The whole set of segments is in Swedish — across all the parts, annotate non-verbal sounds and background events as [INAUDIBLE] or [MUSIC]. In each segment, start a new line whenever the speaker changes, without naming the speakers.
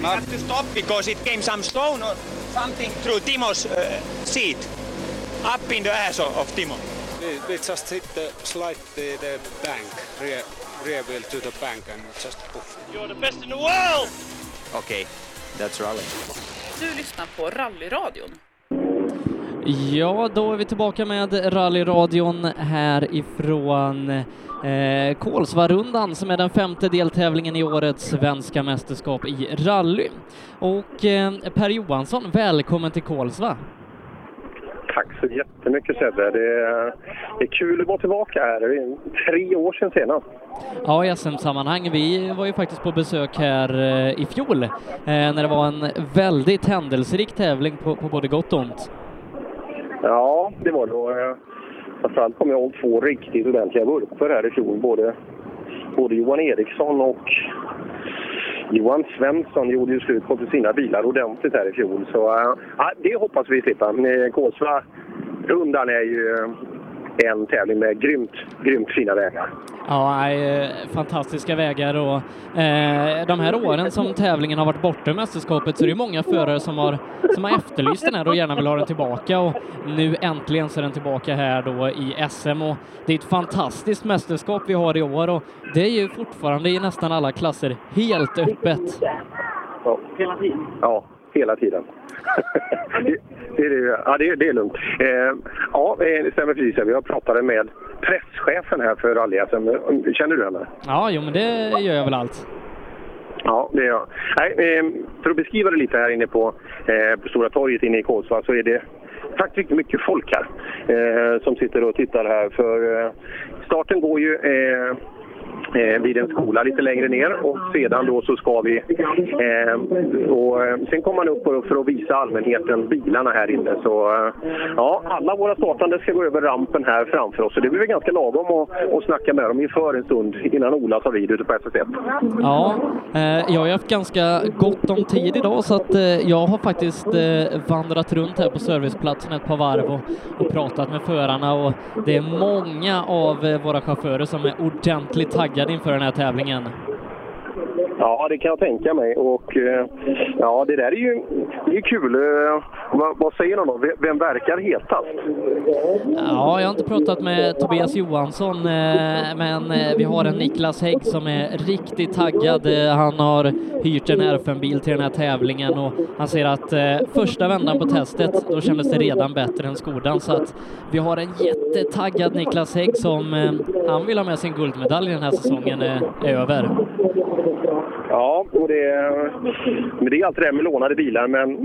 We had to stop because it came some stone or something through Timo's uh, seat. Up in the ass of, of Timo.
They, they just hit the slide the, the bank, rear, rear wheel to the bank and just poof.
You're the best in the world!
Okay, that's rally.
Du lyssnar på Rallyradion.
Ja, då är vi tillbaka med rallyradion härifrån eh, Kolsvarundan som är den femte deltävlingen i årets svenska mästerskap i rally. Och eh, Per Johansson, välkommen till Kolsva!
Tack så jättemycket Sebbe. Det är, det är kul att vara tillbaka här. Det är tre år sedan senast.
Ja, i SM-sammanhang, vi var ju faktiskt på besök här eh, i fjol eh, när det var en väldigt händelserik tävling på, på både gott och ont.
Ja, det var det. Och, eh, Framförallt kom jag ihåg två riktigt ordentliga vurpor här i fjol. Både, både Johan Eriksson och Johan Svensson gjorde ju slut på sina bilar ordentligt här i fjol. Så eh, ja, det hoppas vi slippa. Eh, Men, Kolsva rundan är ju eh, en tävling med grymt, grymt fina vägar.
Ja, nej, eh, fantastiska vägar och eh, de här åren som tävlingen har varit borta ur mästerskapet så är det ju många förare som har, som har efterlyst den här och gärna vill ha den tillbaka och nu äntligen så är den tillbaka här då i SM och det är ett fantastiskt mästerskap vi har i år och det är ju fortfarande i nästan alla klasser helt öppet.
Ja. Hela tiden? Ja, hela tiden. det, det, är det. ja, det, det är lugnt. Eh, ja, eh, det stämmer precis. Jag pratade med presschefen här för rally SM. Känner du henne?
Ja, jo men det gör jag väl allt.
Ja, det är jag. Nej, eh, för att beskriva det lite här inne på, eh, på Stora torget inne i Kolsva så är det faktiskt mycket folk här eh, som sitter och tittar här. För eh, starten går ju eh, eh, vid en skola lite längre ner och sedan då så ska vi... Eh, och eh, sen kommer man upp och- för att visa allmänheten bilarna här inne. Så eh, ja, alla våra startande ska gå över rampen här framför oss. Så det blir väl ganska lagom att, att snacka med dem inför en stund innan Ola tar vid ute på SS1.
Ja, eh, jag har ju haft ganska gott om tid idag så att eh, jag har faktiskt eh, vandrat runt här på serviceplatsen ett par varv och, och pratat med förarna och det är många av eh, våra chaufförer som är ordentligt taggade inför den här tävlingen.
Ja, det kan jag tänka mig. Och eh, ja, det där är ju, det är kul. Eh, Vad, vad säger de då? Vem- Vem verkar hetast?
Ja, jag har inte pratat med Tobias Johansson, eh, men eh, vi har en Niklas Hägg som är riktigt taggad. Eh, Han har hyrt en RFM-bil till den här tävlingen och han säger att eh, första vändan på testet, då kändes det redan bättre än Skodan, så att vi har en jättetaggad Niklas Hägg som eh, han vill ha med sin guldmedalj den här säsongen eh, är över.
Ja, och det, men det är alltid det här med lånade bilar. Men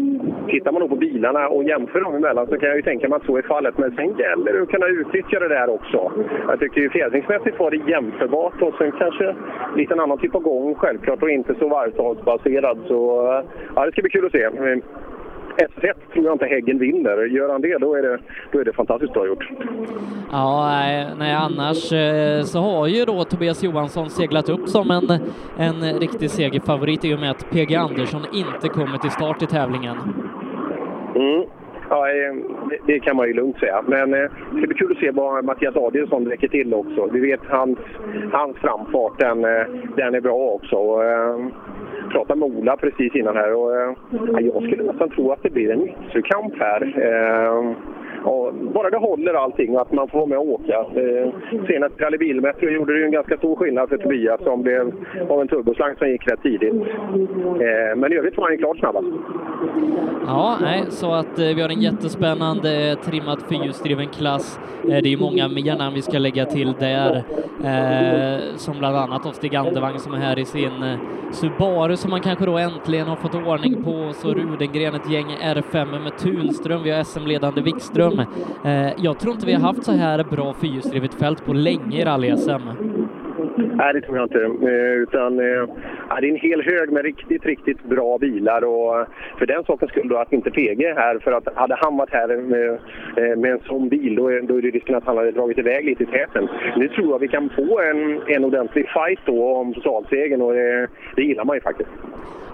tittar man då på bilarna och jämför dem emellan så kan jag ju tänka mig att så är fallet. Men sen gäller det att kunna utnyttja det där också. Jag tycker ju fjädringsmässigt var det jämförbart och sen kanske lite en annan typ av gång självklart och inte så varvtalsbaserad. Så eh, ja, det ska bli kul att se. Men SS1 tror jag inte Häggen vinner. Gör han det, då är det, då är det fantastiskt bra gjort.
Ja, nej, nej, annars eh, så har ju då Tobias Johansson seglat upp som en, en riktig segerfavorit i och med att PG Andersson inte kommer till start i tävlingen.
Mm. Ja, eh, det- det kan man ju lugnt säga. Men eh, det ska bli kul att se vad Mattias Adielsson räcker till också. Vi vet hans, hans framfart, den, eh, den är bra också. Och, eh, pratade med Ola precis innan här och eh, ja, jag skulle nästan tro att det blir en ytterkamp här. Eh, ja, bara det håller allting och att man får vara med och åka. Eh, senast i Rally Bilmetro gjorde det ju en ganska stor skillnad för Tobias som blev av en turboslang som gick rätt tidigt. Eh, men i övrigt var han ju klart snabbast.
Ja, nej, så att eh, vi har en jättespännande eh, trimmad fyrhjulsdriven klass. Eh, det är ju många mer namn vi ska lägga till där, eh, som bland annat då Stig Andevang som är här i sin eh, Subaru som man kanske då äntligen har fått ordning på, och så Rudengren, ett gäng R5 med Tunström, vi har SM-ledande Wikström. Eh, jag tror inte vi har haft så här bra fyrhjulsdrivet fält på länge i rally-SM.
Nej, det tror jag inte. Eh, Utan, eh, ja, det är en hel hög med riktigt, riktigt bra bilar. Och eh, för den sakens skull då att inte PG är här. För att hade han varit här med, eh, med en sån bil då är, då är det risken att han hade dragit iväg lite i täten. Nu tror jag vi kan få en, en ordentlig fight då om totalsegern och det, det gillar man ju faktiskt.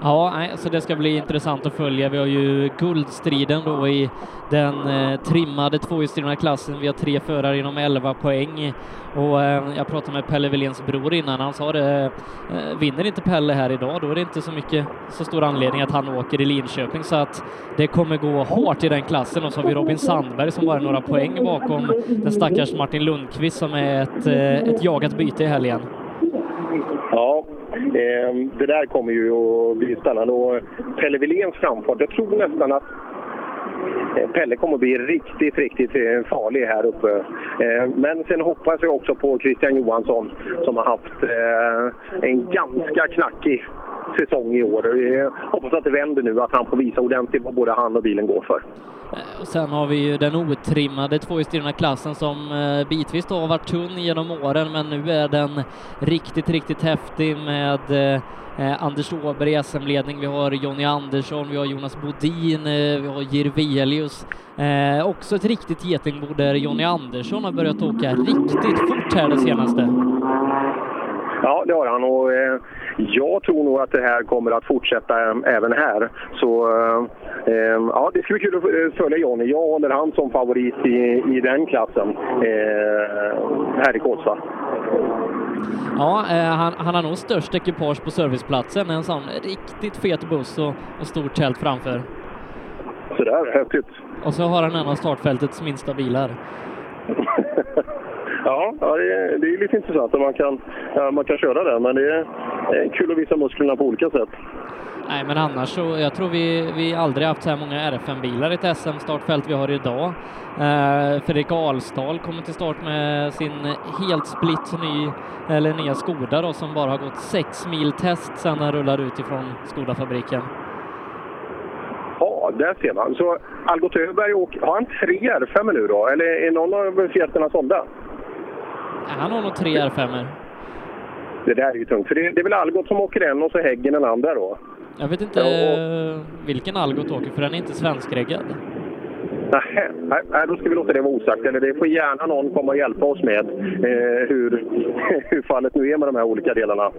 Ja, nej, så det ska bli intressant att följa. Vi har ju guldstriden då i den eh, trimmade tvåhjulsdrivna klassen. Vi har tre förare inom 11 poäng och eh, jag pratade med Pelle Velens bror Stor innan. Han sa det, eh, vinner inte Pelle här idag, då är det inte så mycket, så stor anledning att han åker i Linköping, så att det kommer gå hårt i den klassen. Och så har vi Robin Sandberg som bara är några poäng bakom den stackars Martin Lundqvist som är ett, eh, ett jagat byte i helgen.
Ja, eh, det där kommer ju att bli spännande. Och Pelle Wiléns framfart, jag tror nästan att eh, Pelle kommer att bli riktigt, riktigt eh, farlig här uppe. Eh, Men sen hoppas jag också på Christian Johansson som har haft eh, en ganska knackig säsong i år. Eh, Hoppas att det vänder nu, att han får visa ordentligt vad både han och bilen går för.
Och sen har vi ju den otrimmade tvåhjulsdrivna klassen som eh, bitvis då har varit tunn genom åren, men nu är den riktigt, riktigt häftig med eh, eh, Anders Åberg i SM-ledning, vi har Jonny Andersson, vi har Jonas Bodin, eh, vi har Jirvelius. Eh, också ett riktigt getingbo där Jonny Andersson har börjat åka riktigt fort här det senaste.
Ja, det har han. Och, eh, jag tror nog att det här kommer att fortsätta eh, även här. Så eh, eh, ja, det ska bli kul att eh, följa Johnny. Jag håller han som favorit i, i den klassen eh, här i Kåsa.
Ja, eh, han, han har nog störst ekipage på serviceplatsen, en sån riktigt fet buss och, och stort tält framför.
Så där, häftigt.
Och så har han en av startfältets minsta bilar.
Ja, ja det, är, det är lite intressant att man kan, ja, man kan köra där. Men det är eh, kul att visa musklerna på olika sätt.
Nej, men annars så, jag tror vi, vi aldrig haft så här många RFM-bilar i ett SM-startfält vi har idag. Eh, Fredrik Alstal kommer till start med sin helt splitt ny, eller nya Skoda då, som bara har gått sex mil test sedan den rullar ut ifrån Skoda-fabriken.
Ja, där ser man. Så Algot Öberg, och, har han tre R5 nu då? Eller är någon av fjästerna sålda?
Nej, Eh, Han har nog tre R5-er.
Det där är ju tungt. För det, det är väl Algot som åker en och så Häggen den andra då?
Jag vet inte eh, vilken Algot åker, för den är inte svenskreggad.
Nej, nej, nej, då ska vi låta det vara osagt. Eller det får gärna någon komma och hjälpa oss med eh, hur, [LAUGHS] hur fallet nu är med de här olika delarna.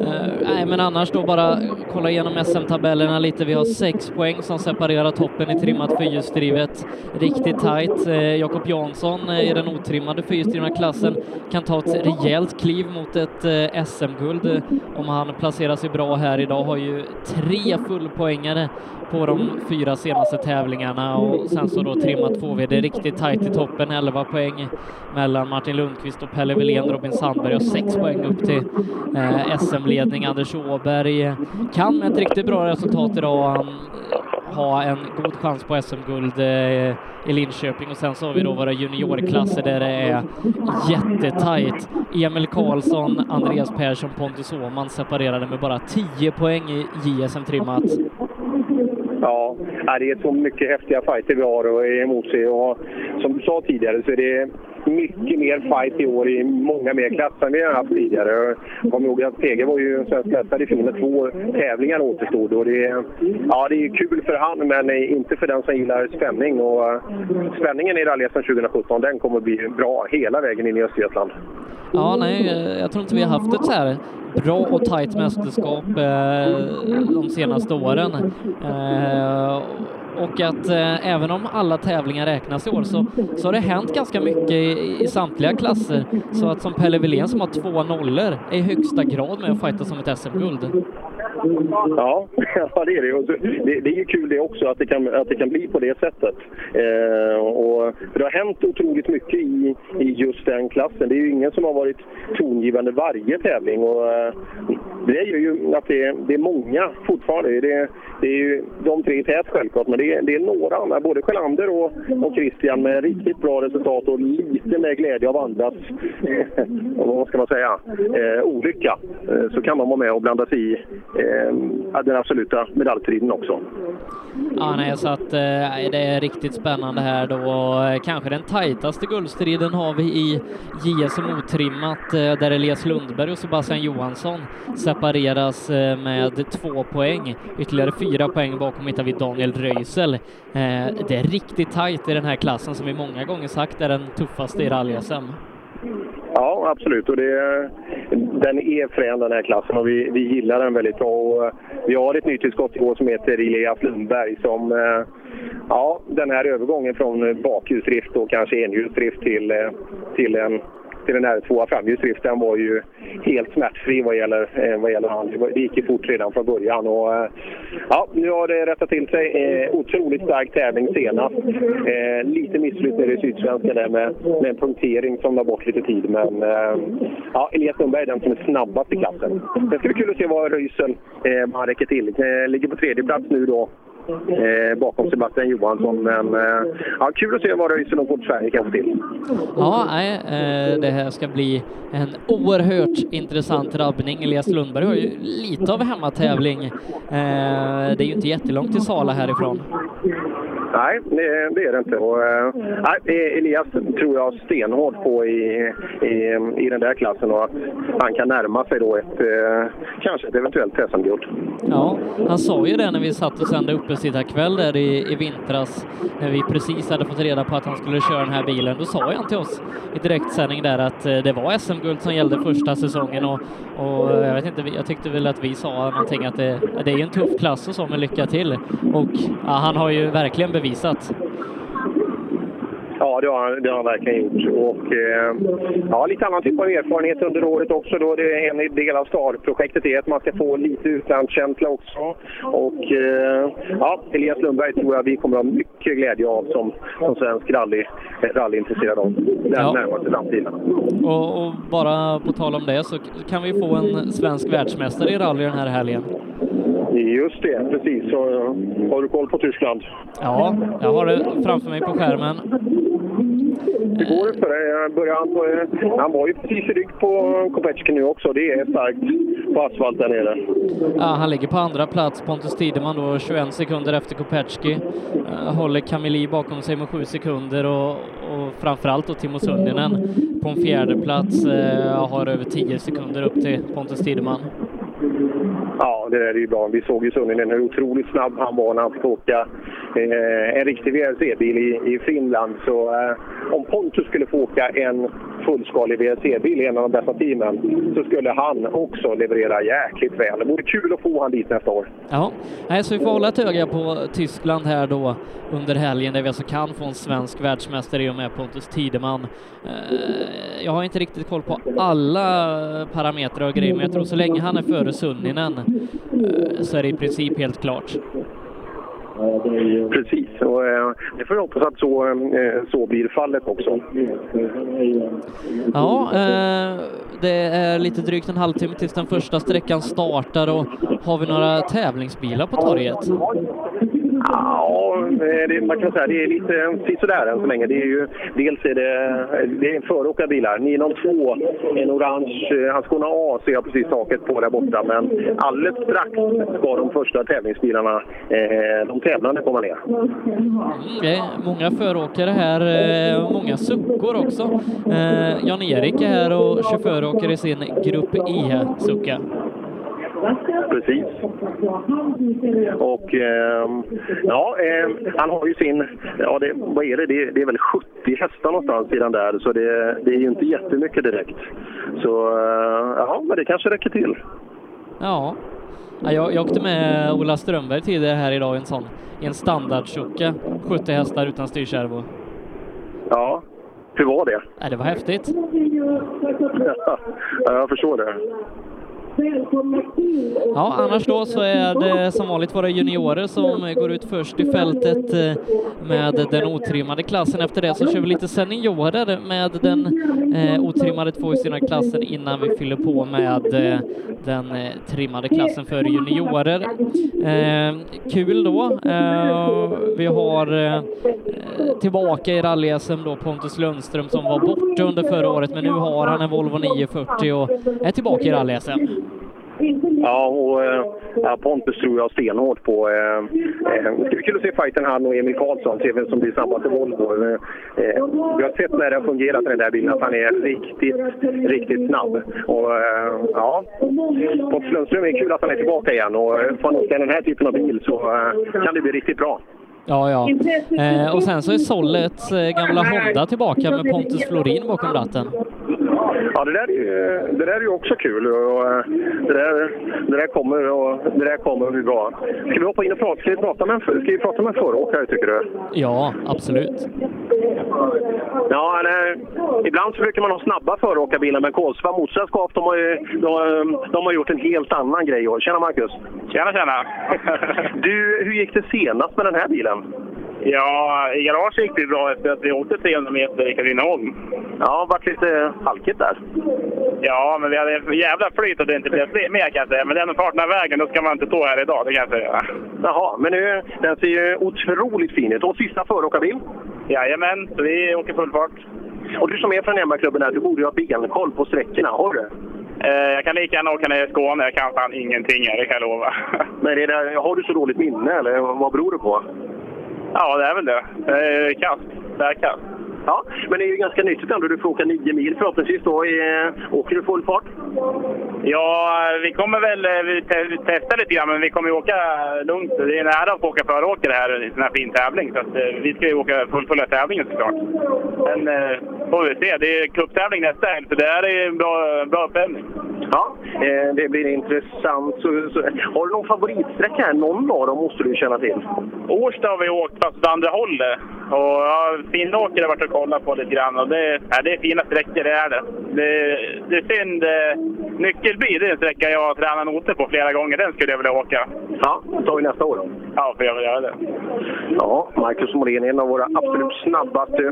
Eh, nej, men annars då bara kolla igenom SM-tabellerna lite. Vi har sex poäng som separerar toppen i trimmat fyrhjulsdrivet. Riktigt tajt. Eh, Jakob Jansson eh, i den otrimmade fyrhjulsdrivna klassen kan ta ett rejält kliv mot ett eh, SM-guld eh, om han placerar sig bra här idag. Har ju tre fullpoängare på de fyra senaste tävlingarna och sen så då trimmat 2V. Det är riktigt tajt i toppen, 11 poäng mellan Martin Lundqvist och Pelle Wilén, Robin Sandberg och 6 poäng upp till eh, SM-ledning. Anders Åberg kan med ett riktigt bra resultat idag mm, ha en god chans på SM-guld eh, i Linköping och sen så har vi då våra juniorklasser där det är jättetajt. Emil Karlsson, Andreas Persson, Pontus Åhman separerade med bara 10 poäng i JSM-trimmat.
Ja, nej, det är så mycket häftiga fighter vi har och är emot sig. Och som du sa tidigare så är det mycket mer fight i år i många mer klasser än vi har haft tidigare. Jag Kommer ihåg att Pege var ju svensk mästare i fjol när två tävlingar återstod. Och det, är- ja, det är ju kul för han, men inte för den som gillar spänning. Och eh, spänningen i rally 2017 den kommer att bli bra hela vägen in i Östergötland.
Ja, nej, eh, jag tror inte vi har haft ett så här bra och tajt mästerskap eh, de senaste åren. Eh, och att eh, även om alla tävlingar räknas i år så, så har det hänt ganska mycket i, i samtliga klasser. Så att som Pelle Wilén som har två nollor är i högsta grad med att fighta som ett SM-guld.
Ja, [LAUGHS] ja det är det. ju. Och så- det. Det är ju kul det också, att det kan, att det kan bli på det sättet. Eh, och för det har hänt otroligt mycket i, i just den klassen. Det är ju ingen som har varit tongivande varje tävling. Och, eh, det gör ju att det, det är många fortfarande. Det, det är ju de tre i tät självklart, men det, är- det är några andra. Både Sjölander och, och Christian med riktigt bra resultat och lite med glädje av andras, [LAUGHS] vad ska man säga, eh, olycka. Eh, så kan man vara med och blanda sig i eh, den absoluta medaljstriden också.
Ja, nej, så att eh, det är riktigt spännande här då. Eh, Kanske den tajtaste guldstriden har vi i JSM otrimmat eh, där Elias Lundberg och Sebastian Johansson separeras eh, med två poäng. Ytterligare fyra poäng bakom hittar vi Daniel Röisel. Eh, det är riktigt tajt i den här klassen som vi många gånger sagt är den tuffaste i rally-SM.
Ja, absolut. Och det, den är frän den här klassen och vi, vi gillar den väldigt bra. Och eh, vi har ett nytillskott i år som heter Elias Lundberg som eh, Ja, den här övergången från eh, bakhjulsdrift och kanske enhjulsdrift till, eh, till en till den här tvåa framhjulsdrift, den var ju helt smärtfri vad gäller, eh, vad gäller han. Det var- Det gick ju fort redan från början. Och, eh, ja, nu har det rättat till sig. Eh, otroligt stark tävling senast. Eh, lite misslyckat nere i Sydsvenskan där med, med en punktering som la bort lite tid. Men eh, ja, Elias Lundberg är den som är snabbast i klassen. Sen ska bli kul att se vad Röisel eh, vad han räcker till. Eh, ligger på tredje plats nu då. Eh, bakom Sebastian Johansson. Men eh, ja, kul att se vad Röisel och Ford Sverige kan få till.
Ja, nej, eh, det här ska bli en oerhört intressant drabbning. Elias Lundberg har ju lite av hemmatävling. Eh, Det är ju inte jättelångt till Sala härifrån.
Nej, det, det är det inte. Och, eh, nej, Elias tror jag stenhårt på i, i, i den där klassen och att han kan närma sig då ett, eh, kanske ett eventuellt SM-guld.
Ja, han sa ju det när vi satt och sände uppesittarkväll där i, i vintras, när vi precis hade fått reda på att han skulle köra den här bilen. Då sa han till oss i direktsändning där att eh, det var SM-guld som gällde första säsongen och, och eh, jag vet inte, vi- jag tyckte väl att vi sa någonting att det, det är ju en tuff klass och så, men lycka till. Och ja, han har ju verkligen bevisat.
Ja, det har, han- det har han verkligen gjort. Och, eh, ja, lite annan typ av erfarenhet under året också. Då det är en del av STAR-projektet är att man ska få lite utlandskänsla också. Och, eh, ja, Elias Lundberg tror jag vi kommer ha mycket glädje av som, som svensk rally, rallyintresserad av den
Ja.
närmaste framtiden.
Och, och bara på tal om det så k- kan vi få en svensk världsmästare i rally den här helgen.
Just det, precis. Så, eh, har du koll på Tyskland?
Ja, jag har det framför mig på skärmen.
Hur går det för dig? Han Börjar han, på, eh, han var ju precis i rygg på Kopecki nu också. Det är starkt på asfalt där nere.
Ja, han ligger på andra plats, Pontus Tideman då 21 sekunder efter Kopecki. Eh, Håller Kamili bakom sig med 7 sekunder och, och framförallt då Timo Sundinen på en fjärde plats eh, har över 10 sekunder upp till Pontus Tideman.
Ja, det där är ju bra. Vi såg ju Sunninen hur otroligt snabb han var när han fick åka eh, en riktig WRC-bil i, i Finland. Så eh, om Pontus skulle få åka en fullskalig WRC-bil i en av de bästa teamen så skulle han också leverera jäkligt väl. Det vore kul att få han dit nästa år.
Ja, nej, så vi får hålla ett öga på Tyskland här då under helgen där vi alltså kan få en svensk världsmästare i och med Pontus Tideman. Eh, Jag har inte riktigt koll på alla parametrar och grejer, men jag tror så länge han är före Sunninen eh, så är det i princip helt klart.
Precis, och eh, det får jag hoppas att så, eh, så blir fallet också.
Ja, eh, det är lite drygt en halvtimme tills den första sträckan startar och har vi några tävlingsbilar på torget?
Ja, eh, det, man kan säga det är lite sisådär än så länge. Det är ju, dels är det, det är föråkade bilar. 902, en orange eh, Ascona A ser jag precis taket på där borta. Men alldeles strax ska de första tävlingsbilarna, eh, de tävlande, komma ner.
Mm, Det är många föråkare här, eh, många suckor också. Eh, Jan-Erik är här och chaufföråker i sin Grupp E-sucka.
Precis. Och ehm, ja, ehm, han har ju sin, ja det, vad är det, det, är- det är väl 70 hästar någonstans i den där. Så det, det är ju inte jättemycket direkt. Så eh, ja, men det kanske räcker till.
Ja. Ja, Jag, jag åkte med Ola Strömberg tidigare här idag i en sån, i en standardsucka. 70 hästar utan styrservo.
Ja, hur var det?
Ja, Äh, det var häftigt.
[LAUGHS] ja, jag förstår det.
Ja, annars då så är det som vanligt våra juniorer som går ut först i fältet eh, med den otrimmade klassen. Efter det så kör vi lite seniorer med den eh, otrimmade tvåhjulsdrivna klassen innan vi fyller på med eh, den eh, trimmade klassen för juniorer. Eh, kul då. Eh, vi har eh, tillbaka i rally-SM då Pontus Lundström som var borta under förra året men nu har han en Volvo 940 och är tillbaka i rally-SM.
Ja, och eh, ja, Pontus tror jag stenhårt på. eh, eh, Det ska bli kul att se fighten han och Emil Karlsson, se vem som blir snabbast i Volvo. Eh, eh, Vi har sett när det har fungerat med den där bilen, att han är riktigt, riktigt snabb. Och eh, ja, Pontus Lundström, det är kul att han är tillbaka igen. Och eh, får han åka den här typen av bil så eh, kan det bli riktigt bra.
Ja, ja. Eh, och sen så är Sollets eh, gamla Honda tillbaka med Pontus Florin bakom ratten.
Ja, det där är ju, det där är ju också kul. Och eh, det, där, det där kommer och det där kommer att bli bra. Ska vi hoppa in och prata? Ska vi prata med en, ska vi prata med en föråkare, tycker du?
Ja, absolut.
Ja, eller, ibland så brukar man ha snabba föråkarbilar, men Kolsva Motorsällskap, de har, ju, de, har- de har gjort en helt annan grej i år. Tjena Marcus! Tjena, tjena! [LAUGHS] Du, hur gick det senast med den här bilen? Ja, i garaget gick det bra efter att vi åkte 300 meter i Katrineholm. Ja, vart lite halkigt där.
Ja, men vi hade en jävla flyt att det inte blev fler- mer kan jag säga. Men den farten av vägen, då ska man inte stå här idag, det kan jag säga.
Jaha, men nu, den ser ju otroligt fin ut. Och sista föråkarbil.
Jajamän, så vi åker full fart.
Och du som är från hemmaklubben här, du borde ju ha benkoll på sträckorna, har du?
Eh, jag kan lika gärna åka ner i Skåne, jag kan fan ingenting här, det kan jag lova. [LAUGHS]
Men är det, har du så dåligt minne, eller vad beror det på?
ja, det är väl det. Det
Eh,
är kast. Det är kast.
Ja, men det är ju ganska nyttigt ändå. Du får åka nio mil förhoppningsvis då. I, åker du full fart?
Ja, vi kommer väl eh, vi te- vi testa lite grann, men vi kommer ju åka lugnt. Det är nära att få åka föråkare här i en sån här fin tävling. Så att, eh, vi ska ju åka full, fulla tävlingen såklart. Sen eh, får vi se. Det är cuptävling nästa helg, så det här är en bra, bra uppvärmning.
Ja, eh, det blir intressant. Så, så, har du någon favoritsträcka här? Någon av dem måste du ju känna till.
Årsta har vi åkt fast åt andra hållet. Och ja, Finnåker har jag varit och kollat på lite grann. Och det, ja, det är fina sträckor, det är det. Det, det är synd. Eh, Nyckelby, det är en sträcka jag har tränat noter på flera gånger. Den skulle jag vilja åka.
Ja, det tar vi nästa år.
Ja, för jag vill göra det.
Ja, Marcus Morén är en av våra absolut snabbaste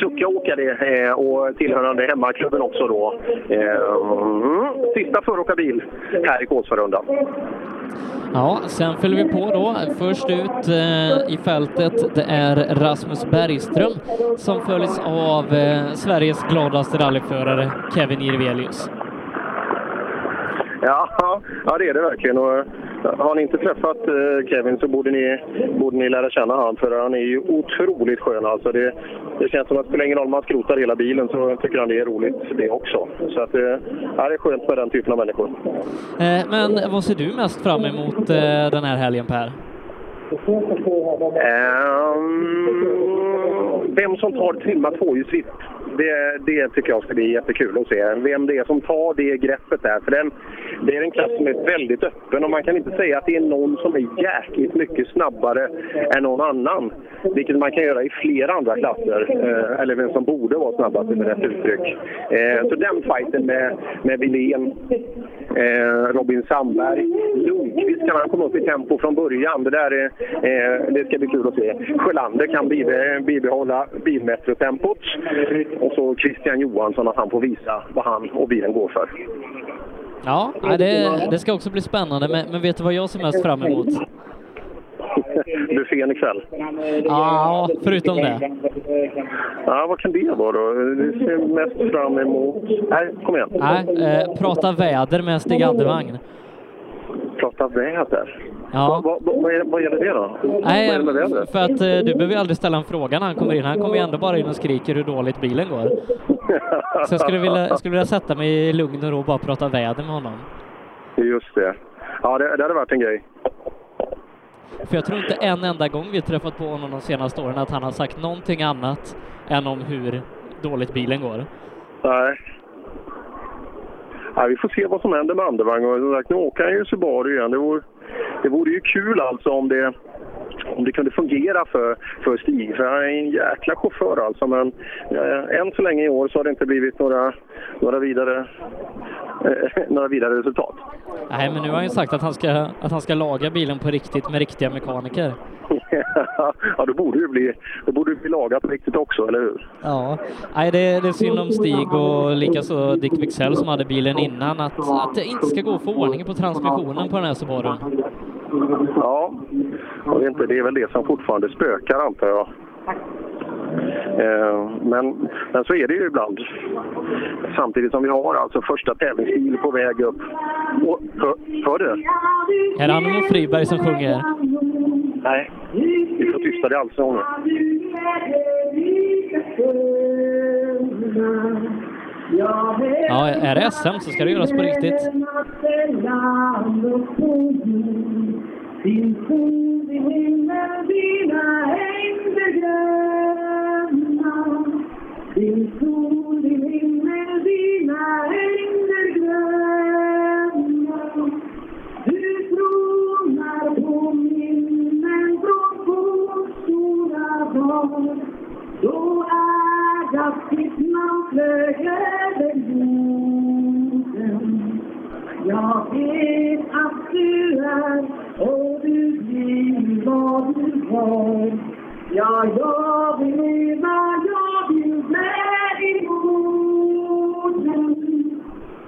suckaåkare eh, och tillhörande hemmaklubben också då. Eh, mm, sista föråkarbil här i Kolsvarundan.
Ja, sen fyller vi på då. Först ut eh, i fältet, det är Rasmus Bergström som följs av eh, Sveriges gladaste rallyförare Kevin Jirvelius.
[LAUGHS] Ja, ja, det är det verkligen. Och eh, har ni inte träffat eh, Kevin så borde ni, borde ni lära känna han för han är ju otroligt skön. Alltså det, det känns som att det spelar ingen roll om man skrotar hela bilen så tycker han det är roligt det också. Så att, eh, ja, det är skönt med den typen av människor.
Eh, men vad ser du mest fram emot eh, den här helgen Per?
Ehm, vem som tar trimmat tvåhjulsvipp, det, det tycker jag ska bli jättekul att se. Vem det är som tar det greppet där. För den, det är en klass som är väldigt öppen och man kan inte säga att det är någon som är jäkligt mycket snabbare än någon annan. Vilket man kan göra i flera andra klasser. Eh, eller vem som borde vara snabbast, med rätt uttryck. Eh, så den fighten med, med Wilén, eh, Robin Sandberg, Lundqvist kan han komma upp i tempo från början. Det där är, eh, det ska bli kul att se. Sjölander kan bibe, bibehålla bilmetrotempot. Och så Christian Johansson, att han får visa vad han och bilen går för. [LAUGHS]
Ja, nej, det, det ska också bli spännande, men, men vet du vad jag ser mest fram emot?
Buffén ikväll.
Ja, förutom det.
Ja, vad kan det vara då? Det ser mest fram emot... Nej, kom igen.
Nej, eh, prata väder med Stig Andevang.
Prata väder.
Ja.
Vad, vad, vad, är, vad gäller det då?
Nej,
vad är det med vädret?
för att eh, du behöver ju aldrig ställa en fråga när han kommer in. Han kommer ju ändå bara in och skriker hur dåligt bilen går. Så jag skulle vilja, jag skulle vilja sätta mig i lugn och ro och bara prata väder med honom.
Just det. Ja, det, det hade varit en grej.
För jag tror inte en enda gång vi träffat på honom de senaste åren att han har sagt någonting annat än om hur dåligt bilen går.
Nej. Nej, vi får se vad som händer med Andevang. Och som sagt, nu åker han ju Subaru igen. Det vore, det vore ju kul alltså om det, om det kunde fungera för, för Stig. För han är en jäkla chaufför alltså. Men eh, än så länge i år så har det inte blivit några, några, vidare, eh, [LAUGHS] några vidare resultat.
Nej, men nu har han ju sagt att han ska, att han ska laga bilen på riktigt med riktiga mekaniker.
ja, då borde det bli, då borde det bli lagat på riktigt också, eller hur?
Ja, nej det, det är synd om Stig och likaså Dick Wicksell som hade bilen innan att, att det inte ska gå att få ordning på transmissionen på den här Subarun.
Ja, jag vet inte, det är väl det som fortfarande spökar antar jag. Eh, Men, men så är det ju ibland. Samtidigt som vi har alltså första tävlingsbil på väg upp. Och, hör, hör du?
Är det Anna Friberg som sjunger?
Nej. Vi får tysta det alltså nu.
Ja, är det SM så ska det göras på riktigt.
Din sol i himmel, dina Jag vet att du är och du blir vad du var. Ja, jag vill leva, jag vill med i Norden.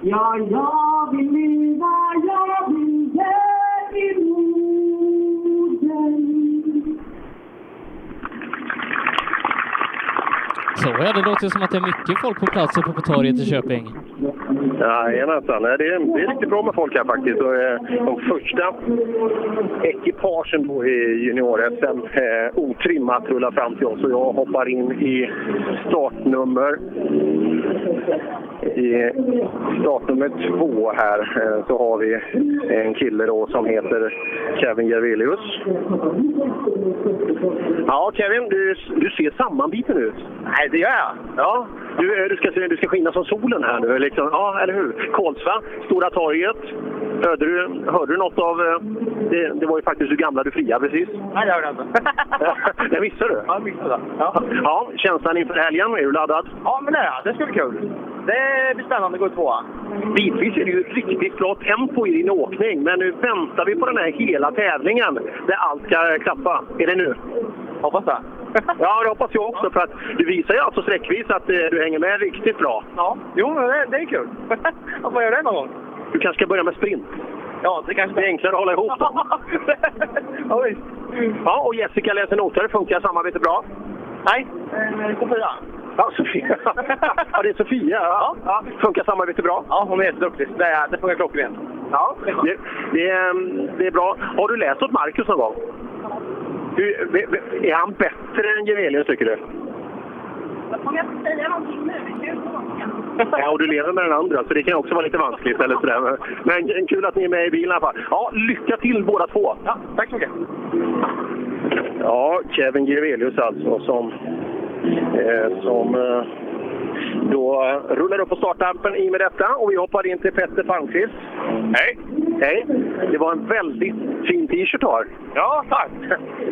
Ja, jag vill leva, jag vill med i Norden.
Så ja, det låter som att det är mycket folk på plats uppe på torget i Köping.
Jajamensan, Nej, det, är- det är lite bra med folk här faktiskt. Och, eh, de första ekipagen då i junior-SM, eh, otrimmat, rullar fram till oss och jag hoppar in i startnummer i startnummer två här eh, så har vi en kille då som heter Kevin Gervelius. Ja, Kevin, du, du ser sammanbiten ut. Nej, det gör jag. Ja, du, eh, du, ska, se- du ska skina som solen här nu, liksom. Ja, eller hur? Kolsva, Stora torget. Hörde du, hörde du något av... eh, Det, det var ju faktiskt Du gamla, du fria precis.
Nej, det hörde jag inte.
[LAUGHS] det missade du?
Ja, mycket sådär. Ja.
Ja, känslan inför helgen, är du laddad?
ja, men det är jag. Det ska bli kul. Det blir spännande att gå tvåa.
Bitvis är det ju ett riktigt bra tempo i din åkning, men nu väntar vi på den här hela tävlingen där allt ska klappa. Är det nu?
Hoppas det.
[LAUGHS] Ja, det hoppas jag också, för att du visar ju alltså sträckvis att eh, du hänger med riktigt bra.
Ja, jo, men det, det är kul. [LAUGHS] Man får göra det någon gång.
Du kanske ska börja med sprint?
Ja, det kanske
Det är enklare att hålla ihop då.
[LAUGHS] ja, visst.
Ja, och Jessica läser noter. Funkar samarbetet bra?
Nej, eh, Sofia.
Ja, Sofia. Ja, det är Sofia. Ja. Ja. Funkar samarbetet bra?
Ja, hon är jätteduktig. Det, det funkar klockrent.
Ja. Det, det, är- det är bra. Har du läst åt Marcus någon gång? Hur, v- v- är han bättre än Gerelius, tycker du? Ja, och du lever med den andra, så det kan också vara lite vanskligt. Eller sådär. Men- Men kul att ni är med i bilen i alla fall. Ja, lycka till båda två!
Ja, tack så mycket.
Ja, Kevin Girelius alltså som, eh, som eh, då eh, rullar upp på startrampen i med detta. Och vi hoppar in till Petter Palmqvist.
Hej!
Hej! Det var en väldigt fin t-shirt du har.
Ja, tack!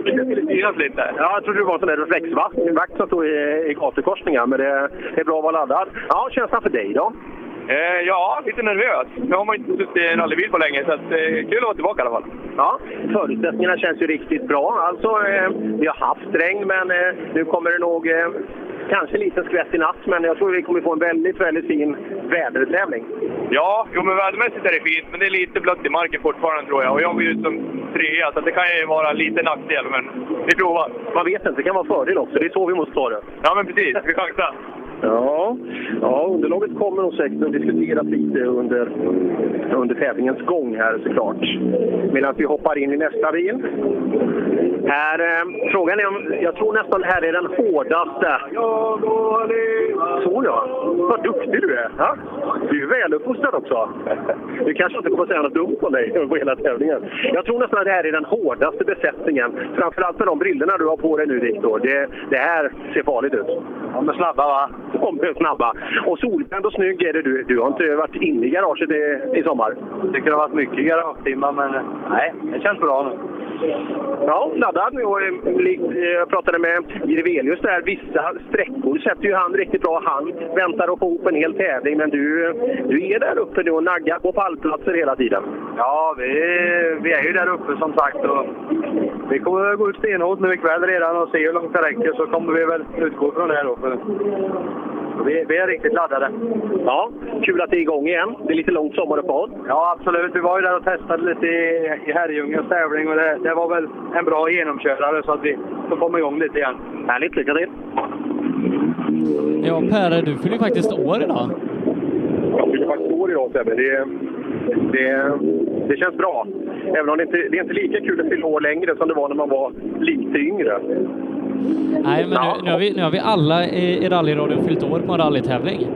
Det skulle styras lite.
Ja, jag trodde du var en sån där reflexvakt vakt som stod i, i gatukorsningar, men det, det är bra att vara laddad. Ja, känslan för dig då?
Eh, ja, lite nervös. Nu har man inte suttit i en rallybil på länge, så att, eh, kul att vara tillbaka i alla fall.
Ja, förutsättningarna känns ju riktigt bra. Alltså, eh, vi har haft regn, men eh, nu kommer det nog eh, kanske en liten skvätt i natt. Men jag tror vi kommer få en väldigt, väldigt fin vädertävling.
Ja, jo, men vädermässigt är det fint, men det är lite blött i marken fortfarande tror jag. Och jag går ut som trea, så att det kan ju vara lite nackdel, men vi provar.
Man vet inte, det kan vara fördel också. Det är så vi måste ta det.
Ja, men precis. Vi chansar.
Ja, ja underlaget kommer nog säkert att diskuteras lite under, under tävlingens gång här såklart. Medan vi hoppar in i nästa bil. Här, eh, frågan är om, jag tror nästan det här är den hårdaste. Så ja, vad duktig du är. Ja? Du är väluppfostrad också. Du kanske inte kommer att säga något dumt om dig på hela tävlingen. Jag tror nästan att det här är den hårdaste besättningen. Framförallt med de brillorna du har på dig nu Viktor. Det, det här ser farligt ut. De är snabba va? [LAUGHS] De är snabba. Och solbränd och snygg är det. Du, du har inte varit inne i garaget i, i sommar?
tycker det har varit mycket garagetimmar, men eh, nej, det känns bra nu.
Ja, laddad. Och, eh, likt, eh, jag pratade med Jirvelius där. Vissa sträckor sätter ju han riktigt bra. Han väntar att få ihop en hel tävling. Men du, eh, du är där uppe nu och naggar på pallplatser hela tiden.
Ja, vi, vi är ju där uppe som sagt. Och vi kommer att gå ut stenhårt nu ikväll redan och se hur långt det räcker så kommer vi väl utgå från det då. För vi, vi är riktigt laddade.
Ja, kul att det är igång igen. Det är lite långt sommaruppehåll.
Ja, absolut. Vi var ju där och testade lite i, i Herrljungens tävling och det, det var väl en bra genomkörare så att vi får komma igång lite igen.
Härligt, lycka till!
Ja, Per, du fyller ju faktiskt år idag.
Jag fyller faktiskt år idag Sebbe. Det, det, det känns bra. Även om det inte det är inte lika kul att fylla år längre som det var när man var lite yngre. [LAUGHS]
Nej, men
Ja.
nu, nu, har, vi, nu har vi alla i, i rallyradion fyllt år på en rallytävling.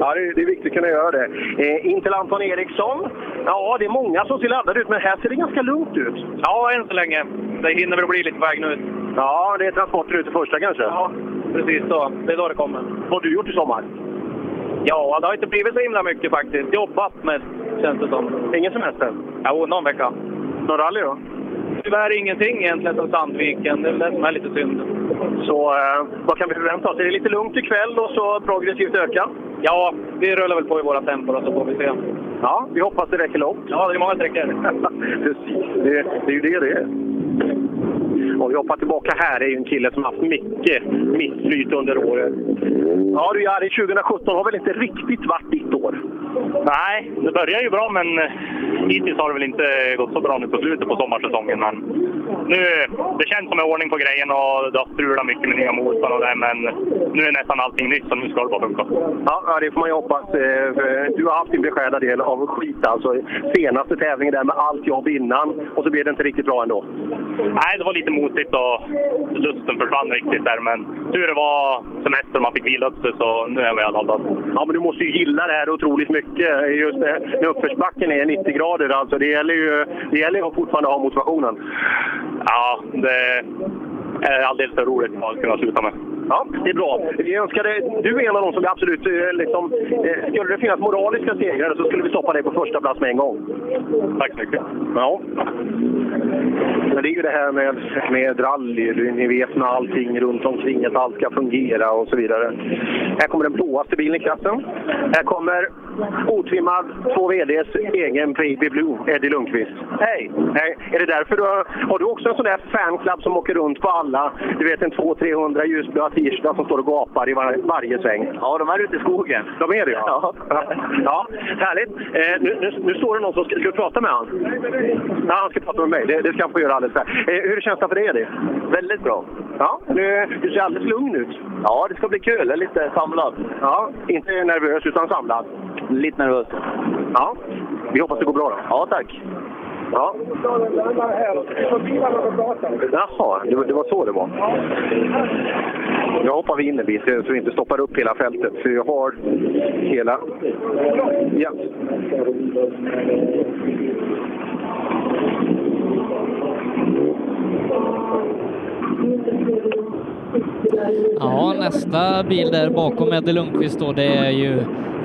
ja, det, är- det är viktigt att kunna göra det. Eh, in till Anton Eriksson. Ja, det är många som ser laddade ut, men här ser det ganska lugnt ut.
Ja, än så länge. Det hinner väl bli lite på vägen ut.
Ja, det är transporter ute första kanske.
Ja, precis så. Det är då det kommer.
Vad har du gjort i sommar?
Ja, det har inte blivit så himla mycket faktiskt. Jobbat mest, känns det som. Ingen semester? Jo, någon vecka. Någon rally då? Tyvärr ingenting egentligen som Sandviken. Det är väl det som är lite synd. Så eh, vad kan vi förvänta oss? Är det lite lugnt ikväll och så progressivt öka? Ja, vi rullar väl på i våra tempor och så får vi se. Ja, vi hoppas det räcker långt. Ja, det är många [LAUGHS] sträckor.
Precis, det, det är ju det det är.
Och vi hoppar tillbaka här är ju en kille som haft mycket mittflyt under året. Ja du Jari, 2017 har väl inte riktigt varit ditt år? Nej, det börjar ju bra men eh, hittills har det väl inte gått så bra nu på slutet på sommarsäsongen. Men nu, det känns som en ordning på grejen och det har strulat mycket med nya motorn och det men nu är nästan allting nytt så nu ska det bara funka.
Ja, ja, det får man ju hoppas. eh, för Du har haft din beskärda del av skit alltså. Senaste tävlingen där med allt jobb innan och så blir det inte riktigt bra ändå.
Nej, det var lite motigt och lusten försvann riktigt där. Men tur det var semester och man fick vila upp sig så nu är jag väl
Ja, men du måste ju gilla det här otroligt mycket. Just det, när uppförsbacken är 90 grader alltså. Det gäller ju det gäller ju att fortfarande ha motivationen.
Ja, det är alldeles för roligt att kunna sluta med.
Ja, det är bra. Vi önskar dig, du är en av de som vi absolut... eh, Liksom, eh, skulle det finnas moraliska segrare så skulle vi stoppa dig på första plats med en gång.
Tack så mycket.
Ja. Men det är ju det här med, med rally. Du- Ni vet med allting runt omkring att allt ska fungera och så vidare. Här kommer den blåaste bilen i klassen. Här kommer otrimmad 2 VDs egen Baby Blue, Eddie Lundqvist. Hej! Hej. Är det därför du har, har du också en sån där fanclub som åker runt på alla, du vet en 200-300 ljusblåa t-shirtar som står och gapar i var, varje sväng?
Ja, de är ute i skogen.
De är det ja. Ja, [LAUGHS] ja. härligt. Eh, nu, nu, nu står det någon som ska, ska du prata med han. Nej, han ska prata med mig. Det, det ska han få göra alldeles strax. Eh, hur känns det för dig Eddie?
Väldigt bra.
Ja, nu, du ser alldeles lugn ut.
Ja, det ska bli kul. Jag är lite samlad.
Ja, inte nervös utan samlad.
Lite nervös.
Ja, vi hoppas det går bra då.
Ja, tack.
Ja. Jaha, det, var- det var så det var. Nu hoppar vi in en bit så vi inte stoppar upp hela fältet. För vi har hela... Ja.
Ja, nästa bil där bakom Eddie Lundqvist då, det är ju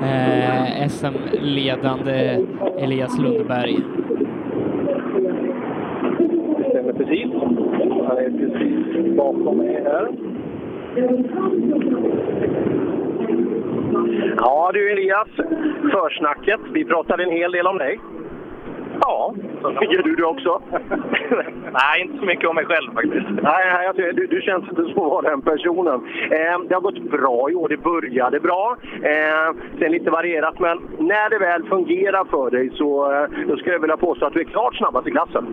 eh, SM-ledande Elias Lundberg.
stämmer precis. Han är precis bakom mig här. Ja du Elias, försnacket. Vi pratade en hel del om dig. Ja, gör du det [LAUGHS] också?
Nej, inte så mycket om mig själv faktiskt.
Nej, nej jag, tycker- du, du känns inte som att vara den personen. Eh, det har gått bra i år. Det började bra, eh, sen lite varierat. Men när det väl fungerar för dig så eh, då skulle jag vilja påstå att du är klart snabbast i klassen.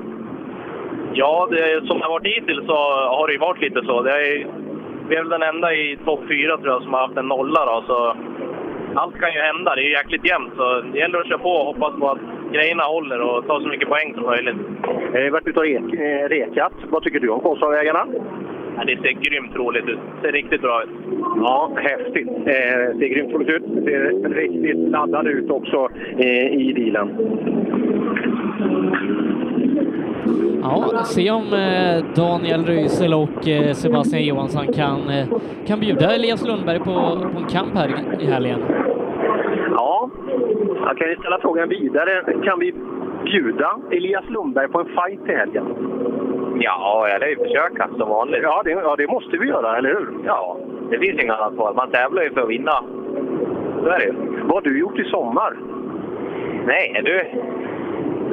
Ja, det, som det har varit hittills så har det ju varit lite så. Det är, vi är väl den enda i topp fyra tror jag som har haft en nolla då, så allt kan ju hända. Det är ju jäkligt jämnt så det gäller att köra på och hoppas på att grejerna håller och ta så mycket poäng som möjligt.
Eh, Vi har varit ute och rek, eh, rekat. Vad tycker du om Kolsvavägarna?
Ja, det ser grymt roligt ut. Det ser riktigt bra ut.
Ja, häftigt. Eh, ser grymt roligt ut. Ser riktigt laddad ut också eh, i bilen.
Ja, se om eh, Daniel Rysel och eh, Sebastian Johansson kan, eh, kan bjuda Elias Lundberg på, på en kamp här i helgen.
Ja, jag kan ju ställa frågan vidare. Kan vi bjuda Elias Lundberg på en fight i helgen?
Ja, jag lär ju försöka som vanligt.
Ja det, ja, det måste vi göra, eller hur?
Ja, det finns inget annat val. Man tävlar ju för att vinna. Så är det ju.
Vad har du gjort i sommar?
Nej, du.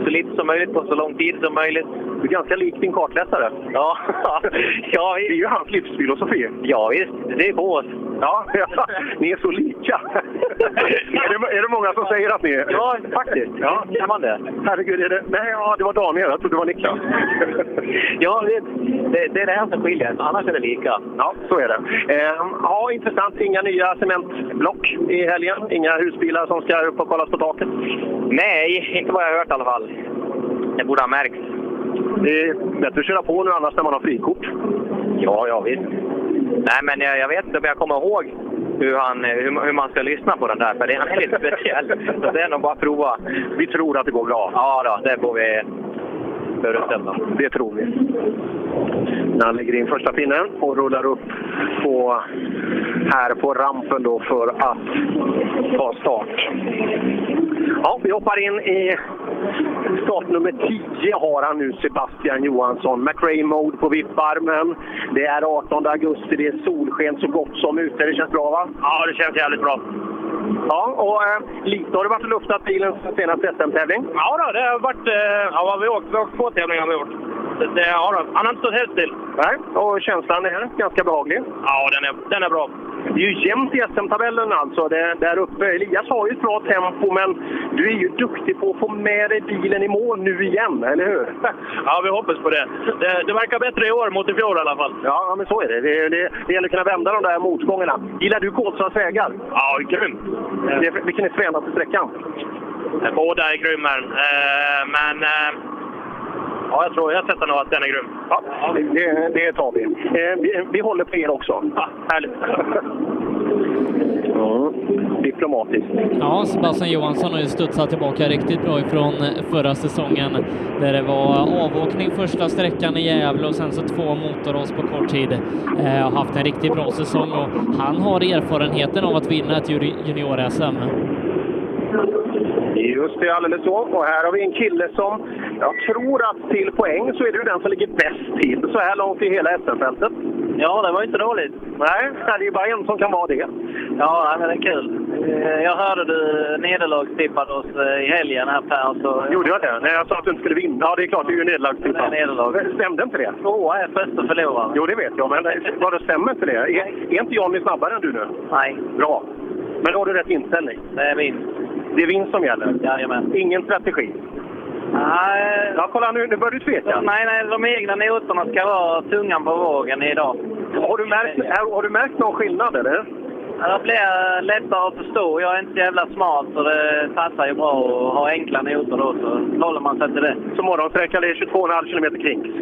Så lite som möjligt på så lång tid som möjligt.
Du är ganska lik din kartläsare.
Ja, [LAUGHS] ja,
Det är
vi,
ju hans livsfilosofi.
ja visst. Det är på oss.
Ja, [LAUGHS] ni är
[LAUGHS]
så lika. är, det, är det många som säger att ni är?
Ja, faktiskt.
Ja.
Kan man det?
Herregud, är det... Nej, ja, det var Daniel. Jag trodde det var Niklas.
[LAUGHS] Ja, det, det, det är det här som skiljer. Annars är det lika.
Ja, så är det. Ehm, ja, intressant. Inga nya cementblock i helgen. Inga husbilar som ska upp och kollas på taket.
Nej, inte vad jag har hört i alla fall. Det borde ha märkts.
Det är bättre att köra på nu annars när man har frikort.
Ja, ja visst. Nej, men jag, jag vet inte, men jag kommer ihåg hur, han, hur, man- hur man ska lyssna på den där, för det han är lite speciell. Så det är nog bara att prova.
Vi tror att det går bra.
Ja, då, det får vi
större ställa. Det tror vi. Han lägger in första pinnen och rullar upp på, här på rampen då för att ta start. Ja, vi hoppar in i start nummer 10 har han nu, Sebastian Johansson. McRae Mode på vipparmen. Det är 18 augusti, det är solsken så gott som ute. Det känns bra va? Ja, det känns jävligt bra. Ja, och eh, lite har du varit och luftat bilen sen senaste SM-tävling?
Ja, då, det har varit... eh, Ja, vad har vi åkt? Vi har åkt två tävlingar har vi gjort. Så Det, ja, då. Han har inte stått helt still.
Nej, och känslan är ganska behaglig.
Ja, den är, den är bra.
Det är ju jämnt i SM-tabellen alltså, det, där uppe. Elias har ju ett bra tempo, men du är ju duktig på att få med dig bilen i mål nu igen, eller
[LAUGHS]
hur?
Ja, vi hoppas på det. Det, det verkar bättre i år mot i fjol i alla fall.
Ja, ja, men så är det. Det, det, det gäller att kunna vända de där motgångarna. Gillar du Kolsvans vägar?
Ja, grymt!
Det, vilken är fränaste sträckan?
Eh, Båda är grymma. Eh, Men... eh, Ja, jag tror jag sätter nog att den är grym.
Ja, det, det tar vi. Eh, vi. Vi håller på er också.
Ja, härligt!
Ja, diplomatiskt.
Ja, Sebastian Johansson har ju studsat tillbaka riktigt bra ifrån eh, förra säsongen där det var avåkning första sträckan i Gävle och sen så två motorras på kort tid. Eh, har haft en riktigt bra säsong och han har erfarenheten av att vinna ett juri- junior-SM.
Just det, alldeles så. Och här har vi en kille som, jag tror att till poäng så är du den som ligger bäst till så här långt i hela SM-fältet.
Ja, det var inte dåligt.
Nej, det är ju bara en som kan vara det.
Ja, men det är kul. Eh, Jag hörde du nederlagstippade oss eh, i helgen här Per, så...
Gjorde jag det? Nej, jag sa att du inte skulle vinna. Ja, det är klart, det är ju nederlagstippat.
Det är nederlag.
Stämde inte det?
Tvåa är första förloraren.
Jo, det vet jag, men vad det stämmer inte det? Är, är inte Johnny snabbare än du nu?
Nej,
Bra. Men då har du rätt inställning.
det är min.
Det är vinst som gäller.
Jajamän.
Ingen strategi.
아,
Nej,
Ja, kolla nu, nu börjar du tveka.
Eh, nej, nej, de egna noterna ska vara tungan på vågen idag.
Har du märkt, har har du märkt någon skillnad, eller?
Det blir lättare att förstå. Jag är inte så jävla smart så det passar ju bra att ha enkla noter då så håller man sig till det.
Så morgonsträckan är 22,5 km kring.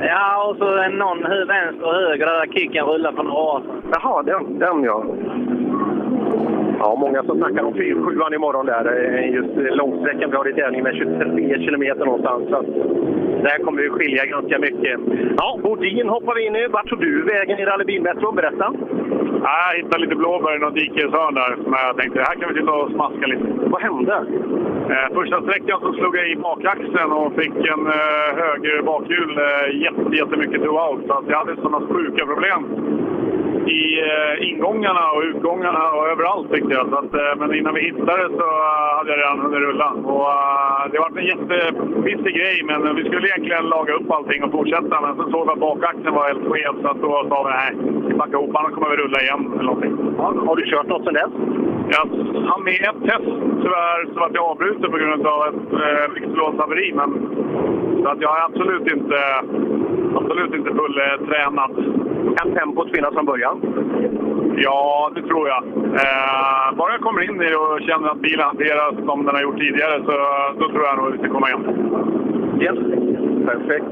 Ja, och så en någon hu- vänster och höger där kicken rullade för några år sedan.
Jaha, den, den ja. Ja, många som snackar om 47an imorgon där. eh, Just eh, långsträckan, vi har i tävling med 23 kilometer någonstans. Så att där kommer vi skilja ganska mycket. Ja, Bodin hoppar vi in i. Vart tog du vägen i rallybilmetro? Berätta.
Ja, jag hittade lite blåbär i någon dikeshörn där som jag tänkte här kan vi sitta och smaska lite.
Vad hände?
Eh, första sträckan så slog jag i bakaxeln och fick en eh, höger bakhjul eh, jätte, jättemycket throughout. Så att jag hade sådana sjuka problem i eh, ingångarna och utgångarna och överallt tyckte jag. Så att, eh, men innan vi hittade så eh, hade jag redan hunnit rulla. Och, eh, det var en jättepissig grej, men vi skulle egentligen laga upp allting och fortsätta. Men så såg vi att bakaxeln var helt skev, så att då sa vi nej, vi backar ihop, annars kommer vi rulla igen eller någonting.
Har du kört något sen dess?
Jag hann med ett test tyvärr så vart jag avbruten på grund av ett eh, blixtlåshaveri. Men så att jag är absolut inte, absolut inte fulltränad.
Kan tempot finnas från början?
Ja, det tror jag. Eh, bara jag kommer in i det och känner att bilen hanteras som den har gjort tidigare så då tror jag nog vi ska komma igen.
Yes. Perfekt.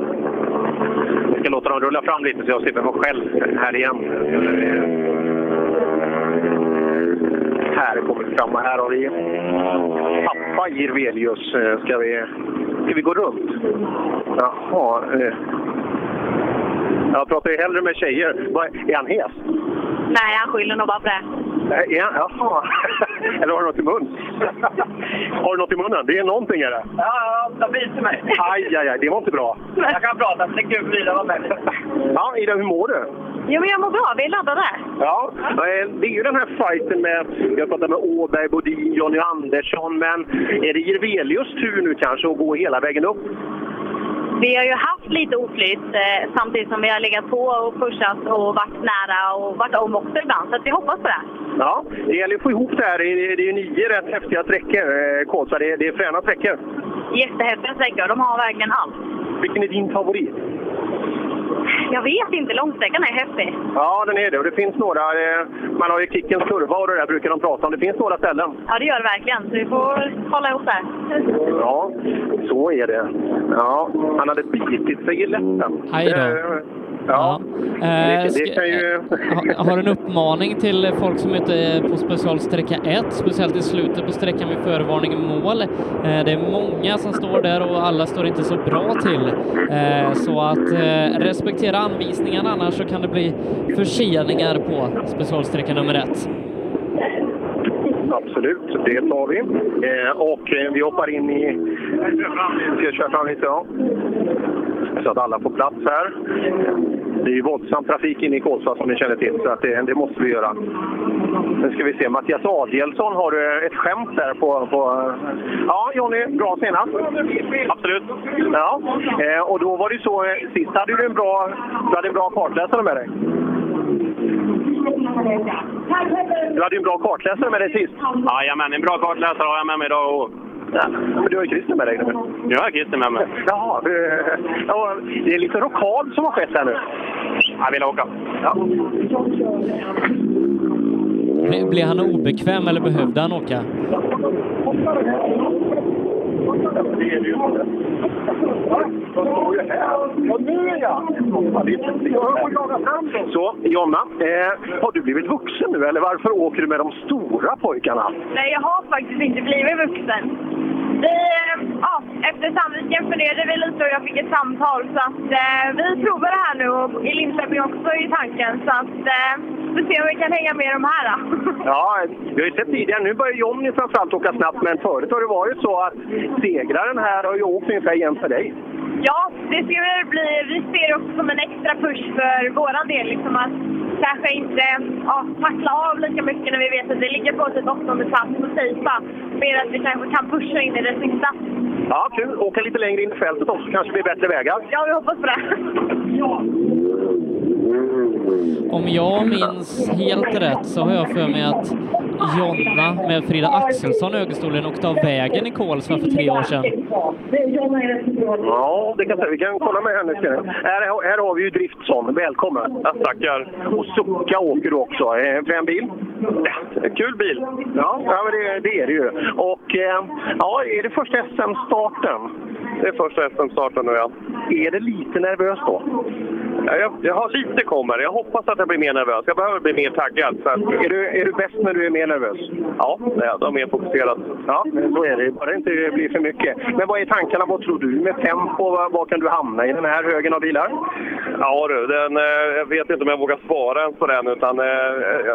Jag ska låta dem rulla fram lite så jag slipper vara själv här igen. Här kommer vi fram och här har vi pappa Jirvelius. Eh, Ska vi, ska vi gå runt? Jaha. eh. Jag pratar ju hellre med tjejer. Vad- Är han hes?
Nej, han skyller nog bara på det.
Eh, Är han,
[LAUGHS]
jaha. Eller har du något i munnen? Har du något i munnen? Det är någonting är det.
Ja, de biter mig.
Aj, aj, aj. Det var inte bra.
Jag kan prata, men det är kul att vara med.
Ja, Ida, hur mår du?
Jo, men jag mår bra. Vi är laddade.
Ja, eh, det är ju den här fighten med... Jag pratade med Åberg, Bodin, Jonny Andersson, men är det Jirvelius tur nu kanske att gå hela vägen upp?
Vi har ju haft lite oflyt eh, samtidigt som vi har legat på och pushat och varit nära och varit om också ibland. Så att vi hoppas på det.
Ja, det gäller att få ihop det här. Det är det är ju nio rätt häftiga sträckor, eh, Kolsva. Det är, det är fräna sträckor.
Jättehäftiga sträckor. De har verkligen allt.
Vilken är din favorit?
Jag vet inte, långsträckan är häftig.
Ja, den är det. Och det finns några, eh, man har ju Kickens kurva och det där brukar de prata om. Det finns några ställen.
Ja, det gör det verkligen. Så vi får hålla ihop där.
Ja, så är det. Ja, han hade bitit sig i läppen.
Aj då.
Eh, Ja,
Eh,
det, det
ska- eh,
kan ju...
Ha- Har en uppmaning till folk som inte är eh, på specialsträcka 1, speciellt i slutet på sträckan vid förvarning mål. Eh, Det är många som står där och alla står inte så bra till. Eh, Så att eh, respektera anvisningarna annars så kan det bli förseningar på specialsträcka nummer 1.
Absolut, det tar vi. Eh, och eh, vi hoppar in i... Ska köra fram lite, ja. Så att alla får plats här. Det är ju våldsam trafik inne i Kolsva som ni känner till, så att det, det måste vi göra. Nu ska vi se, Mattias Adielsson har du ett skämt där på... på ja, Jonny, bra senast. Absolut. Ja, eh, och då var det ju så, eh, sist hade du en bra, du hade en bra kartläsare med dig. Du hade ju en bra kartläsare med dig sist.
Jajamän, en bra kartläsare har jag med mig idag. Och...
Ja, men du har ju Christer med dig nu.
Nu har jag Christer med mig.
Jaha, eh, ja, det är lite rockad som har skett här nu.
Jag vill åka.
Ja.
Ble- Blev han obekväm eller behövde han åka?
예.
Så, Jonna, eh, har du blivit vuxen nu eller varför åker du med de stora pojkarna?
Nej, jag har faktiskt inte blivit vuxen. Vi, eh, ja, efter Sandviken funderade vi lite och jag fick ett samtal. Så att, eh, vi provar det här nu och i Linköping också i tanken. Så att, eh, vi får se om vi kan hänga med de här. Då. [LAUGHS]
Ja, vi har ju sett tidigare. Nu börjar Jonny framförallt åka snabbt, men förut har det varit så att segraren här har ju åkt ungefär jämnt med dig.
Ja, det ska väl bli. Vi ser det också som en extra push för våran del. Liksom att kanske inte ja, tackla av lika mycket när vi vet att vi ligger på typ åttonde plats på Seipa. Mer att vi kanske kan pusha in i det sista. [LAUGHS]
Ja, kul. Åka lite längre in i fältet också, kanske blir bättre vägar.
Ja, vi hoppas på det.
Om jag minns helt rätt så har jag för mig att Jonna med Frida Axelsson i högstolen åkte av vägen i Kolsva för tre år sedan.
Ja, det kan, vi kan kolla med henne. ska ni. Här, här har vi ju Driftsson. Välkommen! Ja, tackar! Och Sucka åker du också. Eh, Vem bil? Ja, kul bil! Ja, ja men det, det är det ju. Och eh, ja, är det första SM-starten? Det är första SM-starten nu, ja. Är det lite nervöst då?
Jag, jag har lite kommer. Jag hoppas att jag blir mer nervös. Jag behöver bli mer taggad. Så att...
Är du, är du bäst när du är mer nervös? Ja, jag är mer fokuserad. Ja, så är det. Bara det inte blir för mycket. Men vad är tankarna? Vad tror du med tempo? Vad, vad kan du hamna i den här högen av bilar?
Ja du, den, eh, jag vet inte om jag vågar svara ens på den. Utan, eh, eh,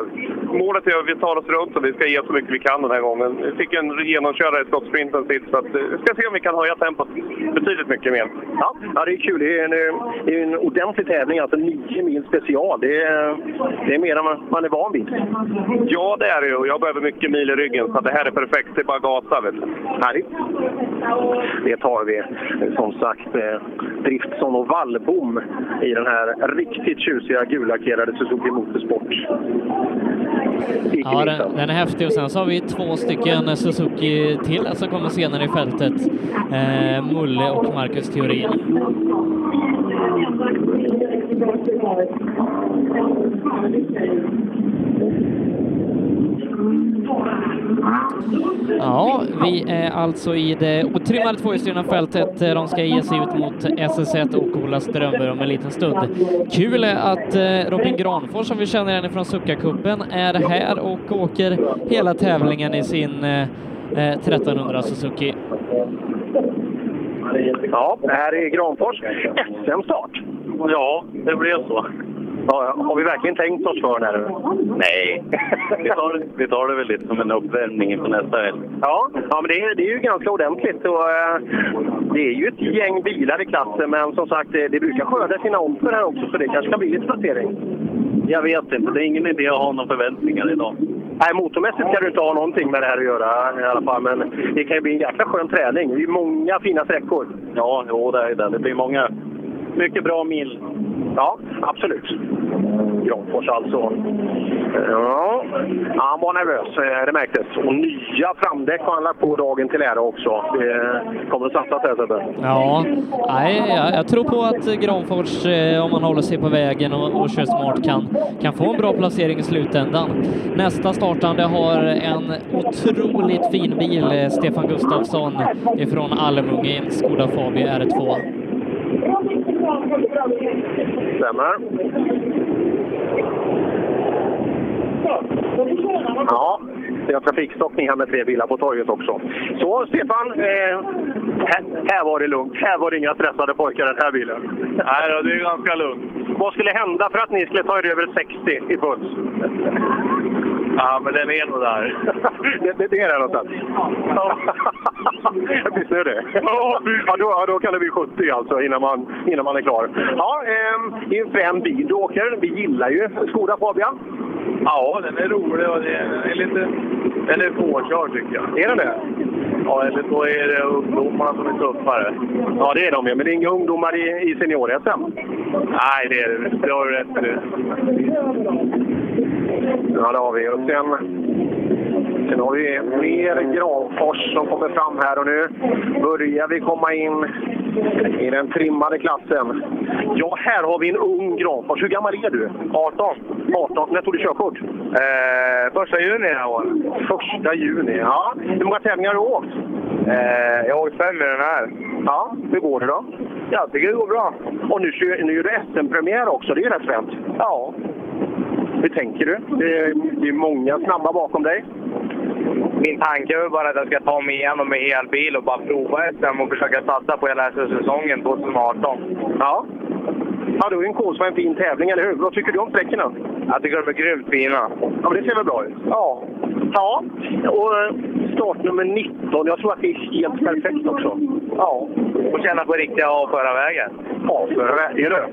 målet är att vi tar oss runt och vi ska ge så mycket vi kan den här gången. Vi fick en genomkörare i skottsprinten sist, så att, eh, vi ska se om vi kan höja tempot betydligt mycket mer.
Ja, ja, det är kul. Det är en, eh, det är en ordentlig tävling, alltså 9 mil special. Det är, det är mer än man- man är van vid.
Ja, det är det ju. och Jag behöver mycket mil i ryggen, så att det här är perfekt. Det är bara att gasa. Vet du.
Härligt. Det tar vi, eh, som sagt, eh, Driftsson och Wallbom i den här riktigt tjusiga gullackerade Suzuki Motorsport.
Ja, den, den är häftig och sen så har vi två stycken Suzuki till som kommer senare i fältet. Eh, Mulle och Marcus Theorin. Ja, vi är alltså i det otrimmade tvåhjulsdrivna fältet. Eh, De ska ge sig ut mot SS1 och Ola Strömberg om en liten stund. Kul är att eh, Robin Granfors, som vi känner henne från Succa-cupen, är här och åker hela tävlingen i sin eh, eh, 1300 Suzuki.
Ja, det här är Granfors. SM-start. Ja, det blev så. Ja, har vi verkligen tänkt oss för när?
Nej, vi tar, det- vi tar det väl lite som en uppvärmning inför nästa helg.
Ja, ja men det, är- det är ju ganska ordentligt. Och, eh, det är ju ett gäng bilar i klassen, men som sagt, eh, det, det brukar skörda sina offer här också, så det kanske kan bli lite placering. Jag vet inte. Det är ingen idé att ha några förväntningar idag. Nej, motormässigt kan du inte ha någonting med det här att göra i alla fall, men det kan ju bli en jäkla skön träning. Det är ju många fina sträckor. Ja, jo, det är det. Det blir många. Mycket bra mil. Ja, absolut. Granfors alltså. Ja, han var nervös, eh, det märktes. Och nya framdäck har han lagt på dagen till ära också. Det kommer att satsas här Sebbe.
Ja, nej, jag, jag tror på att Granfors, eh, om man håller sig på vägen och, och kör smart, kan, kan få en bra placering i slutändan. Nästa startande har en otroligt fin bil, eh, Stefan Gustafsson ifrån Almunge i en Skoda Fabia R2.
Stämmer. Ja, det är en trafikstockning här med tre bilar på torget också. Så Stefan, eh, här, här var det lugnt. Här var det inga stressade pojkar i den här bilen. Nej, det är ganska lugnt. Vad skulle hända för att ni skulle ta er över 60 i puls? Ja, men den är nog där. [LAUGHS] det, det, det är där någonstans? [LAUGHS] Visst är det? Ja, då, ja, då kan det bli 70 alltså innan man, innan man är klar. Ja, ehm, det är en frän bil du åker. Vi gillar ju Skoda Fabia. Ja, den är rolig och den är lite... Den är påkörd tycker jag. Är den det? Ja, eller så är det ungdomarna som är tuffare. Ja, det är de ju. Men det är inga ungdomar i, i senior-SM? Nej, det är det Det har du rätt i. Ja, det har vi. Och sen, sen har vi mer Granfors som kommer fram här och nu börjar vi komma in i den trimmade klassen. Ja, här har vi en ung Granfors. Hur gammal är du? 18. 18. När tog du körkort? Eh, första juni i år. Första juni, ja. Hur många tävlingar har du åkt? Eh, jag har åkt fem i den här. Ja, hur går det då? Jag tycker det går bra. Och nu, kör- nu är det SM-premiär också. Det är ju rätt fränt. Ja, hur tänker du? Det är, det är många snabba bakom dig.
Min tanke är bara att jag ska ta mig igenom med hel bil och bara prova SM och försöka satsa på hela SS-säsongen 2018.
Ja. Ja, du är en kos för en fin tävling, eller hur? Vad tycker du om sträckorna? Jag tycker de är grymt fina. Ja, men det ser väl bra ut? Ja. Ja, och eh, startnummer 19. Jag tror att det är helt perfekt också. Ja.
Och känna på riktiga A-förarvägen.
A-förarvägen? Är det?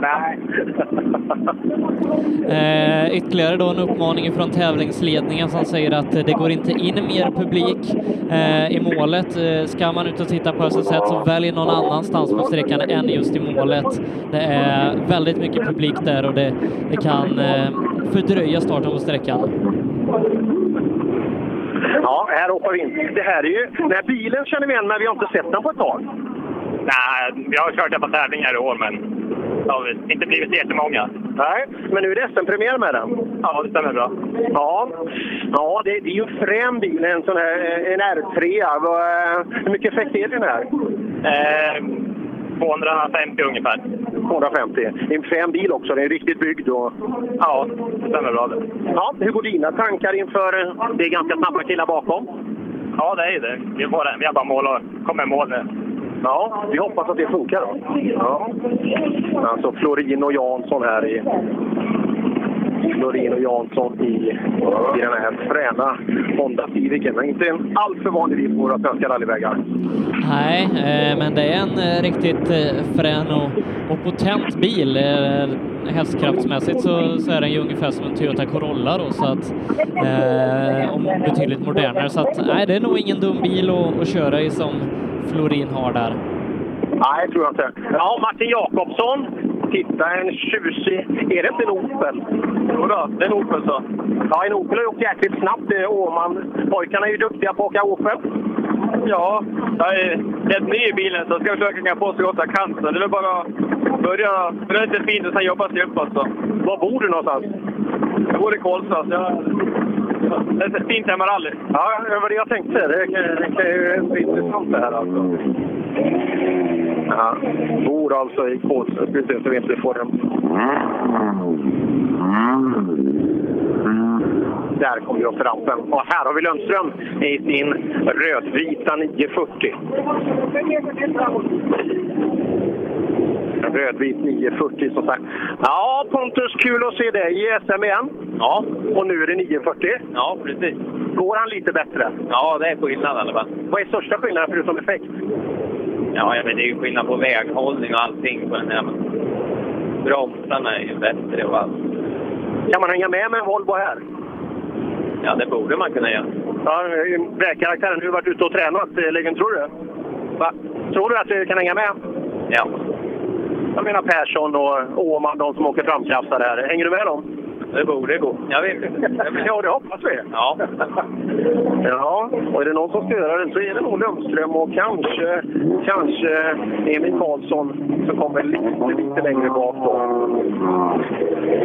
Nej.
Eh, ytterligare då en uppmaning från tävlingsledningen som säger att eh, det går inte in mer publik eh, i målet. Eh, ska man ut och titta på SS1 så välj någon annanstans på sträckan än just i målet. Det är väldigt mycket publik där och det, det kan eh, fördröja starten på sträckan.
Ja, här hoppar vi in. Det här är ju... Den här bilen känner vi igen, men vi har inte sett den på ett tag.
Nej, vi har kört det på tävlingar i år, men det har vi inte blivit jättemånga.
Nej, men nu är det SM-premiär med den. Ja, det stämmer bra. Ja, ja det, det är ju en frän bil, en sån här eh, en R3. Vad, eh, Hur mycket effekt är den här?
Eh, 250 ungefär.
250. Det är en frän bil också, den är riktigt byggd. Och... Ja, det stämmer bra det. Ja, hur går dina tankar inför... eh, Det är ganska snabba killar bakom.
Ja, det är ju det. Vi får det. Vi har bara mål och kommer i mål nu.
Ja, vi hoppas att det funkar då. Ja. Alltså Florin och Jansson här i... Florin och Jansson i, i den här fräna Honda Civicen. Men inte en alltför vanlig bil på våra svenska rallyvägar.
Nej, eh, men det är en eh, riktigt eh, frän och, och potent bil. Eh, hästkraftsmässigt så, så är den ju ungefär som en Toyota Corolla då, så att,
Ee,
eh, och [LAUGHS] betydligt modernare. Så att, nej, det är nog ingen dum bil att, att köra i som Florin har där.
Nej, tror jag inte. Ja, Martin Jakobsson. Titta, en tjusig... Är det inte en Opel? Jodå, det är en Opel så. Ja, en Opel har ju åkt jäkligt snabbt. eh, Åman. Pojkarna är ju duktiga på att åka Opel.
Ja, jag är rätt ny i bilen så jag ska försöka hänga på så gott jag kan. Så det är bara att börja. Det är lite fint och sen jobba sig alltså. uppåt. Så.
Var bor du någonstans?
Jag bor i Kolsva. så jag- Det är ett fint hemmarally.
Ja, det var det jag tänkte. Det kan- det är ju bli intressant det här alltså. Ja, bor alltså i Kolsva. Ska vi se så vi inte får en... Där kom grottrampen. Och här har vi Lundström i sin rödvita 940. En Rödvit 940 som sagt. Ja, Pontus, kul att se dig i SM igen. Ja. Och nu är det 940. Ja, precis. Går han lite bättre?
Ja, det är skillnad i alla fall.
Vad är största skillnaden förutom effekt?
Ja, ja, men det är ju skillnad på väghållning och allting på den
eh,
här. Bromsarna är ju bättre och allt.
Kan man hänga med med en Volvo här?
Ja, det borde man kunna göra.
Ja, vägkaraktären. Du har varit ute och tränat, eh, Legen, tror du? Va? Tror du att du kan hänga med?
Ja.
Jag menar Persson och Åhman, de som åker framkastare här. Hänger du med dem? Det borde gå. Jag vet inte. [LAUGHS] ja, det hoppas vi. Ja. [LAUGHS] ja, och är det någon som störar den så är det nog Lundström och kanske, kanske Emil Karlsson som kommer lite, lite längre bak då.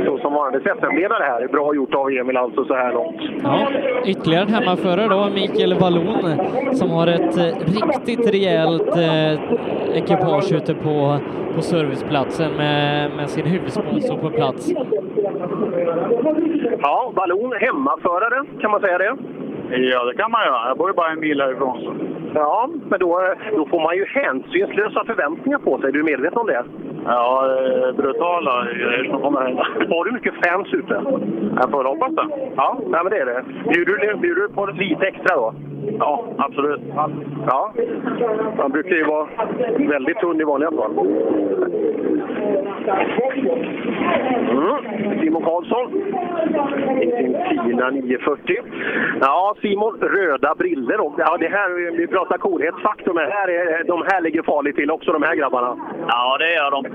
Så som vanligt SM-ledare här. Bra gjort av Emil alltså så här långt.
Ja, ytterligare en hemmaförare då, Mikael Wallon, som har ett eh, riktigt rejält eh, ekipage ute på, på serviceplatsen med, med sin huvudsponsor på plats.
Ja, Ballon, hemmaförare, kan man säga det? Ja, det kan man göra. Jag bor ju bara en mil härifrån. Ja, men då, då får man ju hänsynslösa förväntningar på sig. Du är medveten om det? Ja, eh, brutala grejer som kommer hända. Har du mycket fans ute? Jag får hoppas det. Ja, nej, men det är det. Bjuder du, bjuder du på lite extra då? Ja, absolut. Ja. Man brukar ju vara väldigt tunn i vanliga fall. Mm. Simon Karlsson i sin fina 940. Ja, Simon, röda briller och, ja, det här, Vi pratar coolhetsfaktor, men här är, de här ligger farligt till också, de här grabbarna.
Ja, det gör
[LAUGHS]
de.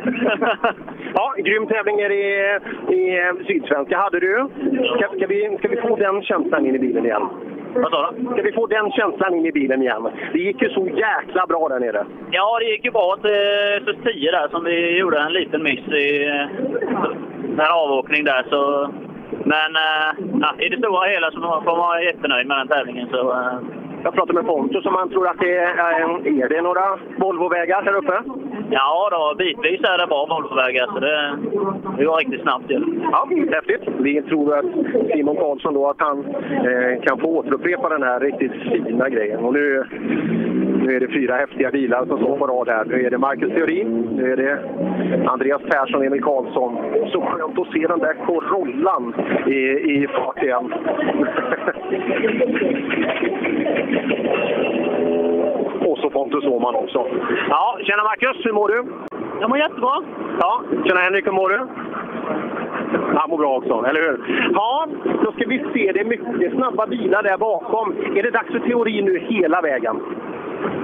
Ja, grym tävling är i, i eh, Sydsvenska hade du. Ska, ska, vi, ska vi få den känslan in i bilen igen? Vad sa du? Ska vi få den känslan in i bilen igen? Det gick ju så jäkla bra där nere.
Ja, det gick ju bra till SS10 där som vi gjorde en liten miss i eh, den här avåkningen där. Så, men eh, ja, i det stora hela så får man vara jättenöjd med den tävlingen. Så, eh,
Jag pratade med Pontus om han tror att det är, eh, är det några Volvovägar här uppe.
ja, då, bitvis är det bra Volvovägar så det, det går riktigt snabbt. Ju.
Ja, häftigt. Vi tror att Simon Karlsson då att han eh, kan få återupprepa den här riktigt fina grejen. Och nu, nu är det fyra häftiga bilar som står på rad här. Nu är det Marcus Theorin, nu är det Andreas Persson, Emil Karlsson. Så skönt att se den där Corollan i, i fart igen. [LAUGHS] Och så Pontus Åhman också. Ja, tjena Marcus, hur mår du? Jag mår jättebra. Ja, tjena Henrik, hur mår du? Han mår bra också, eller hur? Ja, då ska vi se. Det är mycket snabba bilar där bakom. Är det dags för teori nu hela vägen?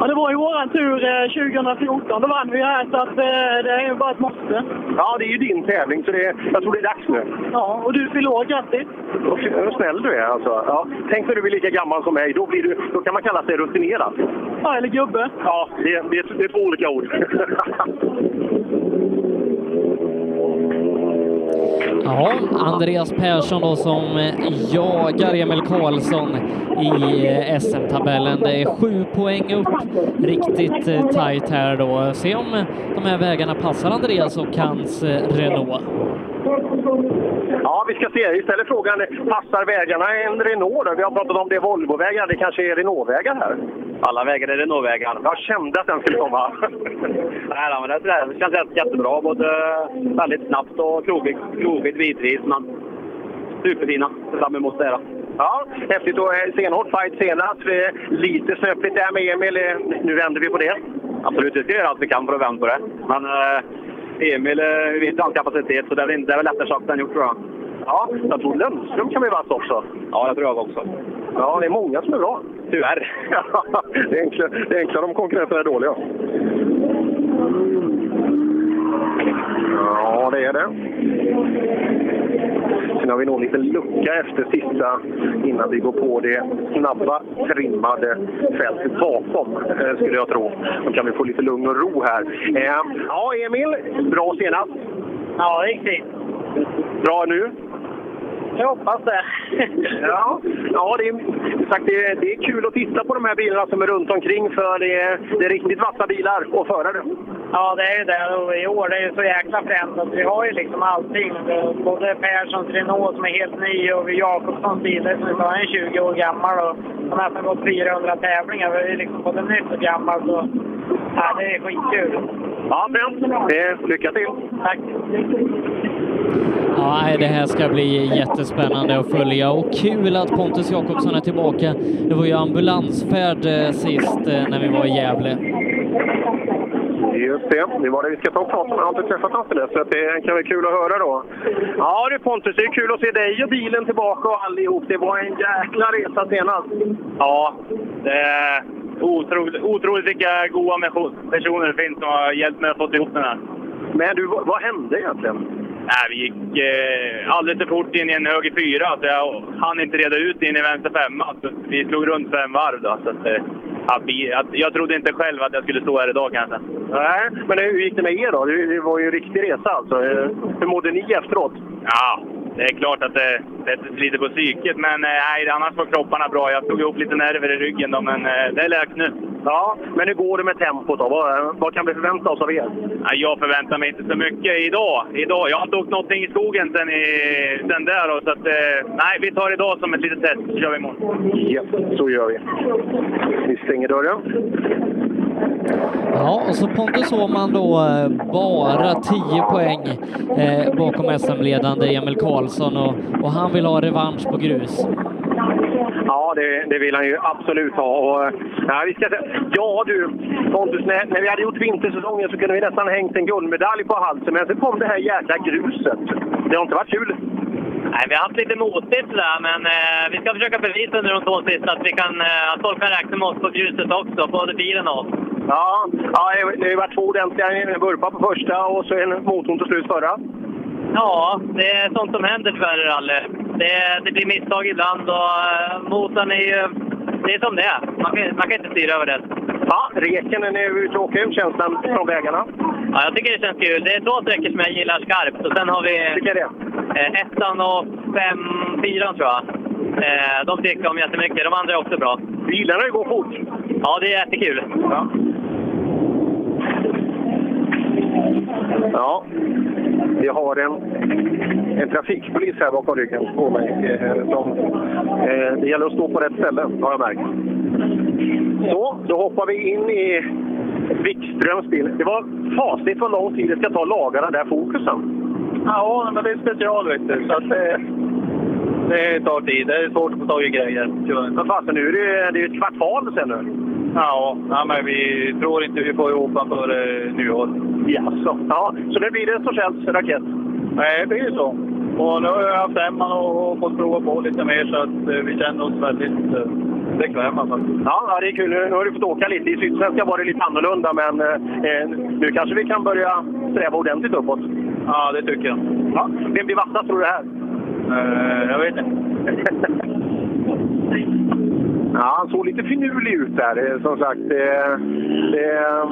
Ja, det var ju våran tur eh, 2014. Då vann vi ju här, så att, eh, det är ju bara ett måste.
Ja, det är ju din tävling, så det, jag tror det är dags nu.
Ja, och du fyller år, grattis!
Och fy- Vad snäll du är alltså. Ja, tänk när du blir lika gammal som mig. Då, blir du, då kan man kalla sig rutinerad.
Ja, eller gubbe.
Ja, det, det, är- det är två olika ord.
Ja, Andreas Persson då som eh, jagar Emil Karlsson i eh, SM-tabellen. Det är sju poäng upp. Riktigt eh, tajt här då. Se om eh, de här vägarna passar Andreas och hans eh, Renault.
ja, vi ska se. Vi ställer frågan, passar vägarna en Renault? Då? Vi har pratat om det är Volvovägar. Det kanske är Renault-vägar här?
Alla vägar är Renault-vägar.
Jag kände att den skulle komma.
Nej, då, men det, det känns jätte- jättebra. Både väldigt snabbt och krokigt, krokigt bitvis. Men superfina. Ser fram emot det. Då.
Ja, häftigt. Och eh, stenhård fight senast. Eh, Lite snöpligt där med Emil. Eh, Nu vänder vi på det.
Absolut, vi ska göra allt vi kan för att vända på det. Men eh, Emil, eh, vi vet ju hans kapacitet, så det är väl, det är väl lättare sagt än gjort tror jag.
Ja, jag tror Lundström kan bli vass också.
Ja, det tror jag också.
Ja, det är många som är bra.
Tyvärr.
[LAUGHS] det är enklare, det är enklare om konkurrenterna är dåliga. Ja, det är det. Sen har vi nog en liten lucka efter sista innan vi går på det snabba, trimmade fältet bakom, eh, skulle jag tro. Då kan vi få lite lugn och ro här. Eh, Ja, Emil, bra senast.
Ja, riktigt.
Bra nu?
Jag hoppas det.
[LAUGHS] Ja, ja det, är, som sagt, det, är, det är kul att titta på de här bilarna som är runt omkring för det är, det är riktigt vassa bilar och förare.
Ja, det är ju det. Och i år är det så jäkla fränt att vi har ju liksom allting. Både Perssons Renault som är helt ny och Jakobssons bilar som är bara en 20 år gammal och som nästan gått 400 tävlingar. Vi har ju liksom både nytt och gammalt. Och, ja, det är skitkul.
Ja, fränt. Eh, lycka till!
Tack!
Ja, nej, det här ska bli jättespännande att följa och kul att Pontus Jakobsson är tillbaka. Det var ju ambulansfärd eh, sist eh, när vi var i Gävle.
Just det, det var det vi ska ta och prata med. Jag har inte träffat honom sedan dess, så att det kan vara kul att höra då. Ja du Pontus, det är kul att se dig och bilen tillbaka och allihop. Det var en jäkla resa senast.
Ja, det är otroligt, otroligt vilka goa människo- personer det finns som har hjälpt mig att få ihop den här.
Men du, vad, vad hände egentligen?
Nej, vi gick eh, alldeles för fort in i en höger fyra, så jag hann inte reda ut in i vänster femma. Så vi slog runt fem varv då. Så att, eh, att vi, att, jag trodde inte själv att jag skulle stå här idag kanske.
Nej, men hur gick det med er då? Det, det var ju en riktig resa alltså. Eh, Hur mådde ni efteråt?
Ja, det är klart att det sätter lite på psyket, men eh, nej, annars var kropparna bra. Jag tog ihop lite nerver i ryggen då, men eh, det läkt nu.
Ja, men hur går det med tempot då? Vad, vad kan vi förvänta oss av er?
Nej, jag förväntar mig inte så mycket idag. idag jag har inte åkt någonting i skogen sen, i, sen där. Då, så att, eh, nej, vi tar idag som ett litet test, så kör vi imorgon.
Ja, så gör vi. Vi stänger dörren.
Ja, och så Pontus Åhman då eh, bara 10 poäng eh, bakom SM-ledande Emil Karlsson och, och han vill ha revansch på grus.
Ja, det, det vill han ju absolut ha. Och, eh, ja, vi ska, se- ja du, Pontus, när, när vi hade gjort vintersäsongen så kunde vi nästan hängt en guldmedalj på halsen. Men så kom det här jäkla gruset. Det har inte varit kul.
Nej, vi har haft lite motigt där, men eh, vi ska försöka bevisa under de två sista att vi kan, eh, att folk kan räkna med oss på gruset också, både bilen och oss.
Ja, ja det- det har ju varit två ordentliga burpar på första och så en motorn till slut förra.
Ja, det är sånt som händer tyvärr i rally. Det, det blir misstag ibland och eh, motorn är ju... Det är som det är. Man kan, man kan inte styra över det.
Ja, reken den är ju tråkig hur känslan från vägarna.
Ja, jag tycker det känns kul. Det är två sträckor som jag gillar skarpt och sen har vi...
Vilka är det?
Eh, ettan och fem, fyran tror jag. Eh, de tycker jag om jättemycket. De andra är också bra.
Bilarna går fort.
Ja, det är jättekul.
Ja. Ja, vi har en, en trafikpolis här bakom ryggen på mig. eh, Som, eh, det gäller att stå på rätt ställe, har jag märkt. Så, då hoppar vi in i Wikströms bil. Det var fasligt vad lång tid det ska ta lagarna där fokusen.
Ja, men det är special vet du, så att det, det tar tid. Det är svårt att få tag i grejer.
Men fasen, nu är det, det är ju ett kvartal sen nu.
Ja, nej, men vi tror inte vi får ihop den före nyår.
Jaså? Ja, så nu blir det Torsells raket?
Nej, det är ju så. Och nu har jag haft hemma och, och fått prova på lite mer så att eh, vi känner oss väldigt eh, bekväma faktiskt.
Ja, ja, det är kul. Nu nu har du fått åka lite. I Sydsvenska var det lite annorlunda, men eh, nu kanske vi kan börja sträva ordentligt uppåt.
Ja, det tycker jag.
Ja. Vem blir vassast tror du här?
Eh, jag vet inte.
[LAUGHS] Ja, han såg lite finurlig ut där, eh, som sagt. Eh, eh,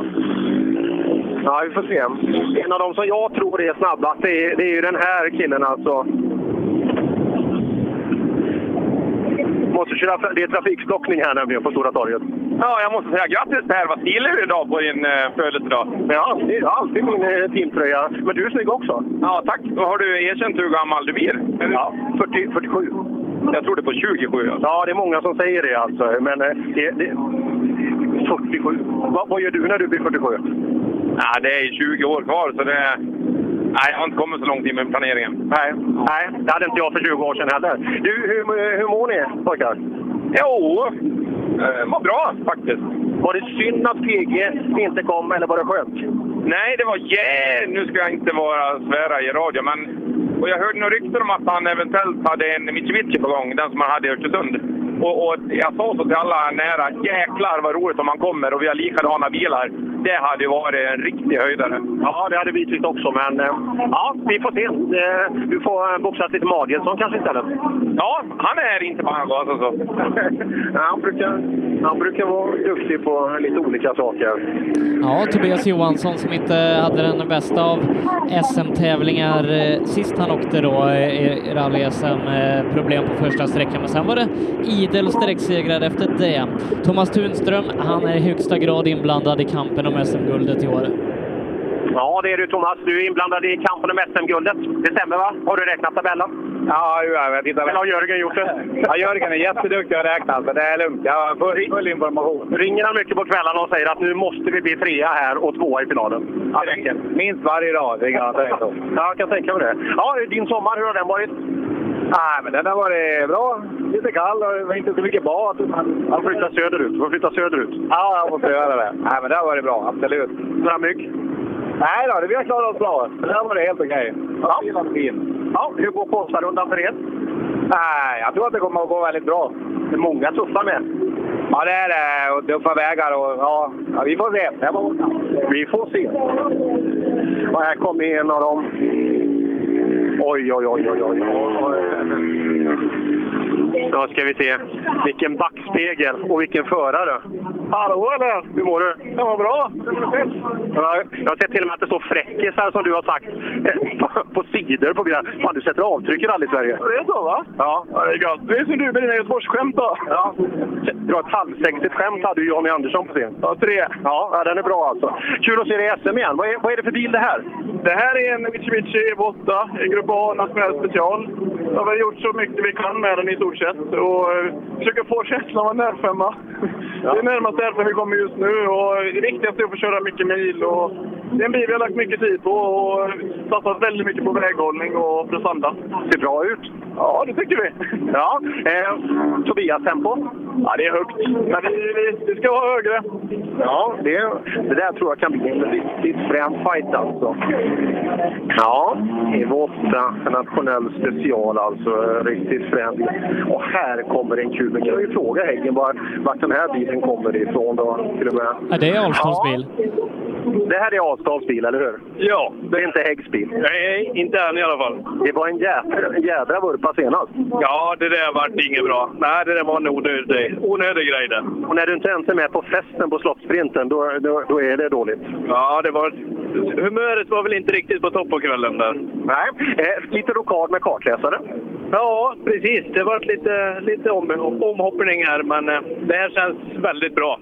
ja, vi får se. En av dem som jag tror är snabbast, det är, det är ju den här killen alltså. Måste köra, för- det är trafikstockning här nämligen på Stora torget.
Ja, jag måste säga grattis Per! Vad stilig du är idag på din eh, födelsedag.
Ja, det är alltid min eh, teamtröja. Men du är snygg också.
Ja, tack! Då har du erkänt hur gammal du blir.
Ja, 40, 47.
Jag trodde på 27. Alltså.
Ja, det är många som säger det alltså. Men eh, det, det, 47. Vad, vad gör du när du blir 47?
Ja, det är 20 år kvar, så det... är- Nej, jag har inte kommit så långt i med planeringen.
Nej, nej, det hade inte jag för 20 år sedan heller. Du, hur, hur mår ni pojkar?
Jo, eh, mår bra faktiskt.
Var det synd att PG inte kom eller var det skönt?
Nej, det var yeah! Nu ska jag inte vara svära i radio, men... Och jag hörde några rykten om att han eventuellt hade en Mitsubishi på gång, den som han hade i Östersund. Och, och jag sa så till alla nära, jäklar vad roligt om han kommer och vi har likadana bilar. Det hade ju varit en riktig höjdare.
Ja, det hade vi tyckt också, men eh, ja, vi får se. Eh, Du får eh, boxas lite med Adielsson kanske istället.
Ja, han är inte bangas och
alltså. [LAUGHS]
så.
han, brukar, han brukar vara duktig på lite olika saker.
Ja, Tobias Johansson som inte hade den bästa av SM-tävlingar eh, sist han åkte då eh, i rally-SM. eh, Problem på första sträckan, men sen var det idel sträcksegrar efter det. Thomas Tunström, han är i högsta grad inblandad i kampen om SM-guldet i år.
Ja, det är du Thomas. Du är inblandad i kampen om SM-guldet. Det stämmer va? Har du räknat tabellen?
Ja, jo, jag tittar.
Eller har Jörgen gjort det?
Ja, Jörgen är jätteduktig att räkna, så det är lugnt. Jag har full, full information.
Ringer han mycket på kvällarna och säger att nu måste vi bli trea här och tvåa i finalen? Ja, det räcker.
Minst varje dag ringer han. säger så.
Ja, jag kan tänka mig det. Ja, din sommar, hur har den varit?
Nej, men den har varit bra. Lite kall och det var inte så mycket bad.
Han flyttar söderut. Du får flytta söderut.
Ja, jag måste göra det. Nej, men det har varit bra. Absolut.
Några mygg?
Nej då, det- vi har klarat oss bra. Det har varit helt okej.
Ja. ja, hur går Kålsvarundan för er?
Nej, jag tror att det kommer att gå väldigt bra.
Det är många tuffa med.
Ja, det är det. Och tuffa vägar och ja, ja, vi får se. Jag får-
Vi får se. Och här kommer en av dem. Oj, oj, oj, oj, oj. Ja, ska vi se. Vilken backspegel och vilken förare. Hallå eller? Hur mår du? Jag mår bra. Ja, Jag har sett till och med att det står fräckisar som du har sagt eh, på, på sidor på grejer. Fan, du sätter avtryck i rally-Sverige.
Det är så va?
Ja.
Ja, det är gött. Det är som du med dina Göteborgsskämt då.
Ja. Det var ett halvsexigt skämt hade ju Johnny Andersson på scen. Ja, tre. Ja, ja, den är bra alltså. Kul att se dig i SM igen. Vad är, vad är det för bil det här?
Det här är en Mitsubishi Evo 8 i Grupp A nationell special. Vi har väl gjort så mycket vi kan med den i stort sett och eh, försöker få känslan av en R5. Det är närmast därför vi kommer just nu och det viktigaste är att få köra mycket mil. Och det är en bil vi har lagt mycket tid på och satsat väldigt mycket på väghållning och prestanda.
Ser bra ut.
Ja, det tycker vi.
[LAUGHS] Ja. Eh, Tobias tempo?
Ja, det är högt. Men vi, vi, vi ska vara högre.
Ja, det, det där tror jag kan bli en riktigt frän fight alltså. Ja, Evo 8 nationell special alltså. Riktigt frän bil. Och här kommer en kul. Men kan vi fråga Häggen var, vart den här bilen kommer ifrån då till och med?
Ja, det är Alstorps bil.
Det här är Asdals bil, eller hur? Ja. Det är inte Häggs bil? Nej, inte än i alla fall. Det var en jädra, en jädra vurpa senast.
Ja, det där vart inget bra. Nej, det där var en onödig, onödig grej det.
Och när du inte ens är med på festen på Slottssprinten, då, då, då är det dåligt.
Ja, det var... Humöret var väl inte riktigt på topp på kvällen där.
Nej, eh, lite rokad med kartläsare.
Ja, precis. Det var lite, lite om, omhoppning här, men eh, det här känns väldigt bra.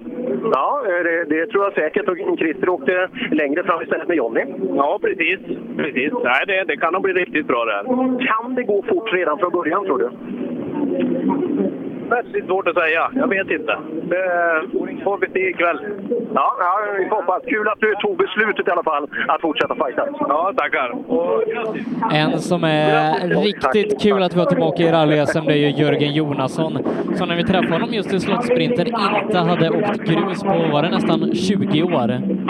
Ja, eh, det, det tror jag säkert. Och Christer åkte längre fram istället med Jonny.
Ja, precis. precis. Nej, det, det kan nog bli riktigt bra det här.
Kan det gå fort redan från början, tror du?
Väldigt svårt att säga. Jag vet inte. Det får vi se ikväll.
Ja, ja vi får hoppas. Kul att du tog beslutet i alla fall att fortsätta fightas.
Ja, tackar. Och grattis!
En som är riktigt kul att vara tillbaka i rally-SM, det är ju Jörgen Jonasson. Så när vi träffade honom just i Slottssprinten inte hade åkt grus på, var det nästan 20 år?
Mm.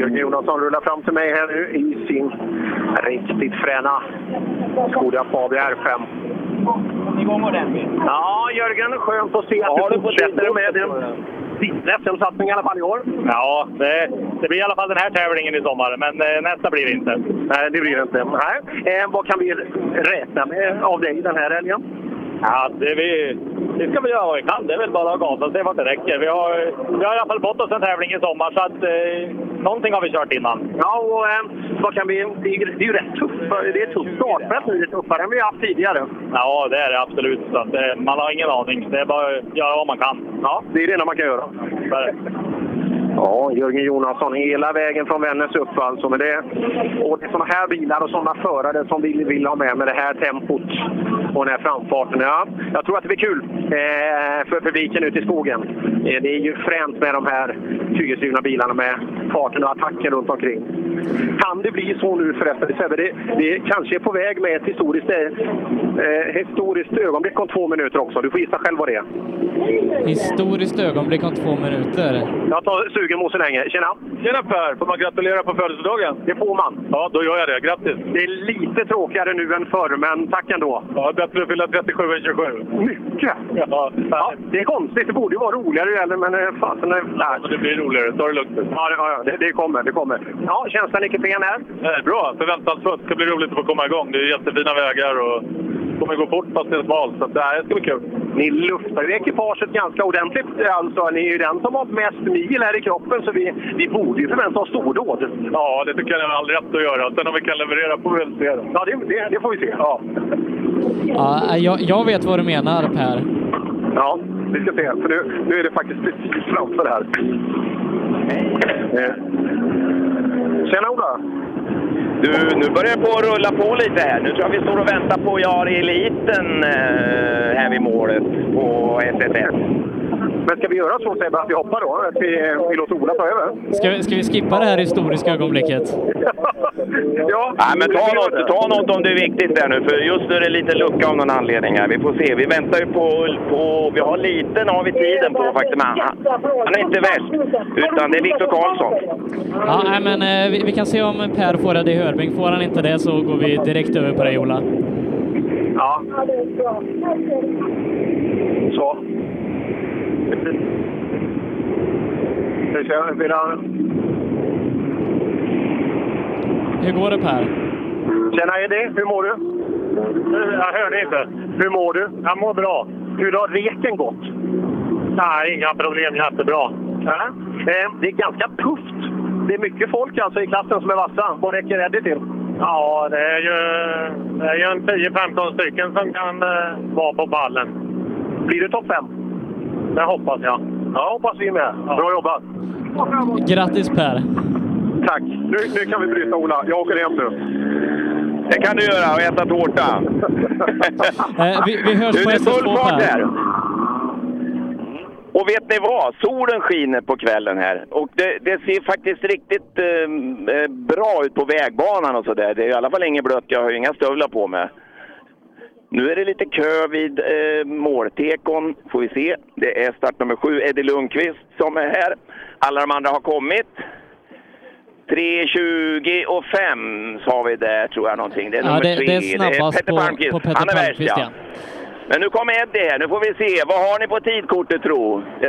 Jörgen Jonasson rullar fram till mig här nu i sin riktigt fräna Skoda Fabia R5.
Igång ordentligt.
Ja, Jörgen, skönt att se att du fortsätter med din, din SM-satsning i alla fall i år.
Ja, det, det blir i alla fall den här tävlingen i sommar, men eh, nästa blir det inte.
Nej, det blir det inte. Nej. Eh, vad kan vi räkna med av dig den här helgen?
Ja, det, vi, det ska vi göra vad vi kan. Det är väl bara att gasa och se vart det räcker. Vi har, vi har i alla fall fått oss en tävling i sommar, så att eh, någonting har vi kört innan.
Ja, och eh, vad kan vi... Det är ju- det är ju rätt tufft. Det är ett tufft startfält nu. Det är tuffare än vi har haft tidigare.
Ja, det är det absolut. Så att, eh, man har ingen aning. Det är bara att göra vad man kan.
Ja, det är det enda man kan göra. Ja, Jörgen Jonasson hela vägen från Vännäs upp alltså. Men det, och det är såna här bilar och såna förare som vi vill ha med med det här tempot och den här framfarten. Ja, jag tror att det blir kul eh, för publiken ute i skogen. Eh, det är ju fränt med de här fyrhjulsdrivna bilarna med farten och attacken runt omkring. Kan det bli så nu förresten, Sebbe? Det, det kanske är på väg med ett historiskt, eh, historiskt ögonblick om två minuter också. Du får gissa själv vad det är.
Historiskt ögonblick om två minuter.
Jag tar sugen så länge. Tjena! Tjena Per! Får man gratulera på födelsedagen? Det får man. Ja, då gör jag det. Grattis! Det är lite tråkigare nu än förr, men tack ändå. Ja, bättre att fylla 37 än 27. Mycket! Ja, det är konstigt. Det borde ju vara roligare, eller? men eh, fasen... Nej. Det blir roligare. Ta det lugnt. Ja, det, ja, ja. det, det kommer. Det kommer. Ja, känslan i kupén här?
Det är bra. Förväntansfullt. Det ska bli roligt att få komma igång. Det är jättefina vägar och det kommer gå fort fast det är smalt. Så att, nej, det ska bli kul.
Ni luftar ju ekipaget ganska ordentligt. Alltså, ni är ju den som har mest mil här i kroppen, så vi, vi borde ju förvänta oss stordåd.
Ja, det tycker jag ni har all rätt att göra. Sen om vi kan leverera får vi väl se. då.
Ja, det, det, det får vi se. Ja.
Ja, eh, jag, jag vet vad du menar, Per.
Ja, vi ska se. För nu, nu är det faktiskt precis framför här. Eh. Tjena Ola!
Du, nu börjar det på att rulla på lite här. Nu tror jag vi står och väntar på Jari Eliten eh, här vid målet på SSS.
Men ska vi göra så Sebbe att vi hoppar då? Att vi, eh, vi låter Ola ta över?
Ska, vi- ska vi skippa det här historiska ögonblicket?
ja.
Nej, men ta något, ta något om det är viktigt där nu, för just nu är det lite lucka av någon anledning här. Vi får se. Vi väntar ju på... på vi har liten har vi tiden på faktiskt. men Han, han är inte värst, utan det är Viktor Karlsson.
Ja, nej, men eh, vi, vi kan se om Per får det i Hörbing. Får han inte det så går vi direkt över på dig, Ola.
Ja. så. Vi kör, vill han...
Hur går det Per?
Tjena Eddie, hur mår du? Jag hörde inte. Hur mår du? Jag mår bra. Hur har reken gått? Nej, inga problem. Jättebra. Ja. Eh, det är ganska pufft. Det är mycket folk alltså i klassen som är vassa. Vad räcker Eddie till?
Ja, det är ju, det är ju en 10-15 stycken som kan eh, vara på ballen.
Blir du topp 5? Det hoppas jag. Ja, hoppas vi med. Bra jobbat!
Grattis Per!
Tack! Nu, nu kan vi bryta Ola. Jag åker hem nu.
Det kan du göra och äta
[LAUGHS]
tårta.
Eh, vi, vi hörs
Du,
på
det är full
SS2
fart
Per.
här. Och vet ni vad? Solen skiner på kvällen här. Och det, det ser faktiskt riktigt eh, eh, bra ut på vägbanan och sådär. Det är i alla fall inget blött. Jag har ju inga stövlar på mig. Nu är det lite kö vid eh, måltekon, får vi se. Det är start nummer sju, Eddie Lundqvist, som är här. Alla de andra har kommit. 3.20 och 5 sa vi där, tror jag någonting. Det är
Ja,
nummer
det-
tre.
det är snabbast
Petter
på-
Palmqvist.
på Petter
Han är värst,
Palmqvist,
ja.
ja.
Men nu kommer Eddie här. Nu får vi se. Vad har ni på tidkortet, tro? Eh,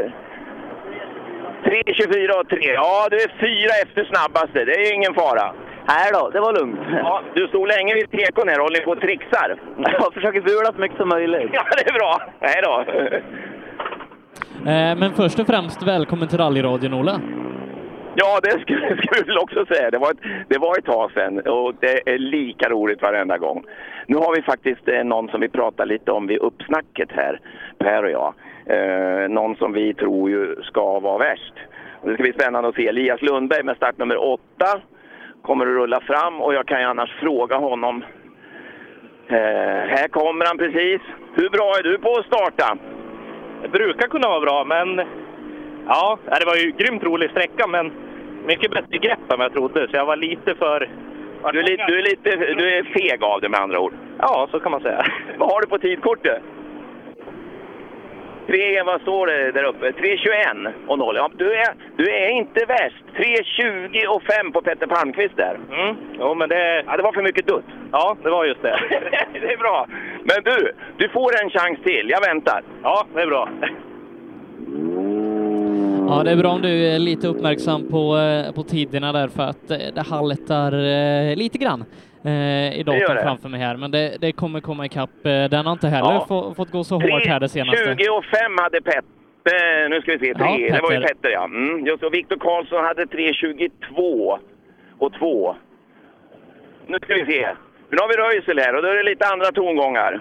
3.24 och 3. Ja, du är fyra efter snabbaste. Det är ju ingen fara. Nej då, det var lugnt. Ja, du stod länge vid tekon här och håller på och trixar. Jag försöker fula så mycket som möjligt. Ja, det är bra. Nej då.
Eh, men först och främst välkommen till rallyradion Ola.
Ja, det skulle [LAUGHS] jag väl också säga. Det var, ett, det var ett tag sedan och det är lika roligt varenda gång. Nu har vi faktiskt eh, någon som vi pratar lite om vid uppsnacket här, Per och jag. Eh, någon som vi tror ju ska vara värst. Och det ska bli spännande att se. Elias Lundberg med start nummer åtta kommer att rulla fram och jag kan ju annars fråga honom. Eh, här kommer han precis. Hur bra är du på att starta?
Det brukar kunna vara bra, men ja, nej, det var ju grymt rolig sträcka, men mycket bättre grepp än vad jag trodde, så jag var lite för...
Du är lite, du är lite du är feg av det med andra ord.
Ja, så kan man säga.
[LAUGHS] Vad har du på tidkortet? 3, vad står det där uppe? 3.21 och 0. Ja, du, är, du är inte värst. 3.20 och 5 på Petter Palmqvist där.
Mm. Jo, men det...
Ja, det var för mycket dutt.
Ja, det var just det.
[LAUGHS] det är bra. Men du, du får en chans till. Jag väntar.
Ja, det är bra.
Ja, det är bra om du är lite uppmärksam på, eh, på tiderna där för att eh, det haltar eh, lite grann eh, i
Det gör
datorn
det.
framför mig här. Men det, det kommer komma ikapp. Eh, Den har inte heller
Ja.
få, fått gå så hårt här det senaste.
20 och 5 hade Petter. Nu ska vi se,
Ja,
tre. det var ju
Petter.
Petter ja. Mm, just det. Och Viktor Karlsson hade 3.22 och 2. Nu ska vi se. Nu har vi Röisel här och då är det lite andra tongångar.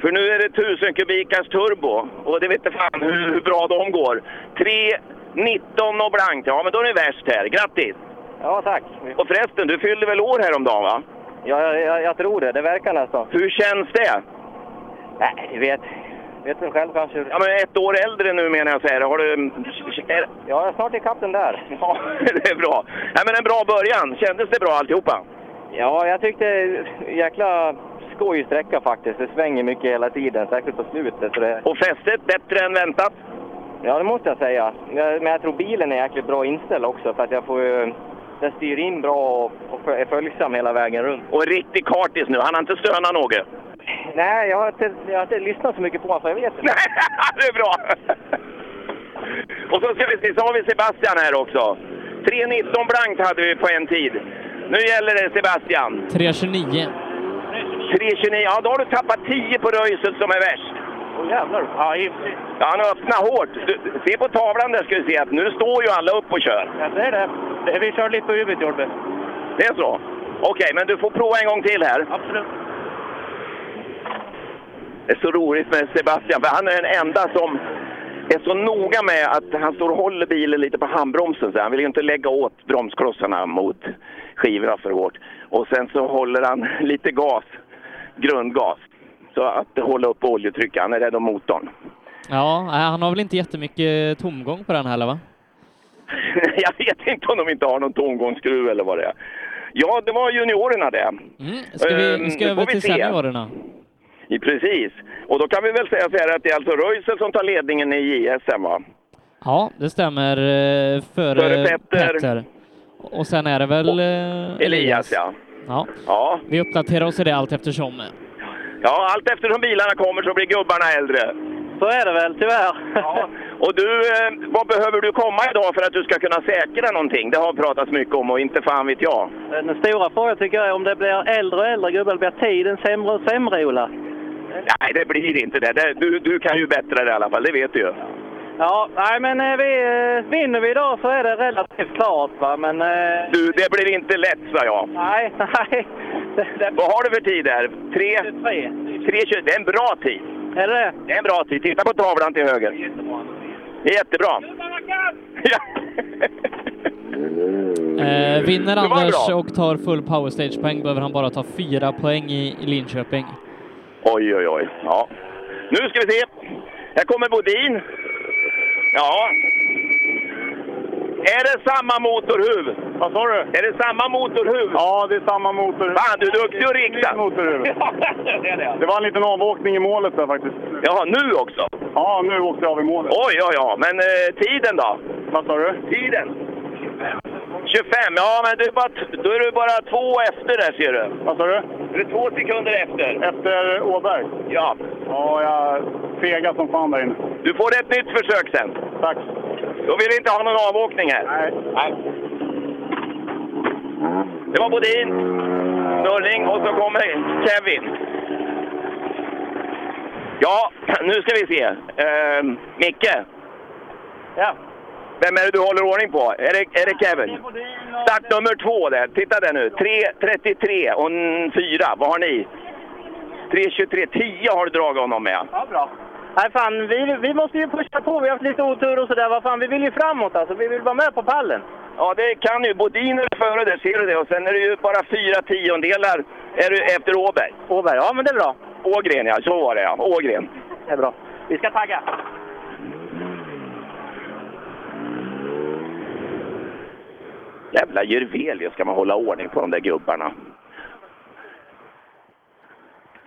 För nu är det 1000 kubikars turbo och det vet inte fan hur, hur bra de går. 3.19 och blankt. Ja, men då är det värst här. Grattis!
Ja, tack.
Och förresten, du fyllde väl år häromdagen va?
Ja, jag, jag, jag tror det. Det verkar nästan.
Hur känns det?
Nej, du vet. Vet du själv kanske.
Ja, men ett år äldre nu menar jag så här. Har du... är-
Ja, jag är snart ikapp den där.
[LAUGHS] Ja, det är bra. Nej, men en bra början. Kändes det bra alltihopa?
Ja, jag tyckte jäkla skoj sträcka faktiskt. Det svänger mycket hela tiden, särskilt på slutet. Så det...
Och fästet bättre än väntat?
Ja, det måste jag säga. Jag- Men jag tror bilen är jäkligt bra inställd också för att jag får ju- den styr in bra och, och är följsam hela vägen runt.
Och en riktig kartis nu. Han har inte stönat något.
Nej, jag har inte, jag har inte lyssnat så mycket på honom så alltså, jag vet inte.
det är bra! Och så ska vi se, så har vi Sebastian här också. 3.19 blankt hade vi på en tid. Nu gäller det Sebastian.
3.29.
3.29, ja då har du tappat 10 på Röisel som är värst.
Åh jävlar!
Ja, ja, han öppnar hårt. Du, se på tavlan där ska du se att nu står ju alla upp och kör.
Ja, det är det. Vi kör lite på huvudet, gjorde vi.
Det är så? Okej, men du får prova en gång till här.
Absolut.
Det är så roligt med Sebastian, för han är den enda som är så noga med att han står och håller bilen lite på handbromsen. Så han vill ju inte lägga åt bromsklossarna mot skivorna för hårt. Och sen så håller han lite gas, grundgas, så att hålla upp oljetrycket. Han är rädd om motorn. [LAUGHS]
Ja, nej, han har väl inte jättemycket tomgång på den heller va?
Jag vet inte om de inte har någon tomgångsskruv eller vad det är. Ja, det var juniorerna det.
Mm, Ska vi
Ehm,
ska
nu får
över
vi
till
se.
seniorerna?
Ja, Precis. Och då kan vi väl säga så här att det är alltså Röisel som tar ledningen i JSM va?
Ja, det stämmer. eh, Före,
Före Petter.
Och sen är det väl eh,
Elias ja.
Ja.
Ja.
Vi uppdaterar oss i det allt eftersom.
Ja, allt eftersom bilarna kommer så blir gubbarna äldre.
Så är det väl, tyvärr.
Ja. Och du, eh, vad behöver du komma idag för att du ska kunna säkra någonting? Det har pratats mycket om och inte fan vet jag.
Eh, Den stora frågan tycker jag är om det blir äldre och äldre gubbar, blir tiden sämre och sämre, Ola?
Nej, det blir inte det. det du, du kan ju bättre det i alla fall, det vet du ju.
Ja, nej men eh, vi, eh, vinner vi idag så är det relativt klart va, men... eh,
Du, det blir inte lätt, sa jag.
Nej, [LAUGHS] nej.
Vad har du för tid där? Tre?
Tre.
Tre tjugo. det är en bra tid.
Är det
Det är en bra tid. Titta på tavlan till höger. Det är jättebra. Ja.
Eh, vinner
Det var
Anders
bra.
och tar full powerstage-poäng behöver han bara ta fyra poäng i i Linköping.
Oj, oj, oj. Ja. Nu ska vi se. Här kommer Bodin. Ja. Är det samma motorhuv? Vad sa du? Är det samma motorhuv? Ja, det är samma motorhuv. Fan, du är duktig att rikta.
Motorhuvudet.
[LAUGHS] det.
Det var en liten avåkning i målet där faktiskt.
Jaha, nu också?
Ja, nu åkte jag av i målet.
Oj, oj, oj. Men eh, tiden då? Vad sa du? Tiden? 25. Ja, men du är bara t- då är du bara två efter där, ser du. Vad sa du? Du är två sekunder efter. Efter Åberg? Ja.
Ja, jag fegade som fan där inne.
Du får ett nytt försök sen. Tack. Då vill vi inte ha någon avåkning här. Nej. Det var Bodin, Nörling och så kommer Kevin. Ja, nu ska vi se. Uh, Micke? Ja? Vem är det du håller ordning på? Är det, är det Kevin? Start nummer två där. Titta där nu. 3.33 och en 4. Vad har ni? 3.23. 10 har du dragit honom med.
Ja, bra. Nej fan, vi, vi måste ju pusha på. Vi har haft lite otur och sådär. Vad fan, vi vill ju framåt alltså. Vi vill vara med på pallen.
Ja, det kan ju. Bodin är före där, ser du det? Och sen är det ju bara fyra tiondelar är du efter Åberg. Åberg, ja men det är bra. Ågren ja, så var det ja. Ågren.
Det är bra. Vi ska tagga.
Jävla Jurvelius ska man hålla ordning på de där gubbarna.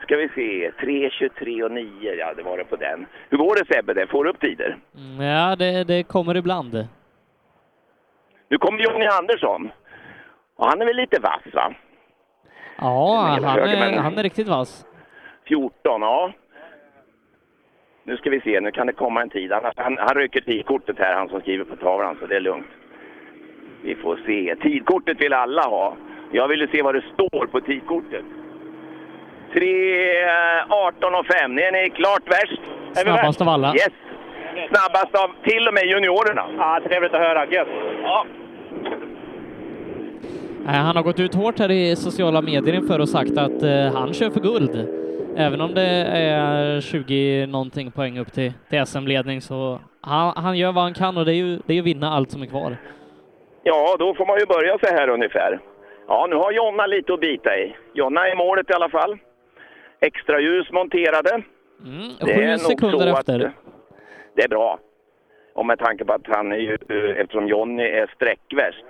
Ska vi se, 3.23 och 9, ja det var det på den. Hur går det Sebbe, där? får du upp tider?
Mm, Ja, det, det kommer ibland.
Nu kommer Johnny Andersson. Och han är väl lite vass va?
Ja,
Det är
han är,
högermännen.
han är riktigt vass.
14, ja. Nu ska vi se, nu kan det komma en tid. Han, han, han rycker tidkortet här, han som skriver på tavlan, så det är lugnt. Vi får se. Tidkortet vill alla ha. Jag ville se vad det står på tidkortet. 3, eh, 18 och 5. Ni är ni klart värst. Är vi
Snabbast
värst?
av alla.
Yes. Snabbast av till och med juniorerna. Ja, trevligt att höra. Gött. Ja.
Nej, Eh, Han har gått ut hårt här i sociala medier inför och sagt att eh, han kör för guld. Även om det är 20 någonting poäng upp till, till SM-ledning så han, han gör vad han kan och det är ju det är ju vinna allt som är kvar.
Ja, då får man ju börja så här ungefär. Ja, nu har Jonna lite att bita i. Jonna är i målet i alla fall. Extra ljus monterade. Det är
Mm, Sju
nog
sekunder
så att-
efter.
Det är bra. Och med tanke på att han är ju, eh, eftersom Jonny är sträckvärst,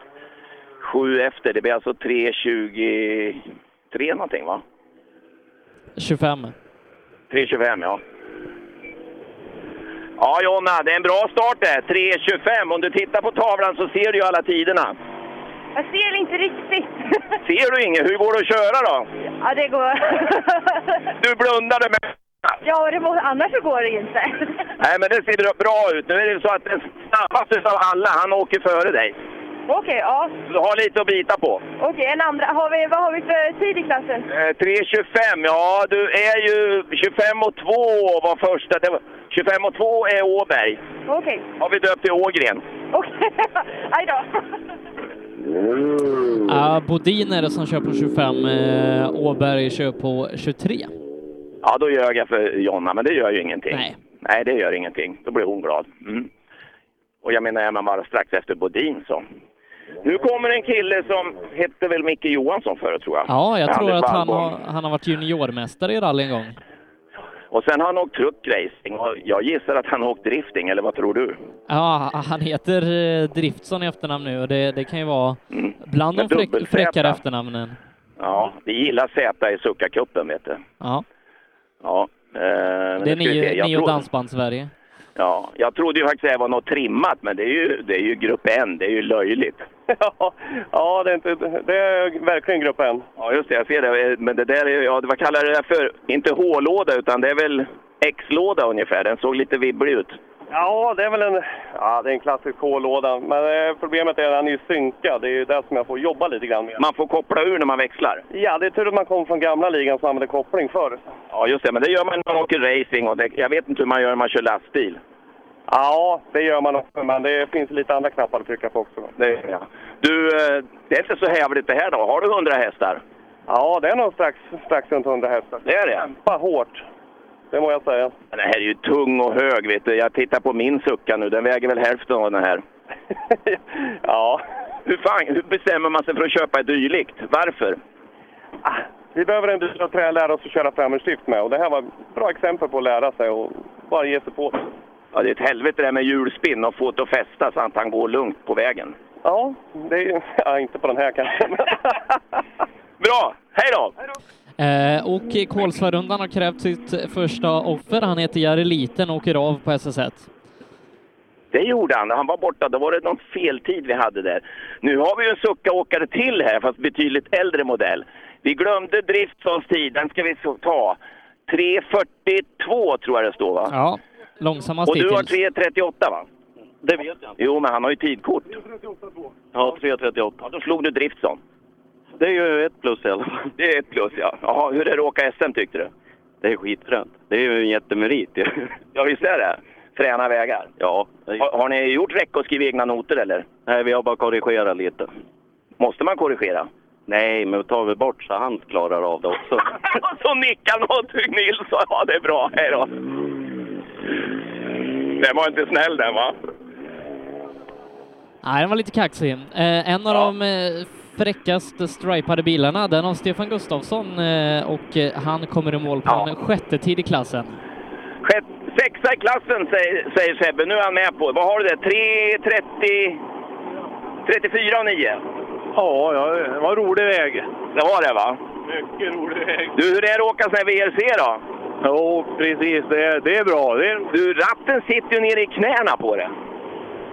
sju efter, det blir alltså 3.23 någonting va?
25.
3.25 ja. Ja Jonna, det är en bra start där. 3.25. Om du tittar på tavlan så ser du ju alla tiderna.
Jag ser inte riktigt.
Ser du inget? Hur går det att köra då?
Ja, det går.
Du blundade med
ja, det må, annars så går det inte. [LAUGHS]
Nej, men det ser bra ut. Nu är det så att den snabbaste av alla, han åker före dig.
Okej, ja.
Så du har lite att bita på.
Okej, en andra. Har vi, vad har vi för tid i klassen?
Eh, 3.25, ja du är ju 25 och 2 var första. Det var, 25 och 2 är Åberg.
Okej.
Har vi döpt till Ågren.
Okej. Aj då.
Ja, Bodin är det som kör på 25, eh, Åberg kör på 23.
Ja, då ljög jag för Jonna, men det gör ju ingenting.
Nej.
Nej, det gör ingenting. Då blir hon glad. Mm. Och jag menar, är man bara strax efter Bodin så. Nu kommer en kille som hette väl Micke Johansson förut tror jag.
Ja, jag tror
Anders
att han
Wallborg.
har, han har varit juniormästare i rally en gång.
Och sen har han åkt truckracing och jag gissar att han har åkt drifting, eller vad tror du?
Ja, han heter eh, Driftsson i efternamn nu och det, det kan ju vara bland de
Med
fräck,
dubbel-Z.
fräckare efternamnen.
Ja, vi gillar Z i Suckacupen vet du.
Ja,
Ja. eh, men
det är
nu ska vi se.
ni,
Jag
ni och
tror-
Dansband-Sverige.
Ja, jag trodde ju faktiskt det var något trimmat, men det är ju, det är ju grupp N, det är ju löjligt. [LAUGHS]
Ja, det är, inte, det är verkligen grupp N.
Ja, just det, jag ser det. Men det där är ju, ja, vad kallar du det för? Inte H-låda, utan det är väl X-låda ungefär. Den såg lite vibblig ut.
Ja, det är väl en, ja, det är en klassisk H-låda. Men eh, problemet är att den är ju synkad. Det är ju det som jag får jobba lite grann med.
Man får koppla ur när man växlar.
Ja, det är tur att man kommer från gamla ligan som använde koppling förr.
Ja, just det, men det gör man när man åker racing och det, jag vet inte hur man gör när man kör lastbil.
Ja, det gör man också, men det finns lite andra knappar att trycka på också.
Det, ja. Du, eh, det är inte så hävligt det här då. Har du 100 hästar?
Ja, det är nog strax, strax runt 100 hästar.
Det är det?
Kämpa hårt, det må jag säga.
Den här är ju tung och hög, vet du. Jag tittar på min sucka nu. Den väger väl hälften av den
[LAUGHS]
här. ja. Hur, fan, hur bestämmer man sig för att köpa ett dylikt? Varför?
Vi behöver en bil att trä- lära oss att köra framhjulsdrift med och det här var ett bra exempel på att lära sig och bara ge sig på.
Ja, det är ett helvete det där med hjulspinn och få det att fästa så att han går lugnt på vägen.
Ja, det är ju... [LAUGHS] Ja, inte på den här kanske. men-
[LAUGHS] Bra! Hej då!
Eh, och Kolsvarundan har krävt sitt första offer. Han heter Jari Liten och åker av på SS1.
Det gjorde han. Han var borta. Då var det någon feltid vi hade där. Nu har vi ju en suckaåkare till här, fast betydligt äldre modell. Vi glömde Driftssons tid. Den ska vi så ta. 3.42 tror jag det står, va?
Ja, långsammast
Och du har
hittills.
3.38, va?
Det vet jag
Jo, men han har ju tidkort.
Ja, 3.38.
Ja, då slog du Driftson.
Det är ju ett plus i alla fall.
Det är ett plus, ja. Jaha, hur är det att åka SM, tyckte du?
Det är skitfränt. Det är ju en jättemerit ju. [LAUGHS]
Ja, visst är det? Fräna vägar.
Ja.
Har, har ni gjort räcke och skrivit egna noter,
[LAUGHS]
eller?
Nej, vi har bara korrigerat lite.
Måste man korrigera?
Nej, men tar vi bort så han klarar av det också.
Och så nickar någonting Nilsson. Ja, det är bra. Hej då. Den var inte snäll den, va?
Nej, den var lite kaxig. Eh, en av de eh, fräckaste stripade bilarna, den av Stefan Gustafsson eh, och eh, han kommer i mål på en sjätte tid i klassen.
Sjätt, sexa i klassen, säger, säger Sebbe. Nu är han med på. Vad har du där? 3.30... 34 och 9.
Ja, ja, det var en rolig väg.
Det var det, va?
Mycket rolig väg.
Du, hur är det att åka sån här VRC då?
Jo, precis. Det är, det är bra. Det är...
Du, ratten sitter ju nere i knäna på det.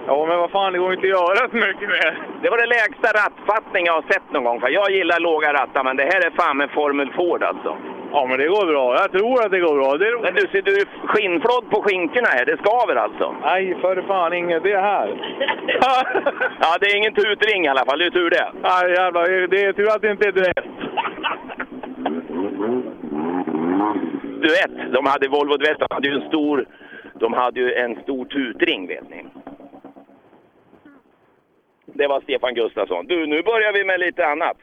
Ja, men vad fan, det går inte att göra så mycket mer.
Det var det lägsta rattfattning jag har sett någon gång. För jag gillar låga rattar, men det här är fan med Formel Ford alltså.
Ja, men det går bra. Jag tror att det går bra. Det är...
Men du, ser du skinnflådd på skinkorna här? Det skaver alltså?
Nej, för fan inget. Det här.
[LAUGHS] ja, det är ingen tutring i alla fall. Det är tur det.
Nej, jävlar. Det är tur att det inte är direkt.
Duett. De hade Volvo Duett. De hade ju en stor, de hade ju en stor tutring, vet ni. Det var Stefan Gustafsson. Du, nu börjar vi med lite annat.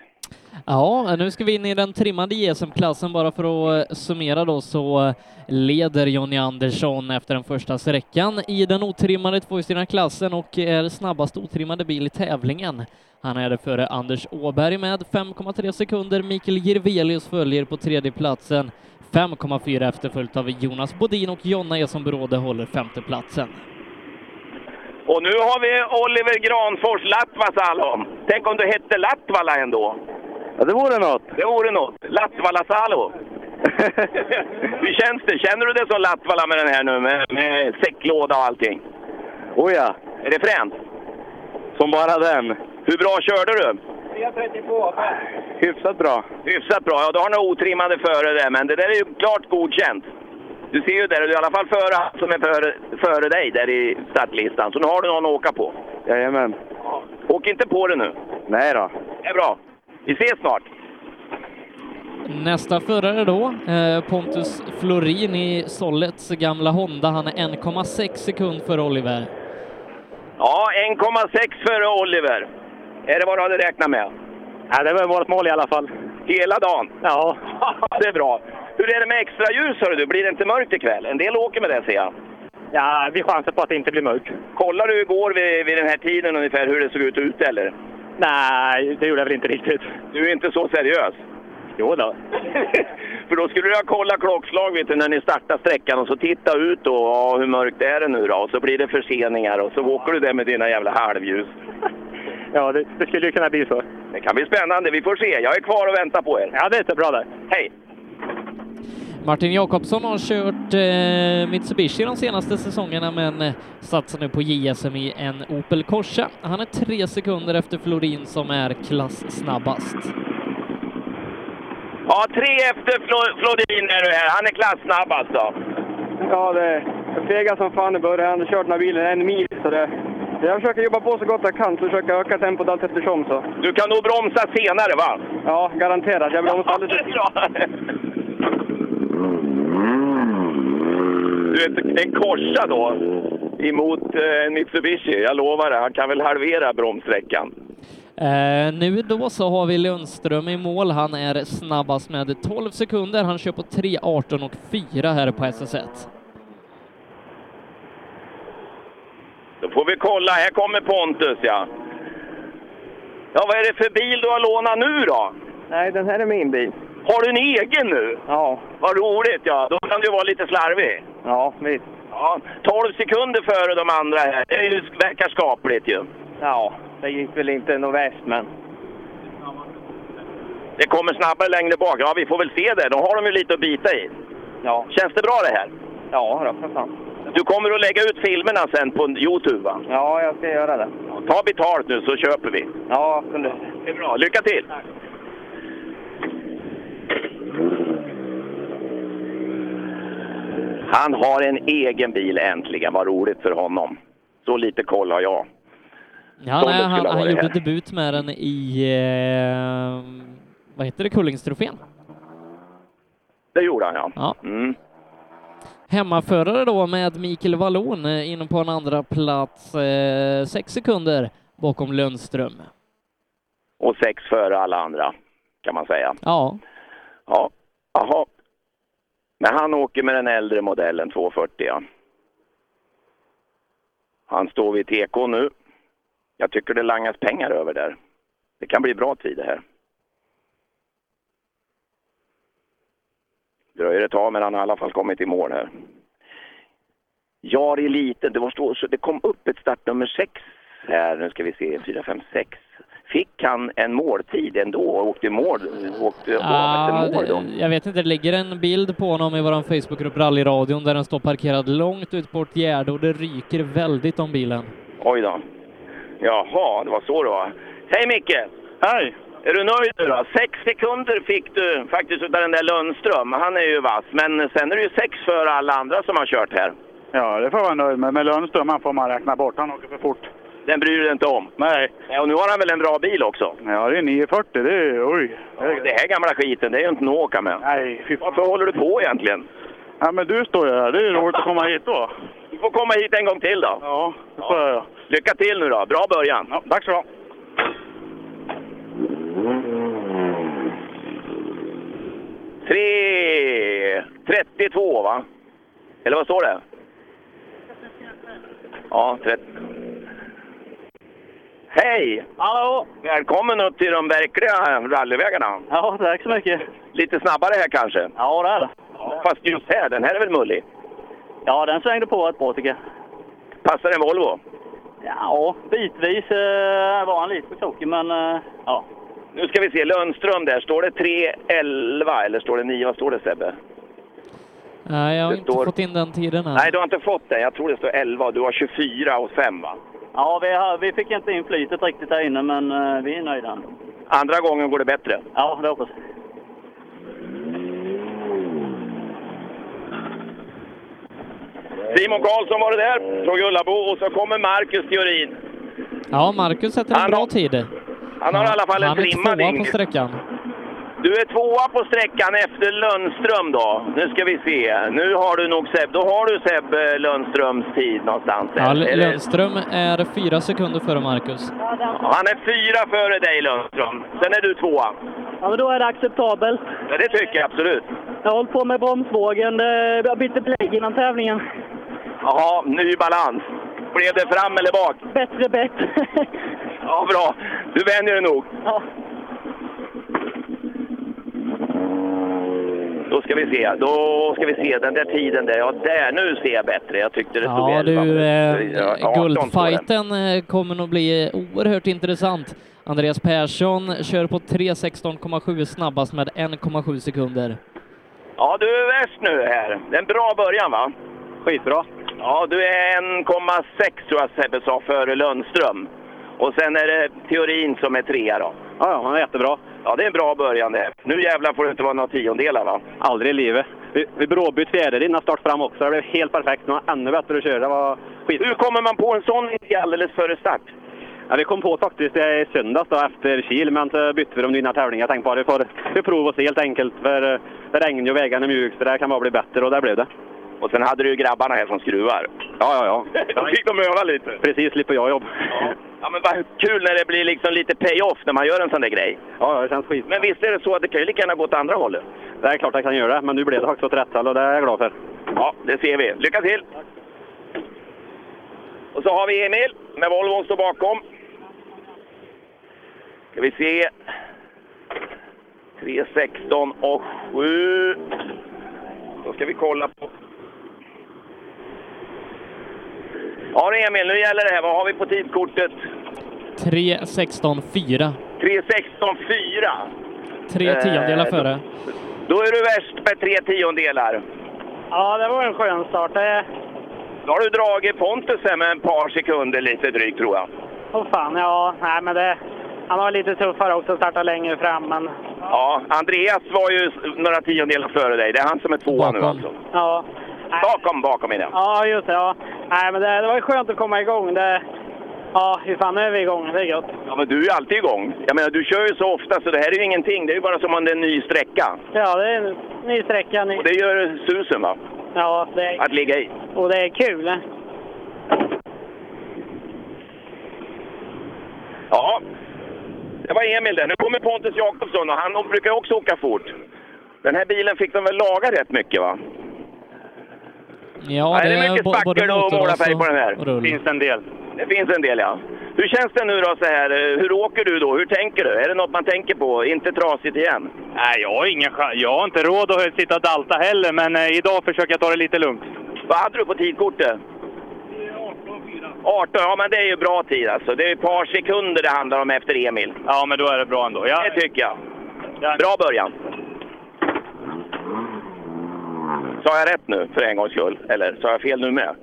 Ja, nu ska vi in i den trimmade JSM-klassen bara för att eh, summera då så eh, leder Jonny Andersson efter den första sträckan i den otrimmade tvåhjulsdrivna klassen och är snabbast otrimmade bil i tävlingen. Han är det före Anders Åberg med 5,3 sekunder. Mikael Jirvelius följer på tredjeplatsen 5,4 efterföljt av Jonas Bodin och Jonna Eson Bråde håller femteplatsen.
Och nu har vi Oliver Granfors Latvasalom. Tänk om du hette Latvala ändå.
Ja, det vore något.
Det vore något.
[LAUGHS]
Latvalasalo. Hur känns det? Känner du dig som Latvala med den här nu, med, med säcklåda och allting?
Oh ja.
Är det fränt? Som bara den. Hur bra körde du?
3.32.
Hyfsat bra.
Hyfsat bra. Ja, du har några otrimmade före där, men det där är ju klart godkänt. Du ser ju där, du är i alla fall före han som är före, före dig där i startlistan. Så nu har du någon att åka på.
Jajamän.
Åk inte på det nu.
Nej då.
Det är bra. Vi ses snart.
Nästa förare då, eh, Pontus Florin i Sollets gamla Honda. Han är 1,6 sekund före Oliver.
Ja, 1,6 före Oliver. Är det vad du hade räknat med?
Ja, det var vårt mål i alla fall.
Hela dagen?
Ja.
[LAUGHS] det är bra. Hur är det med extra ljus, hörru du? Blir det inte mörkt ikväll? En del åker med det, ser jag.
Ja, vi chansar på att det inte blir mörkt.
Kollar du igår vid, vid den här tiden ungefär hur det såg ut ute, eller?
Nej, det gjorde jag väl inte riktigt.
Du är inte så seriös?
Jo
[LAUGHS]
då.
För då skulle du ha kollat klockslag vet du, när ni startar sträckan och så titta ut då, ja, hur mörkt är det nu då? Och så blir det förseningar och så åker du där med dina jävla halvljus.
Ja, det, det skulle ju kunna bli så.
Det kan bli spännande, vi får se. Jag är kvar och väntar på er.
Ja, det är bra där.
Hej!
Martin Jakobsson har kört eh, Mitsubishi de senaste säsongerna men eh, satsar nu på JSM i en Opel Corsa. Han är tre sekunder efter Florin som är klassnabbast.
Ja, tre efter Flo- Flodin är du här. Han är alltså. klassnabbast då.
Ja, det fega som fan i början. Jag hade kört den här bilen en mil. Så det, jag försöker jobba på så gott jag kan, så försöker jag öka tempot allt eftersom. Så.
Du kan nog bromsa senare va?
Ja, garanterat. Jag bromsar
[LAUGHS]
aldrig.
Du vet, en korsa då emot eh, en Mitsubishi. Jag lovar det, han kan väl halvera bromssträckan.
Eh, nu då så har vi Lundström i mål. Han är snabbast med 12 sekunder. Han kör på 3.18 och 4 här på SS1.
Då får vi kolla. Här kommer Pontus ja. Ja, vad är det för bil du har lånat nu då?
Nej, den här är min bil.
Har du en egen nu?
Ja.
Vad roligt ja. Då kan du vara lite slarvig.
Ja, visst.
Ja, 12 sekunder före de andra här. Det är ju- verkar skapligt ju.
Ja, det gick väl inte något väst, men...
Det kommer snabbare längre bak. Ja, vi får väl se det. Då har de ju lite att bita i.
Ja.
Känns det bra det här?
Ja, då, för fan.
Du kommer att lägga ut filmerna sen på Youtube va?
Ja, jag ska göra det.
Ta betalt nu så köper vi.
Ja, absolut.
Det är bra. Lycka till! Han har en egen bil äntligen. Vad roligt för honom. Så lite koll har jag.
Ja,
Stollet skulle
nej, han,
ha
han
varit
gjorde
här.
debut med den i, eh, vad heter det, Kullingstrofén?
Det gjorde han ja. Mm.
Hemmaförare då med Mikael Wallon eh, inne på en andra plats, eh, sex sekunder bakom Lundström.
Och sex före alla andra, kan man säga.
Ja,
Ja, jaha. Men han åker med den äldre modellen 240. Ja. Han står vid TK nu. Jag tycker det langas pengar över där. Det kan bli bra tid det här. Dröjer ett tag men han har i alla fall kommit i mål här. Jari Liten, det, var så, så det kom upp ett startnummer 6 här. Nu ska vi se, 4, 5, 6. Fick han en måltid ändå och åkte i mål? Åkte av
Ah,
efter mål då?
jag vet inte, det ligger en bild på honom i vår Facebookgrupp Rallyradion där den står parkerad långt ut på ett gärde och det ryker väldigt om bilen.
Oj då. Jaha, det var så det var. Hej Micke! Hej! Är du nöjd nu då? Sex sekunder fick du faktiskt utav den där Lundström. Han är ju vass. Men sen är det ju sex före alla andra som har kört här.
Ja, det får man nöjd med. Men Lundström han får man räkna bort. Han åker för fort.
Den bryr du dig inte om?
Nej.
Ja, och nu har han väl en bra bil också?
Ja, det är 940. Det är... Oj.
Ja, det här gamla skiten, det är ju inte något att åka med.
Nej, fy
Varför håller du på egentligen?
Ja, men du står ju här. Det är roligt att komma hit då.
Du får komma hit en gång till då.
Ja, det får jag göra.
Lycka till nu då. Bra början. Ja,
tack så du ha.
Tre... 32 va? Eller vad står det? Ja, 30. Hej!
Hallå!
Välkommen upp till de verkliga rallyvägarna.
Ja, tack så mycket.
Lite snabbare här kanske?
Ja, det är det.
Fast just här, den här är väl mullig?
Ja, den svängde på ett bra tycker jag.
Passar en Volvo?
Ja, bitvis eh, var han lite för krokig, men eh, ja.
Nu ska vi se, Lundström där. Står det 3.11 eller står det 9? Vad står det
Mm.
Sebbe?
Nej, Eh, jag har
Det
inte
står-
fått in den tiden än.
Nej, du har inte fått den. Jag tror det står 11 och du har 24 och 5 va?
[LAUGHS] Ja, vi, har, vi fick inte in flytet riktigt där inne, men eh, vi är nöjda ändå.
Andra gången går det bättre.
Ja, det hoppas jag.
Simon Karlsson var det där från Gullabo och så kommer Marcus Theorin.
Ja, Marcus sätter en bra tid.
Han har i alla fall en
Han är
trimmad
tvåa på
Ingrid.
sträckan.
Du är tvåa på sträckan efter Lundström då. Nu ska vi se. Nu har du nog Seb. Då har du Seb eh, Lundströms tid någonstans.
Ja,
Eller-
L- Lundström är fyra sekunder före Marcus.
Han är fyra före dig Lundström. Sen är du tvåa.
Ja, men då är det acceptabelt.
Ja, det tycker jag absolut.
Jag har hållit på med bromsvågen. Det- Jag bytte blägg innan tävlingen.
Jaha, ny balans. Blev det fram eller bak?
Bättre, bättre.
[LAUGHS] Ja, bra. Du vänjer dig nog.
Ja.
Då ska vi se. Då ska vi se den där tiden där. Ja, där. Nu ser jag bättre. Jag tyckte det stod
Ja, du,
Ja,
eh,
18 står det.
guldfighten eh, kommer nog bli oerhört intressant. Andreas Persson kör på 3.16,7 snabbast med 1,7 sekunder.
Ja, du är värst nu här. Det är en bra början va? Skitbra. Ja, du är 1,6 tror jag Sebbe sa före Lundström. Och sen är det teorin som är trea då. Ja, ja, han är jättebra. Ja, det är en bra början det. Nu jävlar får det inte vara några tiondelar va?
Aldrig i livet. Vi, vi bråbytte fjäder innan start fram också. Det blev helt perfekt. Nu var det ännu bättre att köra. Det var skit. Hur
kommer man på en sån idé alldeles före start?
Ja, vi kom på faktiskt det i söndags då, efter Kil, men så bytte vi dem till den här tävlingen. Jag tänkte bara vi får, vi provar oss helt enkelt. För eh, det regnar ju och vägarna är mjuk, så det här kan bara bli bättre och det blev det.
Och sen hade du ju grabbarna här som skruvar.
Ja, ja, ja.
[LAUGHS] Då fick de öva lite.
Precis, slipper jag jobb.
Ja, men vad kul när det blir liksom lite pay-off när man gör en sån där grej.
Ja, ja, det känns skit.
Men visst är det så att det kan ju lika gärna gå åt andra hållet?
Det är klart jag kan göra det, men nu blev det faktiskt åt rätt håll och det är jag glad för.
Ja, det ser vi. Lycka till! Och så har vi Emil med Volvo står bakom. Ska vi se. 3, 16 och 7. Då ska vi kolla på... Ja du, Emil, nu gäller det här. Vad har vi på tidkortet?
3, 16, 4.
3, 16, 4.
Tre tiondelar
Eh,
före.
Då är du värst med tre tiondelar.
Ja, det var en skön start. Det...
Då har du dragit Pontus här med ett par sekunder lite drygt tror jag.
Åh fan, ja. Nej, men det... Han var lite tuffare också, starta längre fram, men
Ja, Andreas var ju några tiondelar före dig. Det är han som är tvåa nu alltså.
ja.
Bakom, bakom i det.
Ja, just det. Ja. Nej, men det, det var ju skönt att komma igång. Det, ja, hur fan nu är vi igång? Det är gött.
Ja, men du är ju alltid igång. Jag menar, du kör ju så ofta så det här är ju ingenting. Det är ju bara som om det är en ny sträcka.
Ja, det är en ny sträcka. Ny...
Och det gör susen va?
Ja, det är...
Att ligga i.
och det är kul.
Ja, det var Emil där. Nu kommer Pontus Jakobsson och han brukar också åka fort. Den här bilen fick de väl laga rätt mycket va?
Ja,
är det mycket
bo-
spackel
både
och
motor
målarfärg
så-
på den här?
och rull.
en del. Det finns en del ja. Hur känns det nu då så här? eh, Hur åker du då? Hur tänker du? Är det något man tänker på? Inte trasigt igen?
Nej, jag har, ingen chans. jag har inte råd att sitta och dalta heller, men eh, idag försöker jag ta det lite lugnt.
Vad hade du på tidkortet? 18, ja men det är ju bra tid alltså. Det är ett par sekunder det handlar om efter Emil. Ja, men då är det bra ändå. Det tycker jag. Bra början. Sa jag rätt nu för en gångs skull? Eller sa jag fel nu med?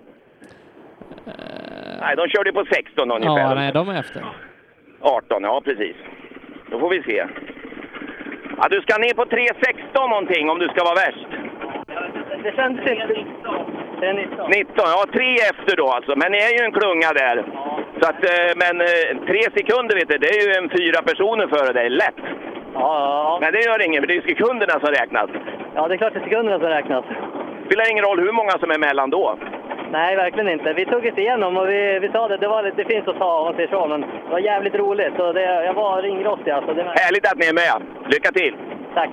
Nej, de körde på 16 ungefär.
Ja, nej, de är efter.
18, ja precis. Då får vi se. Ja, du ska ner på 3.16 någonting om du ska vara värst.
Det kändes inte... Det är 19.
19, ja tre efter då alltså. Men ni är ju en klunga där. Så att, eh, men eh, tre sekunder vet du, det är ju en fyra personer före dig, lätt. Men det gör inget, för det är ju sekunderna som räknas.
Ja, det är klart det är sekunderna som räknas.
Spelar ingen roll hur många som är mellan då.
Nej, verkligen inte. Vi tog oss igenom och vi, vi sa det, det, var, lite- det finns att ta om man säger så, men det var jävligt roligt. Och det, jag var ringrostig alltså. Det var...
Härligt att ni är med. Lycka till!
Tack.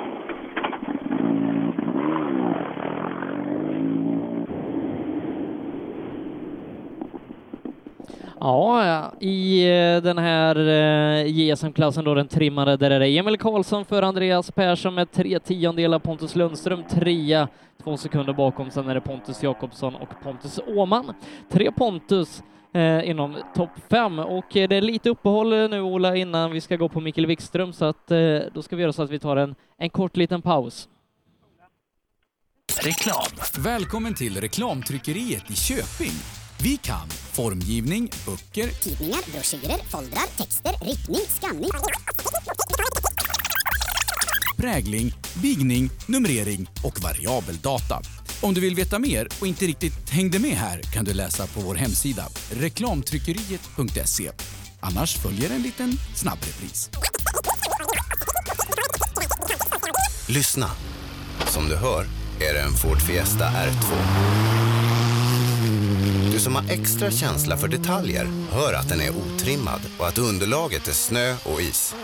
Ja, ja. i eh, den här eh, JSM-klassen då, den trimmade, där är det Emil Karlsson för Andreas Persson med tre tiondelar, Pontus Lundström trea, två sekunder bakom, sen är det Pontus Jakobsson och Pontus Åhman. Tre Pontus eh, inom topp fem och eh, det är lite uppehåll nu Ola innan vi ska gå på Mikael Wikström så att eh, då ska vi göra så att vi tar en, en kort liten paus.
Reklam. Välkommen till reklamtryckeriet i Köping. Vi kan formgivning, böcker,
Tidningar, broschyrer, foldrar, texter, riktning, skanning.
prägling, bigning, numrering och variabeldata. Om du vill veta mer och inte riktigt hängde med här kan du läsa på vår hemsida reklamtryckeriet.se. Annars följer en liten snabbrepris.
Lyssna! Som du hör är det en Ford Fiesta R2. Du som har extra känsla för detaljer hör att den är otrimmad och att underlaget är snö och is.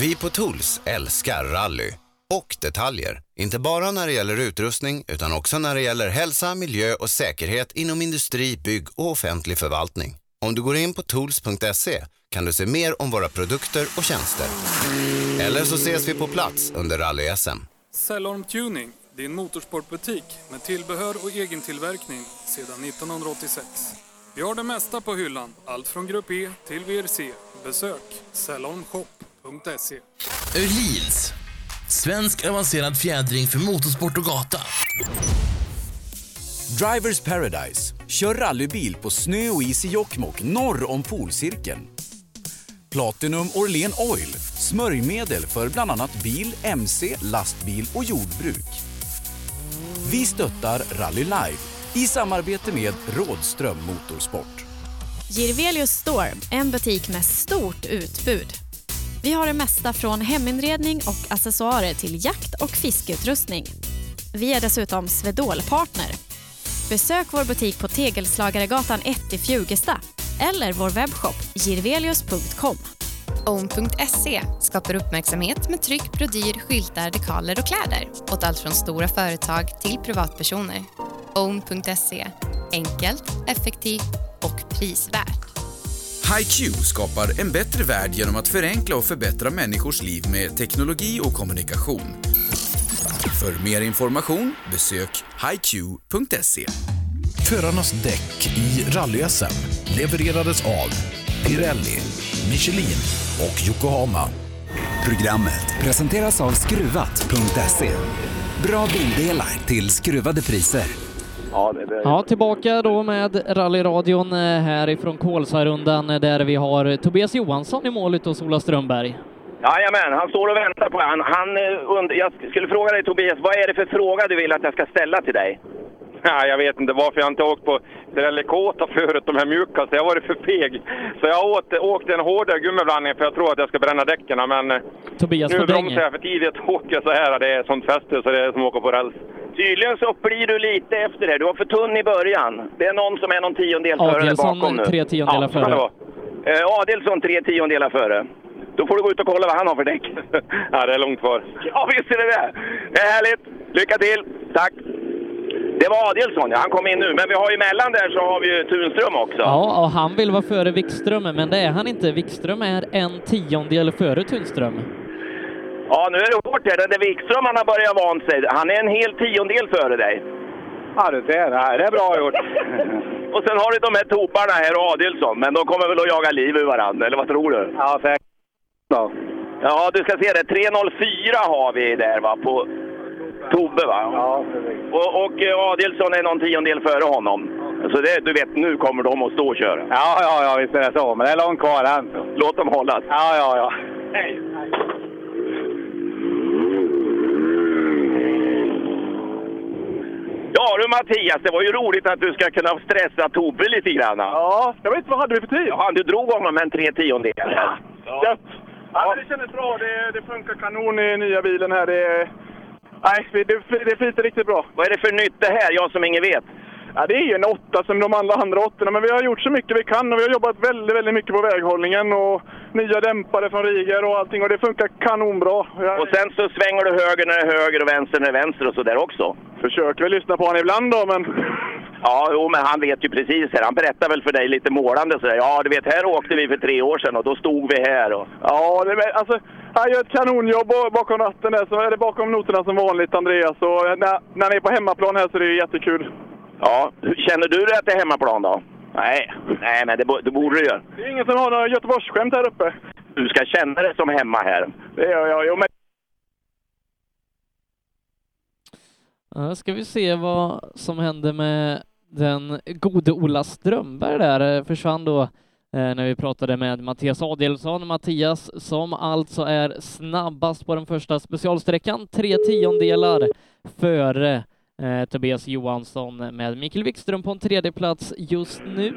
Vi på Tools älskar rally och detaljer. Inte bara när det gäller utrustning utan också när det gäller hälsa, miljö och säkerhet inom industri, bygg och offentlig förvaltning. Om du går in på tools.se kan du se mer om våra produkter och tjänster. Eller så ses vi på plats under rally-SM.
Cellorm Tuning, din motorsportbutik med tillbehör och egen tillverkning sedan 1986. Vi har det mesta på hyllan, allt från Grupp E E. till VRC. Besök cellormshop.se.
Öhlins.
Svensk avancerad fjädring för motorsport och gata.
Drivers Paradise. Kör rallybil på snö och is i Jokkmokk norr om polcirkeln. Platinum Orlen Oil. Smörjmedel för bland annat bil, mc, lastbil och jordbruk. Vi stöttar Rally Live i samarbete med Rådström Motorsport.
Girvelius Store, en butik med stort utbud. Vi har det mesta från heminredning och accessoarer till jakt och fiskeutrustning. Vi är dessutom Swedol-partner. Besök vår butik på Tegelslagaregatan 1 i Fjugesta eller vår webbshop girvelius.com.
Own.se E skapar uppmärksamhet med tryck, brodyr, skyltar, dekaler och kläder åt allt från stora företag till privatpersoner. Own.se E, enkelt, effektivt och prisvärt.
HiQ skapar en bättre värld genom att förenkla och förbättra människors liv med teknologi och kommunikation. För mer information besök hiq.se.
Förarnas däck i rally-SM levererades av Pirelli, Michelin och Yokohama.
Programmet presenteras av Skruvat.se. Bra bildelar till skruvade priser.
Ja, det, det,
Ja, tillbaka då med rallyradion eh, härifrån Kolsvarundan eh, där vi har Tobias Johansson i målet och Ola Strömberg.
Jajamän, han står och väntar på han, han eh, und- Jag skulle fråga dig Tobias, vad är det för fråga du vill att jag ska ställa till dig?
Nej, jag vet inte varför jag inte åkt på Trellikåta förut, de här mjuka, så jag har varit för feg. Så jag har åkt, åkt en hårdare gummiblandning för jag tror att jag ska bränna däcken, men eh,
Tobias
nu
får
bromsar
dänge.
jag för tidigt och åker så här. Det är sånt fäste så det är som att åka på räls.
Tydligen så blir du lite efter det. Du var för tunn i början. Det är någon som är någon tiondel före eller
Adelsson,
bakom nu.
tre tiondelar
ja, så kan det
före.
vara. Eh, Adelsson tre tiondelar före. Då får du gå ut och kolla vad han har för
[LAUGHS]
däck.
Ja, det är långt kvar.
ja, visst är det det. Det är härligt. Lycka till. Tack. Det var Adelsson, ja. Han kom in nu. Men vi har ju emellan där så har vi ju Tunström också.
Ja, och han vill vara före Wikström, men det är han inte. Wikström är en tiondel före Tunström.
Ja, nu är det hårt här. Den där Wikström, han har börjat vant sig. Han är en hel tiondel före dig.
Ja, du ser. Det är bra gjort.
Och sen har du de här toparna här och Adelsson, men de kommer väl att jaga liv ur varandra, eller vad tror du?
Ja, säkert. Ja.
Ja, du ska se det. 3.04 har vi där va, på Tobbe va?
Ja,
och, och eh, Adelsson är någon tiondel före honom. Så det, du vet, nu kommer de att stå och köra.
Ja, ja, ja, visst är det så. Men det är långt kvar än.
Låt dem hållas.
Ja, ja, ja.
Ja du Mattias, det var ju roligt att du ska kunna stressa Tobbe lite grann. Ja, jag vet vad hade vi för tid? Ja, du drog honom en tre tiondelar.
typ? Ja. Ja, men det kändes bra. Det, det funkar kanon i nya bilen här. Det, nej, det, det, det flyter riktigt bra.
Vad är det för nytt det här? Jag som ingen vet.
Ja, det är ju en åtta som de alla andra åttorna, men vi har gjort så mycket vi kan och vi har jobbat väldigt, väldigt mycket på väghållningen och nya dämpare från Riger och allting och det funkar kanonbra. Jag
Och sen så svänger du höger när det är höger och vänster när det är vänster och så där också.
försöker väl lyssna på honom ibland då, men
Ja, jo, men han vet ju precis här. Han berättar väl för dig lite målande sådär. Ja, du vet, här åkte vi för tre år sedan och då stod vi här och...
ja, det, men alltså, han gör ett kanonjobb och bakom ratten där, så är det bakom noterna som vanligt Andreas. Och när, när han är på hemmaplan här så är det ju jättekul.
Ja, känner du dig att det är hemmaplan då? Nej, nej, men det, bo- det borde du göra.
Det är ingen som har några Göteborgsskämt här uppe.
Du ska känna dig som hemma här.
Det gör jag. Jo, men
Ja, ska vi se vad som hände med den gode Ola Strömberg där. Eh, Försvann då eh, när vi pratade med Mattias Adelsson. Mattias som alltså är snabbast på den första specialsträckan, tre tiondelar före eh, Tobias Johansson med Mikael Wikström på en tredje plats just nu.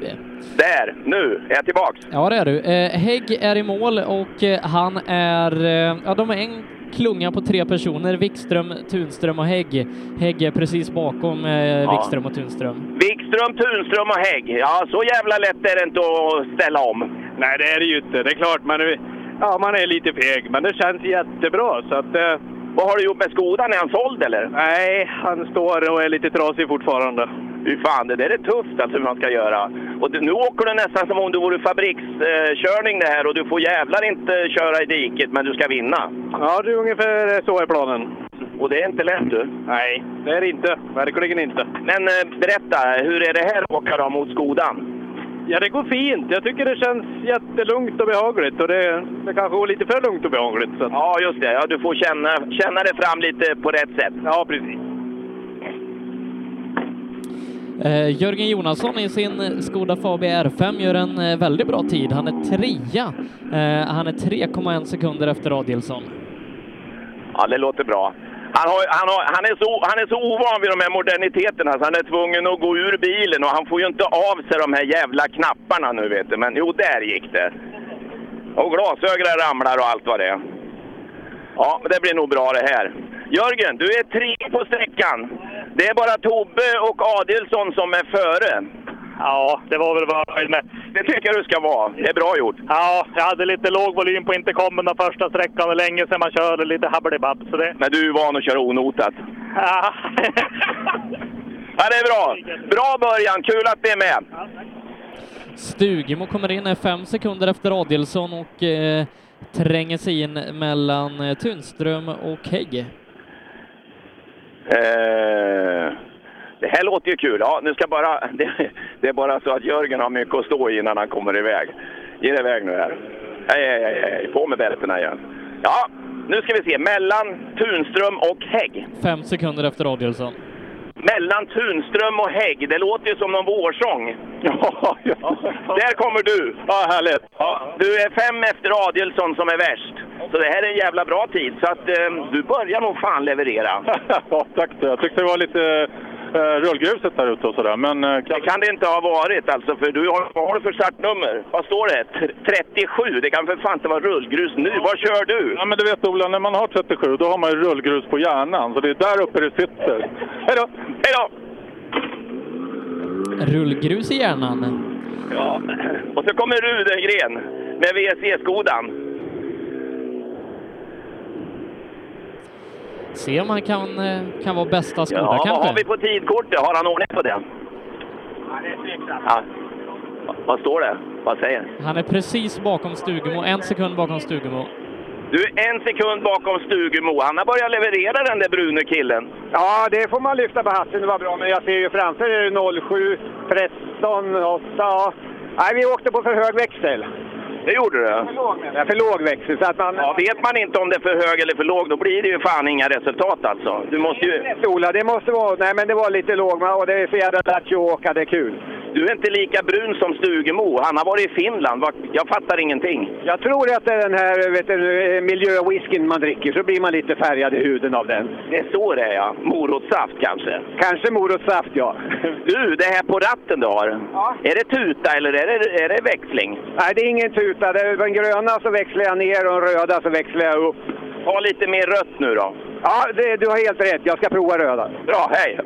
Där, nu är jag tillbaks.
Ja, det är du. Eh, Hägg är i mål och eh, han är... Eh, ja, de är en klunga på tre personer. Wikström, Tunström och Hägg. Hägg är precis bakom eh, Wikström och Tunström.
Wikström, Tunström och Hägg. Ja, så jävla lätt är det inte att ställa om.
Nej, det är det ju inte. Det är klart, man är, ja, man är lite feg, men det känns jättebra. Så att, eh,
Vad har du gjort med skodan? Är han såld eller?
Nej, han står och är lite trasig fortfarande.
Fy fan, det där är tufft alltså hur man ska göra. Och du, nu åker du nästan som om du vore fabrikskörning eh, det här och du får jävlar inte köra i diket men du ska vinna.
Ja, det är ungefär så är planen.
Och det är inte lätt du.
Nej, det är det inte. Verkligen inte.
Men eh, berätta, hur är det här att åka då mot Skodan?
Ja, det går fint. Jag tycker det känns jättelugnt och behagligt. Och det, det kanske går lite för lugnt och behagligt. Så.
Ja, just det. Ja, du får känna, känna dig fram lite på rätt sätt.
Ja, precis.
Eh, Jörgen Jonasson i sin Skoda Fabia R5 gör en eh, väldigt bra tid. Han är trea. Eh, han är 3,1 sekunder efter Adielsson.
Ja, det låter bra. Han, har, han, har, han, är så, han är så ovan vid de här moderniteterna så han är tvungen att gå ur bilen och han får ju inte av sig de här jävla knapparna nu vet du. Men jo, där gick det. Och glasögonen ramlar och allt vad det är. Ja, men det blir nog bra det här. Jörgen, du är tre på sträckan. Det är bara Tobbe och Adilsson som är före.
Ja, det var väl vad jag nöjd med.
Det tycker jag du ska vara. Det är bra gjort.
Ja, jag hade lite låg volym på intercomen den första sträckan och länge sedan man körde lite habbelibabb. Så det...
Men du är van att köra onotat.
Ja.
Ja, det är bra. Bra början. Kul att ni är med.
Stugemo kommer in eh, fem sekunder efter Adielsson och eh, tränger sig in mellan eh, Tunström och Hägg.
Eh, det här låter ju kul. Ja, nu ska bara, [LAUGHS] det, det är bara så att Jörgen har mycket att stå i innan han kommer iväg. Ge dig iväg nu här. Hej, hej, hej, hej. På med bältena igen. Ja, nu ska vi se. Mellan Tunström och Hägg.
Fem sekunder efter Adielsson.
Mellan Tunström och Hägg. Det låter ju som någon
[LAUGHS]
vårsång. Ja, Där kommer du! Ja, härligt. Ja, du är fem efter Adielsson som är värst. Så det här är en jävla bra tid. Så att eh, du börjar nog fan leverera.
[LAUGHS] ja, tack. Jag tyckte det var lite eh, rullgruset där ute och sådär. Men eh,
Det kan det inte ha varit alltså, för du har, vad har du för startnummer? Vad står det? Tr- 37? Det kan för fan inte vara rullgrus nu. Vad kör du?
Ja, men du vet Ola, när man har 37 då har man ju rullgrus på hjärnan. Så det är där uppe det sitter. Hej då!
Hej då!
Rullgrus i hjärnan.
Ja. Och så kommer Rudengren med WC-skodan.
Se om han kan, eh, kan vara bästa Skoda
Ja, vad har
kanske.
vi på tidkortet? Har han ordning på det? Ja. Va- Vad står det? Vad säger
Han är precis bakom Stugemo, en sekund bakom Stugemo.
Du är en sekund bakom Stugemo. Han har börjat leverera den där brune killen.
Ja, det får man lyfta på hatten. Det var bra, men jag ser ju framför er 07, 13, 8. Ja. Nej, vi åkte på för hög växel.
Det gjorde du?
Ja, för låg växel. Så att man...
Ja, vet man inte om det är för hög eller för låg, då blir det ju fan inga resultat alltså. Du måste ju...
Ola, det måste vara... Nej, men det var lite låg, men- och det är så jävla lätt att åka. Det är kul.
Du är inte lika brun som Stugemo. Han har varit i Finland. Vad- Jag fattar ingenting.
Jag tror att det är den här vet du, miljöwhiskyn man dricker, så blir man lite färgad i huden av den.
Det är så det är, ja. Morotssaft kanske.
Kanske morotssaft, ja.
Du, det här på ratten du har. Är det tuta eller är det, är det växling?
Nej, det är ingen tuta. Det är den gröna så växlar jag ner och den röda så växlar jag upp.
Ta lite mer rött nu då.
Ja, det, du har helt rätt. Jag ska prova röda.
Bra, hej!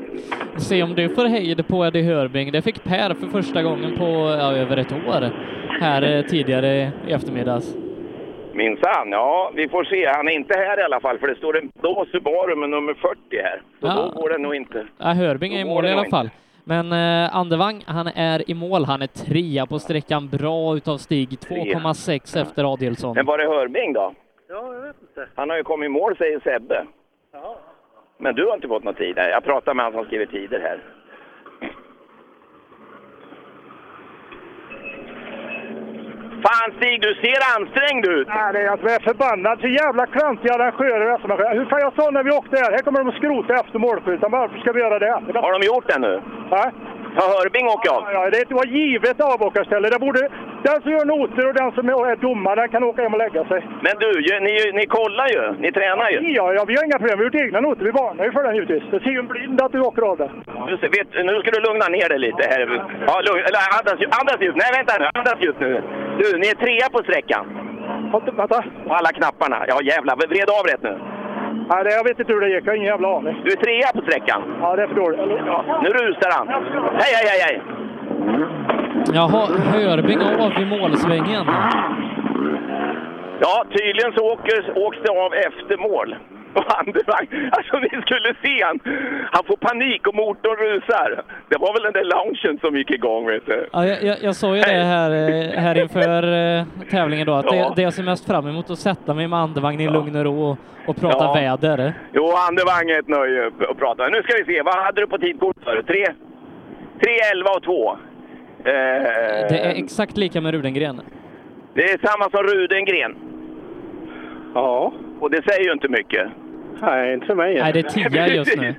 Se om du får hejd på Eddie Hörbing. Det fick Per för första gången på ja, över ett år här eh, tidigare i eftermiddags.
Minsann, ja. Vi får se. Han är inte här i alla fall, för det står en blå Subaru med nummer 40 här. Så
Ja.
då går det nog inte.
Ja, Hörbing är i mål i alla fall. Men eh, Andevang, han är i mål. Han är trea på sträckan. Bra utav Stig. 2,6 efter Adielsson.
Men var det Hörbing då?
Ja, jag vet inte.
Han har ju kommit i mål, säger Sebbe.
Ja.
Men du har inte fått någon tid? Nej, jag pratar med han som skriver tider här. Fan Stig, du ser ansträngd ut!
Nej, det är att vi är förbannad. Så jävla klantig arrangörer är som är. Hur fan jag sa när vi åkte här, här kommer de att skrota efter målskylten. Varför ska vi göra det?
Har de gjort det nu?
Va?
Har Hörbing åkt av?
Ja, ja, det var givet avåkarställe. Det borde... Den som gör noter och den som är domare den kan åka hem och lägga sig.
Men du, ju- ni, ni kollar ju. Ni tränar ju.
Ja, ja, vi har inga problem. Vi har gjort egna noter. Vi varnar ju för den givetvis. Det ser ju en blind att du åker av den.
Du ser- vet, nu ska du lugna ner dig lite här. Ja, lugn, eller andas, djupt. andas djupt. Nej, vänta nu. Andas djupt nu. Du, ni är trea på sträckan.
Vänta.
På alla knapparna. Ja, jävlar. Vred av rätt nu.
Nej, det, jag vet inte hur det gick. Jag har ingen jävla aning.
Du är trea på sträckan.
Ja, det är för dåligt.
Ja, nu rusar han. Hej, hej, hej, hej!
Jaha, Hörbing av i målsvängen.
Ja, tydligen så åker, åks det av efter mål. [LAUGHS] Och Andervang, alltså ni skulle se han. Han får panik och motorn rusar. Det var väl den där loungen som gick igång, vet du.
Ja, jag, jag, jag sa ju det här, eh, här inför eh, tävlingen då, att det,
Ja.
det jag ser mest fram emot är att sätta mig med andevagn i lugn och ro och, och prata
Ja.
väder.
Jo, Andervang är ett nöje att prata med. Nu ska vi se, vad hade du på tidkort för? 3, 3, 11 och 2. Eh,
Det är exakt lika med Rudengren.
det är samma som Rudengren. Ja. Och det säger ju inte mycket.
Nej, inte för mig.
Nej, det
[LAUGHS]
är tia just nu.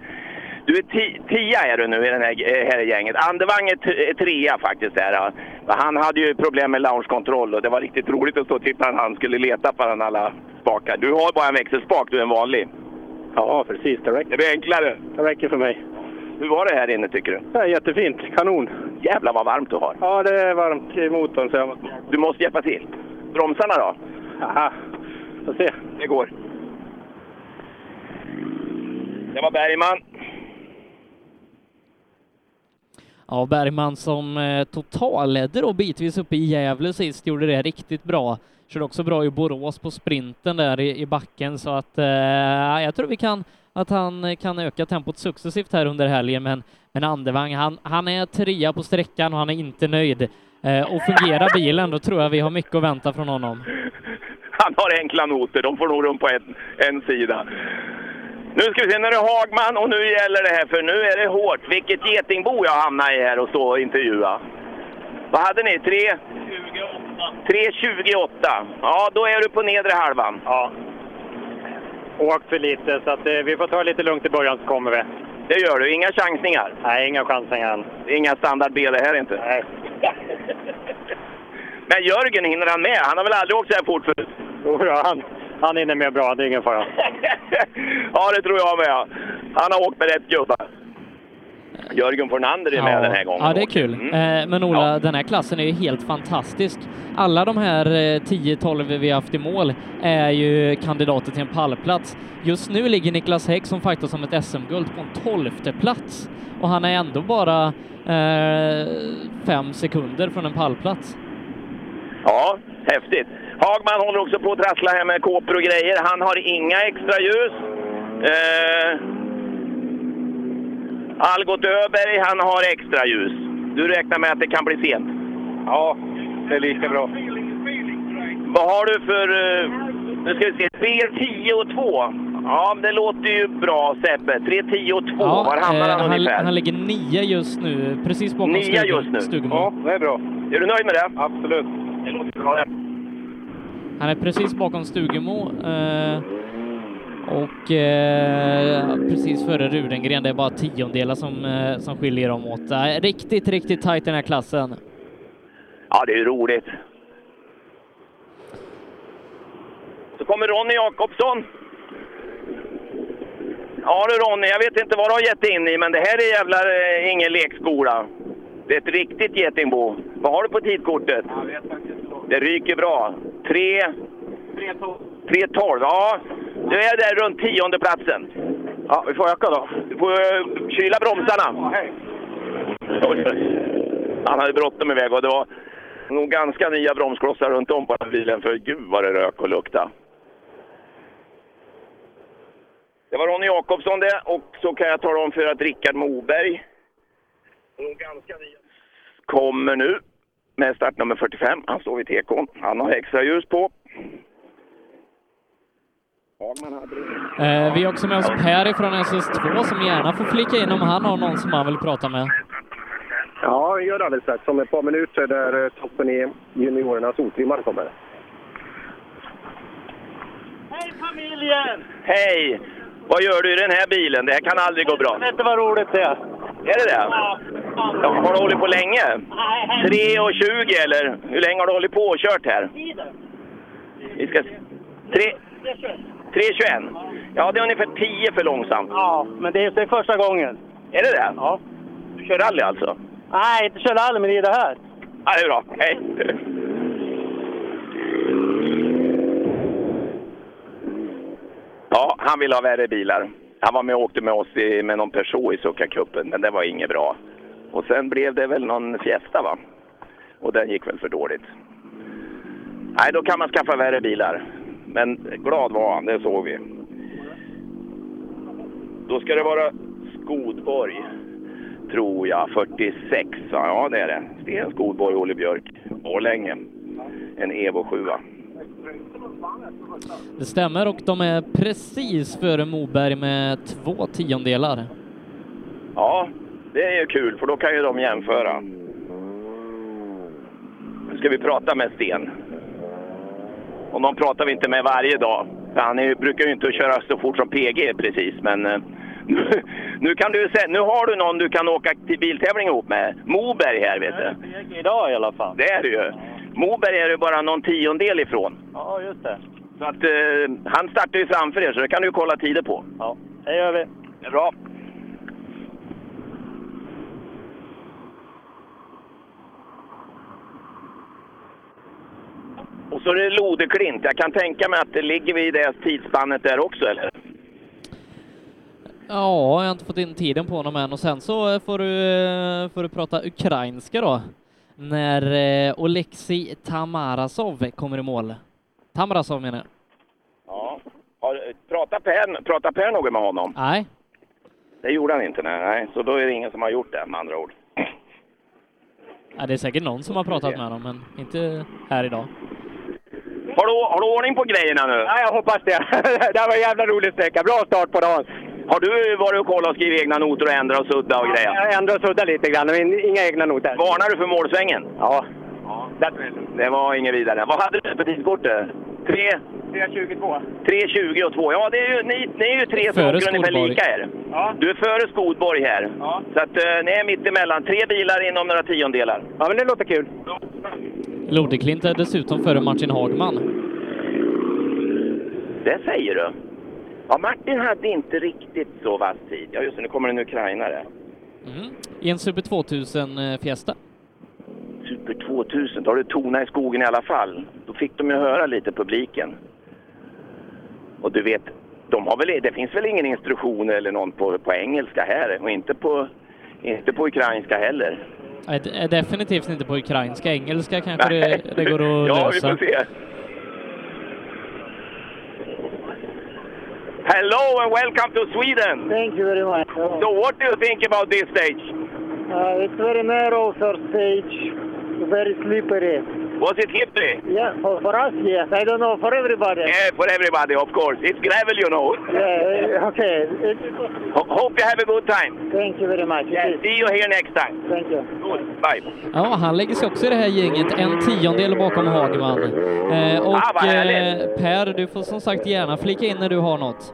Du är ti- tia är du nu i det här, eh, här gänget. Andevang är, t- är trea faktiskt. Där. ja. Han hade ju problem med launchkontroll och det var riktigt roligt att stå och titta när han skulle leta på den alla spakar. Du har bara en växelspak, du är en vanlig.
Ja, precis. Det räcker.
Det blir enklare.
Det räcker för mig.
Hur var det här inne tycker du?
Det är jättefint. Kanon.
Jävlar vad varmt du har.
Ja, det är varmt i motorn så jag måste...
Du måste hjälpa till. Bromsarna då?
Aha. Får se.
Det går. Det var Bergman.
Ja, Bergman som eh, totalledde då bitvis uppe i Gävle sist, gjorde det riktigt bra. Körde också bra i Borås på sprinten där i, i backen, så att eh, jag tror vi kan att han eh, kan öka tempot successivt här under helgen, men, men Andevang, han, han är trea på sträckan och han är inte nöjd. Eh, och fungerar bilen, då tror jag vi har mycket att vänta från honom.
Han har enkla noter, de får nog rum på en, en sida. Nu ska vi se, nu är det Hagman och nu gäller det här för nu är det hårt. Vilket getingbo jag hamnar i här och står och intervjua. Vad hade ni? 3? 3.28. Ja, då är du på nedre halvan. Ja.
Åkt för lite, så att, eh, vi får ta lite lugnt i början så kommer vi.
Det gör du. Inga chansningar?
Nej, inga chansningar än.
Inga standard B det här inte? Nej. Men Jörgen, hinner han med? Han har väl aldrig åkt så här fort förut?
Jo, ja, han, han hinner med bra. Det är ingen fara.
[LAUGHS] Ja, det tror jag med. Han har åkt med rätt gubbar. Jörgen Fornander är med den här gången. Mm.
ja, det är kul. Eh, men Ola, den här klassen är ju helt fantastisk. Alla de här eh, 10-12 vi har haft i mål är ju kandidater till en pallplats. Just nu ligger Niklas Hägg som faktiskt som ett SM-guld på en 12 plats och han är ändå bara eh, fem sekunder från en pallplats.
Ja, häftigt. Hagman håller också på att trassla här med kåpor och grejer. Han har inga extra ljus. Eh, Algot Öberg, han har extra ljus. Du räknar med att det kan bli sent? Ja, det är lika bra. Vad har du för... eh, Nu ska vi se. 3, 10 och 2. Ja, men det låter ju bra, Sebbe. 3, 10 och 2. Var hamnar han
eh, han,
ungefär?
han ligger nio just nu, precis bakom
Nia
Stug-
just nu.
Stugemo.
det är bra. Är du nöjd med det? Absolut. Det låter bra.
Han är precis bakom Stugemo eh, och eh, precis före Rudengren. Det är bara tiondelar som, eh, som skiljer dem åt. Eh, riktigt, riktigt tajt i den här klassen.
Ja, det är ju roligt. Så kommer Ronny Jakobsson. Ja du Ronny, jag vet inte vad du har gett in i, men det här är jävlar eh, ingen lekskola. Det är ett riktigt getingbo. Vad har du på tidkortet? Jag vet faktiskt Det ryker bra. 3... 3.12. Ja, du är där runt tionde platsen. Ja, vi får öka då. Du får eh, kyla bromsarna. Oj, oj. Han hade bråttom iväg och det var nog ganska nya bromsklossar runt om på den här bilen, för gud vad det rök och lukta. Det var Ronny Jakobsson det, och så kan jag tala om för att Rickard Moberg kommer nu med startnummer 45. Han står vid tekon. Han har extra ljus på. Hagman hade det.
Eh, vi har också med oss Per från SS2 som gärna får flika in om han har någon som han vill prata med.
Ja, vi gör det alldeles strax. Om ett par minuter där eh, toppen i juniorernas otrimmar kommer.
Hej familjen!
Hej! Vad gör du i den här bilen? Det här kan aldrig gå bra.
Vet du vad roligt det är?
Är det det? Ja, Har du hållit på länge? 3.20 eller? Hur länge har du hållit på och kört här? Vi ska... Tre- 3.21? Ja, det är ungefär 10 för långsamt.
Ja, men det är, det är första gången.
Är det det? Ja. Du kör rally alltså?
Nej, inte kör all, men det är det här.
Ja, det är bra. Hej! Ja, han vill ha värre bilar. Han var med och åkte med oss i, med någon Peugeot i Succa-cupen, men det var inget bra. Och sen blev det väl någon Fiesta, va? Och den gick väl för dåligt. Nej, då kan man skaffa värre bilar. Men glad var han, det såg vi. Då ska det vara Skodborg, tror jag. 46, va? ja det är det. Sten Skodborg, Olle Björk, Borlänge. En Evo 7.
Det stämmer och de är precis före Moberg med två tiondelar.
Ja, det är ju kul för då kan ju de jämföra. ska vi prata med Sten. Och de pratar vi inte med varje dag. För han är, ju- brukar ju inte köra så fort som PG precis, men eh, [LAUGHS] nu, nu, kan du, se- nu har du någon du kan åka till biltävling ihop med. Moberg här vet du.
Idag i alla fall.
Det är du ju. Moberg är du bara någon tiondel ifrån.
Ja, just det.
Så att, eh, han startar ju framför er, så det kan du kolla tider på.
Ja, det gör vi.
Bra. Och så är det Lodeklint. Jag kan tänka mig att det ligger vid det tidsspannet där också, eller?
Ja, jag har inte fått in tiden på honom än och sen så eh, får du, eh, får du prata ukrainska då när eh, Oleksij Tamarasov kommer i mål. Tamarasov menar jag.
Ja. Har, pratar, per, pratar Per något med honom?
Nej.
Det gjorde han inte, nej. nej. Så då är det ingen som har gjort det, med andra ord.
Ja, det är säkert någon som har pratat med honom, men inte här idag.
Har du, har du ordning på grejerna nu?
Nej, jag hoppas det. [LAUGHS] det här var en jävla rolig sträcka. Bra start på dagen.
Har du varit och kollat och skrivit egna noter och ändrat och suddat och grejat?
Jag ändrar och suddar lite grann, men inga egna noter.
Varnar du för målsvängen?
Ja.
Det var inget vidare. Vad hade du på tidskortet? 3?
3.22.
3.20 och 2. Ja, det är ju, ni, ni är ju tre
Före
saker ungefär
Skolborg.
lika er.
Ja.
Du är före Skodborg här. Så att eh, ni är mitt emellan. Tre bilar inom några tiondelar.
Ja, men det låter kul.
Lodeklint är dessutom före Martin Hagman.
Det säger du? Ja, Martin hade inte riktigt så vass tid. Ja, just det. Nu kommer en ukrainare.
Mm. I en Super 2000-fiesta.
Super 2000, då har du tona i skogen i alla fall. Då fick de ju höra lite publiken. Och du vet, de har väl, det finns väl ingen instruktion eller någon på, på engelska här och inte på, inte på ukrainska heller.
Nej, det är definitivt inte på ukrainska. Engelska kanske det, det går att
ja, vi
lösa.
får se. Hello and welcome to Sweden!
Thank you very much.
So what do you think about this stage?
Uh, it's very narrow first stage, very slippery.
Was it hippie?
Yeah, for, for us, yes. I don't know for everybody.
Eh,
Yeah, for everybody, of course. It's gravel, you know.
Yeah, uh, okay. It,
Ho- hope you have a good time.
thank you very much. It
Yeah,
is.
see you here next time.
Thank you.
Good. Bye.
Ja, han lägger sig också i det här gänget, en tiondel bakom Hagman. Eh,
Ah,
och
vad härligt.
eh, Per, du får som sagt gärna flika in när du har något.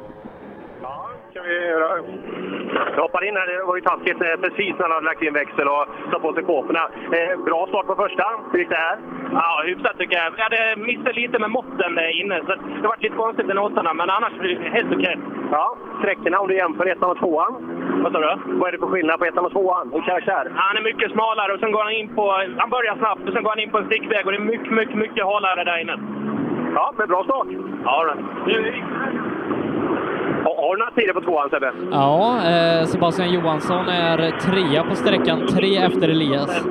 kan vi göra. Jag hoppar in här, det var ju taskigt eh, precis när han hade lagt in växel och tagit på sig kåporna. Eh, bra start på första. Hur gick det här?
Ja, hyfsat tycker jag. Jag hade missat lite med måtten där inne, så det var lite konstigt i noterna, men annars blir det helt okej.
Ja, sträckorna om du jämför ettan och tvåan. Vad sa du? Vad är det för skillnad på ettan och tvåan? Och karaktär?
Han är mycket smalare och sen går han in på... Han börjar snabbt och sen går han in på en stickväg och det är mycket, mycket, mycket halare där inne.
Ja, men bra start. Ja, då. Har- Har du några tider på tvåan Sebbe?
Ja, eh, Sebastian Johansson är trea på sträckan, tre efter Elias.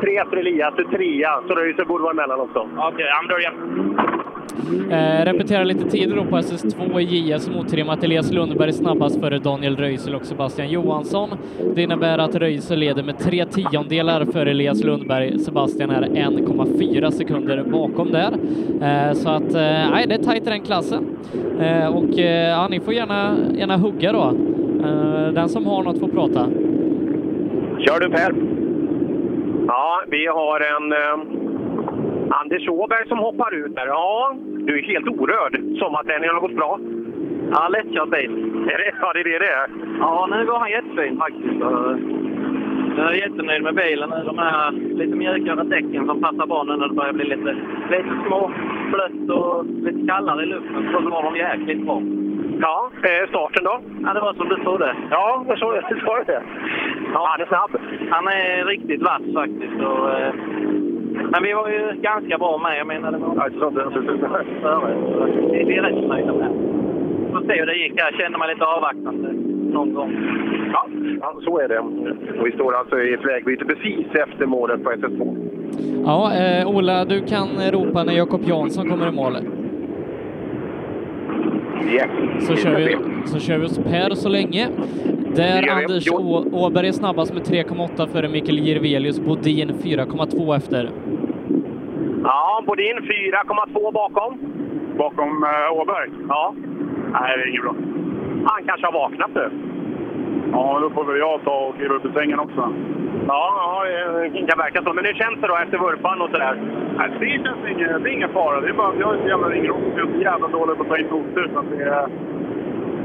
Tre efter Elias, du är trea, så du borde vara emellan också. Okej, okay, då
Eh, repeterar lite tider då på SS2 i JS som otrimmat Elias Lundberg snabbast före Daniel Röisel och Sebastian Johansson. Det innebär att Röisel leder med tre tiondelar före Elias Lundberg. Sebastian är 1,4 sekunder bakom där. Eh, så att, eh, nej, det är tajt i den klassen. Eh, och eh, ja, ni får gärna, gärna hugga då. Eh, den som har något får prata.
Kör du Per? Ja, vi har en eh, Anders Åberg som hoppar ut där. Ja, du är helt orörd. Sommarträningen har gått bra. Ja, lättköpt bil. Är det? Ja, det är det det är.
Ja, nu går han jättefint faktiskt. Och Jag är jättenöjd med bilen nu. De här lite mjukare däcken som passar bra nu när det börjar bli lite, lite små, blött och lite kallare i luften. Så går de jäkligt bra.
Ja, eh, starten då?
Ja, det var som du trodde.
Ja, jag sa jag sa det. [LAUGHS] Ja, han är snabb.
Han är riktigt vass faktiskt. Och, eh, men vi var ju ganska bra med. Jag menar, det var... Jag tror inte ens det. Vi är rätt nöjda med det. Får se hur det gick. Jag kände mig lite avvaktande någon gång.
Ja, ja, så är det. Och vi står alltså i ett vägbyte precis efter målet på SS2.
Ja, eh, Ola, du kan ropa när Jakob Jansson kommer i mål. Så kör, vi, så kör vi hos Per så länge. Där Anders Å- Åberg är snabbast med 3,8 före Mikael Jirvelius, Bodin 4,2 efter.
Ja, Bodin 4,2 bakom.
eh,
Bakom Åberg? Ja. Nej, det är inget bra. Han kanske har vaknat nu.
Ja, då får väl jag ta och kliva upp ur sängen också.
Ja, ja eh, det verkar så. Men hur känns det då efter vurpan och sådär?
Det känns ingen, det är ingen fara. Det är bara att jag är så jävla ringrostig och så jävla dålig på att ta in noter. Så att det är...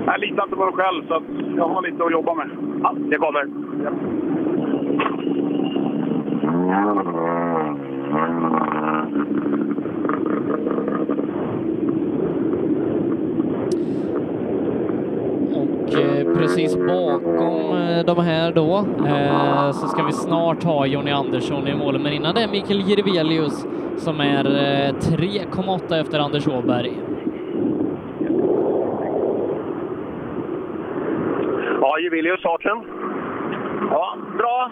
Jag litar inte på mig själv, så att jag har lite att jobba med.
Ja, det kommer.
eh, precis bakom eh, de här då eh, så ska vi snart ha Jonny Andersson i mål, men innan det är Mikael Jirvelius som är eh, 3,8 efter Anders Åberg.
Ja, Jubilius starten.
Ja, bra.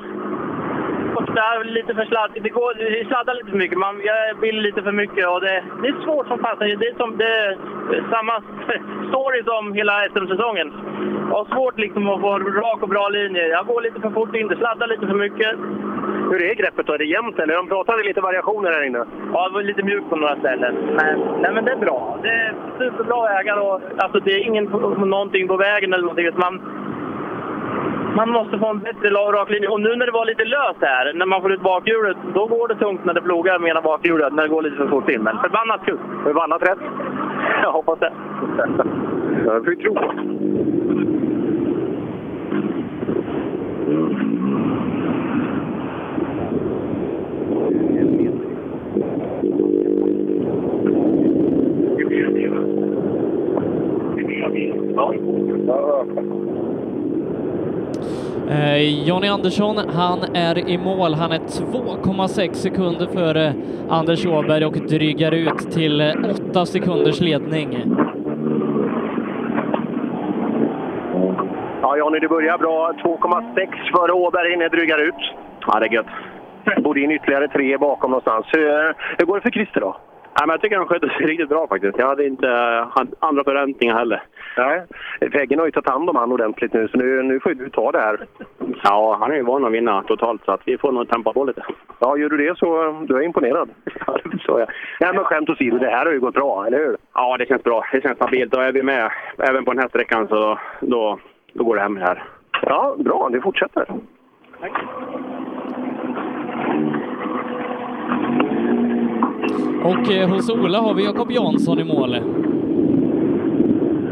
Första lite för sladdigt. Det går, det sladdar lite för mycket. Man, jag vill lite för mycket och det, det är svårt som fasen. Det är som det är samma [LAUGHS] story som hela SM-säsongen. Jag har svårt liksom att få en rak och bra linje. Jag går lite för fort in, det sladdar lite för mycket.
Hur är greppet då? Är det jämnt eller? De pratade lite variationer här inne.
Ja, det var lite mjukt på några ställen. Men, nej, men det är bra. Det är superbra vägar och alltså, det är ingen, någonting på vägen eller någonting. utan Man, man måste få en bättre la- rak linje. Och nu när det var lite löst här, när man får ut bakhjulet, då går det tungt när det plogar med ena bakhjulet, när det går lite för fort in. Men förbannat kul!
Förbannat [LAUGHS] rätt.
Jag hoppas det.
Ja, det får vi tro.
Eh, Jonny Andersson, han är i mål. Han är 2,6 sekunder före Anders Åberg och drygar ut till eh, 8 sekunders ledning.
Ja, Johnny, det börjar bra. 2,6 före Åberg inne, drygar ut. Ja, det är gött. Borde in ytterligare tre bakom någonstans. Hur, hur går det för Christer då?
Nej, men jag tycker han skötte sig riktigt bra faktiskt. Jag hade inte eh, hade andra förväntningar heller.
Nej. Väggen har ju tagit hand om han ordentligt nu, så nu, nu får ju du ta det här.
Ja, han är ju van att vinna totalt så att vi får nog tempa på lite.
Ja, gör du det så um, du är imponerad. [LAUGHS]
Ja, det förstår jag.
Nej, men skämt åsido, det här har ju gått bra, eller hur?
Ja, det känns bra. Det känns stabilt och är vi med även på den här sträckan så då, då går det hem här.
Ja, bra. Det fortsätter.
Och eh, hos Ola har vi Jakob Jansson i mål.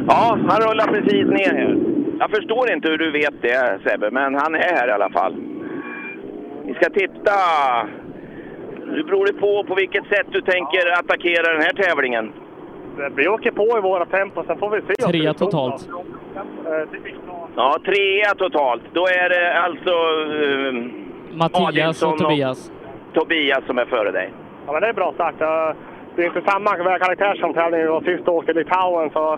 Ja, han rullar precis ner här. Jag förstår inte hur du vet det Sebbe, men han är här i alla fall. Vi ska titta. Nu beror det på på vilket sätt du tänker attackera den här tävlingen.
Vi åker på i våra tempo, sen får vi se. om
Trea
det går.
totalt.
Ja, trea totalt. Då är det alltså eh,
Mattias
Adielsson
och Tobias.
Tobias som är före dig.
Ja, men det är bra sagt. Eh, Det är inte samma vägkaraktär som tävlingen var sist och åkte i Litauen. Så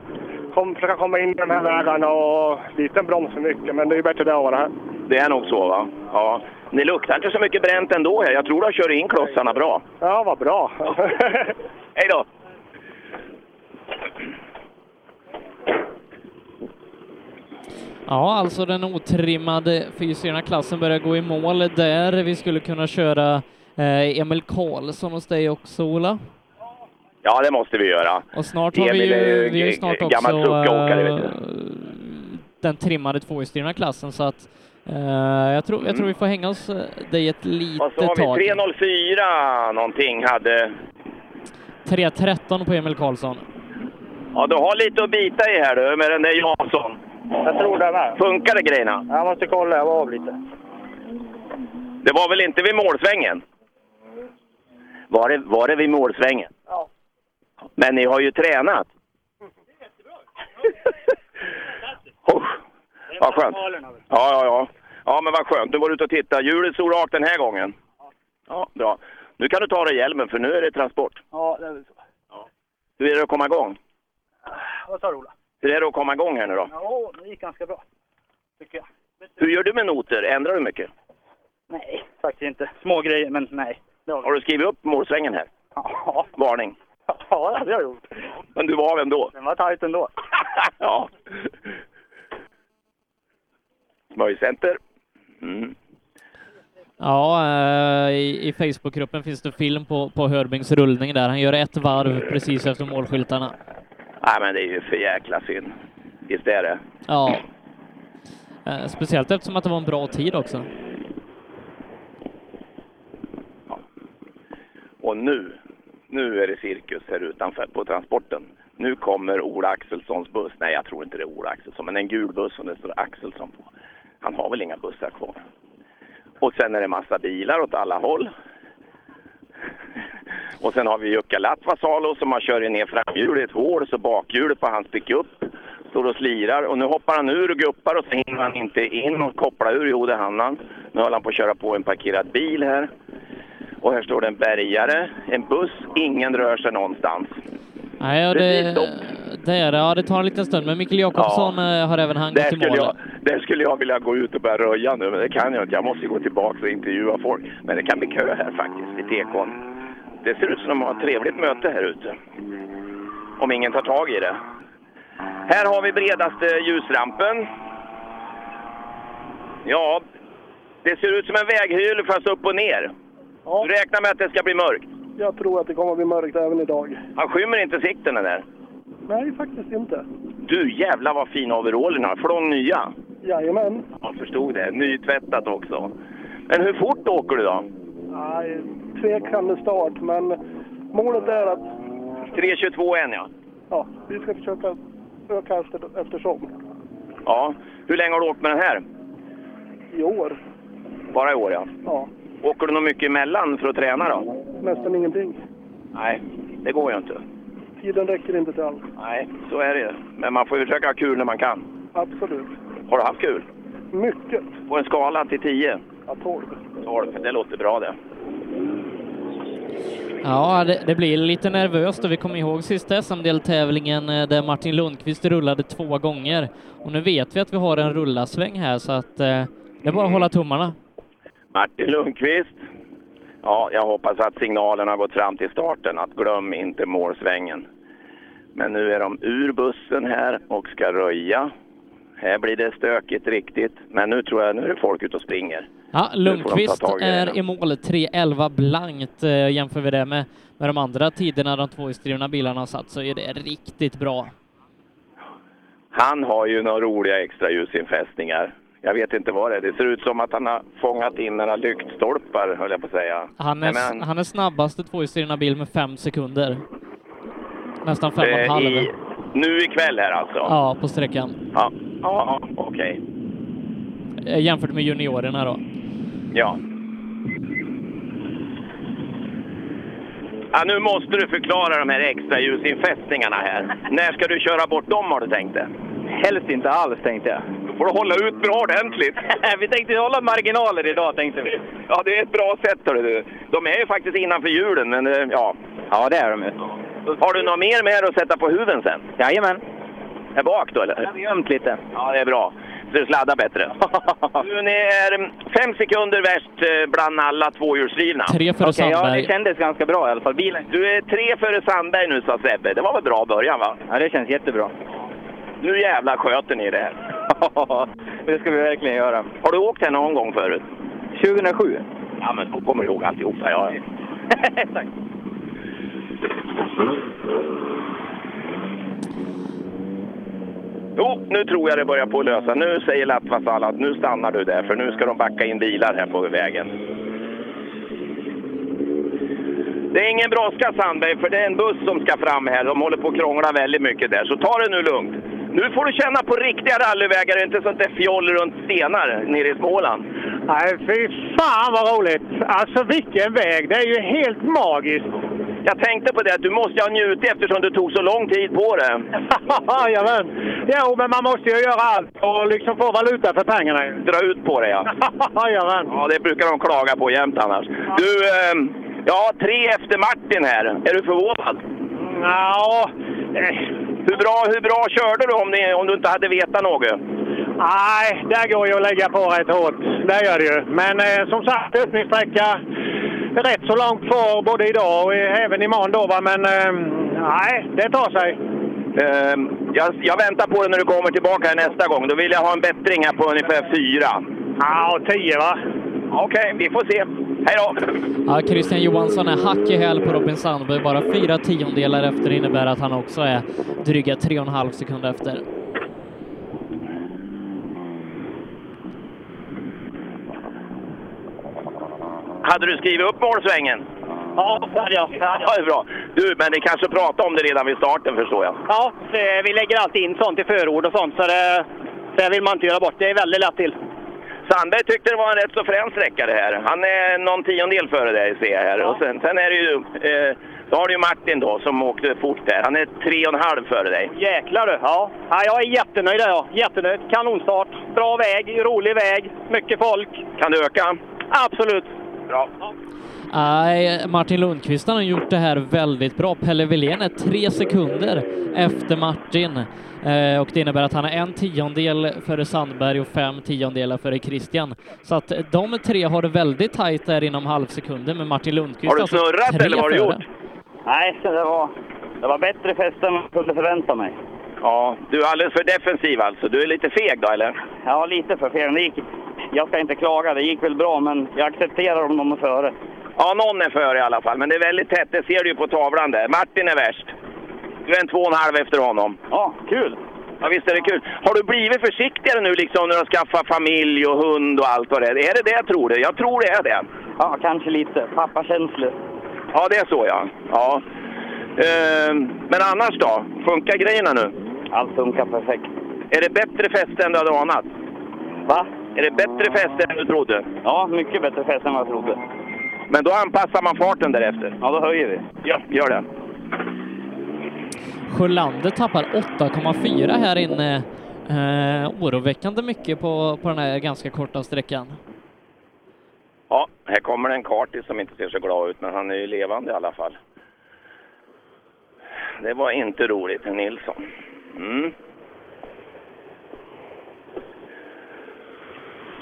kom, försöka komma in i de här vägarna och lite broms för mycket. Men det är ju bättre det än det här.
Det är nog så va? Ja. Ni luktar inte så mycket bränt ändå här. Jag tror de kör in klossarna bra.
Ja, vad bra.
Hej då!
Ja, alltså den otrimmade fyrhjulsdrivna klassen börjar gå i mål där. Vi skulle kunna köra eh, Emil Karlsson hos dig också, Ola.
Ja, det måste vi göra.
Och snart har vi
Emil är
ju,
ju
vi har ju
g-
snart
g-
också
gammal truckåkare, vet du.
eh, den trimmade tvåhjulsdrivna klassen, så att eh, jag, tror, jag tror vi får hänga oss eh, dig ett litet
Så har
tag.
Mm. vi 304 någonting hade...
3.13 på Emil Karlsson.
Ja, du har lite att bita i här du med den där Jansson.
Jag tror det med.
Funkar det grejerna?
Jag måste kolla, jag var av lite.
Det var väl inte vid målsvängen? Var det, var det vid målsvängen?
Ja.
Men ni har ju tränat. oh, vad skönt. Ja, ja, ja. Ja, men vad skönt. Nu var du ute och tittade. Hjulet stod rakt den här gången. Ja, bra. Nu kan du ta dig hjälmen, för nu är det transport.
Ja, det är väl så.
Hur är det att komma igång?
Vad sa du, Ola?
Hur är det att komma igång här nu då?
Ja, det gick ganska bra. Tycker jag.
Hur gör du med noter? Ändrar du mycket?
Nej, faktiskt inte. Små grejer, men nej. Det var...
Har du skrivit upp målsvängen här?
Ja.
Varning.
Ja, det hade jag gjort.
Men du var av ändå?
Den var tajt ändå.
[LAUGHS] ja. Smörjcenter. Mm.
Ja, eh, i, i Facebookgruppen finns det film på, på Hörbings rullning där. Han gör ett varv precis efter målskyltarna.
Nej, men det är ju för jäkla synd. Visst är det?
Ja. Eh, Speciellt eftersom att det var en bra tid också.
Och nu, nu är det cirkus här utanför på transporten. Nu kommer Ola Axelssons buss. Nej, jag tror inte det är Ola Axelsson, men en gul buss som det står Axelsson på. Han har väl inga bussar kvar. Och sen är det massa bilar åt alla håll. [LAUGHS] Och sen har vi Jukka Latvasalo som har kört ner framhjulet i ett hål så bakhjulet på hans pickup står och slirar. Och nu hoppar han ur och guppar och så hinner han inte in och koppla ur. Jo, det hann han. Nu håller han på att köra på en parkerad bil här. Och här står det en bärgare, en buss, ingen rör sig någonstans.
Nej, och det, det, är det. Ja, det tar en liten stund, men Mikael Jakobsson eh, har även han gått
Där
i
skulle,
mål.
jag, där skulle jag vilja gå ut och börja röja nu, men det kan jag inte. Jag måste gå tillbaka och intervjua folk. Men det kan bli kö här faktiskt, i tekon. Det ser ut som de har ett trevligt möte här ute. Om ingen tar tag i det. Här har vi bredaste ljusrampen. Ja, det ser ut som en väghyvel fast upp och ner. Du räknar med att det ska bli mörkt.
Jag tror att det kommer att bli mörkt även idag.
Han skymmer inte sikten den där.
Nej, faktiskt inte.
Du jävlar vad fina overallerna har. Från nya.
Jajamän.
Jag förstod det. Nytvättat också. Men hur fort åker du då?
Nej, tvekande start, men målet är att
3.22,1 ja.
ja, vi ska försöka öka efter, eftersom.
Ja. Hur länge har du åkt med den här?
I år,
Bara i år ja.
ja,
Åker du nog mycket emellan för att träna då?
nästan ingenting.
Nej, det går ju inte.
Tiden räcker inte till allt.
Nej, så är det ju. Men man får ju försöka ha kul när man kan.
Absolut.
Har du haft kul?
[LAUGHS]
Mycket.
På en skala till 10?
Ja, 12.
12, det låter bra det.
Ja, det, det blir lite nervöst och vi kommer ihåg sista SM-deltävlingen eh, där Martin Lundqvist rullade två gånger. Och nu vet vi att vi har en rullasväng här så att eh, det är bara att hålla tummarna.
Martin Lundqvist. Ja, jag hoppas att signalen har gått fram till starten att glöm inte målsvängen. Men nu är de ur bussen här och ska röja. Här blir det stökigt riktigt, men nu tror jag nu är det folk ute och springer.
Ja,
Nu får de ta
Lundqvist
tag i det
är i mål 3.11 blankt. Eh, jämför vi det med, med de andra tiderna de två historierna bilarna har satt så är det riktigt bra.
Han har ju några roliga extra ljusinfästningar. Jag vet inte vad det är. Det ser ut som att han har fångat in några lyktstolpar, höll jag på att säga.
Han
Nej,
är,
men-
han är snabbaste tvåhjulsdrivna bil med fem sekunder. Nästan fem och en
Eh,
halv.
i- Nu ikväll här alltså?
Ja, på sträckan.
Ja, ja, ja okej.
Eh, Jämfört med juniorerna då.
Ja. ja. Nu måste du förklara de här extra ljusinfästningarna här. När ska du köra bort dem har du tänkt det? Helst inte alls tänkte jag. Då får du hålla ut bra ordentligt. [LAUGHS] vi tänkte hålla marginaler idag tänkte vi. Ja, det är ett bra sätt hörru du. De är ju faktiskt innanför hjulen, men eh, ja. Ja, det är de ju. Har du något mer med här att sätta på huven sen? Jajamän. Här bak då eller? Jag har gömt lite. Ja, det är bra. Så du sladdar bättre. [LAUGHS] du, ni är mm, fem sekunder värst eh, bland alla tvåhjulsdrivna.
Tre före Okej, ja, Sandberg. det
kändes ganska bra i alla fall. Bilen. Du är tre före Sandberg nu sa Sebbe. Det var väl bra början va? Ja, det känns jättebra. Nu jävlar sköter ni det här. [LAUGHS] det ska vi verkligen göra. Har du åkt här någon gång förut? 2007. Ja, men då kommer du ihåg alltihopa. Ja. Tack. Jo, nu tror jag det börjar på att lösa. Nu säger Lattvasal att nu stannar du där, för nu ska de backa in bilar här på vägen. Det är ingen brådska Sandberg, för det är en buss som ska fram här. De håller på att krångla väldigt mycket där, så ta det nu lugnt. Nu får du känna på riktiga rallyvägar och inte sånt där fjoll runt stenar nere i Småland.
Nej, fy fan vad roligt! Alltså vilken väg! Det är ju helt magiskt!
Jag tänkte på det, att du måste ha njutit eftersom du tog så lång tid på det.
[LAUGHS] Jajamän! Jo, men man måste ju göra allt och liksom få valuta för pengarna ju.
Dra ut på det ja.
[LAUGHS] Jajamän!
Ja, det brukar de klaga på jämt annars. Du, ehm, ja, tre efter Martin här. Är du förvånad?
Ja.
Hur bra, hur bra körde du om, ni, om du inte hade vetat något?
Nej, där går ju att lägga på rätt hårt. Där gör det ju. Men eh, som sagt, öppningssträcka rätt så långt kvar både idag och eh, även imorgon då va. Men eh, nej, det tar sig.
Ehm, jag, jag väntar på dig när du kommer tillbaka här nästa gång. Då vill jag ha en bättring här på ungefär fyra.
Ja, tio va?
Okej, vi får se. Hej då!
Ja, Christian Johansson är hack i häl på Robin Sandberg, bara fyra tiondelar efter innebär att han också är dryga tre och en halv sekund efter.
Hade du skrivit upp målsvängen?
Ja, det hade jag.
Ja, det är bra. Du, men ni kanske pratade om det redan vid starten förstår jag.
Ja,
eh,
det- vi lägger alltid in sånt i förord och sånt, så det, det vill man inte göra bort. Det är väldigt lätt till.
Sandberg tyckte det var en rätt så frän sträcka det här. Han är någon tiondel före dig ser jag här. Och sen, sen är det ju, eh, då har du ju Martin då som åkte fort där. Han är tre och en halv före dig.
Jäklar du! Ja. ja, jag är jättenöjd där jag. Jättenöjd. Kanonstart. Bra väg, rolig väg, mycket folk.
Kan du öka?
Absolut.
Bra.
Nej, Martin Lundqvist han har gjort det här väldigt bra. Pelle Wilén är tre sekunder efter Martin eh, och det innebär att han är en tiondel före Sandberg och fem tiondelar före Christian. Så att de tre har det väldigt tajt där inom halvsekunder med Martin Lundqvist.
Har du
alltså
snurrat
tre
eller vad har du
före.
gjort?
Nej, det var, det var bättre fest än jag kunde förvänta mig.
Ja, du är alldeles för defensiv alltså. Du är lite feg då eller?
Ja, lite för fel. Det gick, jag ska inte klaga, det gick väl bra, men jag accepterar om de är före.
Ja, någon är före i alla fall. Men det är väldigt tätt. Det ser du ju på tavlan där. Martin är värst. Du är en två och en halv efter honom.
Ja, kul!
Ja, visst är det kul. Har du blivit försiktigare nu liksom när du har skaffat familj och hund och allt vad det är? Är det det jag tror det? Jag tror det är det.
Ja, kanske lite. Pappakänslor.
Ja, det är så ja. ja. Ehm, men annars då? Funkar grejerna nu?
Allt funkar perfekt.
Är det bättre fest än du hade anat?
Va?
Är det bättre fest än du trodde?
Ja, mycket bättre fest än vad jag trodde.
Men då anpassar man farten därefter?
Ja, då höjer vi.
Ja, gör det.
Sjölander tappar 8,4 här inne. Eh, oroväckande mycket på, på den här ganska korta sträckan.
Ja, här kommer en kartis som inte ser så glad ut, men han är ju levande i alla fall. Det var inte roligt, en Nilsson. Mm.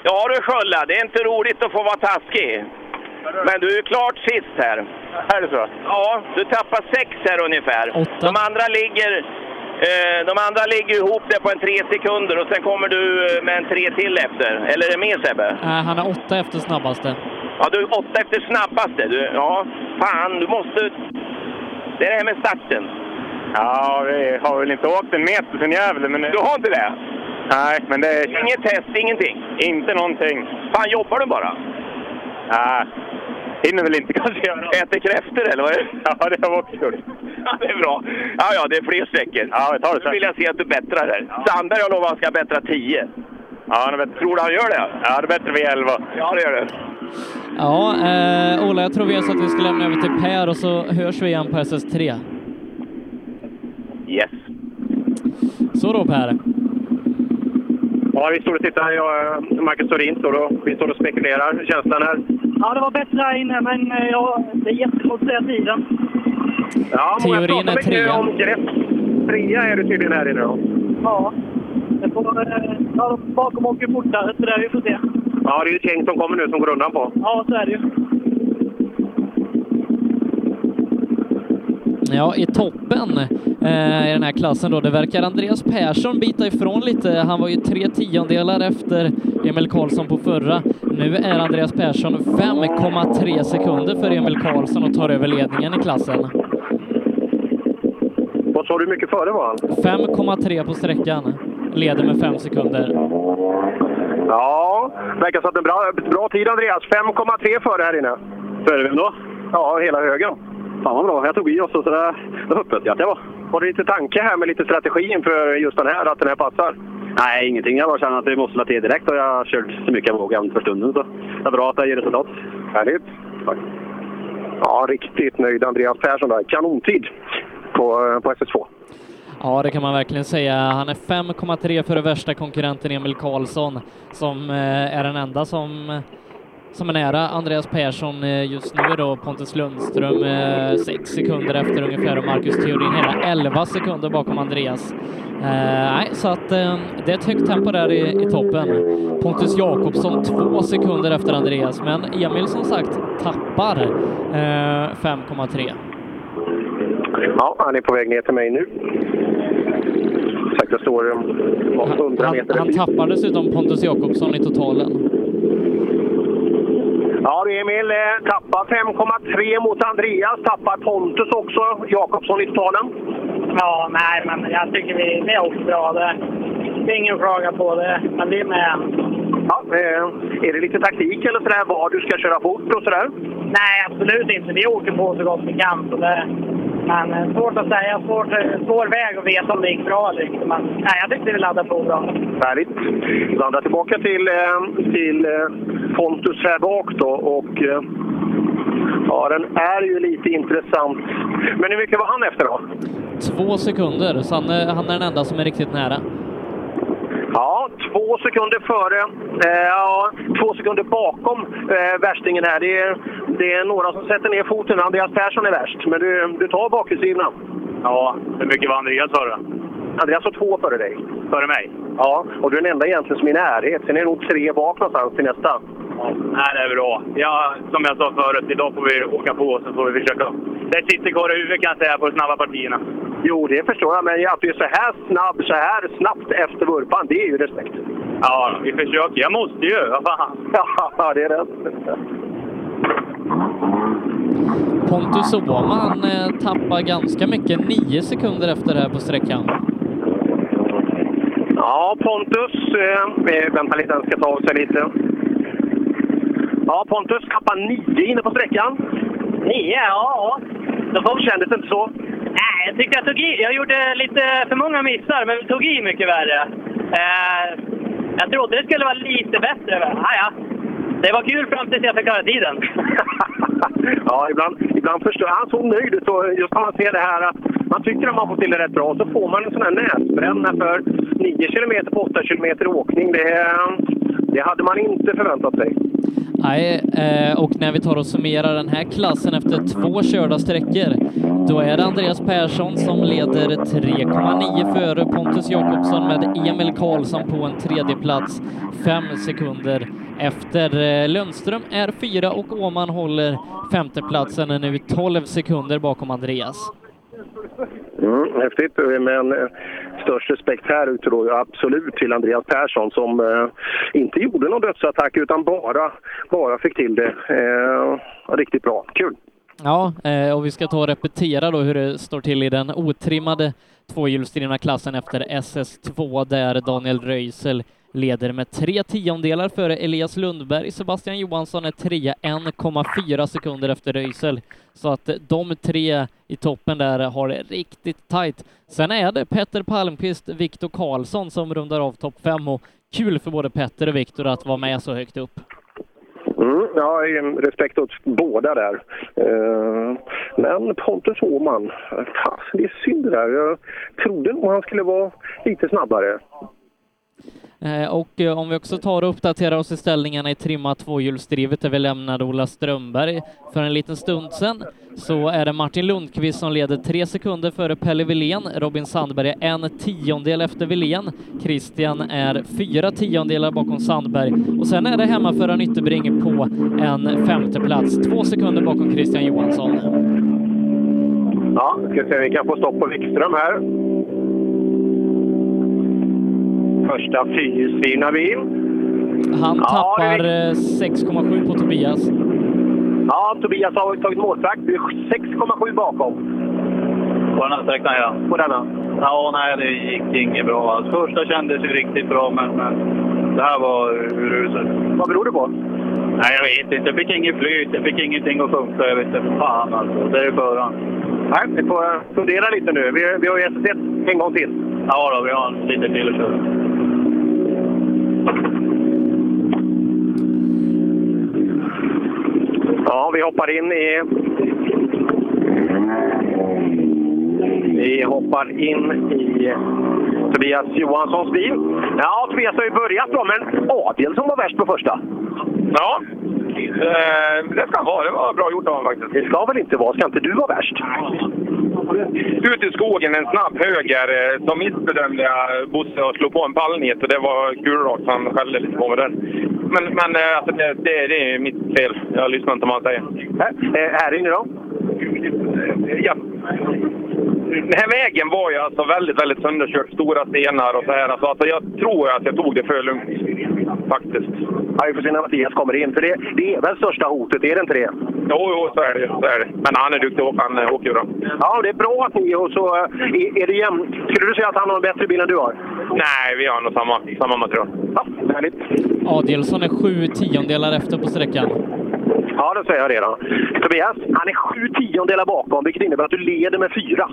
Ja du Skölla, det är inte roligt att få vara taskig. Men du är ju klart sist här. Är det så? Ja, du tappar sex här ungefär. De andra ligger eh, de andra ligger ihop där på en tre sekunder och sen kommer du eh, med en tre till efter. Eller är det mer Sebbe?
Eh, han är åtta efter snabbaste.
Ja, du är åtta efter snabbaste. Du, ja, fan, du måste... Det är det här med starten.
[LAUGHS] Ja, vi har väl inte åkt en meter sen Gävle, men...
Du har inte det?
Nej, men det...
Inget test, ingenting?
Inte någonting.
Fan, jobbar du bara?
Nej, hinner väl inte kanske göra.
Äter kräftor eller vad är det?
Ja, det har vi också gjort.
Ja, det är bra. Ja, ja, det är fler sträckor. Ja, vi tar det Nu vill jag se att du bättrar här. Sandberg har lovat att han ska bättra 10. Ja, han är bättre. Tror du han gör det? Ja, det är bättre vid 11. Ja, det gör det.
Ja, eh, Ola, jag tror vi gör så att vi ska lämna över till Per och så hörs vi igen på SS3.
Yes.
Så då Per.
Ja, vi står och tittar. Jag och Marcus Thorin står och, vi står och spekulerar. Känslan här?
Ja, det var bättre här inne, men eh, ja, det är jättesvårt att säga tiden.
Ja, många
Theorin
pratar
är
mycket
trea.
om grepp. Trea är du tydligen här inne då.
Ja, det får, eh, ja de bakom åker fortare, så där vi får se.
Ja, det är ju ett gäng som kommer nu som går undan på.
Ja, så är det ju.
Ja, i toppen eh, i den här klassen då, det verkar Andreas Persson bita ifrån lite. Han var ju tre tiondelar efter Emil Karlsson på förra. Nu är Andreas Persson 5,3 sekunder för Emil Karlsson och tar över ledningen i klassen.
Vad sa du mycket före var han?
5,3 på sträckan, leder med 5 sekunder.
Ja, verkar som att en bra, bra tid Andreas. 5,3 före här inne. Före vem då? Ja, hela högen. Fan vad bra. Jag tog i oss och sådär. Då hoppas jag att jag var. Har du lite tanke här med lite strategi inför just den här, att den här passar?
Nej, ingenting. Jag bara känner att vi måste la till direkt och jag har kört så mycket jag vågar för stunden. Så det är bra att det ger resultat.
Härligt. Ja, riktigt nöjd Andreas Persson där. Kanontid på, på SS2.
Ja, det kan man verkligen säga. Han är 5,3 före värsta konkurrenten Emil Karlsson som eh, är den enda som som är nära Andreas Persson eh, just nu då. Pontus Lundström 6 sekunder efter ungefär och Marcus Theorin hela 11 sekunder bakom Andreas. Eh, Nej, så att eh, det är ett högt tempo där i, i toppen. Pontus Jakobsson 2 sekunder efter Andreas, men Emil som sagt tappar eh, 5,3.
Ja, han är på väg ner till mig nu. Sagt, jag står um, 100 meter
Han tappar dessutom Pontus Jakobsson i totalen.
Ja du Emil, eh, tappar 5,3 mot Andreas. Tappar Pontus också. Jakobsson i totalen.
Ja, nej, men jag tycker vi, vi har åkt bra. Det, det är ingen att klaga på det, men vi är med.
Ja, eh, är det lite taktik eller sådär var du ska köra fort och sådär?
Nej, absolut inte. Vi åker på så gott vi kan. Så det, men eh, svårt att säga. Svårt, eh, svår väg att veta om det gick bra eller inte. Men nej, jag tyckte vi laddade på bra.
Härligt. Landa tillbaka till, eh, till eh, Pontus här bak då. Och, eh, ja, den är ju lite intressant. Men hur mycket var han efter då?
Två sekunder, så han är, han är den enda som är riktigt nära.
Ja, två sekunder före, eh, ja, två sekunder bakom eh, värstingen här. Det är, det är några som sätter ner foten. Andreas Persson är värst, men du, du tar bakhjulsdrivna.
Ja, hur mycket var Andreas före?
Andreas har två före dig.
Före mig?
Ja, och du är den enda egentligen som är i närhet. Sen är det nog tre bak någonstans till nästa.
Ja, nej, det är bra. Ja, som jag sa förut, idag får vi åka på så får vi försöka. Det sitter kvar i huvudet kan jag säga på de snabba partierna.
Jo, det förstår jag, men att du är så här snabb, så här snabbt efter vurpan, det är ju respekt.
Ja, vi försöker. Jag måste ju. Vad fan.
[LAUGHS] Ja, det är rätt.
Pontus Åhman han eh, tappar ganska mycket, nio sekunder efter det här på sträckan.
Ja, Pontus. Eh, vi väntar lite, han ska ta av sig lite. Ja, Pontus tappar nio inne på sträckan.
Nio, ja.
Då kändes det inte så.
Nej, jag tyckte jag tog i. Jag gjorde lite för många missar, men vi tog i mycket värre. Eh, jag trodde det skulle vara lite bättre, men ah, ja. Det var kul fram tills jag fick höra tiden.
[LAUGHS] Ja, ibland, ibland förstår Han såg nöjd ut och just när man ser det här att man tycker att man får till det rätt bra så får man en sån här näsbränna för 9 kilometer på 8 kilometer åkning. Det, det hade man inte förväntat sig.
Nej, eh, och när vi tar och summerar den här klassen efter två körda sträckor, då är det Andreas Persson som leder 3,9 före Pontus Jakobsson med Emil Karlsson på en tredje plats fem sekunder efter. Eh, Lundström är fyra och Åhman håller femteplatsen, är nu 12 sekunder bakom Andreas.
Mm, häftigt, men eh, störst respekt här ute då absolut till Andreas Persson som eh, inte gjorde någon dödsattack utan bara, bara fick till det. Eh, riktigt bra, kul!
Ja, eh, och vi ska ta och repetera då hur det står till i den otrimmade tvåhjulsdrivna klassen efter SS2 där Daniel Röisel leder med tre tiondelar före Elias Lundberg. Sebastian Johansson är trea, 1,4 sekunder efter Röisel. Så att eh, de tre i toppen där har det riktigt tajt. Sen är det Petter Palmqvist, Viktor Karlsson som rundar av topp fem och kul för både Petter och Viktor att vara med så högt upp.
Mm, ja, eh, respekt åt båda där. Eh, men Pontus Åhman, fan, det är synd det där. Jag trodde nog han skulle vara lite snabbare.
Eh, Och eh, om vi också tar och uppdaterar oss i ställningarna i trimma tvåhjulsdrivet där vi lämnade Ola Strömberg för en liten stund sedan så är det Martin Lundqvist som leder tre sekunder före Pelle Wilén. Robin Sandberg är en tiondel efter Wilén. Christian är fyra tiondelar bakom Sandberg och sen är det hemmaföraren Ytterbring på en femteplats, två sekunder bakom Christian Johansson.
Ja, ska se om vi kan få stopp på Wikström här. Första fyrhjulsdrivna bil.
Han
Ja, det är
tappar eh, 6,7 på Tobias.
Ja, Tobias har tagit målvakt. Du är 6,7 bakom.
På den här sträckan, ja.
På denna?
Ja, nej, det gick inget bra. alls. Första kändes ju riktigt bra, men, men det här var uruset.
Vad beror det på?
Nej, jag vet inte. Jag fick inget flyt. Jag fick ingenting att funka. Jag vet inte. Fan alltså. Det är förhand.
Nej, vi får eh, fundera lite nu. Vi, vi har ju SS1 en gång till.
Ja, då, vi har lite till att köra.
Ja, vi hoppar in i... Vi hoppar in i Tobias Johanssons bil. Ja, Tobias har ju börjat då, men Adelsson var värst på första.
Ja, eh, det ska han vara. Det var bra gjort av honom faktiskt.
Det ska väl inte vara? Ska inte du vara värst?
Ut i skogen, en snabb höger. eh, Som missbedömde jag Bosse och slog på en pallnit och det var kulrakt. så Han skällde lite på mig där. Men, men eh, alltså, det, det, det är mitt fel. Jag lyssnar inte på vad han säger.
här inne eh, då?
Ja. Den här vägen var ju alltså väldigt, väldigt sönderkört. Stora stenar och så här. Alltså, alltså, jag tror att jag tog det för lugnt. Faktiskt.
Ja, vi får se när Mattias kommer in. För det, det är väl största hotet, är det inte det?
Jo, jo, så är det. Så är det. Men han är duktig och han eh, åker ju bra.
Ja, det är bra att ni och så eh, är, är det jämnt. Skulle du säga att han har en bättre bil än du har?
Nej, vi har nog samma, samma material.
Ja, härligt.
Adielsson är sju tiondelar efter på sträckan.
Ja, då säger jag det då. Tobias, han är sju tiondelar bakom, vilket innebär att du leder med fyra.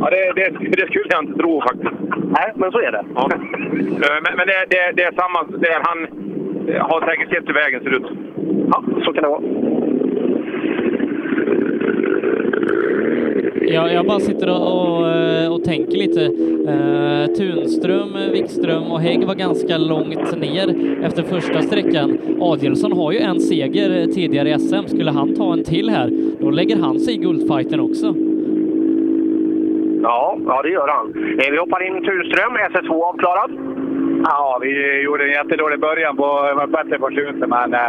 Ja, det, det, det skulle jag inte tro faktiskt.
Nej, men så är det. Ehm.
Ja. Eh, Men, men det, det, det är samma. Det är, han eh, har säkert sett hur vägen ser ut.
Ja, så kan det vara.
Jag, jag bara sitter och, och, eh, och tänker lite. Eh, Tunström, eh, Wikström och Hägg var ganska långt ner efter första sträckan. Adielsson har ju en seger tidigare i SM. Skulle han ta en till här, då lägger han sig i guldfighten också.
Ja, ja det gör han. Eh, Vi hoppar in Tunström, SS2 avklarad.
Ja, vi gjorde en jättedålig början. På, det var bättre på slutet, men eh,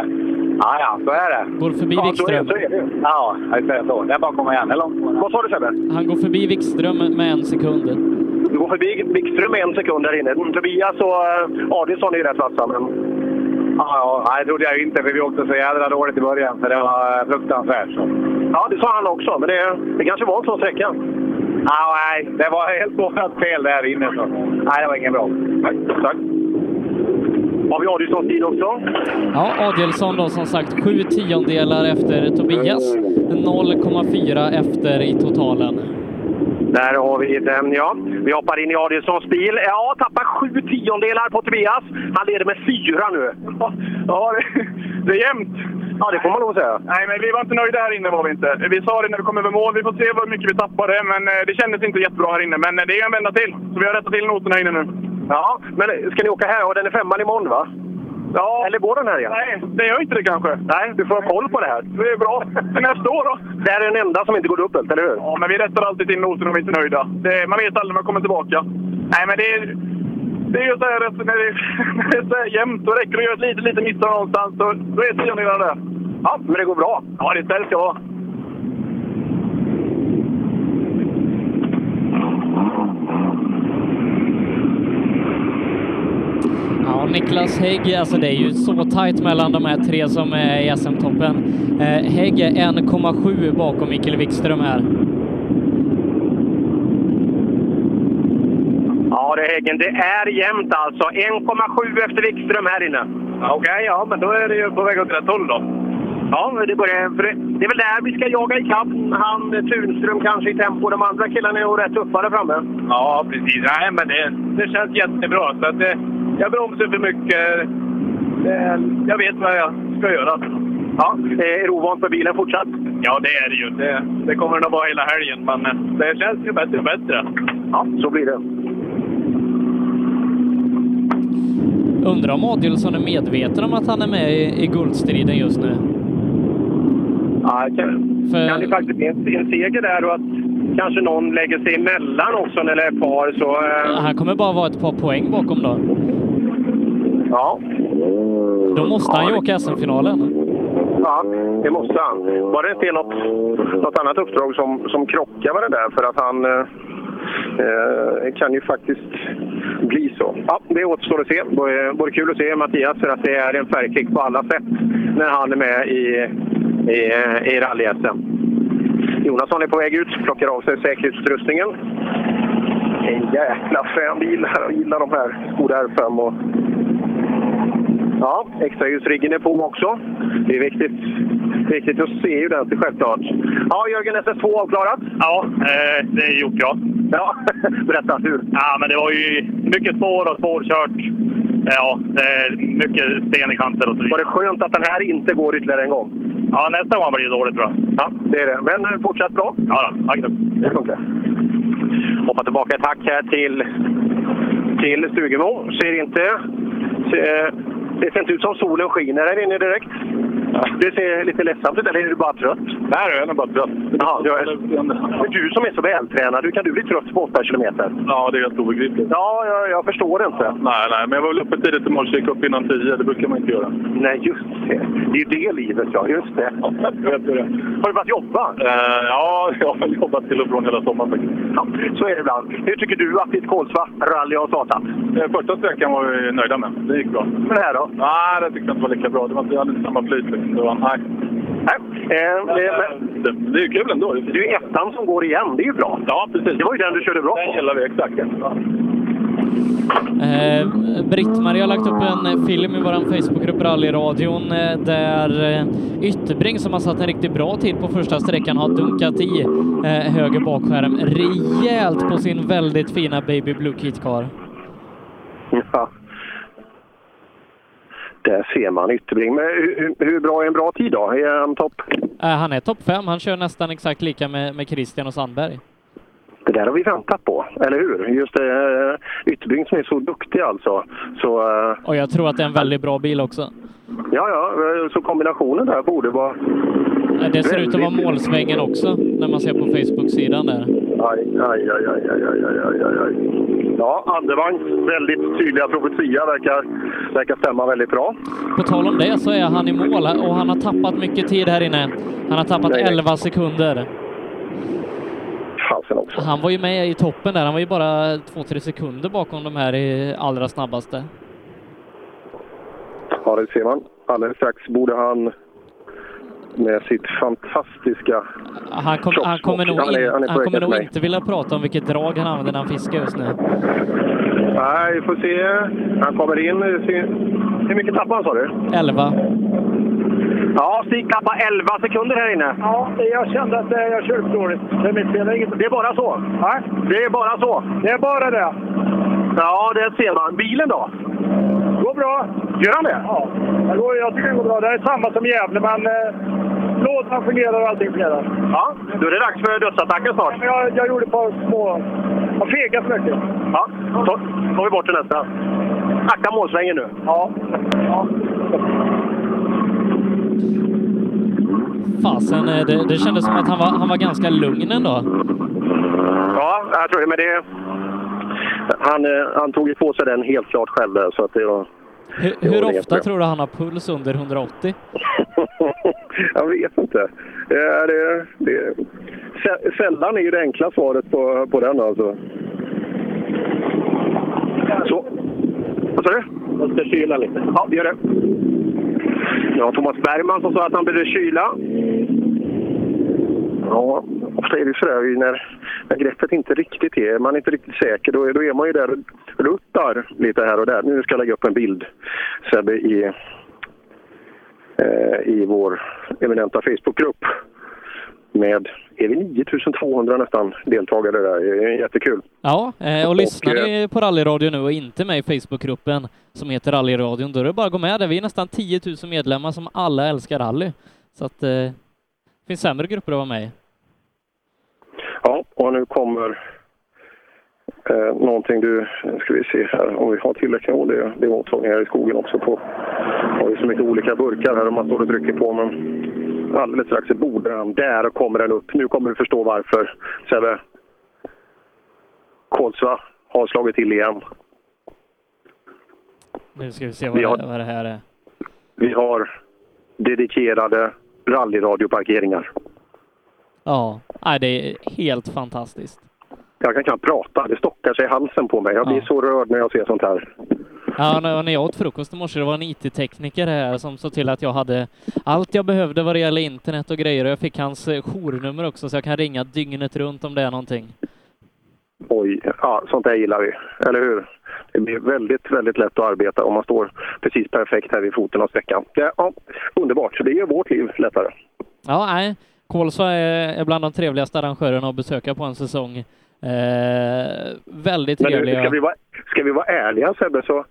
ja, ja, så är det.
Går förbi
ja, så är-
Wikström.
Så är det. ju. Ja, jag säger så. Det är bara att komma igen. Eller?
Vad sa du Sebbe?
Han går förbi Wikström med en sekund.
Du går förbi Wikström en sekund där inne. Mm, Tobias och eh, Adielsson är ju rätt vassa. Men...
Ja, ja, det trodde jag ju inte, för vi åkte så jädra dåligt i början. Så det var eh, fruktansvärt. Så.
Ja, det sa han också, men det, det kanske var en sån sträcka.
Ja, nej, det var helt vårt fel där inne. Så. Nej, det var ingen bra. Tack. Tack.
Har vi Adielssons tid också?
Ja, Adielsson då som sagt sju tiondelar efter Tobias. 0,4 efter i totalen.
Där har vi den, ja. Vi hoppar in i Adielssons bil. Ja, tappar sju tiondelar på Tobias. Han leder med fyra nu.
[LAUGHS] Ja, det, det är jämnt.
Ja, det får man nog säga.
Nej, men vi var inte nöjda här inne var vi inte. Vi sa det när vi kom över mål. Vi får se hur mycket vi tappade, men eh, det kändes inte jättebra här inne. Men eh, det är en vända till, så vi har rättat till noten här inne nu.
Ja, men ska ni åka här? Och den är femman imorgon, va?
Ja.
Eller går den här igen?
Nej, det gör inte det kanske.
Nej, du får ha koll på det här.
Det är bra. Men nästa år då?
Det här är den enda som inte går dubbelt, eller hur?
Ja, men vi rättar alltid till noten om vi inte är nöjda. Det, man vet aldrig när man kommer tillbaka. Nej, men det är... Det är ju så här att när det, [LAUGHS] när det är så här jämnt, då räcker det att göra ett litet, litet misstag någonstans. Då, då är tiondelarna där.
Ja, men det går bra.
Ja, det ställs jag.
Ja, Niklas Hägg, alltså det är ju så tajt mellan de här tre som är i SM-toppen. Eh, Hägg är 1,7 bakom Mikael Wikström här.
Ja, det är Häggen. Det är jämnt alltså. 1,7 efter Wikström här inne. Okej, ja, men då är det ju på väg åt rätt håll då. Ja, men det, börjar, för det, det är väl där vi ska jaga ikapp han eh, Tunström kanske i tempo. De andra killarna är nog rätt tuffare framme.
Ja, precis. Nej, men det, det känns jättebra. Så att, eh, jag bromsar för mycket.
Eh, Jag vet vad jag ska göra.
Ja, eh, är du ovan för bilen fortsatt?
Ja, det är det ju. Det, det kommer det nog vara hela helgen, men eh, det känns ju bättre och bättre.
Ja, så blir det.
Undrar om Adielsson är medveten om att han är med i, i guldstriden just nu.
Ja, kan, kan det faktiskt bli en, en seger där och att kanske någon lägger sig emellan också eller ett par så... eh,
Han kommer bara vara ett par poäng bakom då.
Ja.
Då måste han ju åka SM-finalen.
Ja, det måste han. Var det inte något, något annat uppdrag som, som krockar med det där? För att han eh, eh, kan ju faktiskt bli så. Ja, det återstår att se. Det vore- vore kul att se Mattias för att det är en färgklick på alla sätt när han är med i, i, eh, i rally-SM. Jonasson är på väg ut, plockar av sig säkerhetsutrustningen. En jäkla skön bil. Jag gillar de här Skoda R5 och Ja, extraljusriggen är på också. Det är viktigt, viktigt att se ju den självklart. Ja, Jörgen, SS2 avklarat?
Ja, eh, det är gjort ja.
ja. [LAUGHS] Berätta, hur?
Ja, men det var ju mycket spår och spårkört. Ja, det är mycket sten i kanter och så vidare.
Var det skönt att den här inte går ytterligare en gång?
Ja, nästa gång blir det dåligt tror jag.
Ja, det är det. Men eh, fortsatt bra.
Ja, då. tack.
Det funkar. Hoppa tillbaka ett hack här till, till Stugemo. Ser inte... se- Det ser inte ut som solen skiner här inne direkt. Det ser lite ledsamt ut, eller är du bara trött?
Nej, jag är bara trött.
Ja, jag är, det är du som är så vältränad. Hur kan du bli trött på 8 kilometer?
Ja, det är helt obegripligt.
Ja, jag, jag förstår det inte.
Nej, nej, men jag var väl uppe tidigt i morse. Gick upp innan tio. Det brukar man inte göra.
Nej, just det. Det är ju det livet, ja. Just det. Eh, Har du börjat jobba?
ja, jag har väl jobbat till och från hela sommaren faktiskt.
Ja, så är det ibland. Hur tycker du att ditt Kolsva-rally har startat?
Eh, Första sträckan var vi nöjda med. Det gick bra.
Men här då?
Nej, det tyckte jag inte var lika bra. Det var inte alldeles samma flyt. liksom. Det var, nej.
Eh, det,
det, det är ju kul ändå. Det
är ju ettan som går igen. Det är ju bra.
Ja, precis.
Det var ju den du körde bra
Den
på.
gillar vi exakt.
Eh, Britt-Marie har lagt upp en eh, film i vår Facebookgrupp Rallyradion eh, där eh, Ytterbring som har satt en riktigt bra tid på första sträckan har dunkat i eh, höger bakskärm rejält på sin väldigt fina Baby Blue Kit-car.
Ja. Där ser man Ytterbring. Men hur, hur bra är en bra tid då? Är han topp?
Eh, han är topp fem, han kör nästan exakt lika med, med Christian och Sandberg.
Det där har vi väntat på, eller hur? Just det, Ytterbring som är så duktig alltså. Så, eh,
Och jag tror att det är en väldigt bra bil också.
ja, ja, eh, så kombinationen där borde vara...
Eh, Det ser ut att vara målsvängen också när man ser på Facebook-sidan där.
Aj, aj, aj, aj, aj, aj, aj, aj, aj, aj. Ja, Andevang, väldigt tydliga profetia verkar, verkar stämma väldigt bra.
På tal om det så är han i mål och han har tappat mycket tid här inne. Han har tappat 11 sekunder. Han var ju med i toppen där. Han var ju bara 2-3 sekunder bakom de här i allra snabbaste.
Ja, det ser man. Alldeles strax borde han med sitt fantastiska...
Han, kom, han kommer nog,
Han är- han är
in,
på
han kommer
väg efter
nog
mig.
inte vilja prata om vilket drag han använder när han fiskar just nu.
Nej, vi får se. Han kommer in. Hur mycket tappade han, sa du?
11.
Ja, Stig tappade 11 sekunder här inne.
Ja, jag kände att eh, jag körde dåligt. Det är mitt fel. Det är bara så? Nej.
Det är bara så?
Det är bara det.
Ja, det ser man. Bilen då?
Går bra.
Gör han det?
Ja. Det går, jag tycker det går bra. Det är samma som Gävle, men eh, lådan fungerar och allting fungerar.
Ja, då är det dags för dödsattacken snart.
Men jag, jag gjorde ett par små... Jag fegade för mycket.
Ja, då tar vi bort det nästa. Akta målsvängen nu.
Ja.
Fasen, eh, det, det kändes som att han var, han var ganska lugn ändå.
Ja, jag tror det. Men det... Han, eh, han tog ju på sig den helt klart själv där, så att det var...
Hur, hur ofta tror du han har puls
[LAUGHS]
under 180?
jag vet inte. Det är, det, det, sä- sällan är ju det enkla svaret på, på den alltså. Så. Vad sa du? Måste kyla lite. Ja, vi gör det. Ja, Thomas Bergman som sa att han behövde kyla. Ja, ofta är det sådär när, när greppet inte riktigt är, man är inte riktigt säker, då, är- då är man ju där och ruttar lite här och där. Nu ska jag lägga upp en bild, Sebbe, i eh, i vår eminenta Facebookgrupp med är vi 9200 nästan deltagare där. Det är jättekul.
Ja, eh, och lyssnar ni på rallyradio nu och inte med i Facebookgruppen som heter Rallyradion, då är det bara att gå med där. Vi är nästan 10 000 medlemmar som alla älskar rally. Så att eh, det finns sämre grupper att vara med i.
Ja, och nu kommer eh, någonting du... Nu ska vi se här om vi har tillräckligt. Oh, det, det är mottagning här i skogen också. På, har ju så mycket olika burkar här om man står och trycker på. Men alldeles strax i borden. Där kommer den upp. Nu kommer du förstå varför. Sebbe. Kolsva har slagit till igen.
Nu ska vi se vad,
Vi har-
det, vad det här är.
Vi har dedikerade rallyradioparkeringar.
Ja, nej, det är helt fantastiskt.
Jag kan knappt prata. Det stockar sig i halsen på mig. Jag blir så rörd när jag ser sånt här.
Ja, när när jag åt frukost i morse, det var en IT-tekniker här som såg till att jag hade allt jag behövde vad det gäller internet och grejer. Och jag fick hans eh, journummer också, så jag kan ringa dygnet runt om det är någonting.
Oj, ja, sånt där gillar vi. Eller hur? Det blir väldigt, väldigt lätt att arbeta om man står precis perfekt här vid foten av sträckan. Det, ja, underbart. Det gör vårt liv lättare.
Ja, nej. Kolsva är är bland de trevligaste arrangörerna att besöka på en säsong. Eh, väldigt
Men nu,
trevliga.
ska, vi vara, ska vi vara ärliga Sebbe, så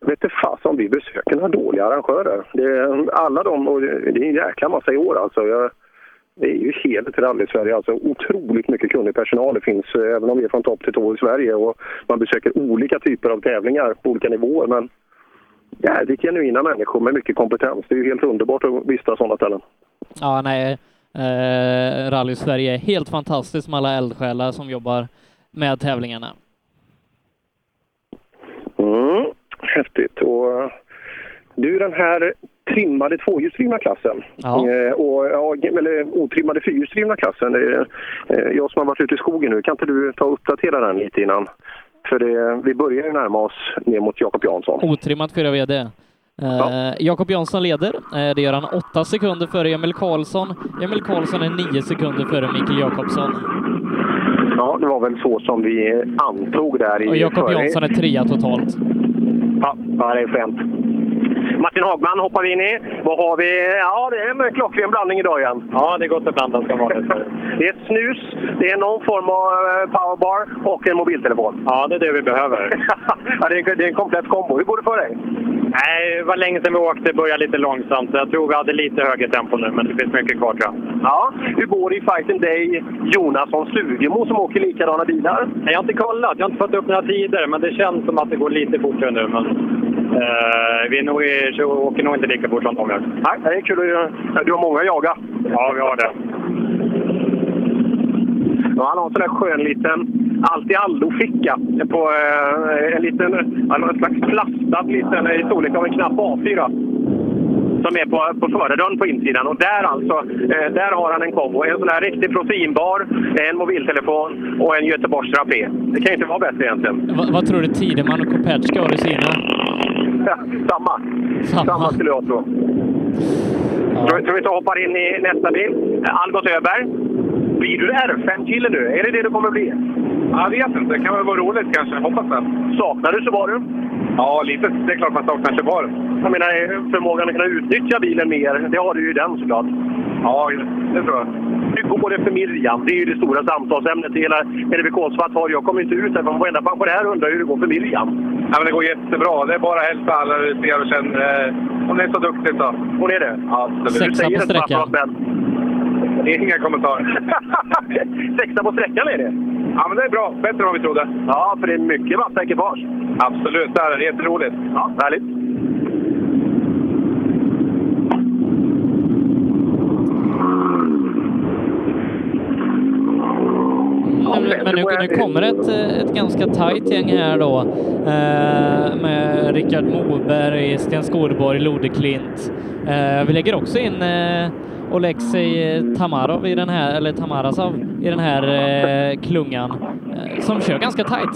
vet du fast om vi besöker några dåliga arrangörer. Det, är- um, alla de, och det är en jäkla massa i år alltså. Jag, det är ju helt rally Sverige. Alltså, otroligt mycket kunnig personal det finns, eh, även om vi är från topp till tå i Sverige. Och man besöker olika typer av tävlingar på olika nivåer. Men jävligt genuina människor med mycket kompetens. Det är ju helt underbart att vistas sådana ställen.
Ja, nej. Eh, Rally Sverige är helt fantastiskt med alla eldsjälar som jobbar med tävlingarna.
Mm, häftigt. Och du, den här trimmade tvåhjulsdrivna klassen
Ja.
eh, och, ja, eller otrimmade fyrhjulsdrivna klassen. eh, eh, Jag som har varit ute i skogen nu, kan inte du ta och uppdatera den lite innan? För det, vi börjar ju närma oss ner mot Jakob Jansson.
Otrimmat 4 VD. Eh, Jakob Jansson leder. Eh, det gör han åtta sekunder före Emil Karlsson. Emil Karlsson är nio sekunder före Mikael Jakobsson.
Ja, det var väl så som vi antog där i
Och Jakob
förra-
Jansson är trea totalt.
Ja, ja, det är skönt. Martin Hagman hoppar vi in i. Vad har vi? Ja, det är en klockren blandning idag igen. Ja, det är gott att blanda ska vara det. det är snus, det är någon form av eh, powerbar och en mobiltelefon. Ja, det är det vi behöver. [LAUGHS] ja, det, är, det är en komplett kombo. Hur går det för dig?
Nej, det var länge sedan vi åkte. Det började lite långsamt. Jag tror vi hade lite högre tempo nu, men det finns mycket kvar tror jag.
Ja, hur går det i fighten dig, Jonasson Stugemo som åker likadana bilar?
Jag har inte kollat. Jag har inte fått upp några tider, men det känns som att det går lite fortare nu. Men, eh, vi är nog, i- så åker nog inte lika fort som de gör.
Nej, det är kul att göra. Du har många att jaga.
Ja, vi har det.
Ja, han har en sån där skön liten allt-i-allo-ficka. På eh, en liten, han har en slags plastad liten i storlek av en knapp A4. Som är på, på förardörren på insidan. Och där alltså, eh, där har han en kombo. En sån här riktig proteinbar, en mobiltelefon och en Göteborgs Rapé. Det kan ju inte vara bättre egentligen. [LAUGHS]
Va, vad tror du Tideman och Kopecka har i sina?
Samma. Samma. skulle jag tro. Tror, tror vi inte hoppar in i nästa bil? Eh, Algot Öberg. Blir du R5-kille nu? Är det det du kommer bli?
Jag vet inte. Det kan väl vara roligt kanske. Hoppas det.
Saknar du Subaru?
Ja, lite. Det är klart man saknar Subaru.
Jag menar, eh, förmågan att kunna utnyttja bilen mer, det har du ju i den såklart. Ja, det tror jag. Hur går det för Mirjam? Det är ju det stora samtalsämnet i hela NBKs Svatvaro. Jag kommer inte ut därifrån. Varenda pensionär undrar hur det går för Mirjam.
Ja, men det går jättebra. Det är bara att hälsa alla du ser och känner. eh, Hon är så duktig så.
Hon är det?
Ja, absolut.
Sexa på sträckan.
Det är inga kommentarer.
[LAUGHS] Sexa på sträckan är det?
Ja, men det är bra. Bättre än vad vi trodde.
Ja, för det är mycket vassa ekipage.
Absolut, det är det. jätteroligt.
Ja, härligt.
Men, men nu, nu kommer ett, eh, ett ganska tajt gäng här då. Eh, med Rickard Moberg, Sten Skårborg, Lode Klint. Eh, vi lägger också in eh, Oleksij Tamarov i den här, eller Tamarasov i den här eh, klungan. Eh, som kör ganska tajt.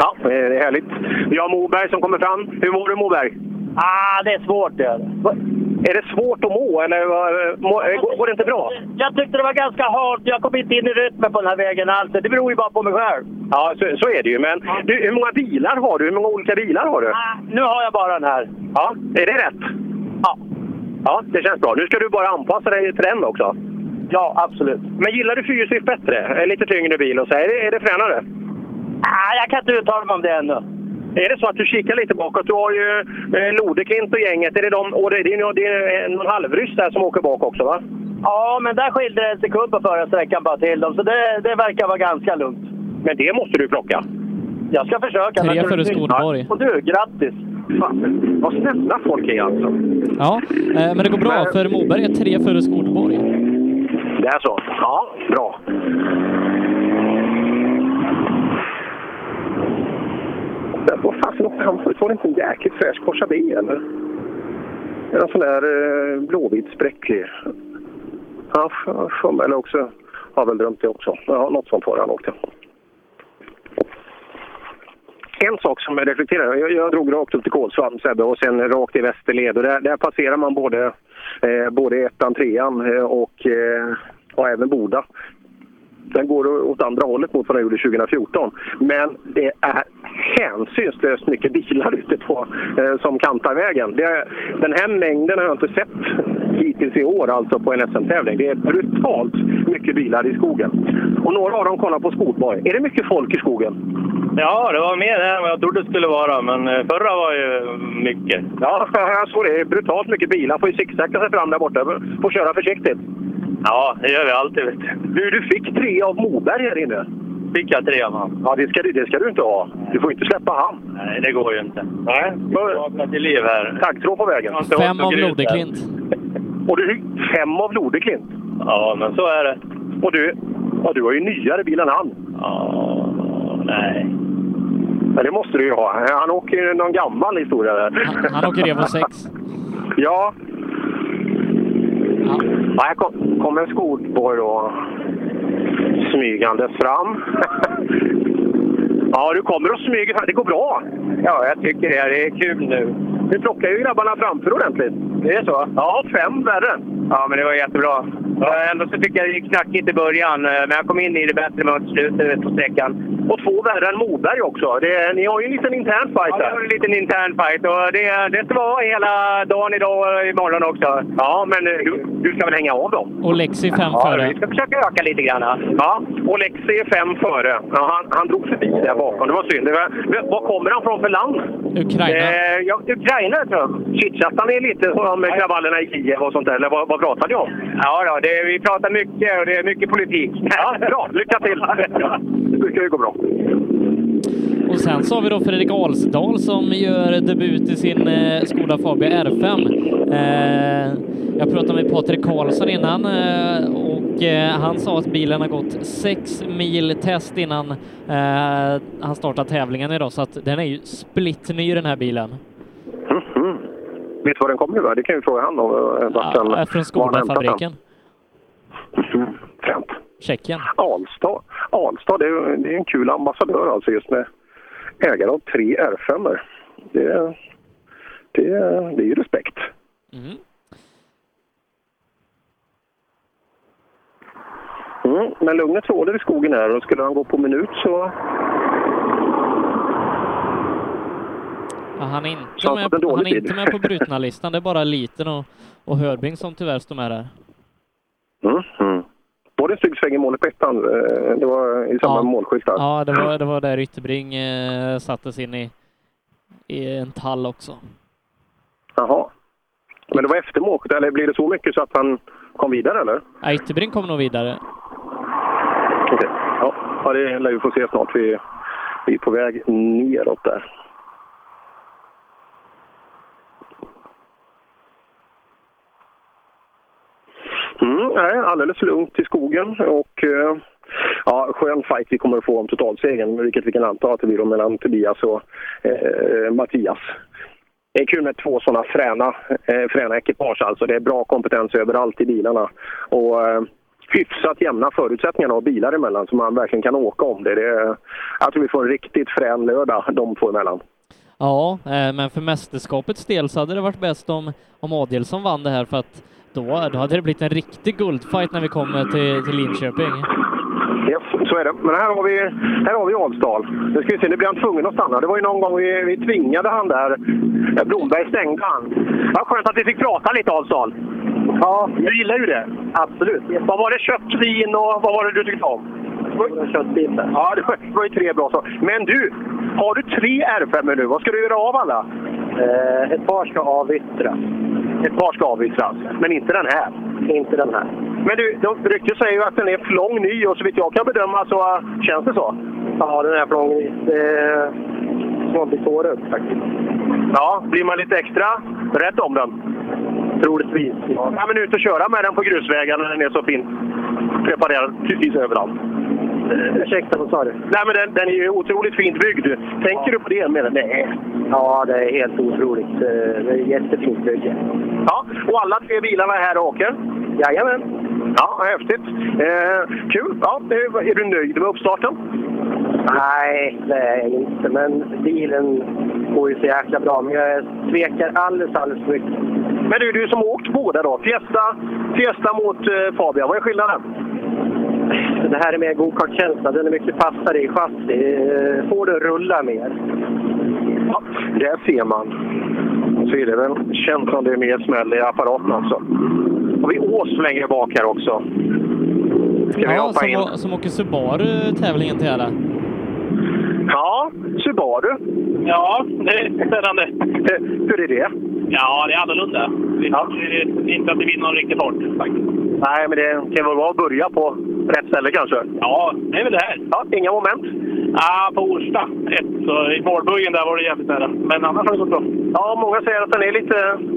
Ja, det är härligt. Vi har Moberg som kommer fram. Hur mår du Moberg? Ah, det är svårt. Det är, är det svårt att må, eller vad- må, eh, går- går det inte bra?
Jag tyckte det var ganska halt. Jag kom inte in i rytmen på den här vägen alls. Det beror ju bara på mig själv.
Ja, så, så är det ju. Men du, hur många bilar har du? Hur många olika bilar har du?
Nu har jag bara den här.
Ja, är det rätt? Ja. Ja, det känns bra. Nu ska du bara anpassa dig till den också. Ja, absolut. Men gillar du fyrhjulsdrift bättre? En lite tyngre bil och så. Är det, är det fränare? Nej, jag kan inte uttala mig om det ännu. Är det så att du kikar lite bakåt? Du har ju eh, Lodeklint och gänget. Är det de, och det, det är ju det är någon halvryss där som åker bak också, va?
Ja, men där skilde det en sekund på förra sträckan bara till dem. Så det, det verkar vara ganska lugnt.
Men det måste du plocka.
Jag ska försöka.
Tre
men-
före Skåneborg.
Och du, grattis!
Fan, vad snälla folk är alltså.
Ja, eh, men det går bra för Moberg är tre före Skårborg.
Det är så? Ja, bra. Vad fasen åkte han för? Var det inte en jäkligt fräsch Corsa B eller? En sån där eh, blåvit spräcklig. Ja, för- för- eller också har väl drömt det också. Ja, något sånt var det han åkte. En sak som jag reflekterar över. Jag, jag drog rakt upp till Kolsvan Sebbe, och sen rakt i västerled. Och där, där passerar man både, eh, både ettan, trean eh, och, eh, och även Boda. Den går å- åt andra hållet mot vad den gjorde 2014. Men det är hänsynslöst mycket bilar ute på eh, som kantar vägen. Det, den här mängden har jag inte sett hittills i år alltså på en SM-tävling. Det är brutalt mycket bilar i skogen. Och några av dem kollar på Skotborg. Är det mycket folk i skogen?
Ja, det var mer än vad jag trodde det skulle vara, men eh, förra var ju mycket.
Ja, [LAUGHS] jag såg det. Brutalt mycket bilar. Får ju zigzacka sig fram där borta. Får köra försiktigt.
Ja, det gör vi alltid. Vet du.
Du, du fick tre av Moberg här inne.
Fick jag tre av honom?
Ja, det ska, du- det ska du inte ha. Du får inte släppa han.
Nej, det går ju inte.
Nej.
Vakna till liv här.
Taggtråd på vägen.
Fem av Lodeklint.
Och du, fem av Lodeklint?
Ja, men så är det.
Och du, ja, du har ju nyare bil än han.
Ja, nej.
Ja, det måste du ju ha. Han åker ju någon gammal historia där.
Han, han åker Revo 6.
Ja. ja. Här kom, kom en skolborg då. Smygandes fram. ja, du kommer och smyger fram. Det går bra. Ja, jag tycker det. Det är kul nu. Du plockar ju grabbarna framför ordentligt. Det är så? Ja, fem värre. Ja, men det var jättebra.
Ja, Eh, Ändå så tycker jag det gick knackigt i början, eh, men jag kom in i det bättre mot slutet eh, på sträckan. Och två värre än Moberg också. ni har ju en liten intern fight Ja, vi har en liten intern fight och det, det ska vara hela dagen idag och imorgon också. Ja, men eh, du, du ska väl hänga av dem?
Och Lexi fem före.
Vi ska försöka öka lite grann. Ja,
Och Lexi är fem före. Ja, han, han drog förbi där bakom. Det var synd. Det var, vad kommer han från för land?
Ukraina.
Eh, ja, Ukraina tror jag. Chitchattar ni lite om kravallerna i Kiev och sånt där? Eller vad, vad pratar ni om?
Ja, då, det, vi pratar mycket och det är mycket politik.
Ja, bra. Lycka till!
[LAUGHS]
Det ska ju gå bra.
Och sen så har vi då Fredrik Alsdal som gör debut i sin eh, Skoda Fabia R5. Eh, jag pratade med Patrik Karlsson innan eh, och eh, han sa att bilen har gått sex mil test innan eh, han startar tävlingen idag så att den är ju splittny den här bilen.
Mhm. Vet du var den kommer ifrån? Det kan ju fråga han om. eh, Vart den,
Ja, är från
var han hämtat den.
Skoda-fabriken.
Fränt.
Tjeckien.
Alstad. Alstad det är, det är en kul ambassadör alltså just med ägare av tre R5. -er. Det, det, det är ju respekt. Mm, men lugnet råder i skogen här och skulle han gå på minut så...
Ja, han är inte,
Så han har
med,
fått en dålig
han är
tid.
inte med på
[LAUGHS]
brutna listan. Det är bara Liten och, och Hörbing som tyvärr står med där.
Mm, mm. Var det en snygg sväng i målet på ettan? Eh, Det var i samma
Ja.
målskylt där.
Ja, det var, det var där Ytterbring eh, sattes in i, i en tall också.
Jaha. Men det var efter målet, eller blir det så mycket så att han kom vidare eller?
Ja, Ytterbring kom nog vidare.
Okej. Ja. ja, det lär vi få se snart. Vi, vi är på väg neråt där. Mm, nej, alldeles lugnt i skogen och eh, ja, skön fight vi kommer att få om totalsegern, vilket vi kan anta att det blir då mellan Tobias och eh, Mattias. Det är kul med två sådana fräna, eh, fräna ekipage alltså. Det är bra kompetens överallt i bilarna. Och, eh, hyfsat jämna förutsättningar av bilar emellan så man verkligen kan åka om det. det är, jag tror vi får en riktigt frän lördag de två emellan.
Ja, eh, men för mästerskapets del så hade det varit bäst om, om Adielsson vann det här för att då, då hade det blivit en riktig guldfight när vi kommer till, till Linköping.
Yes, så är det. Men här har vi, här har vi Alsdal. Nu ska vi se, nu blir han tvungen att stanna. Det var ju någon gång vi, vi tvingade han där. Ja, Blomberg stängde han. Vad skönt att vi fick prata lite Alsdal. Ja, du gillar ju det. Absolut. Vad var det? Kött, vin och vad var det du tyckte om? Köttbitar. Ja, det var, det var ju tre bra saker. Men du, har du tre R5 nu? Vad ska du göra av alla? Eh, ett par ska avyttras. Ett par ska avyttras, men inte den här? Inte den här. Men du, de ryktet säger ju att den är flång ny och så vitt jag kan bedöma så äh, känns det så? Ja, den är flång ny. Småbitåret faktiskt. Ja, blir man lite extra rädd om den? Troligtvis. Ja, Ja, men ut och köra med den på grusvägarna när den är så fint preparerad precis överallt. Eh, Ursäkta, vad sa du? Nej, men den, den är ju otroligt fint byggd. Tänker du på det? Med den? Nej. Ja, det är helt otroligt.
Eh,
Det är jättefint bygge. Ja, och alla tre bilarna är här och åker? Jajamän. Ja, häftigt. Eh, kul. Ja, eh, är du nöjd med uppstarten?
Nej, det är jag inte. Men bilen går ju så jäkla bra. Men jag tvekar alldeles, alldeles för mycket.
Men du, du som har åkt båda då. Fiesta, Fiesta mot eh, Fabia. Vad är skillnaden?
Det här är mer gokart-känsla. Den är mycket fastare i chassi. Eh, Får du rulla mer.
Ja, där ser man. Så är det väl känt som det är mer smäll i apparaten också. Har vi Ås längre bak här också? Ska vi
Ja,
hoppa
som,
in?
å- som åker Subaru tävlingen till ära.
Ja, Subaru.
Ja, det är spännande.
Eh, Hur är det?
Ja, det är annorlunda. Vi ja. inte att det vinner någon riktig fart faktiskt.
Nej, men det kan väl vara att börja på rätt ställe kanske?
Ja, det är väl det här.
Ja, inga moment?
Ja, Ah, på Orsta ett. Så i målböjen där var det jävligt nära. Men annars har det gått bra.
Ja, många säger att den är lite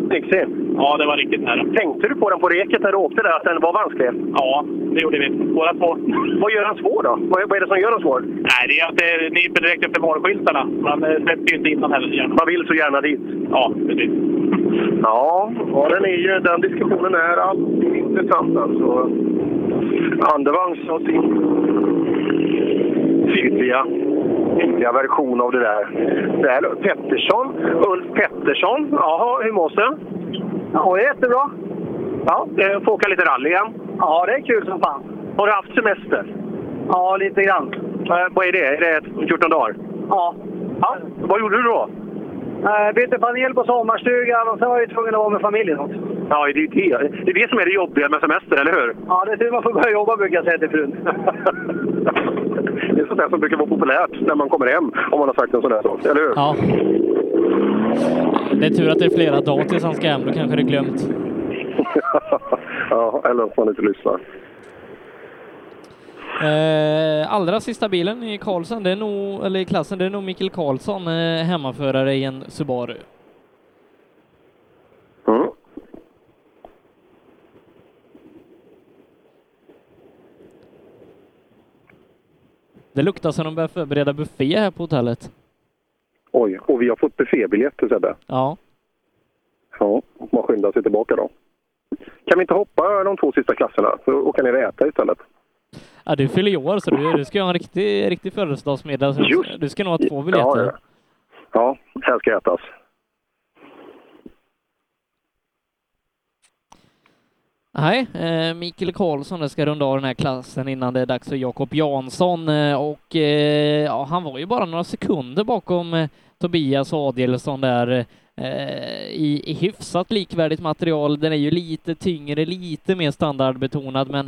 knixig.
Ja, det var riktigt nära.
Tänkte du på den på reket när du åkte där, att den var vansklig?
Ja, det gjorde vi. Båda två.
Vad gör den svår då? Vad är- vad är det som gör den svår?
Nej, det är att eh, det nyper direkt efter målskyltarna. Man eh, släpper ju inte in dem heller gärna.
Man vill så gärna dit.
Ja, precis.
[LAUGHS] Ja, ja den, är ju, den diskussionen är alltid intressant alltså. Andevang och sin tydliga, tydliga version av det där. Det här, Pettersson, Ulf Pettersson, jaha, hur mås det? Ja, det är jättebra. Ja, eh, får åka lite rally igen.
Ja, det är kul som fan.
Har du haft semester?
Ja, lite grann.
vad är det? Är det 14 dagar?
Ja.
ja. Vad gjorde du då?
Eh, bytte panel på sommarstugan och sen var jag ju tvungen att vara med familjen också.
Ja, det är det, det är det som är det jobbiga med semester, eller hur?
Ja, det är tur man får börja jobba brukar jag säga till frun.
Det är sånt där som brukar vara populärt när man kommer hem, om man har sagt en sån där sak, eller
[LAUGHS]
hur?
Ja. Det är tur att det är flera dagar tills han ska hem, då kanske det är glömt.
ja, eller om man inte lyssnar.
Eh, allra sista bilen i Karlsson, det är nog, eller i klassen, det är nog Mikael Karlsson, eh, hemmaförare i en Subaru.
Mm.
Det luktar som de börjar förbereda buffé här på hotellet.
Oj, och vi har fått buffébiljetter, Sebbe.
Ja.
Ja, man skyndar sig tillbaka då. Kan vi inte hoppa de två sista klasserna, så åker ni och äta istället?
ja du fyller ju år så du, du ska ha en riktig, riktig födelsedagsmiddag. Så du- Du ska nog ha två
Ja,
biljetter.
ja. ja, här ska ätas.
Nej, eh, Mikael Karlsson där ska runda av den här klassen innan det är dags för Jakob Jansson eh, och eh, ja, han var ju bara några sekunder bakom eh, Tobias Adielsson där eh, i, i hyfsat likvärdigt material. Den är ju lite tyngre, lite mer standardbetonad, men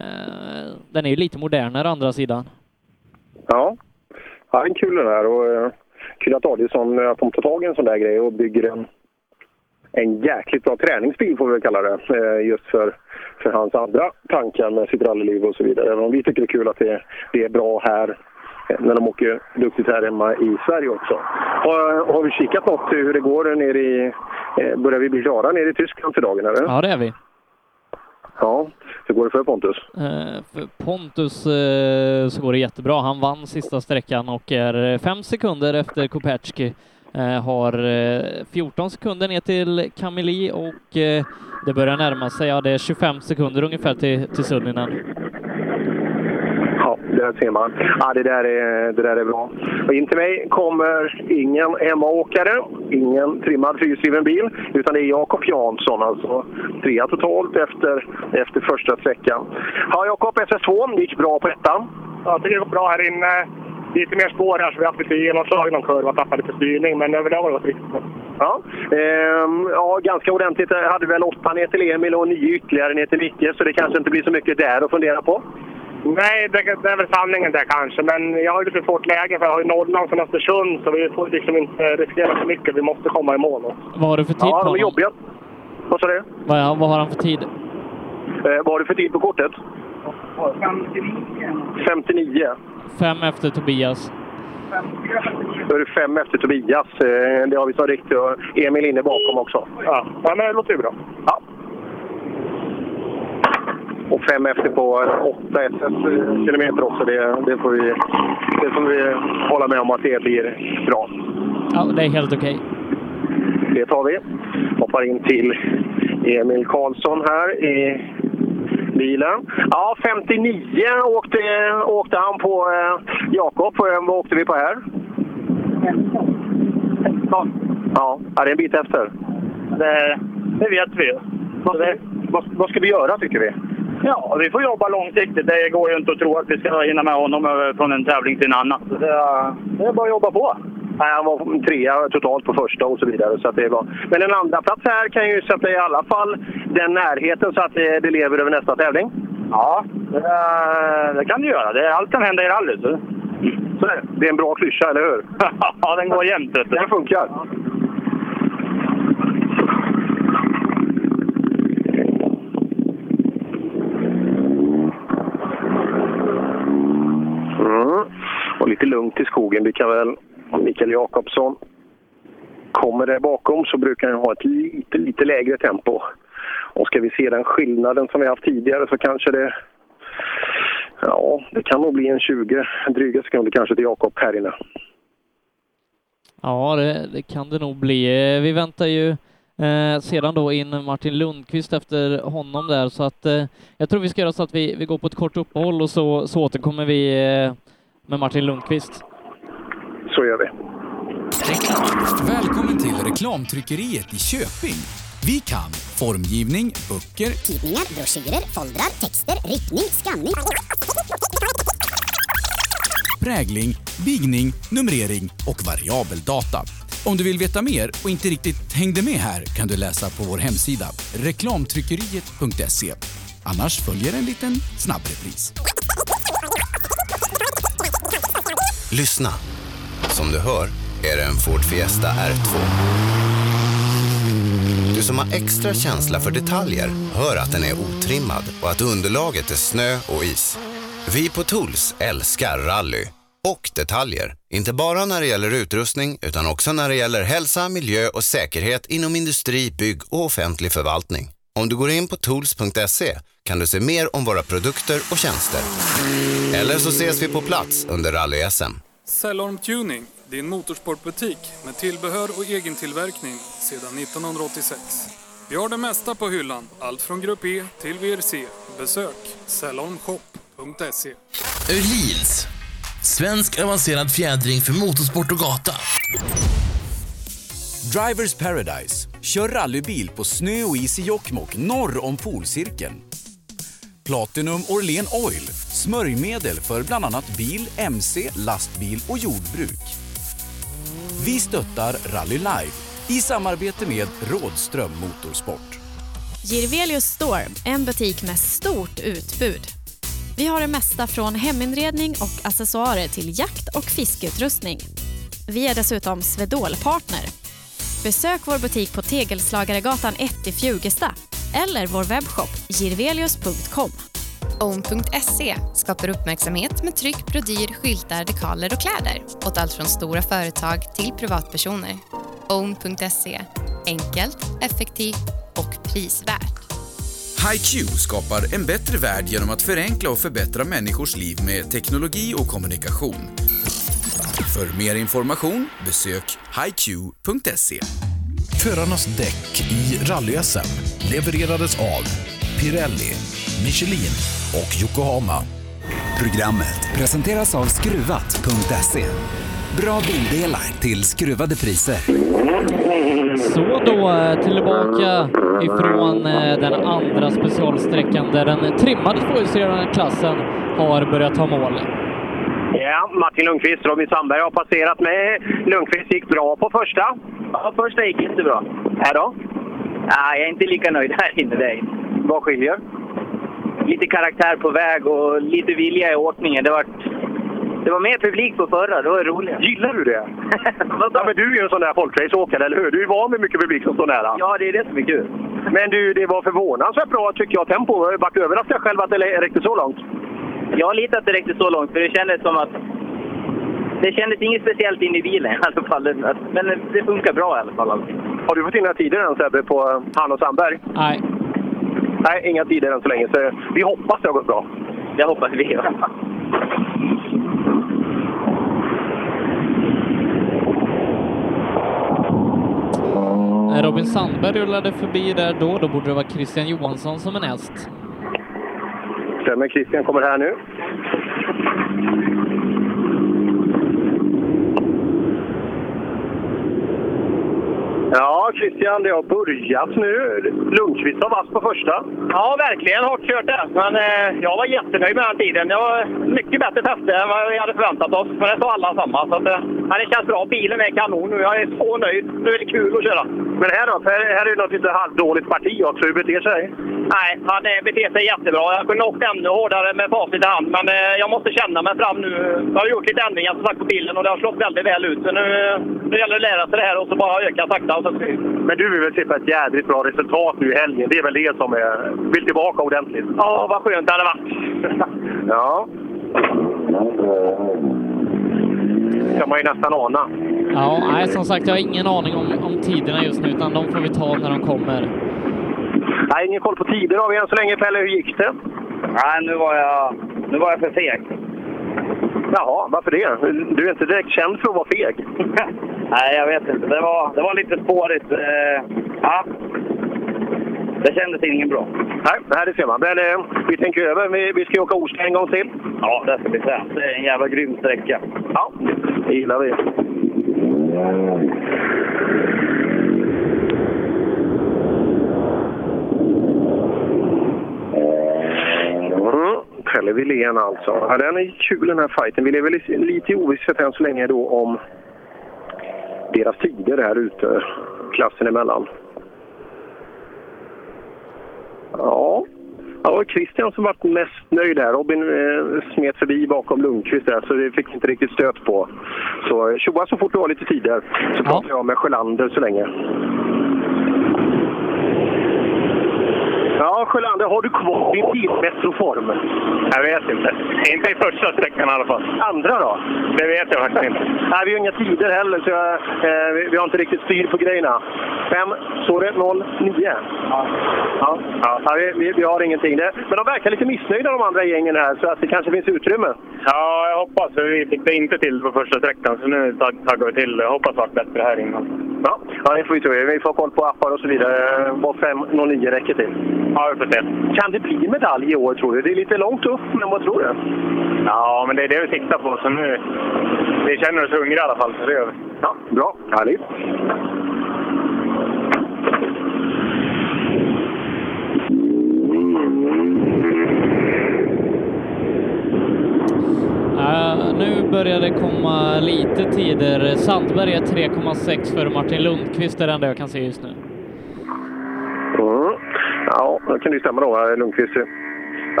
eh, den är ju lite modernare å andra sidan.
Ja, ja en kul den här. Och, eh, kul att Adielsson eh, kommer ta tag i en sån där grej och bygger en, en jäkligt bra träningsbil, får vi väl kalla det. Eh, just för, för hans andra tankar med sitt rallyliv och så vidare. Även om vi tycker det är kul att det, det är bra här eh, när de åker duktigt här hemma i Sverige också. Har, har vi kikat något hur det går nere i... eh, Börjar vi bli klara nere i Tyskland för dagen? Eller?
Ja, det är vi.
ja. Hur går det för Pontus?
Eh, För Pontus eh, så går det jättebra. Han vann sista sträckan och är eh, fem sekunder efter Koperski. Eh, Har eh, 14 sekunder ner till Camilli och eh, det börjar närma sig, ja det är 25 sekunder ungefär till, till Sunninen.
Ja, det där ser man. Ja, det, där är, det där är bra. Och in till mig kommer ingen hemmaåkare, ingen trimmad fyrhjulsdriven bil, utan det är Jakob Jansson, alltså trea totalt efter, efter första sträckan. Ja, Jakob, SS2 gick bra på ettan.
Ja, jag tycker det går bra här inne. Lite mer spår här så vi har haft lite genomslag i någon kurva och tappat lite styrning, men överlag har det gått riktigt bra.
Ja, ehm, ja, ganska ordentligt. Jag hade väl åtta ner till Emil och nio ytterligare ner till Micke, så det kanske inte blir så mycket där att fundera på.
Nej, det, det är väl sanningen där kanske, men jag har ju lite svårt läge för jag har ju nollan från Östersund så vi får liksom inte riskera för mycket. Vi måste komma i mål. då.
Vad har du för tid på honom?
jobbiga. Vad sa du?
Vad, vad har han för tid?
Eh, vad har du för tid på kortet? 59.
Fem efter Tobias.
Då är det fem efter Tobias. Eh, Det har vi som riktigt. Och Emil inne bakom också. Ja, men det låter ju bra. Ja. Och fem efter på åtta SS kilometer också. Det, det, får vi, det får vi hålla med om att det blir bra.
Ja, det är helt okej.
Det tar vi. Hoppar in till Emil Karlsson här i bilen. Ja, 59 åkte, åkte han på eh, Jakob. Eh, Vad åkte vi på här? 15. Ja, ja, det är en bit efter.
Det, det vet vi ju.
Vad, vad, vad ska vi göra tycker vi?
Ja, vi får jobba långsiktigt. Det går ju inte att tro att vi ska hinna med honom över från en tävling till en annan. Så det,
Det är bara att jobba på. Nej, han var trea totalt på första och så vidare. Så att det var... Men en andra plats här kan ju sätta i alla fall den närheten så att det, det lever över nästa tävling. Ja, det, kan du göra. Det, allt kan hända i rallyt. Så är det. det är en bra klyscha, eller hur? [LAUGHS] ja, den går jämt. Den funkar. Mm. Och lite lugnt i skogen. Vi kan väl... Mikael Jakobsson kommer där bakom så brukar han ha ett lite, lite lägre tempo. Och ska vi se den skillnaden som vi haft tidigare så kanske det... Ja, det kan nog bli en 20 dryga sekunder kanske till Jakob här inne.
Ja, det, det kan det nog bli. Eh, Vi väntar ju eh, sedan då in Martin Lundqvist efter honom där, så att eh, jag tror vi ska göra så att vi, vi går på ett kort uppehåll och så, så återkommer vi eh, med Martin Lundqvist.
Så gör vi.
Välkommen till reklamtryckeriet i Köping. Vi kan formgivning, böcker,
Tidningar, broschyrer, foldrar, texter, riktning, skanning.
prägling, bigning, numrering och variabeldata. Om du vill veta mer och inte riktigt hängde med här kan du läsa på vår hemsida reklamtryckeriet.se. Annars följer en liten snabbrepris.
Lyssna. Som du hör är det en Ford Fiesta R2. Du som har extra känsla för detaljer hör att den är otrimmad och att underlaget är snö och is. Vi på Tools älskar rally och detaljer. Inte bara när det gäller utrustning utan också när det gäller hälsa, miljö och säkerhet inom industri, bygg och offentlig förvaltning. Om du går in på tools.se kan du se mer om våra produkter och tjänster. Eller så ses vi på plats under rally-SM.
Cellorm Tuning, din motorsportbutik med tillbehör och egen tillverkning sedan 1986. Vi har det mesta på hyllan, allt från Grupp E till VRC. Besök cellormshop.se.
Öhlins. Svensk avancerad fjädring för motorsport och gata.
Drivers Paradise. Kör rallybil på snö och is i Jokkmokk norr om polcirkeln. Platinum Orlen Oil. Smörjmedel för bland annat bil, mc, lastbil och jordbruk. Vi stöttar Rally Live i samarbete med Rådström Motorsport.
Girvelius Store, en butik med stort utbud. Vi har det mesta från heminredning och accessoarer till jakt och fiskeutrustning. Vi är dessutom Swedol-partner. Besök vår butik på Tegelslagaregatan 1 i Fjugesta eller vår webbshop girvelius.com.
Own.se E skapar uppmärksamhet med tryck, brodyr, skyltar, dekaler och kläder åt allt från stora företag till privatpersoner. Own.se E, enkelt, effektivt och prisvärt.
HiQ skapar en bättre värld genom att förenkla och förbättra människors liv med teknologi och kommunikation. För mer information besök hiq.se.
E. Förarnas däck i rally-SM levererades av Pirelli, Michelin och Yokohama.
Programmet presenteras av Skruvat.se. Bra bildelar till skruvade priser.
Så då, eh, tillbaka ifrån eh, den andra specialsträckan där den trimmade tvåhjulsdrivna klassen har börjat ta mål.
Ja, Martin Lundqvist, Robin Sandberg har passerat mig. Lundqvist gick bra på första.
Ja, första gick jättebra.
Här då?
Nej, jag är inte lika nöjd här inne. Där inne.
Vad skiljer?
Lite karaktär på väg och lite vilja i åkningen. Det var, det var mer publik på förra, det var roligare.
Gillar du
[LAUGHS]
det? ja, men du är ju en sån där folkraceåkare, eller hur? Du är van vid mycket publik som står nära.
Ja, det är det som är kul.
Men du, det var förvånansvärt bra tycker jag, tempo. Jag har varit överraskad själv att det räckte så långt.
Jag har litat det räckte så långt, för det kändes som att... Det kändes inget speciellt in i bilen i alla fall. Det- att- Men eh, det funkar bra i alla fall. alltså. allting.
Har du fått in några tider än Sebbe, på eh, han och Sandberg?
Nej.
Nej, inga tider än så länge. Så vi hoppas det har gått bra.
Det hoppas vi.
När Eh, Robin Sandberg rullade förbi där då, då borde det vara Christian Johansson som är näst.
Stämmer, Christian kommer här nu. Ja, Christian, det har börjat nu. Lundqvist har vass på första.
Ja, verkligen hårt kört det. Men eh, jag var jättenöjd med den tiden. Det var mycket bättre tester än vad vi hade förväntat oss. Men det sa alla samma. Så att, eh, ja, det känns bra. Bilen är kanon nu. Jag är så nöjd. Nu är det kul att köra.
Men här då? För här är ju något lite halvdåligt parti också. Hur beter sig?
Nej, han eh, beter sig jättebra. Jag kunde åkt ännu hårdare med facit i hand. Men eh, jag måste känna mig fram nu. Jag har gjort lite ändringar som sagt på bilen och det har slått väldigt väl ut. Så nu, eh, nu gäller det att lära sig det här och så bara öka sakta. Och så...
Men du vill väl se på ett jädrigt bra resultat nu i helgen? Det är väl det som är... vill tillbaka ordentligt?
Ja, vad skönt det hade varit.
Ja. kan man ju nästan ana.
Ja, nej, som sagt, jag har ingen aning om, om tiderna just nu, utan de får vi ta när de kommer.
Nej, ingen koll på tider har vi än så länge. Pelle, hur gick det?
Nej, nu var jag, nu var jag för feg.
Jaha, varför det? Du är inte direkt känd för att vara feg.
[LAUGHS] Nej, jag vet inte. Det var, det var lite spårigt. Eh, ja. Det kändes inget bra.
Nej, nej, det ser man. Men eh, vi tänker över. Vi, vi ska ju åka Orsa en gång till.
Ja, det ska bli fränt. Det är en jävla grym sträcka.
Ja, det gillar vi. Mm. alltså. Ja, den är kul den här fighten. Vi lever li- lite i ovisshet än så länge då om deras tider här ute, klassen emellan. Ja, ja det var Christian som var mest nöjd där. Robin eh, smet förbi bakom Lundqvist där, så det fick inte riktigt stöt på. Så eh, tjoa så fort du har lite tider, så pratar jag med Sjölander så länge. Ja, Sjölander, har du kvar din tidmetroform? Jag vet inte. Inte i första sträckan i alla fall. Andra då? Det vet jag faktiskt inte. Nej, vi har inga tider heller, så jag, eh, vi- vi har inte riktigt styr på grejerna. Fem, så det, noll, nio. Ja. Ja. Ja, vi- vi, vi har ingenting. Det, men de verkar lite missnöjda de andra gängen här, så att det kanske finns utrymme.
Ja, jag hoppas. för Vi fick det inte till på första sträckan, så nu tag- taggar vi till. Jag hoppas det vart bättre här innan.
Ja, ja det får vi tro. Vi får koll på appar och så vidare. Eh, Vad 509 räcker till. Ja, vi får se. Kan det bli medalj i år tror du? Det är lite långt upp, men vad tror du?
Ja, men det är det vi siktar på, så nu... Vi känner oss hungriga i alla fall, så det gör vi.
Ja, bra. Härligt.
Eh, nu börjar det komma lite tider. Sandberg är 3,6 före Martin Lundqvist, det är det enda jag kan se just nu.
Mm. Ja, det kan det ju stämma då, eh, Lundqvist.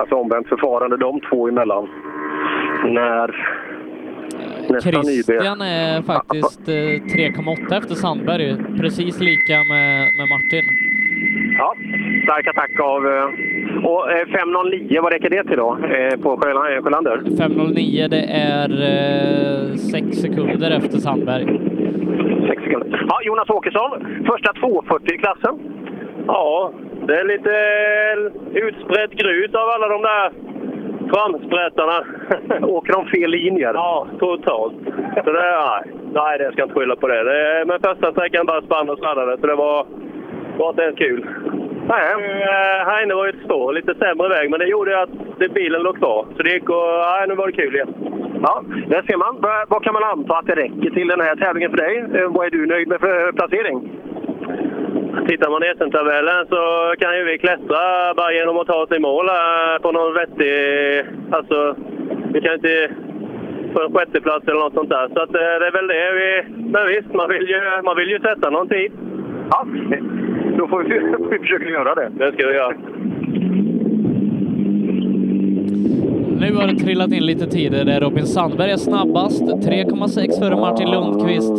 Alltså omvänt förfarande de två emellan. När... Nästa nybe.
Christian är faktiskt eh, 3,8 efter Sandberg, precis lika med, med Martin.
Ja, stark attack av... eh, Och eh, 509, vad räcker det till då? eh, På Sjöla- Sjölander?
5,09, det är 6 sekunder efter Sandberg.
Sex sekunder. Ja, Jonas Åkesson, första 240 i klassen.
Ja, det är lite utspritt grus av alla de där framsprättarna.
[LAUGHS] Åker de fel linjer?
Ja, totalt. Så det, nej, nej, det ska jag inte skylla på det. det men första sträckan bara spann och sladdade, så det var, var inte ens kul.
Nej.
Här inne var ju ett spår, lite sämre väg, men det gjorde ju att det, bilen låg kvar. Så det gick och... Nej, nu var det kul igen.
Ja, där ser man. Vad- Vad kan man anta att det räcker till den här tävlingen för dig? Eh, Vad är du nöjd med för eh, placering?
Tittar man i SM-tabellen så kan ju vi klättra bara genom att ta oss i mål eh, på någon vettig... Alltså, vi kan ju inte få en sjätteplats eller något sånt där. Så att, eh, det är väl det vi... Men visst, man vill ju, man vill ju sätta någon tid.
Ja, då får vi, [LAUGHS] vi försöka göra det.
Det ska vi göra.
Nu har det trillat in lite tider där Robin Sandberg är snabbast, 3,6 före Martin Lundqvist.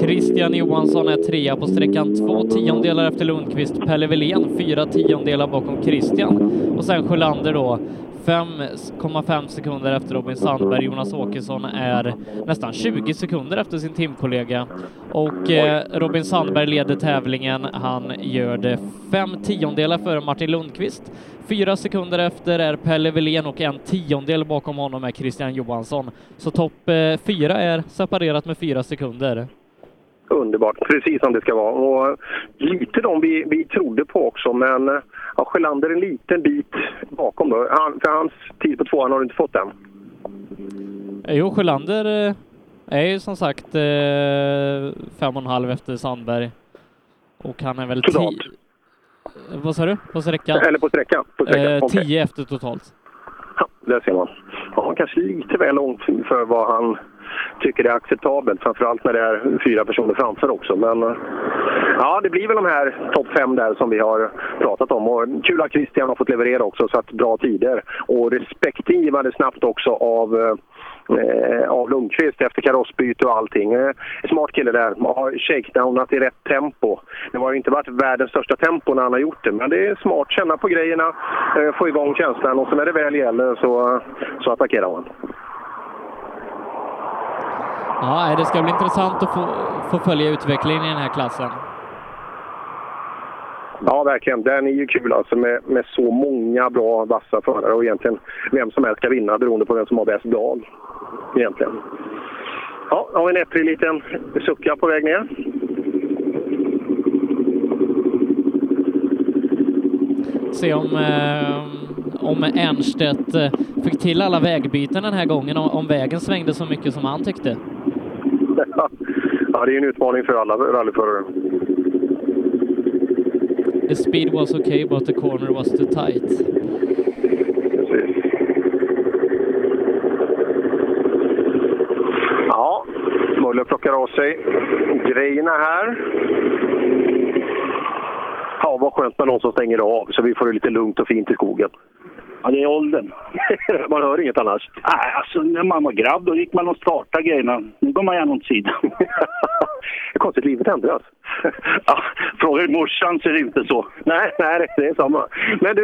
Christian Johansson är trea på sträckan, två tiondelar efter Lundqvist. Pelle Wilén fyra tiondelar bakom Christian. Och sen Sjölander då, 5,5 sekunder efter Robin Sandberg. Jonas Åkesson är nästan 20 sekunder efter sin teamkollega. Och eh, Robin Sandberg leder tävlingen. Han gör det fem tiondelar före Martin Lundqvist. Fyra sekunder efter är Pelle Wilén och en tiondel bakom honom är Christian Johansson. Så topp eh, fyra är separerat med fyra sekunder.
Underbart, precis som det ska vara. Och eh, lite de vi, vi trodde på också, men eh, ja, Sjölander en liten bit bakom. Då. Han, för hans tid på tvåan har du inte fått än.
Eh, Jo, Sjölander eh, är ju som sagt eh, fem och en halv efter Sandberg. Och han är väl tio... Vad sa du? På sträckan?
Eller på sträckan. På sträckan.
Eh,
Okej.
Tio efter totalt.
Där ser man. Ja, kanske lite väl långt för vad han tycker är acceptabelt. Framförallt när det är fyra personer framför också. Men eh, ja, det blir väl de här topp fem där som vi har pratat om. Och kul att Christian har fått leverera också, så att bra tider. Och respektingivande snabbt också av eh, eh, av Lundqvist efter karossbyte och allting. Eh, smart kille där. Har shakedownat i rätt tempo. Det har ju inte varit världens största tempo när han har gjort det, men det är smart. Känna på grejerna, eh, få igång känslan och så när det väl gäller så, så attackerar han.
Ja, nej, det ska bli intressant att få, få följa utvecklingen i den här klassen.
Ja, verkligen. Den är ju kul alltså med, med så många bra vassa förare och egentligen vem som helst ska vinna beroende på vem som har bäst dag. Egentligen. Ja, har vi en äpprig liten sucka på väg ner.
Se om, eh, om Ernstedt eh, fick till alla vägbyten den här gången, om, om vägen svängde så mycket som han tyckte.
Ja, det är ju en utmaning för alla rallyförare.
The speed was okay but the corner was too tight.
plockar av sig grejerna här. Ja, vad skönt med någon som stänger av så vi får det lite lugnt och fint i skogen.
Ja, det är åldern.
[LAUGHS] man hör inget annars.
Nej, alltså när man var grabb då gick man och startade grejerna. Nu går man gärna åt sidan.
[LAUGHS] Det är konstigt, livet ändras. [LAUGHS]
ja, frågar morsan så är det inte så.
Nej, nej, det är samma. Men du,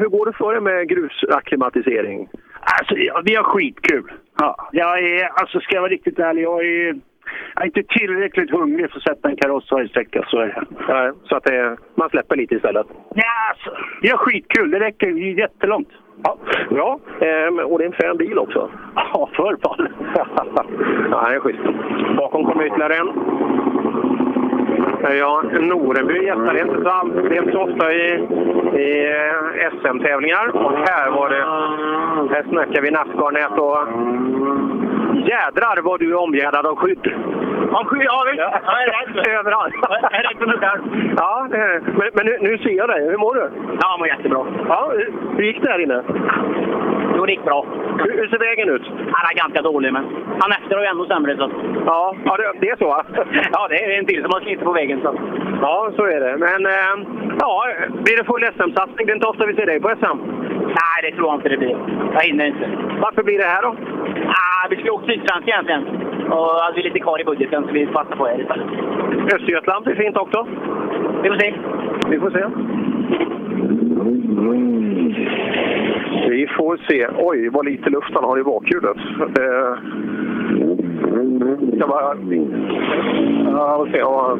hur går det för dig med grusacklimatisering?
Alltså, ja, vi har skitkul. Ja, jag är, alltså ska jag vara riktigt ärlig, jag är, jag är inte tillräckligt hungrig för att sätta en kaross varje sträcka, så är det.
Nej, så att det, man släpper lite istället?
Ja, alltså, vi har skitkul, det räcker ju jättelångt.
Ja, bra. Ehm, och det är en frän bil också.
Ja, förr fan.
[LAUGHS] ja, det är schysst. Bakom kommer ytterligare en. Ja, Noreby gästar. Det är inte så, all- det är inte så ofta i, i eh, SM-tävlingar. Och här var det... Här snackar vi Nascar-nät och... Jädrar vad du är omgärdad av skydd!
Av skydd? Ja, visst.
Jag är rädd. Överallt. Jag är rädd för mig själv. Ja, det är- men, men nu, nu ser jag dig. Hur mår du?
Ja, jag mår jättebra.
Ja, hur- hur gick det här inne?
Jo, det gick bra.
Hur, hur ser vägen ut?
Han är ganska dålig, men han efter har ju ännu sämre. Så.
Ja, ja det, det är så va?
[LAUGHS] ja, det är en till som har slitit på vägen. Så.
Ja, så är det. Men eh, ja, blir det full SM-satsning? Det är inte ofta vi ser dig på SM.
Nej, det tror jag inte det blir. Jag hinner inte.
Varför blir det här då?
Ah, vi skulle åkt Sydsvenska egentligen. Och hade vi lite kvar i budgeten så vi passade på er istället.
Östergötland blir fint också.
Vi får se.
Vi får se. Vi får se. Oj, vad lite luft han har i bakhjulet. Eh, ska bara... Ja, vi får se. Ja.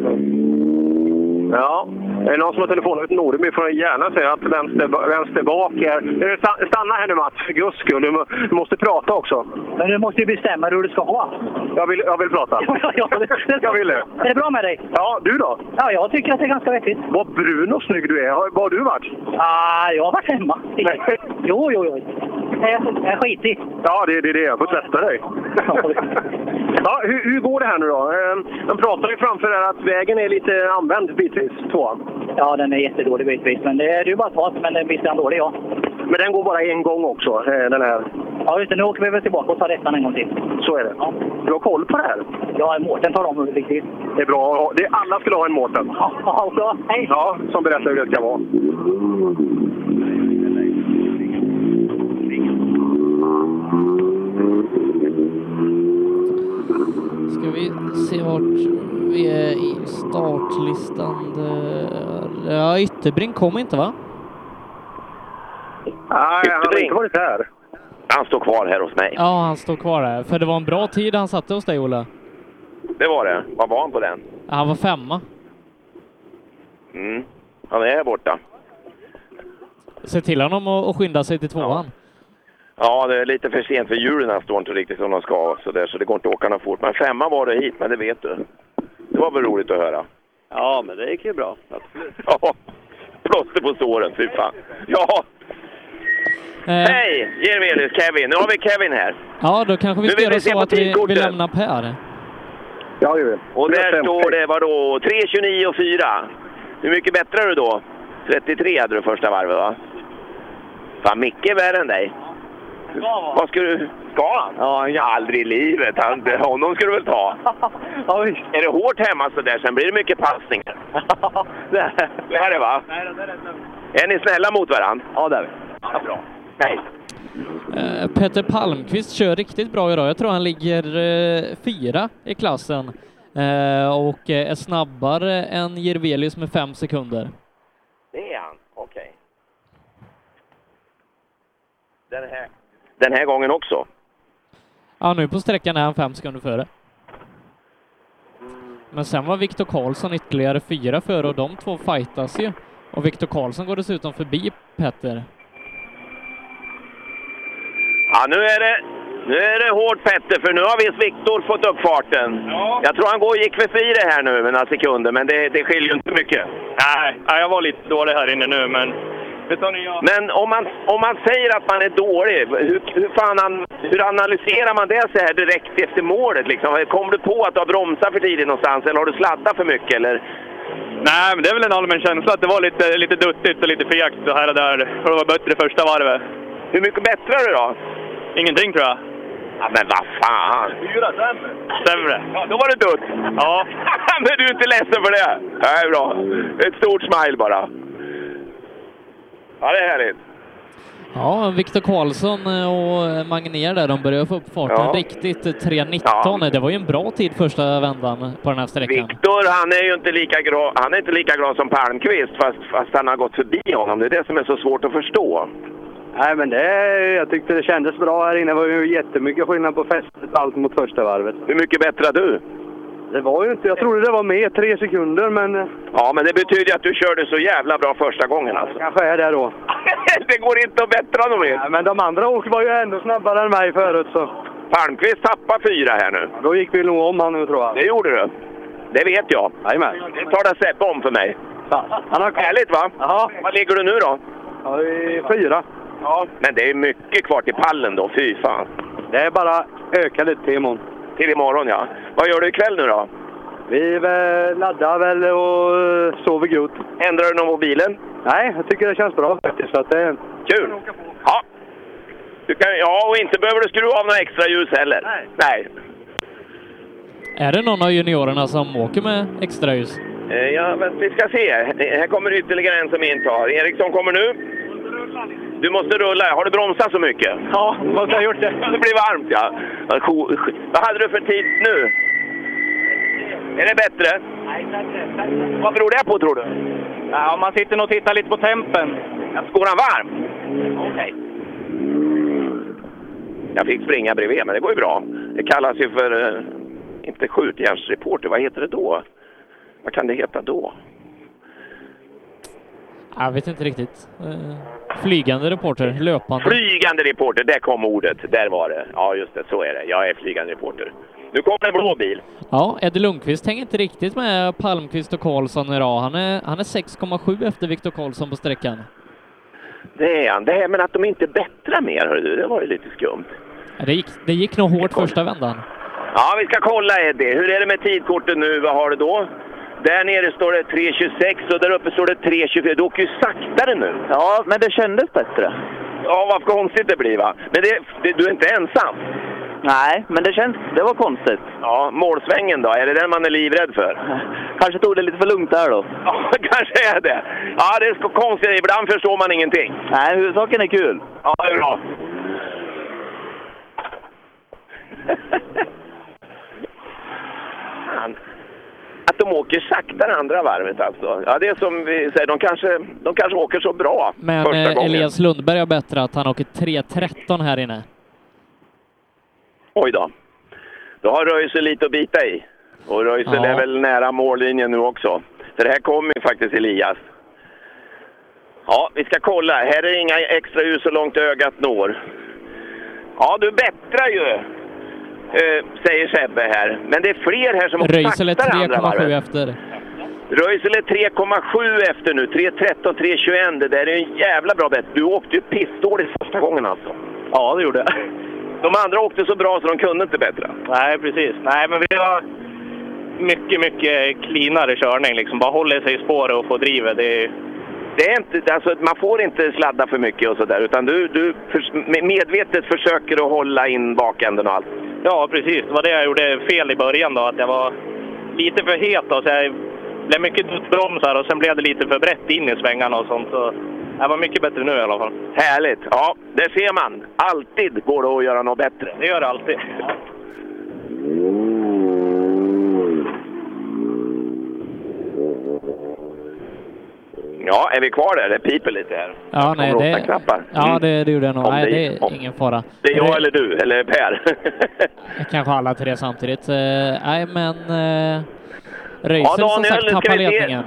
Ja. Är det någon som har telefonluren till Nordenby får jag gärna säga att vänster, vänster bak är... Eh, sta- Stanna här nu Mats, för guds skull. Du må- du måste prata också.
Men du måste ju bestämma hur du ska ha.
Jag vill, jag vill
[LAUGHS]
prata. jag vill det.
Är det bra med dig?
Ja, du då?
Ja, jag tycker att det är ganska vettigt.
Vad brun och snygg du är. Har- Var har du varit?
Ah, jag har varit hemma. jo, jo, jo. Jag är- jag är skitig.
Ja, det, det är det. Jag får tvätta dig. ja, hur, hur går det här nu då? Eh, De pratar ju framför här att vägen är lite använd bitvis, tvåan.
Ja, den är jättedålig bitvis. Men det, det är ju bara att ta, men den visst är den dålig, ja.
Men den går bara en gång också, eh, den här.
Ja, just det. Nu åker vi väl tillbaka och tar ettan en gång till.
Så är det. Du har koll på det här?
Ja, Mårten tar om hur det gick till.
Det är bra. att ha- Det, alla skulle ha en Mårten.
Ja, bra. Hej!
Ja, som berättar hur det ska vara.
Ska vi se vart vi är i startlistan där. Ja, Ytterbrink kom inte va?
Nej, han har inte varit här.
Han står kvar här hos mig.
Ja, han står kvar där. För det var en bra tid han satte hos dig, Olle.
Det var det. Vad var han på den?
Ja, Han var femma.
Mm. Han är här borta.
Se till honom att att skynda sig till tvåan.
Ja, det är lite för sent för hjulen. Han står inte riktigt som de ska så, där, så det går inte att åka något fort. Men femma var det hit, men det vet du. Det var väl roligt att höra.
Ja, men det gick ju bra. Absolut.
[LAUGHS] Ja, plåster på såren, fy fan. Ja! Hej! Jermelius, Kevin. Nu har vi Kevin här.
Ja, då kanske vi
Nu
ska
vill
göra
vi se
så
på
att vi, vi
tidkortet.
lämnar Per.
Ja, det vill
Och där står det vadå? 3.29 och 4. Hur mycket bättre är du då? 33 hade du första varvet va? Fan, Micke är värre än dig. Vad ska du... Ska han? Ja, ja, aldrig i livet. [LAUGHS] Han, honom ska du väl ta? Är det hårt hemma så där, sen blir det mycket [LAUGHS] passningar. det här är va? Är ni snälla mot varandra? Ja, det är vi. Ja, bra. Hej.
Eh, Peter Palmqvist kör riktigt bra idag. Jag tror han ligger eh, fyra i klassen eh, och eh, är snabbare än Jirvelius med fem sekunder.
Det är han? Okej. Den här. Den här gången också?
Ja, nu på sträckan är han fem sekunder före. Men sen var Viktor Karlsson ytterligare fyra före och de två fightas ju. Och Viktor Karlsson går dessutom förbi Petter.
Ja, nu är det, nu är det hårt Petter, för nu har visst Viktor fått upp farten. Jag tror han går, gick förbi det här nu med några sekunder, men det, det skiljer ju inte mycket.
Nej, nej, jag var lite dålig här inne nu, men... Vet du, jag...
Men om man, om man säger att man är dålig, hur, hur, fan an, hur analyserar man det så här direkt efter målet? Liksom? Kom du på att du har bromsat för tidigt någonstans, eller har du sladdat för mycket? Eller?
Nej, men det är väl en allmän känsla att det var lite, lite duttigt och lite fegt så här och där. Och det var bättre första varvet.
Hur mycket bättre är det då?
Ingenting, tror jag.
Ja, men vad fan!
Fyra sämre.
Sämre? Ja, då var det dutt. Ja. [LAUGHS] men du är inte ledsen för det? Nej, bra. Ett stort smile bara. Ja, det är härligt.
Ja, Viktor Karlsson eh, och Magnér där, de börjar få upp farten
Ja.
riktigt. 3.19, det var ju en bra tid första vändan på den här sträckan.
Viktor, han är ju inte lika, gra- han är inte lika glad som Palmqvist, fast, fast han har gått förbi honom. Det är det som är så svårt att förstå.
Nej, men det, jag tyckte det kändes bra här inne. Det var ju jättemycket skillnad på fästet allt mot första varvet.
Hur mycket bättre är du?
Det var ju inte... Jag trodde det var mer, tre sekunder, men eh,
Ja, men det betyder ju att du körde så jävla bra första gången alltså.
kanske är det då.
[LAUGHS] det går inte att bättra dem mer.
Nej, men de andra åk var ju ändå snabbare än mig förut, så...
Palmqvist tappar fyra här nu.
Då gick vi nog om han nu, tror jag.
Det gjorde du. Det vet jag.
Jajamän.
Det talade Sebbe om för mig.
Han har
Härligt va?
Ja.
Var ligger du nu då?
Ja, vi är fyra.
Ja. Men det är mycket kvar till pallen då, fy fan.
Det är bara öka lite till imorgon.
Till imorgon ja. Vad gör du ikväll nu då?
Vi eh, laddar väl och eh, sover gott.
Ändrar du någon mobilen?
Nej, jag tycker det känns bra faktiskt. Så att det...
Kul! Ja. Du kan, ja, och inte behöver du skruva av några extra ljus heller. Nej. Nej.
Är det någon av juniorerna som åker med extraljus?
Eh, Ja, men vi ska se. Eh, Här kommer ytterligare en som inte har. Eriksson kommer nu. Du måste rulla. Har du bromsat så mycket? Ja, måste ha gjort det. [LAUGHS] Det blir varmt, ja. Ja, ko- sk- Vad hade du för tid nu? Är det bättre? Vad beror det på, tror du?
Ja, man sitter nog och tittar lite på tempen.
Går han varm? Okej. Jag fick springa bredvid, men det går ju bra. Det kallas ju för, eh, inte skjutjärnsreporter, vad heter det då? Vad kan det heta då?
Jag vet inte riktigt. Eh, Flygande reporter, löpande.
Flygande reporter, där kom ordet. Där var det. Ja, just det. Så är det. Jag är flygande reporter. Nu kommer en blå bil.
Ja, Eddie Lundqvist hänger inte riktigt med Palmqvist och Karlsson idag. Han är, han är 6,7 efter Viktor Karlsson på sträckan.
Det är han. Det här men att de inte bättrar mer, hör du. Det var ju lite skumt.
Ja, Det gick, det gick nog hårt första vändan.
Ja, vi ska kolla Eddie. Hur är det med tidkortet nu? Vad har du då? Där nere står det 3.26 och där uppe står det 3.24. Du åker ju saktare nu. Ja, men det kändes bättre. Ja, vad konstigt det blir va? Men det, det, du är inte ensam? Nej, men det känns... Det var konstigt. Ja, målsvängen då? Är det den man är livrädd för? [LAUGHS] Kanske tog det lite för lugnt där då. Ja, [LAUGHS] kanske är det. Ja, det är så konstigt. Ibland förstår man ingenting. Nej, huvudsaken är kul. Ja, det är bra. Fan. Att de åker saktare andra varvet alltså. Ja, det är som vi säger, de kanske, de kanske åker så bra
Men
första
eh,
gången.
Elias Lundberg har bättrat. Han åker 3.13 här inne.
Oj då. Då har Röisel lite att bita i. Och Röisel
Ja.
är väl nära mållinjen nu också. För här kommer ju faktiskt Elias. Ja, vi ska kolla. Här är inga extra ljus så långt ögat når. Ja, du bättrar ju, eh, säger Sebbe här. Men det är fler här som
Röisel är
saktare andra
3,7
varvet.
efter.
Röisel är 3,7 efter nu. 3,13, 3,21. Det där är en jävla bra bett. Du åkte ju pissdåligt första gången alltså. Ja, det gjorde jag. De andra åkte så bra så de kunde inte bättre.
Nej, precis. Nej, men vi har mycket, mycket cleanare körning. Liksom. Bara håller sig i spåret och får drivet. Det är...
Det är inte, alltså, man får inte sladda för mycket och sådär, utan du, du förs- med- medvetet försöker att hålla in bakänden och allt.
Ja, precis. Det var det jag gjorde fel i början. Då, att jag var lite för het. Då, så jag blev mycket bromsar och sen blev det lite för brett in i svängarna och sånt. Så jag var mycket bättre nu i alla fall.
Härligt! Ja, det ser man. Alltid går det att göra något bättre.
Det gör det alltid.
[LAUGHS] Ja, är vi kvar där? Det piper lite här.
Ja, nej,
Kommer
det,
åtta-knappar.
ja,
Mm.
det, det gjorde jag nog.
Om
Nej,
det
det
gick-
är ingen fara.
Det är jag eller du, eller Per. [LAUGHS]
Kanske alla tre samtidigt. Eh, Nej, men eh, Röisel
Ja,
som
Daniel,
sagt
nu ska
tappar
vi se.
ledningen.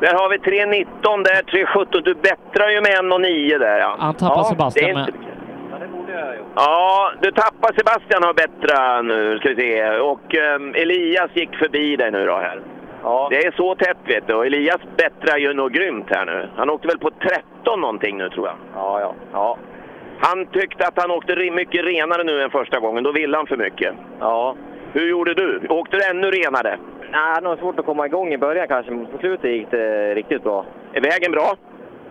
där har vi 3.19 där, 3.17. Du bättrar ju med 1.09 där ja.
Han tappar
ja,
Sebastian
det är
med.
Ja, du tappar Sebastian har bättre nu, ska vi se. Och ehm, Elias gick förbi dig nu då här.
Ja.
Det är så tätt vet du. Och Elias bättrar ju något grymt här nu. Han åkte väl på 13 någonting nu tror jag.
Ja, ja.
Ja. Han tyckte att han åkte re- mycket renare nu än första gången. Då ville han för mycket.
Ja.
Hur gjorde du? Åkte du ännu renare?
Nej, det var svårt att komma igång i början kanske, men på slutet gick det riktigt bra.
Är vägen bra?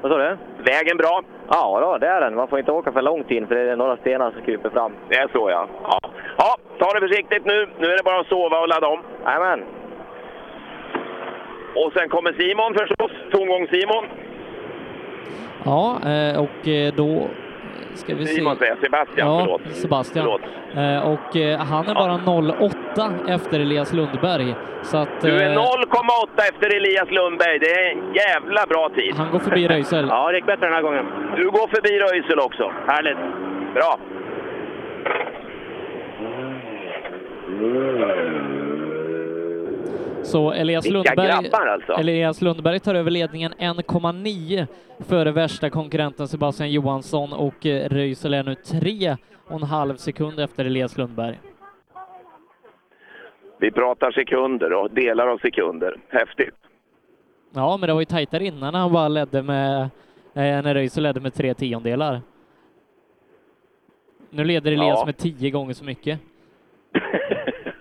Vad sa du?
Vägen bra?
Ja, då, det är den. Man får inte åka för långt in för det är några stenar som kryper fram.
Det är så ja. ja. Ja, ta det försiktigt nu. Nu är det bara att sova och ladda om.
Jajamän.
Och sen kommer Simon förstås. Tongångs-Simon.
Ja, eh, och eh, då ska vi se.
Simon säger jag. Sebastian,
Ja,
förlåt.
Sebastian. Eh, Och eh, han är bara 08 efter Elias Lundberg. Så att,
Du är
eh,
0,8 efter Elias Lundberg. Det är en jävla bra tid.
Han går förbi Röisel.
ja, det gick bättre den här gången. Du går förbi Röisel också. Härligt. Bra.
Så Elias
Vilka
Lundberg,
grabbar alltså.
Elias Lundberg tar över ledningen 1,9 före värsta konkurrenten Sebastian Johansson och eh, Röisel är nu 3,5 sekund efter Elias Lundberg.
Vi pratar sekunder och delar av sekunder. Häftigt.
Ja, men det var ju tajtare innan han bara ledde med, eh, när Röisel ledde med tre tiondelar. Nu leder Elias
Ja.
med tio gånger så mycket.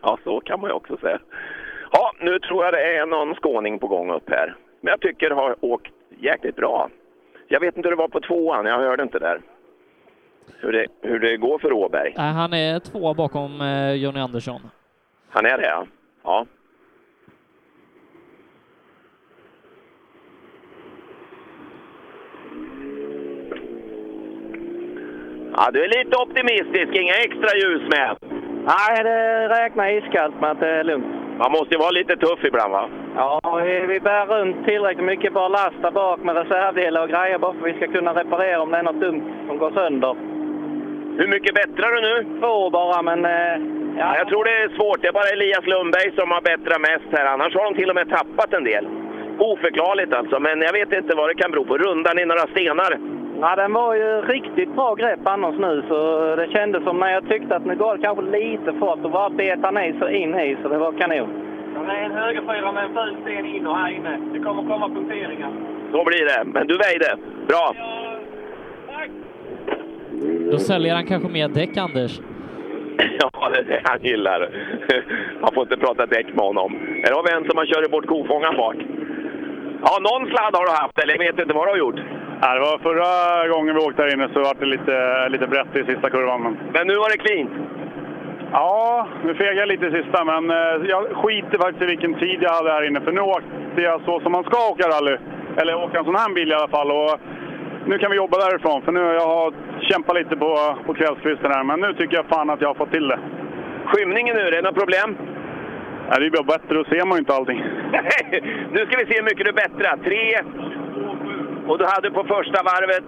Ja, så kan man ju också säga. Ja, nu tror jag det är någon skåning på gång upp här. Men jag tycker det har åkt jäkligt bra. Jag vet inte hur det var på tvåan, jag hörde inte där. Hur det, hur det går för Åberg.
Nej, Eh, han är två bakom eh, Jonny Andersson.
Han är det, ja. ja. Ja, du är lite optimistisk. Inga extra ljus med.
Nej, det räknar iskallt med att det är lugnt.
Man måste ju vara lite tuff ibland, va?
Ja, vi, vi bär runt tillräckligt mycket bara lasta bak med reservdelar och grejer bara för att vi ska kunna reparera om det är något dumt som går sönder.
Hur mycket bättrar du nu?
Två bara, men... Eh,
Ja, jag tror det är svårt. Det är bara Elias Lundberg som har bättrat mest här. Annars har de till och med tappat en del. Oförklarligt alltså, men jag vet inte vad det kan bero på. Rundan i några stenar.
ja, den var ju riktigt bra grepp annars nu, så det kändes som när jag tyckte att nu går det kanske lite fort och bara bet han i så in i, så det var kanon.
Det är en högerfyra med en ful sten in och här inne. Det kommer komma punkteringar.
Så blir det. Men du väjde. Bra.
Då säljer han kanske mer däck, Anders.
Ja, det är det han gillar. Man får inte prata däck med honom. Här har vi en som har kört bort kofångaren bak. Ja, någon sladd har du haft, eller jag vet inte vad du har gjort.
Ja, det var förra gången vi åkte här inne så var det lite, lite brett i sista kurvan. Men,
men nu var det klint?
Ja, nu fegade jag lite i sista, men eh, jag skiter faktiskt i vilken tid jag hade här inne. För nu åkte jag så som man ska åka rally. Eller åka en sån här bil i alla fall. Och nu kan vi jobba därifrån, för nu har jag har kämpat lite på, på kvällskvisten här. Men nu tycker jag fan att jag har fått till det.
Skymningen nu, är det något problem?
Ja, det är ju bara bättre, då ser man ju inte allting.
nu ska vi se hur mycket du bättrar. Tre. Och du hade på första varvet...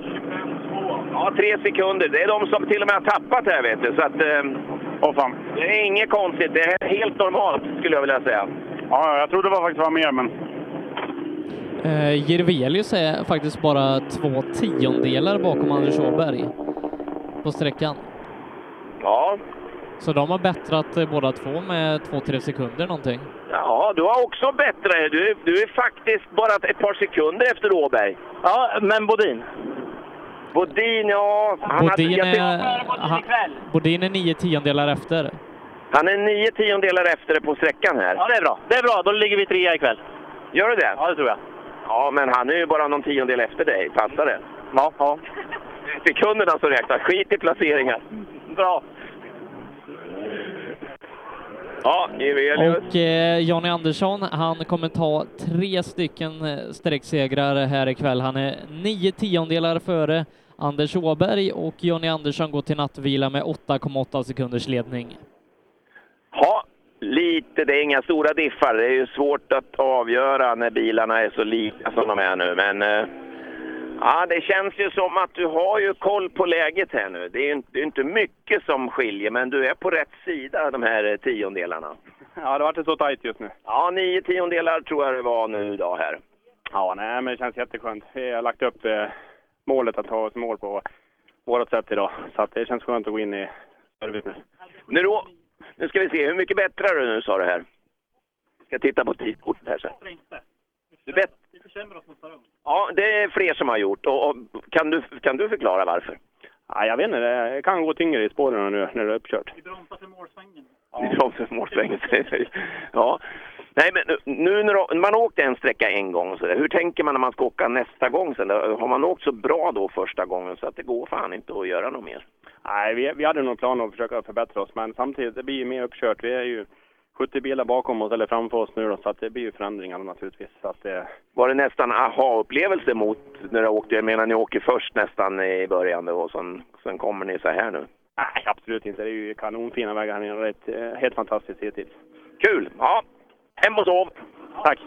Ja, tre sekunder. Det är de som till och med har tappat här, vet du. Så att... Eh,
fan.
Det är inget konstigt. Det är helt normalt, skulle jag vilja säga.
Ja, jag trodde det var faktiskt var mer, men...
Eh, Jirvelius är faktiskt bara två tiondelar bakom Anders Åberg på sträckan.
Ja.
Så de har bättrat eh, båda två med två-tre sekunder någonting.
Ja, du har också bättre. Du, du är faktiskt bara ett par sekunder efter Åberg.
Ja, men Bodin?
Bodin, ja... Han,
Bodin
jag tycker-
är, han, Bodin är nio tiondelar efter.
han är nio tiondelar efter på sträckan här.
Ja, det är bra. Det är bra. Då ligger vi trea ikväll.
Gör du det?
Ja, det tror jag.
Ja, men han är ju bara någon tiondel efter dig. Passar det?
Ja, ja.
Sekunderna som räknas. Skit i placeringar.
Bra.
Ja, Jirvelius.
Och eh, Jonny Andersson, han kommer ta tre stycken eh, sträcksegrar här ikväll. Han är nio tiondelar före Anders Åberg och Jonny Andersson går till nattvila med 8,8 sekunders ledning.
Ja, lite. Det är inga stora diffar. Det är ju svårt att avgöra när bilarna är så lika som de är nu. Men eh, ja, det känns ju som att du har ju koll på läget här nu. Det är ju inte, det är inte mycket som skiljer, men du är på rätt sida de här eh, tiondelarna.
Ja, det har varit så tajt just nu.
Ja, nio tiondelar tror jag det var nu idag här.
Ja, nej, men det känns jätteskönt. Vi har lagt upp eh, målet att ta oss i mål på vårt sätt idag. Så att det känns skönt att gå in i service nu.
Nu, då, nu ska vi se, hur mycket bättre är du nu sa du här? Jag ska titta på tidkortet här sen. Du bet-
Vi försämrar oss mot varandra.
ja, det är fler som har gjort. Och, och, kan, du, kan du förklara varför?
Ja, jag vet inte, det kan gå tyngre i spåren nu när det är uppkört.
Vi bromsar till målsvängen.
Ja. Ja. Nej, men nu- nu när du- man har åkt en sträcka en gång, så där, hur tänker man när man ska åka nästa gång? Sen? då? Har man åkt så bra då första gången så att det går fan inte att göra något mer?
Nej, vi, vi hade nog plan att försöka förbättra oss, men samtidigt, det blir ju mer uppkört. Vi är ju 70 bilar bakom oss, eller framför oss nu då, så att det blir ju förändringar då naturligtvis. Så att det,
Var det nästan aha-upplevelse mot när du åkte? Jag menar, ni åker först nästan i början då, och sen, sen kommer ni så här nu.
nej, absolut inte. Det är ju kanonfina vägar här nere. Det är ett, eh, helt fantastiskt hittills.
Kul! Ja, hem och sov!
Tack!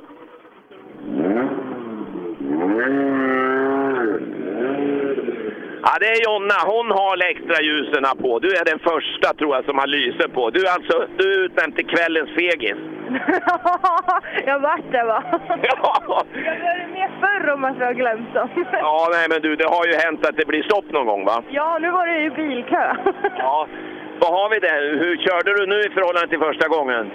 Ja, det är Jonna. Hon har extra ljusen på. Du är den första tror jag som har lyse på. Du är alltså du är utnämnd till kvällens fegis.
jag vart det va? Jag var med förr om att jag har glömt dem. [LAUGHS]
Ja, nej men du, det har ju hänt att det blir stopp någon gång va?
Ja, nu var det ju bilkö. [LAUGHS]
Ja. Vad har vi där? Hur körde du nu i förhållande till första gången?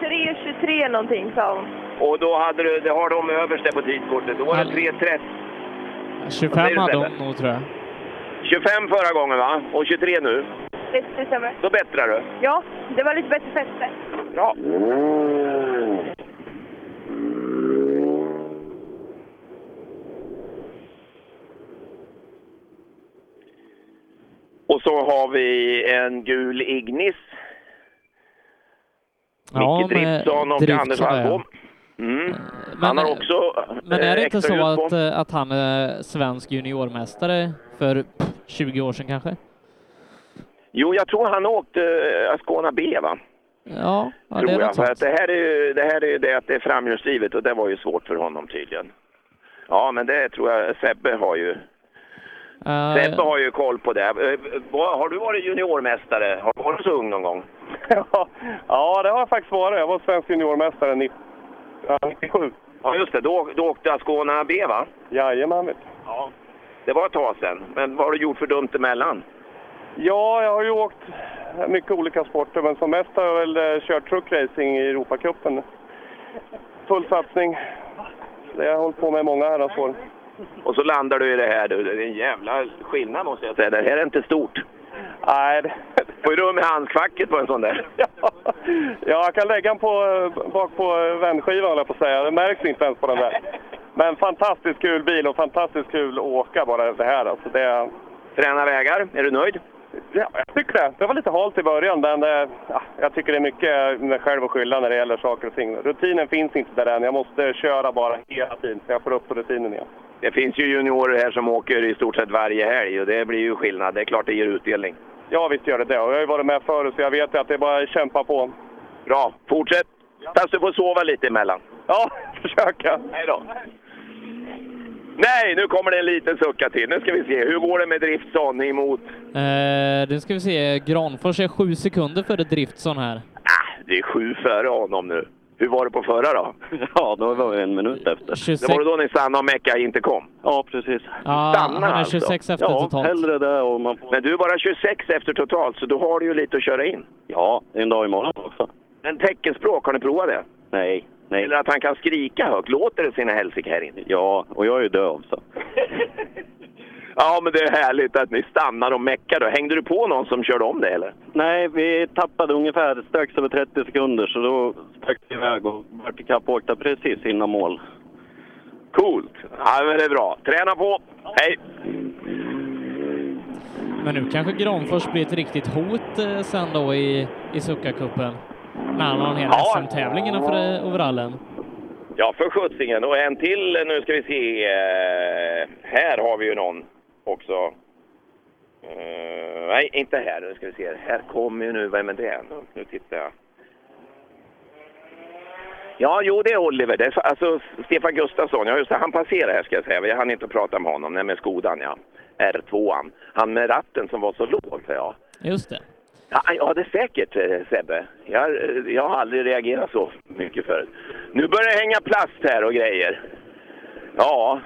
3.23 någonting sa hon.
Och då hade du, det har de överst där på tidskortet. Då var det 3.30.
25 hade hon nog tror jag.
25 förra gången va? Och 23 nu.
Det det stämmer.
Då bättrar du.
Ja, det var lite bättre fäste.
Ja. Och så har vi en gul Ignis. Micke Driftsson och
Driftsson,
Anders
ja.
Wallbom. Mm. Han har också
Eh, Men är
eh,
det inte
extra
så
ljus på.
att, eh, att han är svensk juniormästare för pff, 20 år sedan kanske?
Jo, jag tror han åkte eh, Ascona B, va?
Ja, ja det
tror
är
jag.
något
För att
sånt.
det här är ju det, här är ju det att det är framhjulsdrivet och det var ju svårt för honom tydligen. Ja, men det tror jag Sebbe har ju.
Eh,
Sebbe har ju koll på det. Eh, vad- Har du varit juniormästare? Har du varit så ung någon gång?
[LAUGHS] Ja, det har jag faktiskt varit. Jag var svensk juniormästare 90 ja, 97.
Ja, just det. Då, då åkte Ascona B, va?
Jajamän, vet du.
Ja. Det var ett tag sedan. Men vad har du gjort för dumt emellan?
Ja, jag har ju åkt mycket olika sporter, men som mest har jag väl eh, kört truckracing i Europacupen. Full satsning. Det har jag hållit på med i många herrans år.
Och så landar du i det här. Du. Det är en jävla skillnad måste jag säga. Det här är inte stort.
Nej, det-
Får ju rum i handskfacket på en sån där.
ja, jag kan lägga den på, eh, bak på eh, vändskivan, höll jag på att säga. Det märks inte ens på den där. Men fantastiskt kul bil och fantastiskt kul att åka bara det här. Alltså det...
Träna vägar, är du nöjd?
Ja, jag tycker det. Det var lite halt i början, men eh, ja, jag tycker det är mycket mig själv att skylla när det gäller saker och ting. Rutinen finns inte där än. Jag måste köra bara hela tiden så jag får upp rutinen igen.
Det finns ju juniorer här som åker i stort sett varje helg och det blir ju skillnad. Det är klart det ger utdelning.
Ja, visst gör det det. Och jag har ju varit med förut, så jag vet ju att det är bara att kämpa på.
Bra, fortsätt! Fast du får sova lite emellan.
Ja, [LAUGHS] försöka.
Hej då. Nej, nu kommer det en liten sucka till. Nu ska vi se, hur går det med Driftsson emot?
Eh, nu ska vi se, Granfors är sju sekunder före Driftsson här.
Det är sju före honom nu. Hur var det på förra då?
[LAUGHS]
Mm.
Ja, då var vi en minut efter.
26.
Det var det då ni stannade och Mecka inte kom?
Ja, precis.
Ja,
Stanna
han är
alltså.
26 efter
ja,
totalt.
hellre det och man får...
Men du är bara 26 efter totalt, så då har du ju lite att köra in.
Ja, en dag imorgon också.
Men teckenspråk, har ni provat det?
Nej, nej.
Eller att han kan skrika högt? Låter det sina helsike här inne?
Ja, och jag är ju döv så.
[LAUGHS] Ja, men det är härligt att ni stannar och meckar då. Hängde du på någon som körde om det eller?
Nej, vi tappade ungefär strax över 30 sekunder så då stack vi iväg och vart ikappåkta precis innan mål.
Coolt! Ja, men det är bra. Träna på! Hej!
Men nu kanske Granfors blir ett riktigt hot eh, sen då i, i Suckacupen. När han har en hel
Ja.
SM-tävling innanför eh, overallen.
Ja, för sjuttsingen. Och en till. Nu ska vi se. Eh, här har vi ju någon också. Eh, nej, inte här. Nu ska vi se. Här kommer ju nu. Vem är det? Nu, nu tittar jag. Ja, jo, det är Oliver. Det är, alltså Stefan Gustafsson. Ja, just det. Han passerar här ska jag säga. Jag hann inte prata med honom. Nej, med Skodan, ja. R2an. Han med ratten som var så låg, sa jag.
Just det.
Ja, ja, det är säkert eh, Sebbe. Jag, eh, jag har aldrig reagerat så mycket förut. Nu börjar det hänga plast här och grejer. Ja,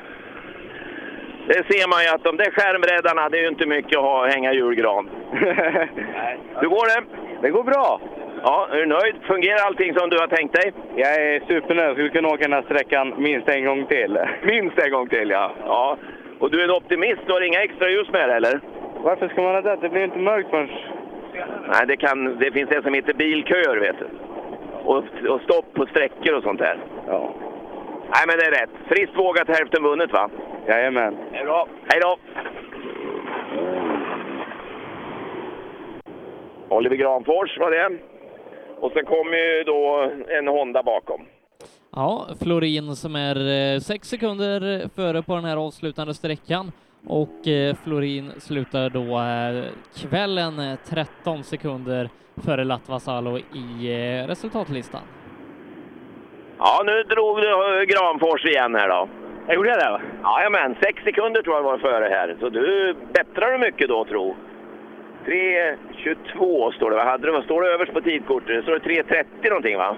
det ser man ju att de där skärmbreddarna, det är ju inte mycket att ha, hänga julgran. Hur går det? Det går bra. Ja, är du nöjd? Fungerar allting som du har tänkt dig? Jag är supernöjd. Jag skulle kunna åka den här sträckan minst en gång till. [LAUGHS] Minst en gång till, ja. ja. Och du är en optimist? Du har inga extra ljus med dig, eller?
Varför ska man ha det? Det blir inte mörkt förrän...
Nej, det, kan, det finns det som heter bilköer, vet du. och, och stopp på sträckor och sånt där.
Ja.
Nej, men det är rätt. Friskt vågat, hälften vunnet va?
Jajamän.
Det är bra. Hej då! Oliver Granfors var det. Och sen kommer ju då en Honda bakom.
Ja, Florin som är eh, sex sekunder före på den här avslutande sträckan och eh, Florin slutar då eh, kvällen eh, 13 sekunder före Latvasalo i eh, resultatlistan.
Ja, nu drog du eh, Granfors igen här då.
Jag gjorde det?
Jajamän, sex sekunder tror jag var före här. Så du bättrar du mycket då, tro. 3.22 står det, va? Hade du, vad står det överst på tidkortet? Det står det 3.30 någonting, va?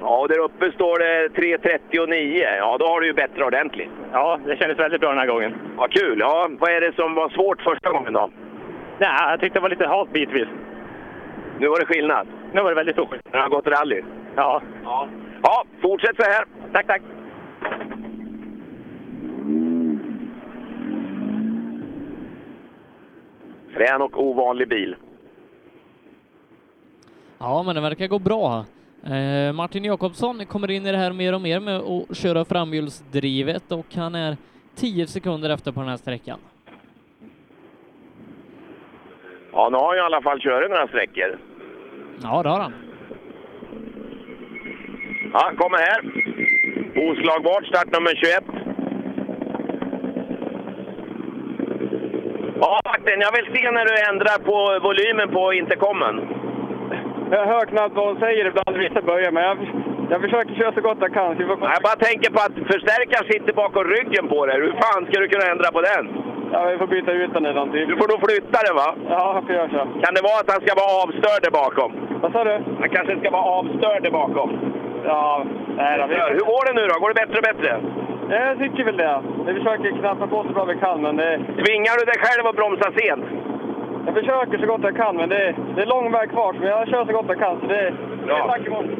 Ja, och där uppe står det 3.39. Ja, då har du ju bättre ordentligt.
Ja, det kändes väldigt bra den här gången.
Vad kul! Ja, vad är det som var svårt första gången då?
Nej, jag tyckte det var lite halt bitvis.
Nu var det skillnad.
Nu var det väldigt stor skillnad.
Det har gått rally.
Ja.
Ja. ja, fortsätt så här.
Tack, tack.
Frän och ovanlig bil.
Ja, men det verkar gå bra. Eh, Martin Jakobsson kommer in i det här mer och mer med att köra framhjulsdrivet och han är 10 sekunder efter på den här sträckan.
Ja, nu har han ju i alla fall kört några sträckor.
Ja, det har han.
Ja, han kommer här. Oslagbart, start nummer 21. Ja, Martin, jag vill se när du ändrar på volymen på intercomen.
Jag hör knappt vad hon säger ibland vissa börjar, men jag, jag försöker köra så gott jag kan. Så vi får...
Jag bara tänker på att förstärkaren sitter bakom ryggen på dig. Hur fan ska du kunna ändra på den?
Ja, vi får byta ut den innan.
Du får då flytta den, va?
Ja, jag får göra så.
Kan det vara att han ska vara avstörd där bakom?
Vad sa du?
Han kanske ska vara avstörd där bakom.
Ja, nej då.
Hur går det nu då? Går det bättre och bättre?
Ja, Jag tycker väl det. Vi försöker knappa på så bra vi kan, men det...
Tvingar du dig själv att bromsa sent?
Jag försöker så gott jag kan, men det, det är lång väg kvar. Men jag kör så gott jag kan, så det...
Ja.
Tack imorgon.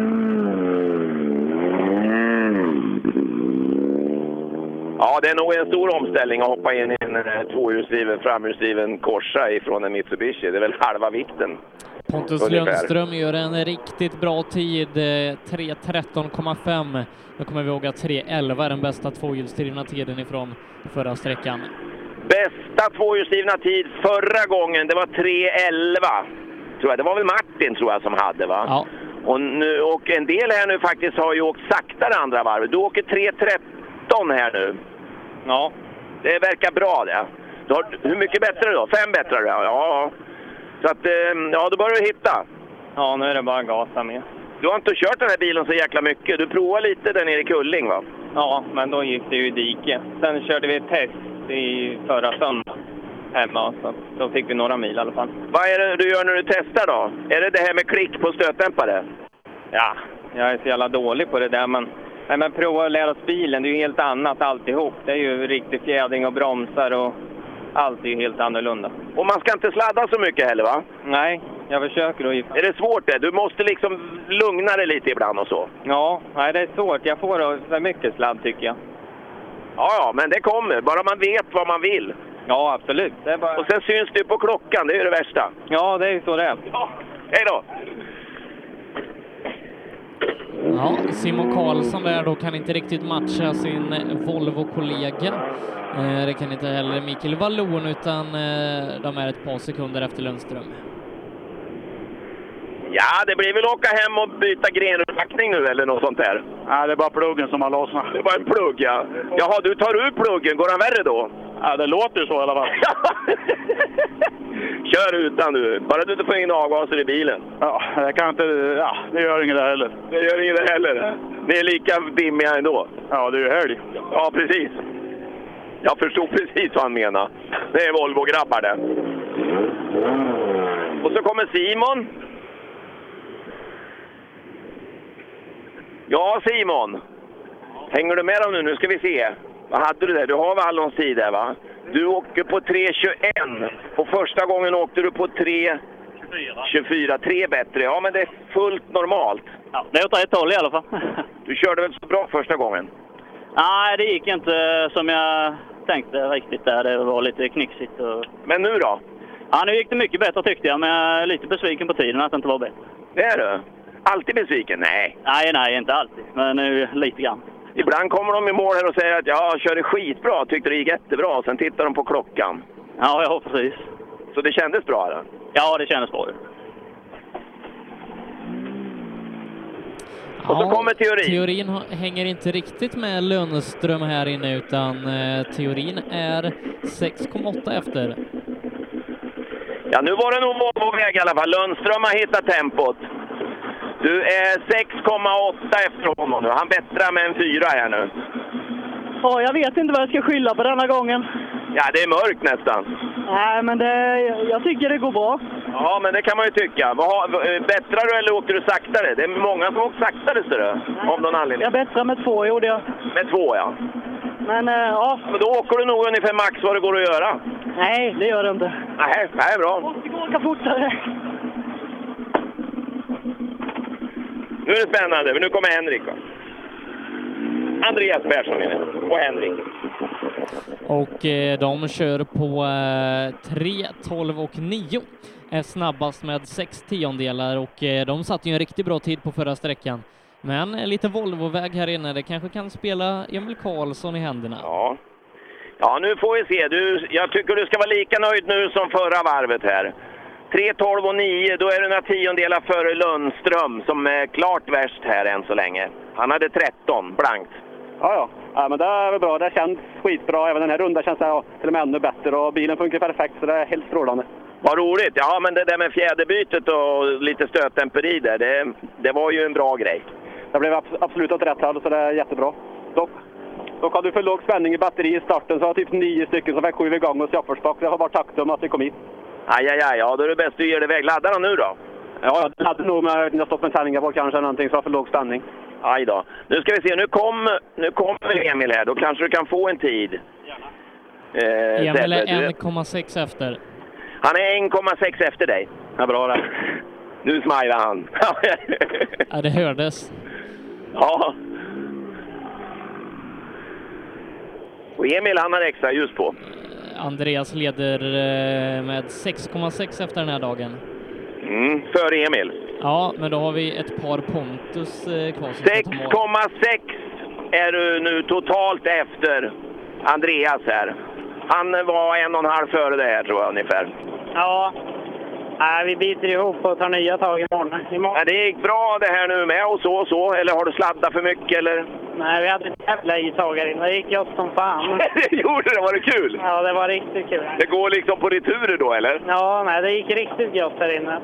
Mm. Ja, det är nog en stor omställning att hoppa in i en eh, tvåhjulsdriven, framhjulsdriven Corsa ifrån en Mitsubishi. Det är väl halva vikten.
Pontus
Ungefär.
Lundström gör en riktigt bra tid, eh, 3.13,5. Nu kommer vi ihåg att 3.11 är den bästa tvåhjulsdrivna tiden ifrån förra sträckan.
Bästa tvåhjulsdrivna tid förra gången, det var 3.11. Tror jag. Det var väl Martin tror jag som hade va?
Ja.
Och, nu, och en del här nu faktiskt har ju åkt saktare andra varvet. Du åker 3.13 här nu.
Ja.
Det verkar bra det. Du har, hur mycket bättre då? Fem bättre? då? Ja, ja. Så att, eh, ja, då börjar du hitta.
Ja, nu är det bara att gasa med.
Du har inte kört den här bilen så jäkla mycket. Du provar lite där nere i Kulling va?
Ja, men då gick det ju i diket. Sen körde vi ett test i förra söndagen hemma, så då fick vi några mil i alla fall.
Vad är det du gör när du testar då? Är det det här med klick på stötdämpare?
Ja, jag är så jävla dålig på det där, men... Nej, men prova att lära oss bilen. Det är ju helt annat alltihop. Det är ju riktig fjädring och bromsar och allt är ju helt annorlunda.
Och man ska inte sladda så mycket heller va?
Nej, jag försöker att...
Är det svårt det? Du måste liksom lugna dig lite ibland och så.
Ja, nej, det är svårt. Jag får för mycket sladd tycker jag.
Ja, ja, men det kommer. Bara man vet vad man vill.
Ja, absolut. Det är bara...
Och sen syns det ju på klockan, det är ju det värsta.
Ja, det är ju så det är.
Hej då!
Ja, Simon Karlsson där då kan inte riktigt matcha sin Volvo-kollega. Eh, Det kan inte heller Mikael Wallon utan eh, de är ett par sekunder efter Lundström.
Ja, det blir väl åka hem och byta grenurpackning nu eller något sånt där.
Nej, det är bara pluggen som har lossnat.
Det var en plugg, ja. Jaha, du tar ur pluggen. Går han värre då?
Ja, det låter ju så i alla fall.
[LAUGHS] Kör utan du. Bara du inte får in avgaser i bilen.
Ja, jag kan inte... Ja, det gör inget där heller.
Det gör inget det heller. Ni är lika dimmiga ändå.
Ja, det är ju helg.
Ja, precis. Jag förstod precis vad han menade. Det är Volvo-grabbar det. Och så kommer Simon. Ja, Simon. Hänger du med dem nu? Nu ska vi se. Vad hade du där? Du har Wallons tid där, va? Du åker på 3.21 och första gången åkte du på 3.24. Tre bättre. Ja, men det är fullt normalt.
Ja, det är åt rätt håll i alla fall.
[LAUGHS] Du körde väl så bra första gången?
Nej, det gick inte som jag tänkte riktigt där. Det var lite knixigt. Och...
Men nu då?
Ja, nu gick det mycket bättre tyckte jag, men jag är lite besviken på tiden att det inte var bättre.
Det är du? Alltid besviken? Nej.
Nej, nej, inte alltid. Men nu lite grann.
Ibland kommer de i mål här och säger att jag körde skitbra, tyckte det gick jättebra. och Sen tittar de på klockan.
Ja, ja precis.
Så det kändes bra? Då?
Ja, det kändes bra. ju.
Och så kommer teorin.
Teorin ha- hänger inte riktigt med Lundström här inne, utan eh, teorin är 6,8 efter.
Ja, nu var det nog Volvo väg i alla fall. Lundström har hittat tempot. Du är 6,8 efter honom nu. Han bättrar med en fyra här nu.
Ja, jag vet inte vad jag ska skylla på denna gången.
Ja, det är mörkt nästan.
Nej, men det, jag tycker det går bra.
Ja, men det kan man ju tycka. Vad har- eh, Bättrar du eller åker du saktare? Det är många som åker saktare, ser du. Av någon anledning.
Jag bättrade med två, gjorde jag.
Med två, ja.
Men eh, ja,
Men då åker du nog ungefär max vad det går att göra.
nej, det gör det inte.
Nej, nej bra.
Måste gå och åka fortare.
Nu är det spännande, men nu kommer Henrik. va? Andreas Persson är det. och Henrik.
Och eh, de kör på eh, 3, 12 och 9. Är snabbast med 6 tiondelar och eh, de satte ju en riktigt bra tid på förra sträckan. Men eh, lite Volvoväg här inne, det kanske kan spela Emil Karlsson i händerna.
Ja. Ja, nu får vi se. Du, jag tycker du ska vara lika nöjd nu som förra varvet här. 3, 12 och 9, då är du några tiondelar före Lundström som är klart värst här än så länge. Han hade 13 blankt.
Ja, ja. ja men det är väl bra. Det känns skitbra. Även den här rundan känns det ja, till och med ännu bättre. Och bilen funkar perfekt, så det är helt strålande.
Vad roligt! Ja, men det där med fjäderbytet och lite stötdämperi där, det, det var ju en bra grej.
Det blev abs- absolut åt rätt håll, så det är jättebra. Dock, dock hade vi för låg spänning i batteriet i starten, så jag har typ nio stycken som fick sju igång och Jaffersbach. Det var bara taktum att vi kom hit.
Aj, aj, aj. Ja, då är det bäst du ger dig iväg. Laddar han nu då?
Ja, jag hade nog med att jag stått med tändningar på kanske eller någonting, så jag har för låg spänning.
Aj då. Nu ska vi se, nu kommer nu kom Emil här. Då kanske du kan få en tid. Eh,
Emil
Sebbe,
är
du-
1,6 efter.
Han är 1,6 efter dig. Ja, bra det. Nu smilar han.
Ja, det hördes.
[LAUGHS] ja. Och Emil, han har extra ljus på.
Andreas leder eh, med 6,6 efter den här dagen.
Mm, före Emil.
Ja, men då har vi ett par Pontus eh, kvar. som ska ta mål.
6,6 är du nu totalt efter Andreas här. Han var en och en halv före det här tror jag ungefär.
Ja. Nej, vi biter ihop och tar nya tag imorgon.
Ja, det gick bra det här nu med och så och så. Eller har du sladdat för mycket eller?
Nej, vi hade en jävla ishag här inne. Det gick gott som fan.
[LAUGHS] det gjorde det? Var det kul?
Ja, det var riktigt kul.
Det går liksom på returer då eller?
Ja, nej, det gick riktigt gott här inne.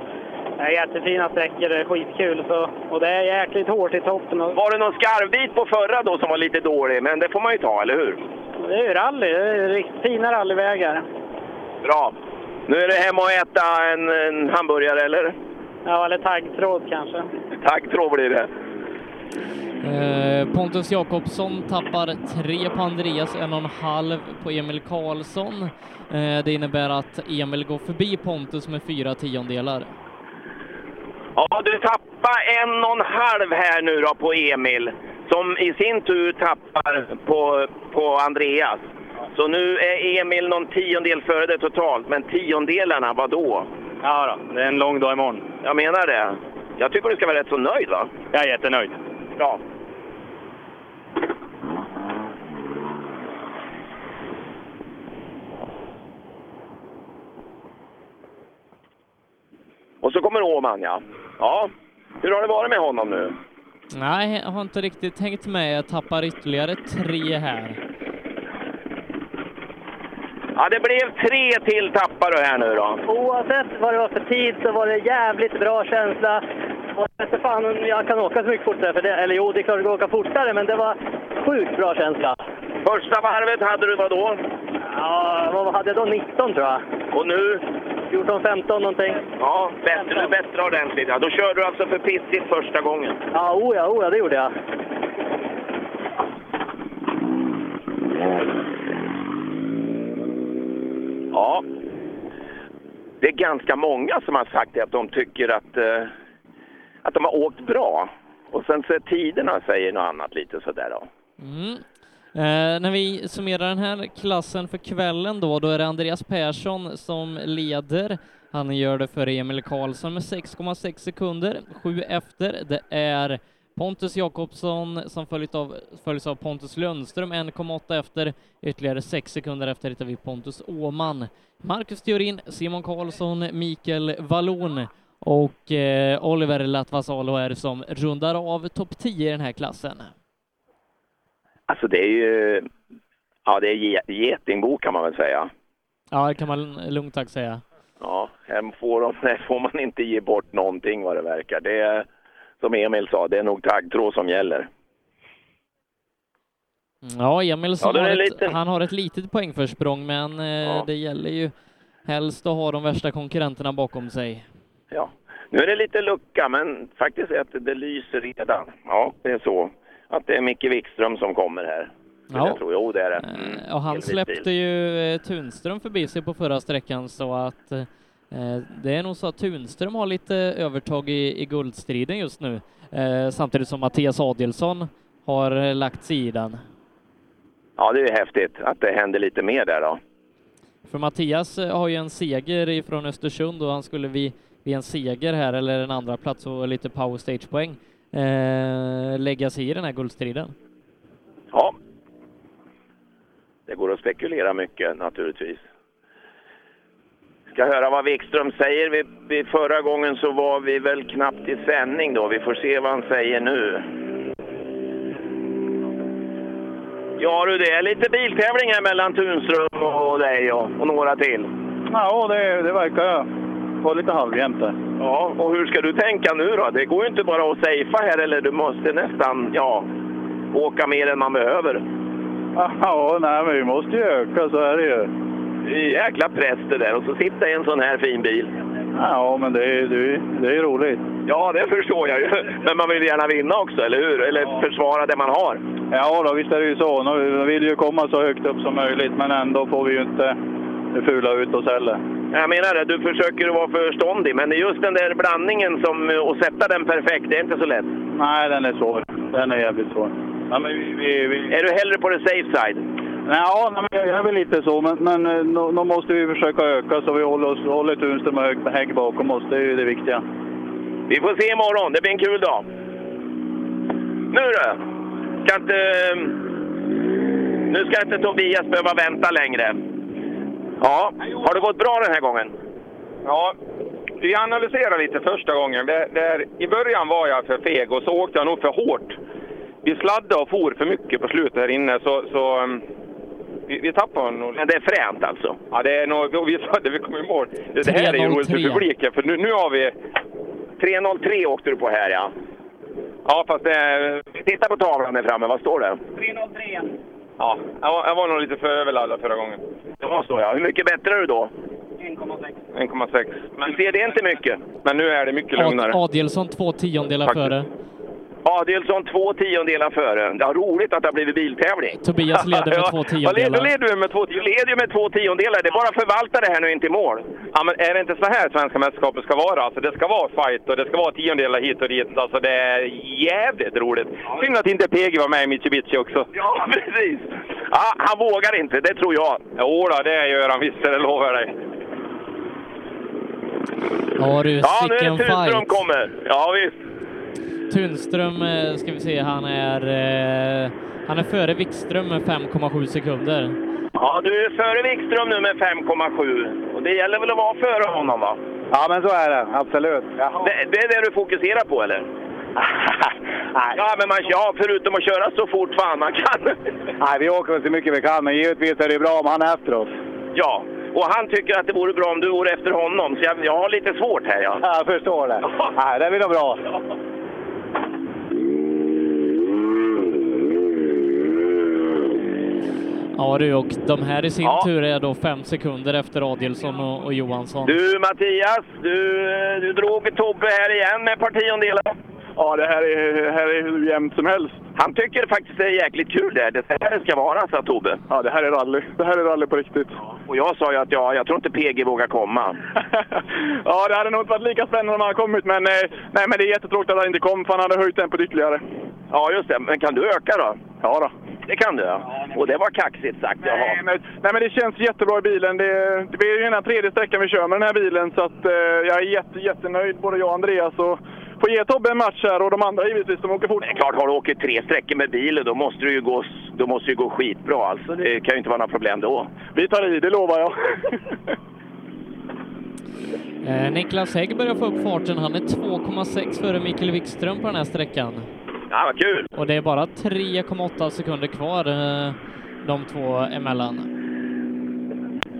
Det är jättefina sträckor, det är skitkul. Så, och det är jäkligt hårt i toppen. Och,
Var det någon skarvbit på förra då som var lite dålig? Men det får man ju ta, eller hur?
det är ju rally, det är riktigt fina rallyvägar.
Bra. Nu är det hem och äta en, en hamburgare eller?
Ja, eller taggtråd kanske.
Tack tror blir det.
Eh, Pontus Jakobsson tappar tre på Andreas, en och en halv på Emil Karlsson. Eh, det innebär att Emil går förbi Pontus med fyra tiondelar.
Ja, du tappar en och en halv här nu då på Emil. Som i sin tur tappar på, på Andreas. Så nu är Emil någon tiondel före det totalt. Men tiondelarna, vad då?
Ja då, det är en lång dag imorgon.
Jag menar det. Jag tycker du ska vara rätt så nöjd va?
Jag är jättenöjd.
Bra. Och så kommer Åman ja. Ja. Hur har det varit med honom nu?
Nej, jag har inte riktigt hängt med. Jag tappar ytterligare tre här.
Ja, det blev tre till tappar du här nu då.
Oavsett vad det var för tid så var det jävligt bra känsla. Och jag vet inte fan om jag kan åka så mycket fortare för det. Eller jo, det är klart det går att åka fortare, men det var sjukt bra känsla.
Första varvet hade du vad då?
Ja, vad hade jag då? 19 tror jag.
Och nu?
14, 15 någonting.
Ja, bättre, du bättre ordentligt. Ja, då körde du alltså för pissigt första gången.
Ja, oh ja, oh ja, det gjorde jag.
Ja. Det är ganska många som har sagt det, att de tycker att, eh, att de har åkt bra. Och sen så är tiderna säger något annat lite sådär då.
Mm. Eh, när vi summerar den här klassen för kvällen då, då är det Andreas Persson som leder. Han gör det för Emil Karlsson med 6,6 sekunder. Sju efter, det är Pontus Jakobsson som följt av, följs av Pontus Lundström 1,8 efter. Ytterligare 6 sekunder efter hittar vi Pontus Åhman. Marcus Theorin, Simon Karlsson, Mikael Wallon och eh, Oliver Latvasalo är det som rundar av topp 10 i den här klassen.
Alltså det är ju... Ja, det är ge- getingbo kan man väl säga.
Ja, det kan man lugnt tack säga.
Ja, här får, de, [LAUGHS] här får man inte ge bort någonting vad det verkar. Det är, som Emil sa, det är nog taggtråd som gäller.
Ja, Emil som
Ja, den
har
är
ett,
liten.
han har ett litet poängförsprång, men eh, det gäller ju helst att ha de värsta konkurrenterna bakom sig.
Ja. Nu är det lite lucka, men faktiskt är det, det lyser redan. Ja, det är så. Att det är Micke Wikström som kommer här.
Ja. Eh,
Ja. Det tror jag. Jo, det är det. Mm,
Och han
Elvis
släppte
bil.
ju eh, Tunström förbi sig på förra sträckan, så att eh, det är nog så att Tunström har lite övertag i, i guldstriden just nu, eh, samtidigt som Mattias Adielsson har eh, lagt sig i den.
Ja, det är häftigt att det händer lite mer där då.
För Mattias eh, har ju en seger ifrån Östersund och han skulle vid, vid en seger här, eller en andra plats och lite power stage-poäng, eh, lägga sig i den här guldstriden.
Ja. Det går att spekulera mycket naturligtvis. Ska höra vad Wikström säger. Vi, vi, förra gången så var vi väl knappt i sändning då. Vi får se vad han säger nu. Ja du, det är lite biltävling här mellan Tunström och dig och, och några till.
Ja, det, det verkar vara lite halvjämnt där.
Ja, och hur ska du tänka nu då? Det går ju inte bara att safea här eller du måste nästan, ja, åka mer än man behöver.
Ja, nej, men vi måste ju öka, så är det ju.
Det är jäkla press det där och så sitta i en sån här fin bil.
Ja, men det, är- det, är- det är roligt.
Ja, det förstår jag ju. Men man vill gärna vinna också, eller hur? Eller försvara det man har.
Ja, då, visst är det ju så. Nu vi vill ju komma så högt upp som möjligt, men ändå får vi ju inte fula ut oss heller.
Jag menar det, du försöker vara förståndig, men det är just den där blandningen som, och sätta den perfekt, det är inte så lätt.
Nej, den är svår. Den är jävligt svår. Ja, men vi, vi, vi...
Är du hellre på the safe side?
Ja, nej, men jag är väl lite så, men, men eh, nå- nå måste vi försöka öka så vi håller, oss, håller Tunström och Hög- Hägg bakom oss. Det är ju det viktiga.
Vi får se imorgon, det blir en kul dag. Nu då! Ska inte, ehm, nu ska inte Tobias behöva vänta längre. Ja, har det gått bra den här gången?
Ja, vi analyserade lite första gången. Där, där, I början var jag för feg och så åkte jag nog för hårt. Vi sladdade och for för mycket på slutet här inne, så, så um, vi, vi tappade nog...
Men det är fränt alltså?
Ja, det är nog... och Vi sa det, vi kom i mål. Det här är ju roligt för
3.03.
publiken, för nu, nu har vi...
3.03 åkte du på här ja. Ja, fast det... Titta på tavlan där framme, vad står det?
303. Ja, jag var, jag var nog lite för överladdad förra gången.
Det var så ja. Hur mycket bättre är du då?
1,6.
Men ser det är inte mycket.
Men nu är det mycket lugnare.
Ad- Adielsson två tiondelar före.
Adielsson alltså två tiondelar före. Ja, roligt att det har blivit biltävling.
[LAUGHS] Tobias leder med
Ja,
två
vad
tiondelar.
leder- då leder du med två
Du leder ju med två tiondelar. Det är bara att förvalta det här nu in till mål.
Ja, men är det inte så här svenska mästerskapet ska vara? Alltså, det ska vara fight och det ska vara tiondelar hit och dit. Alltså, det är jävligt roligt. Synd att inte PG var med i Mitsubishi också.
Ja, precis! Ja, han vågar inte, det tror jag.
Jo då, det gör han visst, det lovar jag dig.
Ja du,
Ja, nu är
sicken
det Tunström
fight.
kommer. Ja, visst.
Tunström eh, ska vi se, han är, eh, han är före Wikström med 5,7 sekunder.
Ja, du är före Wikström nu med 5,7. Och det gäller väl att vara före honom, va?
Ja, men så är det. Absolut.
Det, det är det du fokuserar på,
[LAUGHS]
eller? ja, men man, ja, förutom att köra så fort fan man
[LAUGHS]
kan.
Nej, vi åker väl så mycket vi kan, men givetvis är det ju bra om han är efter oss.
ja, och han tycker att det vore bra om du vore efter honom, så jag, jag har lite svårt här, ja.
Ja, jag
[LAUGHS]
förstår det. Nej, det blir nog bra.
Ja du, och de här i sin tur är då fem sekunder efter Adielsson och, och Johansson.
Du Mattias, du, eh, du drog Tobbe här igen med partiondelar. Ja, det här är, här är hur jämnt som helst. Han tycker faktiskt det är jäkligt kul det här. Det här ska vara, sa Tobbe. Ja, det här är rally. Det här är rally på riktigt. Och jag sa ju att ja, jag tror inte PG vågar komma.
Ja, det hade nog inte varit lika spännande om han hade kommit, men, eh, nej, men det är jättetråkigt att han inte kom, för han hade höjt tempot ytterligare.
Ja, just det. Men kan du öka då?
Ja då.
det kan du ja. Och det var kaxigt sagt. Jaha.
Nej men, nej, men det känns jättebra i bilen. Det, det är ju den här tredje sträckan vi kör med den här bilen, så att, eh, jag är jätte, jättenöjd, både jag och Andreas. Och får ge Tobbe en match här och de andra givetvis, de åker fort.
Det är klart, har du åkt tre sträckor med bilen då måste det ju gå, då måste det ju gå skitbra alltså. Det kan ju inte vara några problem då.
Vi tar i, det lovar jag.
Eh, Niklas Hägg börjar få upp farten. Han är 2,6 före Mikael Wikström på den här sträckan.
Ja, vad kul!
Och det är bara 3,8 sekunder kvar eh, de två emellan.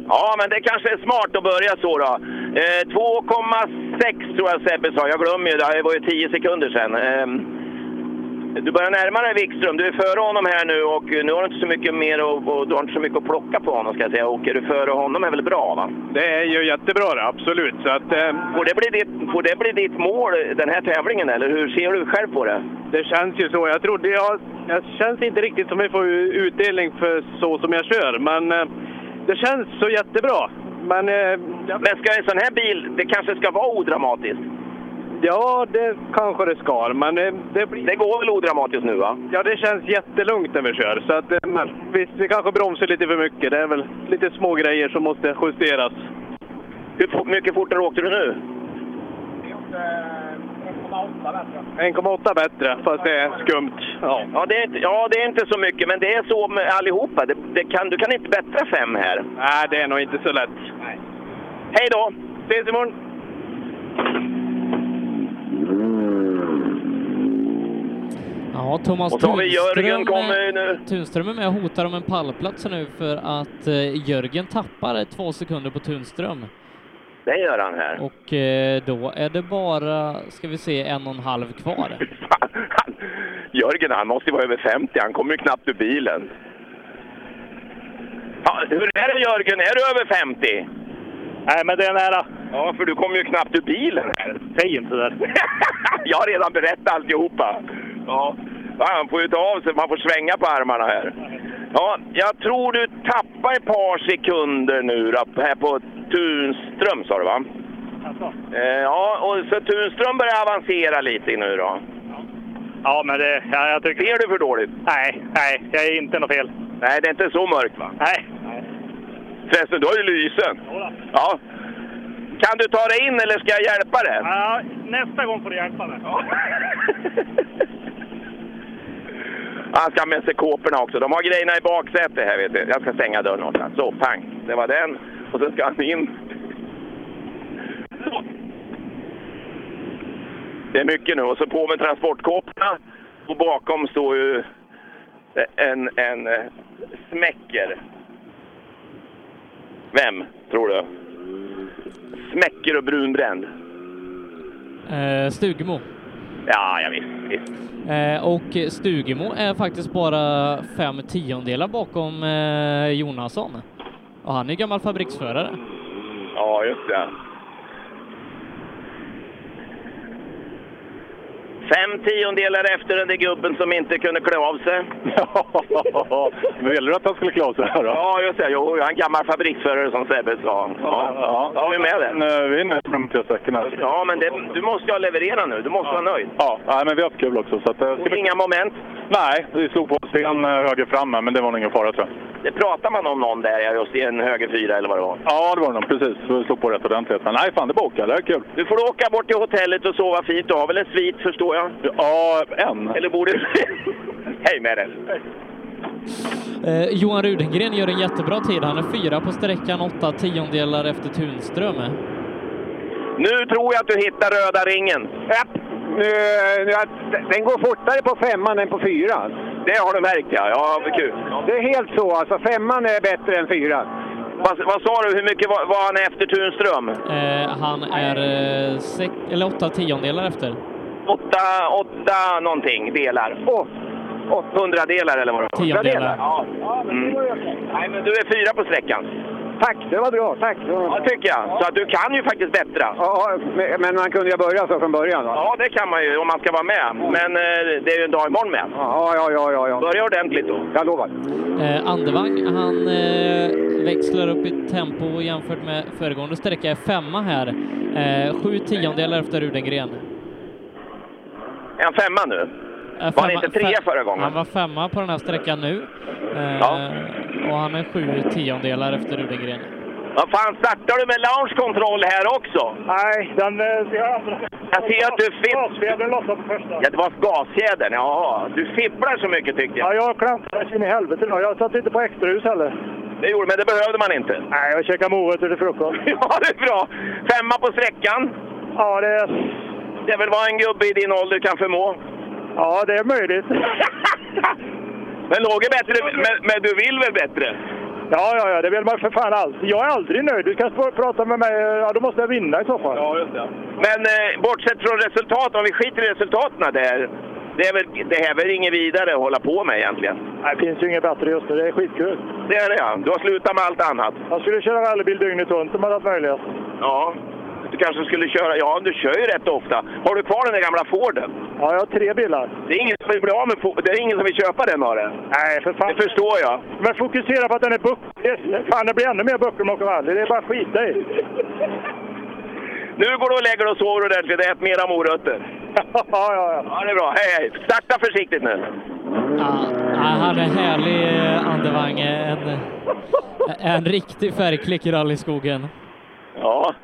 Ja, men det kanske är smart att börja så då. Eh, 2,6 tror jag Sebbe sa. Jag glömmer ju, det var ju 10 sekunder sedan. Eh, du börjar närma dig Wikström. Du är före honom här nu och nu har du inte så mycket mer att- och du har inte så mycket att plocka på honom ska jag säga. Åker du före honom är väl bra va?
Det är ju jättebra det, absolut. Så att, eh,
Får det, bli ditt, får det bli ditt mål den här tävlingen eller hur ser du själv på det?
Det känns ju så. Jag trodde jag, jag känns inte riktigt som vi får utdelning för så som jag kör, men eh, det känns så jättebra. Men, eh,
men ska en sån här bil, det kanske ska vara odramatiskt?
Ja, det kanske det ska, men eh, det blir...
Det går väl odramatiskt nu va?
Ja, det känns jättelugnt när vi kör. Så att, eh, men, visst, vi kanske bromsar lite för mycket. Det är väl lite små grejer som måste justeras.
Hur fort- mycket fortare åkte du nu?
1,8 bättre, fast det är skumt. Ja.
Ja det, är inte, ja, det är inte så mycket, men det är så med allihopa. Det, det kan, du kan inte bättra fem här.
Nej, det är nog inte så lätt.
Hej då!
Ses imorgon!
Ja, Thomas
Och så har vi
Tunström
Jörgen
är-
kommer nu.
Tunström är med och hotar om en pallplats nu för att eh, Jörgen tappar två sekunder på Tunström.
Det gör han här.
Och eh, då är det bara, ska vi se, en och en halv
[LAUGHS]
kvar.
Jörgen, han måste ju vara över 50. Han kommer ju knappt ur bilen. Ja, hur är det Jörgen, är du över 50?
Nej, men det är nära.
Ja, för du kommer ju knappt ur bilen.
Säg inte det.
[LAUGHS] Jag har redan berättat alltihopa. Ja. Ja, han får ju ta av sig, man får svänga på armarna här. Ja, jag tror du tappar ett par sekunder nu då, här på Tunström sa du va?
Alltså.
Eh, ja, och så Tunström börjar avancera lite nu då.
Ja, men det... Ja, jag tycker...
Ser du för dåligt?
Nej, nej, jag är inte något fel.
Nej, det är inte så mörkt va?
Nej.
Förresten, du har ju lysen. Ja. Kan du ta dig in eller ska jag hjälpa dig?
Ja, nästa gång får du hjälpa mig.
Han ska ha med sig kåporna också. De har grejerna i baksätet här vet du. Jag ska stänga dörren åt honom. Så, pang. Det var den. Och sen ska han in. Så. Det är mycket nu. Och så på med transportkåporna. Och bakom står ju en, en eh, smäcker. Vem, tror du? Smäcker och brunbränd.
Eh, Stugemo.
Ja, ja visst. visst.
Eh, och Stugemo är faktiskt bara fem tiondelar bakom eh, Jonasson. Och han är ju gammal fabriksförare.
Mm, Ja, just det. Fem tiondelar efter den där gubben som inte kunde klä av sig.
[LAUGHS] Men gäller det att han skulle klara sig här
[LAUGHS]
då?
Ja, just det. Jo, jag är en gammal fabriksförare som Sebbe sa. Ja, ja. Är du med där?
Men, eh, Vi är nöjda med de tre sträckorna.
Ja, men det, du måste ju ha levererat nu. Du måste vara nöjd.
Ja, nej, men vi har haft kul också. Så att, eh,
Och inga moment.
Nej, vi slog på oss en eh, höger fram här, men det var nog ingen fara tror jag.
Det pratar man om någon där, ja, just i en höger fyra eller vad det var.
Ja, det var det nog. Precis. Vi slog på rätt ordentligt. Men nej, fan det var okej. Det är kul.
Nu får du åka bort till hotellet och sova fint. Du har väl en svit, förstår jag?
Ja, en.
Eller borde
[LAUGHS]
du... Hej med dig!
Eh, Johan Rudengren gör en jättebra tid. Han är fyra på sträckan, åtta tiondelar efter Tunström.
Nu tror jag att du hittar röda ringen.
Japp. Nu, nu, att- den går fortare på femman än på fyran.
Det har du märkt ja, ja vad kul.
Det är helt så alltså, femman är bättre än fyran.
Vad, vad sa du, hur mycket var, var han efter Tunström?
Eh, han är eh, sex, eller åtta tiondelar efter.
Åtta, åtta någonting delar.
Åh,
Hundradelar eller vad det var?
Tiondelar.
Ja. Mm. Nej, men du är fyra på sträckan.
Tack, det var bra. Tack.
Ja, tycker jag. Så att du kan ju faktiskt bättra.
Ja, men- men man kunde ju börja så från början. Va?
Ja, det kan man ju om man ska vara med. Men eh, det är ju en dag imorgon med.
Ja, ja, ja, ja, ja.
Börja ordentligt då.
Jag lovar.
Eh, Andevang, han eh, växlar upp i tempo jämfört med föregående sträcka, är femma här. Eh, sju tiondelar efter Rudengren.
Är han femma nu?
Äh,
Var han
femma-
inte trea
fe-
förra gången?
Han var femma på den här sträckan nu. Eh, Och han är sju tiondelar efter Rudengren.
Vad fan, startar du med launch control här också?
Nej, den...
Jag ser att du fipplar.
Gasfjädern lossade på första.
Ja, det var gasfjädern. Jaha, du fipplar så mycket tyckte jag.
Ja, jag klantade så in i helvete nu. Jag satt inte på extrahus heller.
Det gjorde men det behövde man inte.
Nej, jag käkade morötter till frukost.
[LAUGHS] Ja, det är bra. Femma på sträckan.
Ja, det...
Det är väl vad en gubbe i din ålder kan förmå.
Ja, det är möjligt.
[LAUGHS] Men något bättre, men, men du vill väl bättre?
Ja, ja, ja, det vill man för fan allt. Jag är aldrig nöjd. Du kan sp- prata med mig. Ja, då måste jag vinna i så fall.
Ja, just det. Men eh, bortsett från resultat, om vi skiter i resultaten där. Det, är väl, det här är väl inget vidare att hålla på med egentligen?
Nej, det finns ju inget bättre just nu. Det är skitkul.
Det är det ja. Du har slutat med allt annat.
Jag skulle köra rallybil dygnet runt om jag hade haft möjlighet.
Ja. Du kanske skulle köra... Ja, du kör ju rätt ofta. Har du kvar den där gamla Forden?
Ja, jag har tre bilar.
Det är ingen som vill bli av med Fo- Det är ingen som vill köpa den av den.
Nej, för fan.
Det förstår jag.
Men fokusera på att den är buck. Det- Fan, det blir ännu mer buckor om man åker rally. Det är bara skita i.
Nu går du och lägger dig och sover ordentligt. Det är mera morötter.
[LAUGHS] ja, ja, ja.
Ja, det är bra. Hej, hej. Starta försiktigt nu.
Ja, Äh, han är härlig, eh, Andevang. En, en riktig färgklick i rallyskogen.
Ja.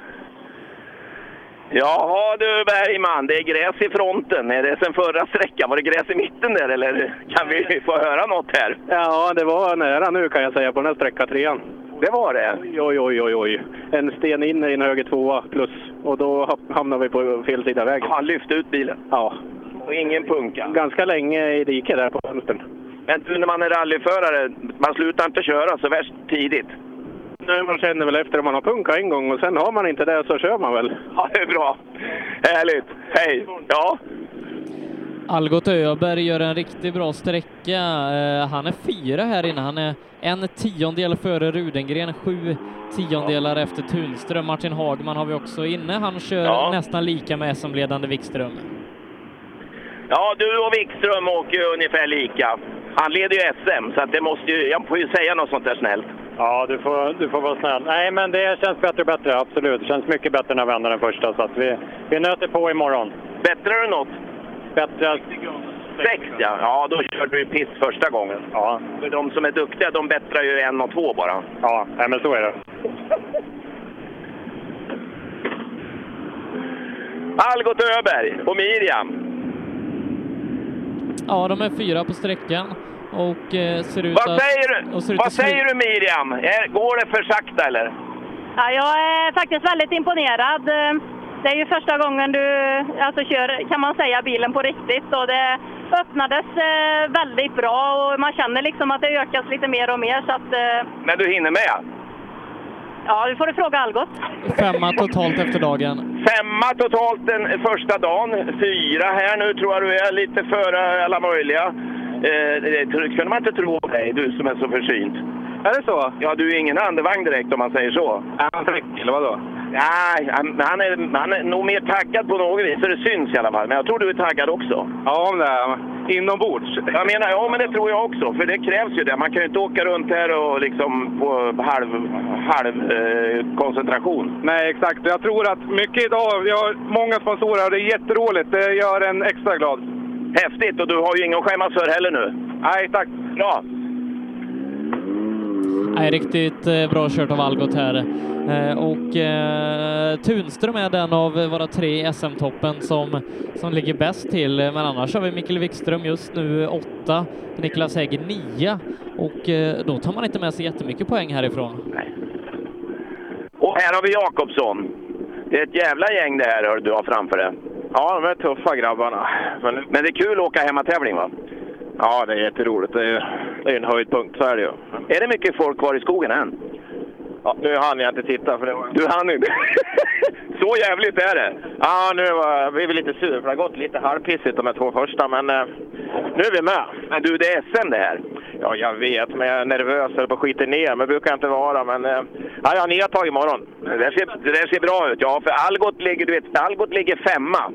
Jaha du Bergman, det är gräs i fronten. Är det sen förra sträckan? Var det gräs i mitten där eller kan vi få höra något här?
[LAUGHS] Ja, det var nära nu kan jag säga på den här sträcka trean.
Det var det?
Oj, oj, oj, oj, oj. En sten in i en höger tvåa plus och då hap- hamnade vi på fel sida av vägen.
Han lyfte ut bilen?
Ja.
Och ingen punka?
Ganska länge i diket där på vänstern.
Men du, när man är rallyförare, man slutar inte köra så värst tidigt.
Nej, man känner väl efter om man har punkat en gång och sen har man inte det så kör man väl.
Ja, det är bra. Härligt. Hej! Ja,
Algot Öberg gör en riktigt bra sträcka. Eh, Han är fyra här inne. Han är en tiondel före Rudengren, sju tiondelar efter Tunström. Martin Hagman har vi också inne. Han kör
Ja.
nästan lika med SM-ledande Wikström.
ja du och Wikström åker ju ungefär lika. Han leder ju SM, så att det måste ju, jag får ju säga något sånt där snällt.
Ja, du får, du får vara snäll. Nej, men det känns bättre och bättre, absolut. Det känns mycket bättre när vi vänder den första, så att vi, vi nöter på imorgon.
Bättre än något?
Bättre.
Sex ja. ja, då körde du piss första gången.
Ja.
För de som är duktiga, de bättrar ju en och två bara.
Ja, nej, men så är det.
Algot Öberg och Miriam.
Ja, de är fyra på sträckan och eh, ser ut
Vad
att...
säger du,
och ser ut
vad
att snu-
säger du Miriam? Är, går det för sakta eller?
Ja, jag är faktiskt väldigt imponerad. Det är ju första gången du alltså, kör, kan man säga, bilen på riktigt. Och det öppnades eh, väldigt bra och man känner liksom att det ökas lite mer och mer. Så att, eh,
Men du hinner med?
ja, du får du fråga Algot.
Femma totalt efter dagen.
Femma totalt den första dagen. Fyra här nu tror jag du är, lite före alla möjliga. Eh, det tr- kunde man inte tro på dig, du som är så försynt. Är det så? Ja, du är ingen andevagn direkt om man säger så. Är han fräck eller vadå? Nej, han, han, är, han är nog mer taggad på något vis, så det syns i alla fall. Men jag tror du är taggad också. Ja, det är
Eh,
Inombords? Jag menar, ja men det tror jag också, för det krävs ju det. Man kan ju inte åka runt här och liksom på halv, halv eh, koncentration.
Nej, exakt. Jag tror att mycket idag, vi har många sponsorer och det är jätteroligt. Det gör en extra glad.
Häftigt, och du har ju ingen att skämmas för heller nu. Nej, tack. Bra.
Nej, riktigt eh, bra kört av Algot här. Eh, och eh, Tunström är den av våra tre i SM-toppen som, som ligger bäst till. Eh, Men annars har vi Mikael Wikström just nu eh, åtta, Niklas Hägg nia och eh, då tar man inte med sig jättemycket poäng härifrån.
Och här har vi Jakobsson. Det är ett jävla gäng det här hör du har framför dig. Ja, de är tuffa grabbarna. Men, det är kul att åka hemmatävling va? Ja, det är jätteroligt. Det är, det är en höjdpunkt, så är det ju. Är det mycket folk kvar i skogen än? Ja, nu hann jag inte titta. För det var... Du hann inte? så jävligt är det!
Ja, nu var, vi är vi lite sur för det har gått lite halvpissigt de här två första, men eh, nu är vi med.
Men du, det är SM det här.
Ja, jag vet, men jag är nervös och på skiter ner men brukar jag inte vara. Men eh, ja, jag har nya tag imorgon.
Det där, ser, det där ser bra ut. Ja, för Algot ligger, du vet, Algot ligger femma.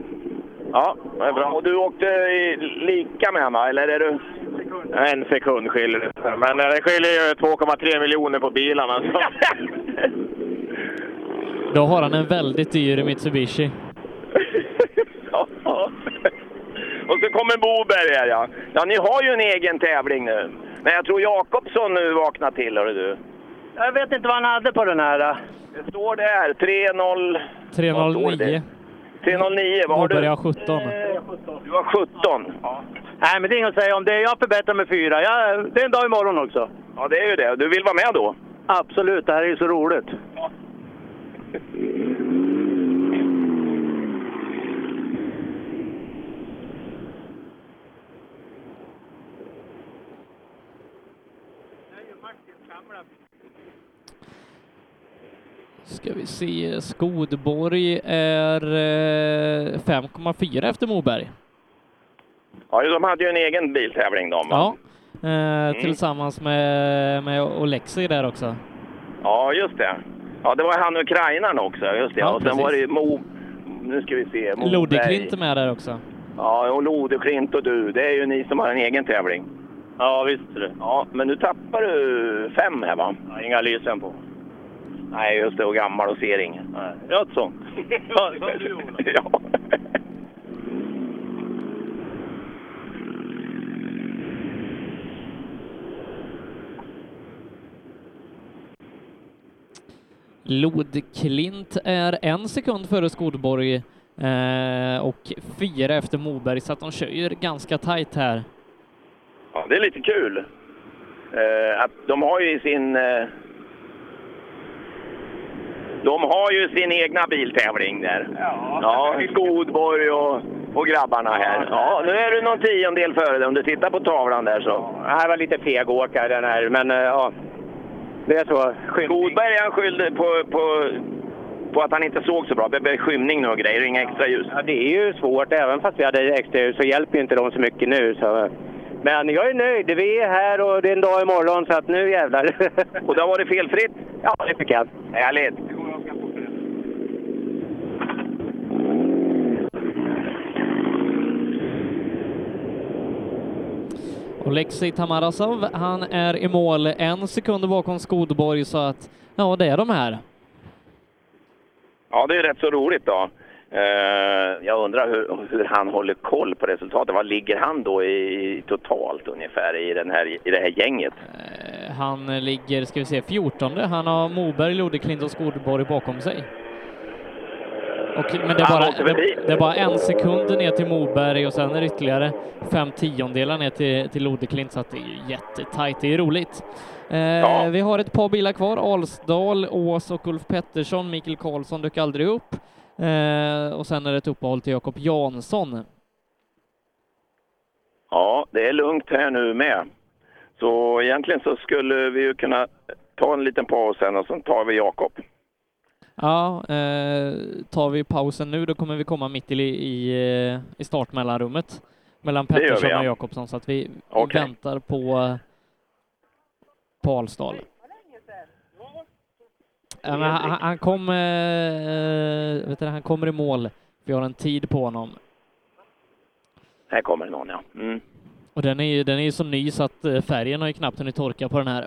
Ja, det är bra. Och du åkte i, lika med honom, eller är du...
En sekund skiljer det. Men eh, det skiljer ju 2,3 miljoner på bilarna. Så.
[LAUGHS]
Då har han en väldigt dyr Mitsubishi.
[LAUGHS] Och så kom Tommy Boberg ja. Ja, ni har ju en egen tävling nu. Men jag tror Jakobsson nu vaknar till, hörru du.
Jag vet inte vad han hade på den här. då.
Det står där 3-0... vad står det?
309.
309, vad har
Boberg
du?
har 17.
Du har 17.
Nej, men det är inget att säga om det. Jag förbättrar med fyra. Jag, det är en dag imorgon också.
Ja, det är ju det. Du vill vara med då?
Absolut, det här är ju så roligt.
Ska vi se, Skodborg är eh, 5,4 efter Moberg.
Ja, de hade ju en egen biltävling de. va?
Ja, eh, tillsammans med, med Olexi där också.
Ja, just det. Ja, det var han ukrainaren också. Just det.
Ja,
och sen
precis.
var det ju Mo... Nu ska vi se. Moberg.
Lodeklint är med där också.
Ja, och Lodeklint och du. Det är ju ni som har en egen tävling. Ja, visst du. Ja, men nu tappar du fem här va? inga lysen på. Nej, just det. Och gammal och ser inget. Något sånt. [LAUGHS]
Ja, som du, Ola.
ja.
Lodklint är en sekund före Skodborg eh, och fyra efter Moberg, så att de kör ju ganska tajt här.
Ja, det är lite kul. Eh, att de har ju sin... Eh, de har ju sin egna biltävling där. Ja, Godborg och, och grabbarna här. Ja, nu är du någon tiondel före dig om du tittar på tavlan där så.
Ja, Det var lite fegåkare den här, men eh, ja. Det är så.
Godberg han skyllde på, på, på att han inte såg så bra. Det blev skymning nu och grejer, inga extra ljus.
Ja, det är ju svårt. Även fast vi hade extra ljus så hjälper ju inte de så mycket nu. Så. Men jag är nöjd. Vi är här och det är en dag imorgon så att nu jävlar.
[LAUGHS] Och då var det felfritt?
Ja, det fick jag.
Härligt!
Oleksij Tamarasov, han är i mål en sekund bakom Skodborg, så att ja, det är de här.
Ja, det är rätt så roligt då. Eh, jag undrar hur, hur han håller koll på resultatet. Vad ligger han då i totalt ungefär i, den här, i det här gänget?
Eh, Han ligger, ska vi se, 14. Han har Moberg, Lodeklint och Skodborg bakom sig. Och, men det är,
Han
bara,
åkte
det,
förbi.
det är bara en sekund ner till Moberg och sen är det ytterligare fem tiondelar ner till, till Lodeklint, så att det är ju jättetajt. Det är ju roligt. Eh, Vi har ett par bilar kvar, Alsdal, Ås och Ulf Pettersson. Mikael Karlsson dök aldrig upp. Eh, och sen är det ett uppehåll till Jakob Jansson.
Ja, det är lugnt här nu med. Så egentligen så skulle vi ju kunna ta en liten paus sen och sen tar vi Jakob.
Ja, eh, tar vi pausen nu då kommer vi komma mitt i, i, eh, i startmellanrummet mellan
Det gör vi,
Pettersson
ja.
och Jakobsson så att vi
Okej.
väntar på, eh, på Alsdal. Ja, men han, han, kom, eh, eh, vet du, han kommer i mål. Vi har en tid på honom.
Här kommer någon ja. Mm.
Och den är ju den är ju så ny så att eh, färgen har ju knappt hunnit torka på den här.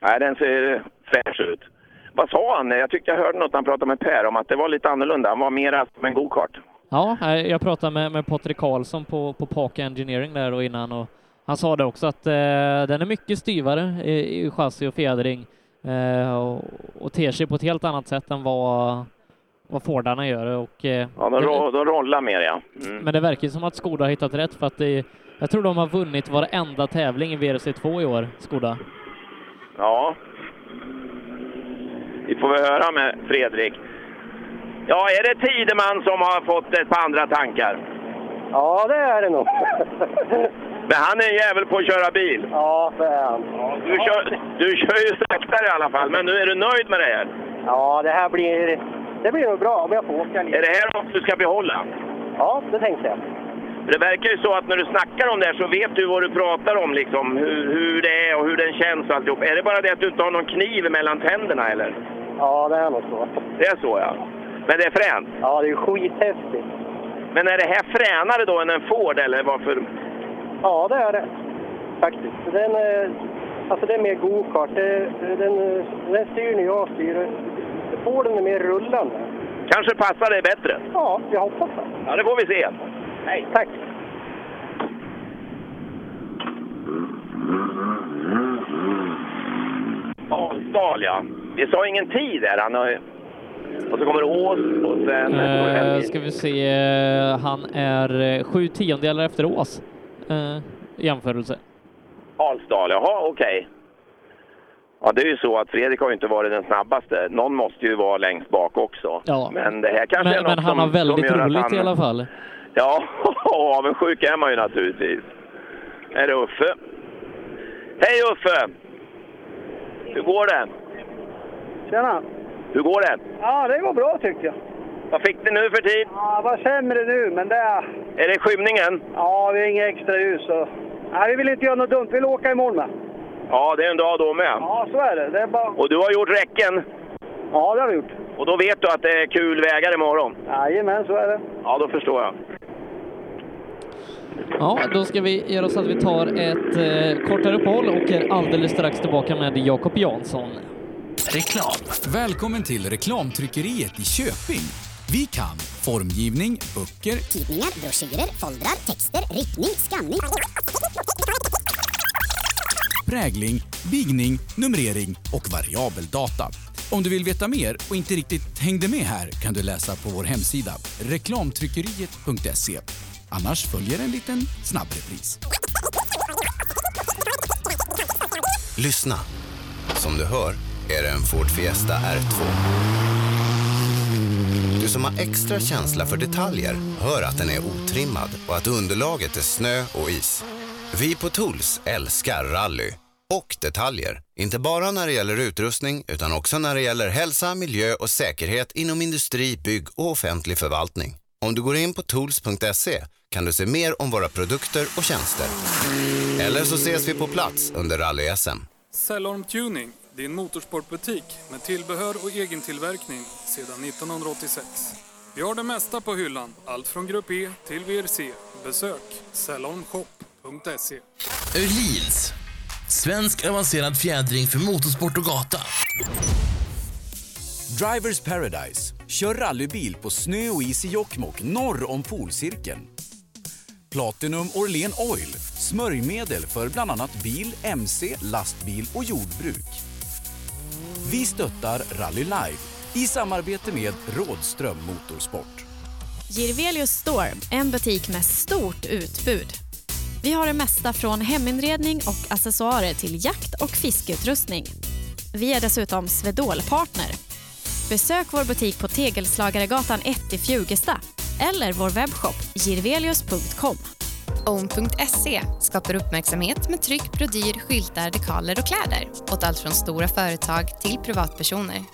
Nej, den ser fräsch ut. Vad sa han? Jag tyckte jag hörde något när han pratade med Per om att det var lite annorlunda. Han var mera som en go-kart.
Ja, eh, jag pratade med, med Patrik Karlsson på, på Paka Engineering där då innan och han sa det också att eh, den är mycket styvare i, i chassi och fjädring eh, och, och ter sig på ett helt annat sätt än vad, vad Fordarna gör. Och, eh,
Ja, de,
det-
ro- de rollar mer ja. Mm.
men det verkar ju som att Skoda har hittat rätt för att det, jag tror de har vunnit varenda tävling i WRC2 i år, Skoda.
Ja. Vi får väl höra med Fredrik. Ja, är det Tideman som har fått ett par andra tankar?
Ja, det är det nog.
Men han är en jävel på att köra bil.
Ja, det är han.
Du kör, du kör ju saktare i alla fall, men nu är du nöjd med det här.
Ja, det här blir... Det blir nog bra om jag får åka lite.
Är det här något du ska behålla?
Ja, det tänkte jag.
För Det verkar ju så att när du snackar om det här så vet du vad du pratar om, liksom, hur, hur det är och hur den känns och alltihop. Är det bara det att du inte har någon kniv mellan tänderna eller?
Ja, det är nog så.
Det är så ja. Men det är fränt.
Ja, det är skithäftigt.
Men är det här fränare då än en Ford eller varför?
Ja, det är det. Faktiskt. Den, eh, alltså det är mer go-kart. Det- Den, eh, den styr när jag styr. Får den är mer rullande.
Kanske passar det bättre?
Ja, jag hoppas det.
Ja, det får vi se.
Hej.
Tack.
Avsdal, ja. Vi sa ingen tid där. Han har... Och så kommer Ås och sen...
Eh, ska vi se, eh, han är eh, sju tiondelar efter Ås eh, i jämförelse.
Alsdal, jaha okej. Ja, det är ju så att Fredrik har ju inte varit den snabbaste. Någon måste ju vara längst bak också.
Ja.
Men det här kanske är
Men,
något
men han
som,
har väldigt
som gör att
roligt
han...
i alla fall.
Ja, [LAUGHS] avundsjuk är man ju naturligtvis. Här är Uffe. Hej Uffe! Hur går det?
Tjena!
Hur går det?
Ja, det var bra tyckte jag.
Vad fick ni nu för tid?
Ja, vad sämre nu, men det...
Är det skymningen?
Ja, vi har inga extra ljus. Så... Nej, vi vill inte göra något dumt. Vi vill åka imorgon med.
Ja, det är en dag då med.
Ja, så är det. Det är bara...
Och du har gjort räcken?
Ja, det har vi gjort.
Och då vet du att det är kul vägar imorgon?
Jajamän, så är det.
Ja, då förstår jag.
Ja, då ska vi göra så att vi tar ett eh, kortare uppehåll och är alldeles strax tillbaka med Jakob Jansson.
Reklam. Välkommen till reklamtryckeriet i Köping. Vi kan formgivning, böcker,
Tidningar, broschyrer, foldrar, texter, riktning, skanning.
prägling, bigning, numrering och variabeldata. Om du vill veta mer och inte riktigt hängde med här kan du läsa på vår hemsida reklamtryckeriet.se. Annars följer en liten snabbrepris.
Lyssna! Som du hör är det en Ford Fiesta R2. Du som har extra känsla för detaljer hör att den är otrimmad och att underlaget är snö och is. Vi på Tools älskar rally och detaljer. Inte bara när det gäller utrustning utan också när det gäller hälsa, miljö och säkerhet inom industri, bygg och offentlig förvaltning. Om du går in på tools.se kan du se mer om våra produkter och tjänster. Eller så ses vi på plats under rally-SM.
Cellorm Tuning, din motorsportbutik med tillbehör och egen tillverkning sedan 1986. Vi har det mesta på hyllan, allt från Grupp E till VRC. Besök
E.
cellormshop.se.
Öhlins. Svensk avancerad fjädring för motorsport och gata.
Drivers Paradise. Kör rallybil på snö och is i Jokkmokk norr om polcirkeln. Platinum Orlen Oil. Smörjmedel för bland annat bil, mc, lastbil och jordbruk. Vi stöttar Rally Live i samarbete med Rådström Motorsport.
Girvelius Store, en butik med stort utbud. Vi har det mesta från heminredning och accessoarer till jakt och fiskeutrustning. Vi är dessutom Swedol-partner. Besök vår butik på Tegelslagaregatan 1 i Fjugesta eller vår webbshop girvelius.com.
Own.se E skapar uppmärksamhet med tryck, brodyr, skyltar, dekaler och kläder åt allt från stora företag till privatpersoner.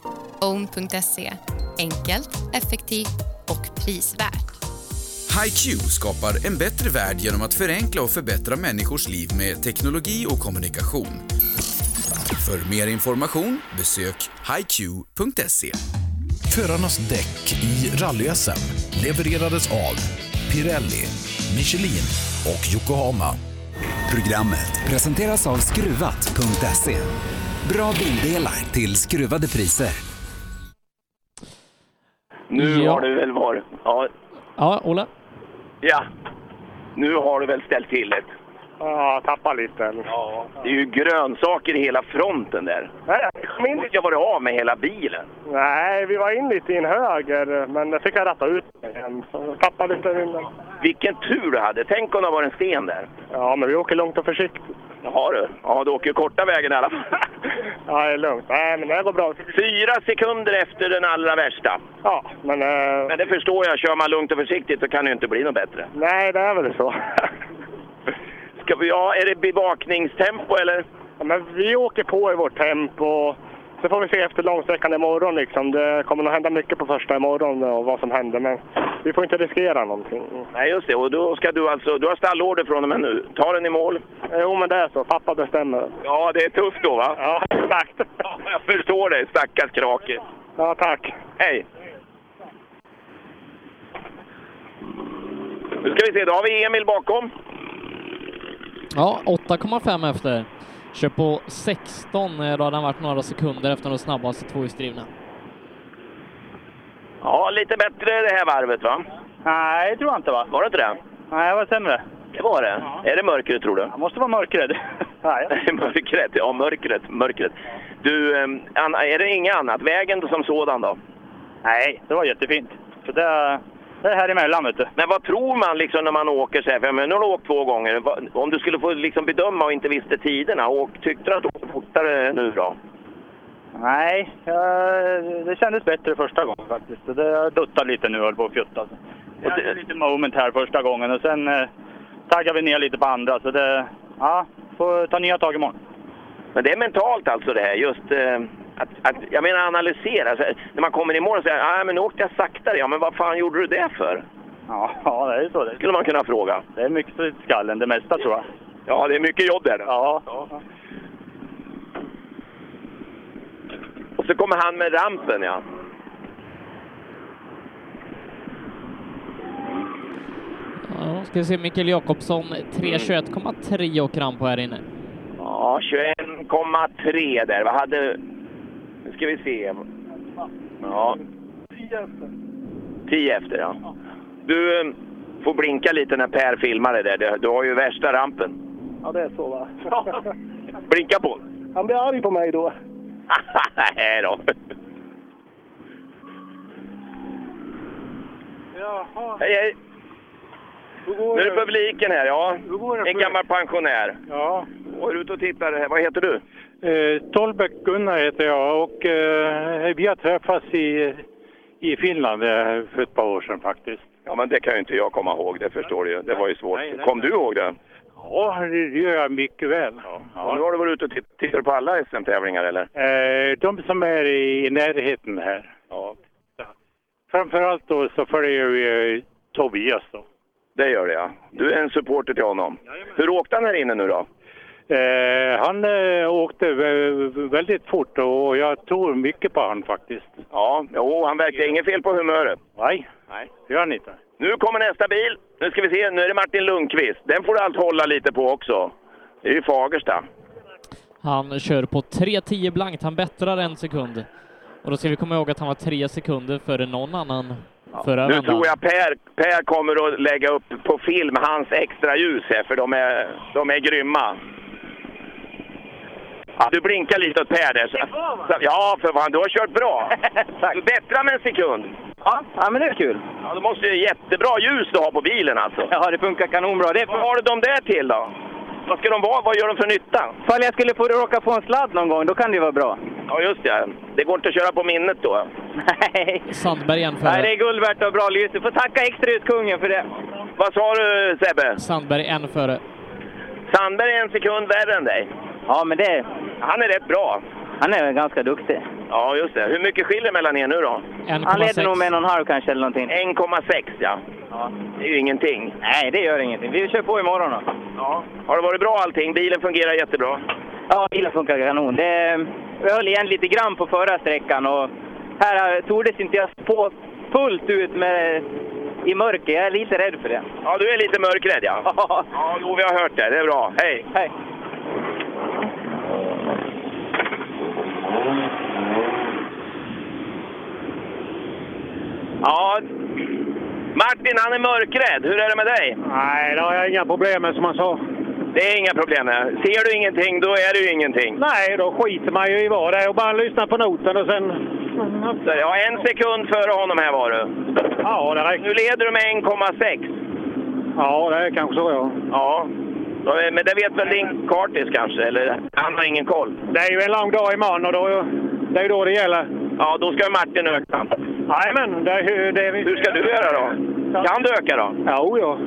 Own.se E, enkelt, effektivt och prisvärt.
HiQ skapar en bättre värld genom att förenkla och förbättra människors liv med teknologi och kommunikation. För mer information besök hiq.se. Förarnas däck i rally SM levererades av Pirelli, Michelin och Yokohama.
Programmet presenteras av Skruvat.se. E. Bra bildelar till skruvade priser.
Nu
Ja.
har du väl varit... Ja,
Ja, Ola?
ja. Nu har du väl ställt till det.
Ja, tappar lite. Eller? Ja.
Det är ju grönsaker i hela fronten där. Jag borde ha varit av med hela bilen.
Nej, vi var in lite i en höger, men det fick jag ratta ut igen. Så jag tappade lite vinden.
Vilken tur du hade. Tänk om det var en sten där.
Ja, men vi åker långt och försiktigt.
Jaha du. Ja, du åker ju korta vägen i alla
[LAUGHS]
fall.
Ja, det är lugnt. Nej, men det går bra.
Fyra sekunder efter den allra värsta.
Ja, men... eh,
Men det förstår jag. Kör man lugnt och försiktigt så kan det ju inte bli något bättre.
Nej, det är väl
[LAUGHS]
så.
Ska vi, ja, är det bevakningstempo eller?
Ja, men vi åker på i vårt tempo. Så får vi se efter långsträckan imorgon. Liksom. Det kommer nog hända mycket på första imorgon och vad som händer. Men vi får inte riskera någonting.
Nej, just det. Och då ska du alltså... Du har stallorder från och med nu. Ta den i mål.
Eh, Jo, men det är så. Pappa bestämmer.
Ja, det är tufft då va?
Ja, exakt.
Ja, jag förstår det. Stackars krake.
Ja, tack.
Hej! Nu ska vi se, då har vi Emil bakom.
Ja, 8,5 efter. Kör på 16, eh, då hade han varit några sekunder efter de snabbaste tvåhjulsdrivna.
Ja, lite bättre det här varvet va?
Nej, det tror jag inte va?
Var det inte det?
Nej, det var sämre.
Det var det. Är det mörkret tror du?
Jag måste vara
[LAUGHS]
mörkrädd. Nej.
mörkret, ja mörkret, mörkret. Du, ehm, Anna, är det inget annat? Vägen som sådan då?
Nej, det var jättefint. Så det, det är här emellan vet du.
Men vad tror man liksom när man åker så här? För jag menar, nu har du åkt två gånger. Vad- Om du skulle få liksom bedöma och inte visste tiderna, och tyckte du att du åkte fortare nu då?
Nej, eh, det kändes bättre första gången faktiskt. Så Det jag duttade lite nu och höll på att fjutta. Jag hade lite moment här första gången och sen eh, taggade vi ner lite på andra. Så det, ja, får ta nya tag imorgon.
Men det är mentalt alltså det här, just eh, att, att, jag menar analysera. Så, här, när man kommer i mål och säger ah, men nu åkte jag saktare, ja men vad fan gjorde du det för?
Ja, [LAUGHS] ja det är ju så. Det,
Skulle man kunna fråga.
det är mycket i skallen, det mesta tror jag.
Ja, det är mycket jobb där.
Ja.
Och så kommer han med rampen ja.
Ja, ska vi se, Mikael Jakobsson 3.21,3 åker han på här inne.
Ja, 21,3 där. Vad hade... Nu ska vi se. Ja, 10 efter ja. Du eh, får blinka lite när Per filmar det där. Du- Du har ju värsta rampen. [LAUGHS]
Ja, det är så va?
Blinka på!
Han blir arg på mig då.
Nej då.
Jaha.
Hej hej! Nu är det
det?
publiken här ja.
Hur går det
En
för-
gammal pensionär.
Ja.
Och är ute och tittar här. Vad heter du?
Eh, Tolbäck-Gunnar heter jag och eh, vi har träffats i, i Finland eh, för ett par år sedan faktiskt.
Ja men det kan ju inte jag komma ihåg, det förstår du ju. Det var ju svårt.
Nej, nej,
Kom
nej.
du ihåg det?
Ja, det gör jag mycket väl.
Och nu har du varit ute och titt- tittar på alla SM-tävlingar eller?
Eh, de som är i närheten här.
Ja.
Framförallt då så följer vi eh, Tobias då.
Det gör det ja. Du är en supporter till honom. Hur åkte han här inne nu då?
Eh, han eh, åkte vä- väldigt fort och jag tror mycket på han faktiskt.
Ja, jo, han verkar inget fel på humöret.
Nej,
Nej.
det gör han inte.
Nu kommer nästa bil. Nu ska vi se, nu är det Martin Lundqvist. Den får du allt hålla lite på också. Det är ju Fagersta.
Han kör på 3.10 blankt, han bättrar en sekund. Och då ska vi komma ihåg att han var tre sekunder före någon annan förra
Nu
vändan.
tror jag Per, per kommer att lägga upp på film hans extra ljus här, för de är, de är grymma. Ja, du blinkar lite åt Per där. Så, så, ja, för fan, du har kört
[LAUGHS]
bra. Tack. Du bättrar med en sekund.
Ja, men det är kul.
Ja, du måste ju jättebra ljus du har på bilen alltså.
Ja, det funkar kanonbra. Det
Vad har du dem där till då? Vad ska de vara? Vad gör de för nytta?
Ifall jag skulle få råka få en sladd någon gång, då kan det ju vara bra.
Ja, just det. Det går inte att köra på minnet då.
Nej.
Sandberg
Nej, det
jämför.
är guld värt att ha bra ljus. Du får tacka extra ut kungen för det.
Vad sa du Sebbe?
Sandberg en före.
Sandberg är en sekund värre än dig.
Ja, men det...
Han är rätt bra.
Han är väl ganska duktig.
Ja, just det. Hur mycket skiljer mellan er nu då?
Han leder nog med en och en halv kanske eller någonting.
1,6 ja. Det är ju ingenting.
Nej, det gör ingenting. Vi kör på imorgon då.
Ja. Har det varit bra allting? Bilen fungerar jättebra.
Ja, bilen funkar kanon. Det, vi höll igen lite grann på förra sträckan och här tordes inte jag på fullt ut med, i mörker. Jag är lite rädd för det.
Ja, du är lite mörkrädd ja. [LAUGHS] Ja, jo, vi har hört det. Det är bra. Hej!
Hej!
Ja, Martin han är mörkrädd. Hur är det med dig?
Nej, det har jag inga problem med som han sa.
Det är inga problem. här. Ser du ingenting, då är det ju ingenting.
Nej, då skiter man ju i vad det är och bara lyssnar på noten och sen...
Så, Ja, en sekund före honom här var du.
Ja, det räcker.
Nu leder du med 1,6.
Ja, det är kanske så ja.
Ja. Ja, Men det vet väl din kartis kanske? Eller han har ingen koll?
Det är ju en lång dag imorgon och då, det är ju då det gäller.
Ja, då ska Martin öka.
Jajamän, det är ju det vi...
Hur ska du göra då? Kan du öka då?
Jo, ja.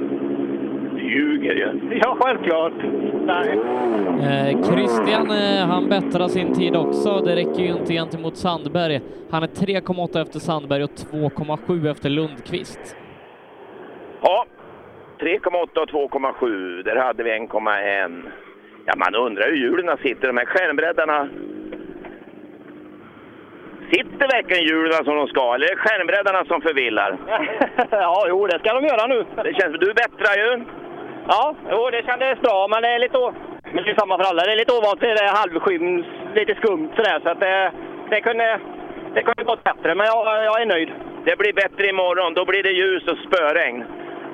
Du ljuger ju.
Ja, självklart. Nej.
Eh, Christian, eh, han bättrar sin tid också. Det räcker ju inte gentemot Sandberg. Han är 3,8 efter Sandberg och 2,7 efter Lundqvist.
Ja, 3,8 och 2,7. Där hade vi 1,1. Ja, man undrar hur hjulen sitter. De här skärmbreddarna... Sitter verkligen hjulen som de ska, eller är det skärmbreddarna som förvillar?
[LAUGHS] ja, jo, det ska de göra nu.
Det känns, du bättrar ju.
Ja, jo, det kändes bra, men det är lite... o- Men det är samma för alla. Det är lite ovant, det är halvskymt, lite skumt sådär. Så att det, det kunde... Det kunde gått bättre, men jag, jag är nöjd.
Det blir bättre imorgon. Då blir det ljus och spöregn.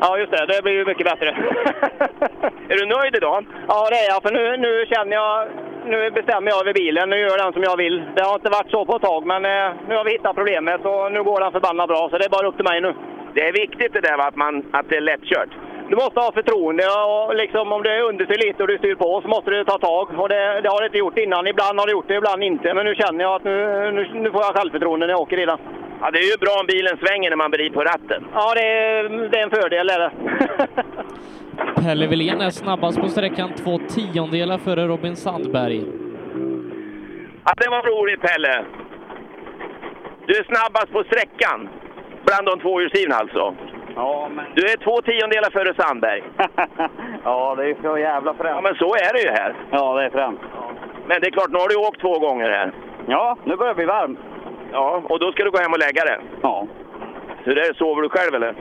Ja, just det. Det blir ju mycket bättre. är du nöjd idag? Ja, det är jag. För nu, nu känner jag... Nu bestämmer jag över bilen. Nu gör den som jag vill. Det har inte varit så på ett tag, men eh, nu har vi hittat problemet och nu går den förbannat bra. Så det är bara upp till mig nu.
Det är viktigt det där va, att, man, att det är lättkört.
Du måste ha förtroende och liksom, om det är understyr lite och du styr på så måste du ta tag. Och det, det har du inte gjort innan. Ibland har du gjort det, ibland inte. Men nu känner jag att nu, nu, nu får jag självförtroende när jag åker redan.
Ja, det är ju bra om bilen svänger när man vrider på ratten.
Ja, det, är- det är en fördel är det.
Pelle Wilén är snabbast på sträckan, två tiondelar före Robin Sandberg.
Ja, det var roligt Pelle! Du är snabbast på sträckan, bland de tvåhjulsdrivna alltså.
Ja, men...
Du är två tiondelar före Sandberg.
Ja, det är så jävla fränt.
Ja, men så är det ju här.
Ja, det är fränt.
Men det är klart, nu har du åkt två gånger här.
Ja, nu börjar det bli varmt.
Ja, och då ska du gå hem och lägga dig.
Ja.
Hur är det, sover du själv eller?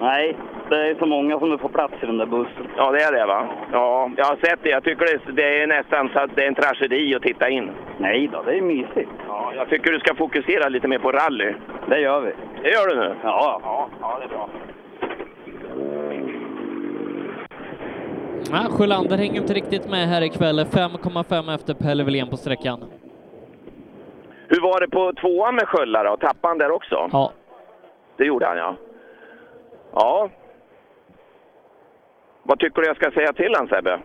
Nej, det är så många som nu får plats i den där bussen.
Ja, det är det va? Ja, jag har sett det. Jag tycker det, det är nästan så att det är en tragedi att titta in.
Nej då, det är mysigt.
Ja, jag tycker du ska fokusera lite mer på rally.
Det gör vi.
Det gör du nu?
Ja.
Ja, ja det är bra.
Ja, Sjölander hänger inte riktigt med här ikväll, 5,5 efter Pelle Wilén på sträckan.
Hur var det på tvåan med Skölla då? Tappade han där också?
Ja.
Det gjorde han ja. Ja. Vad tycker du jag ska säga till han Sebbe?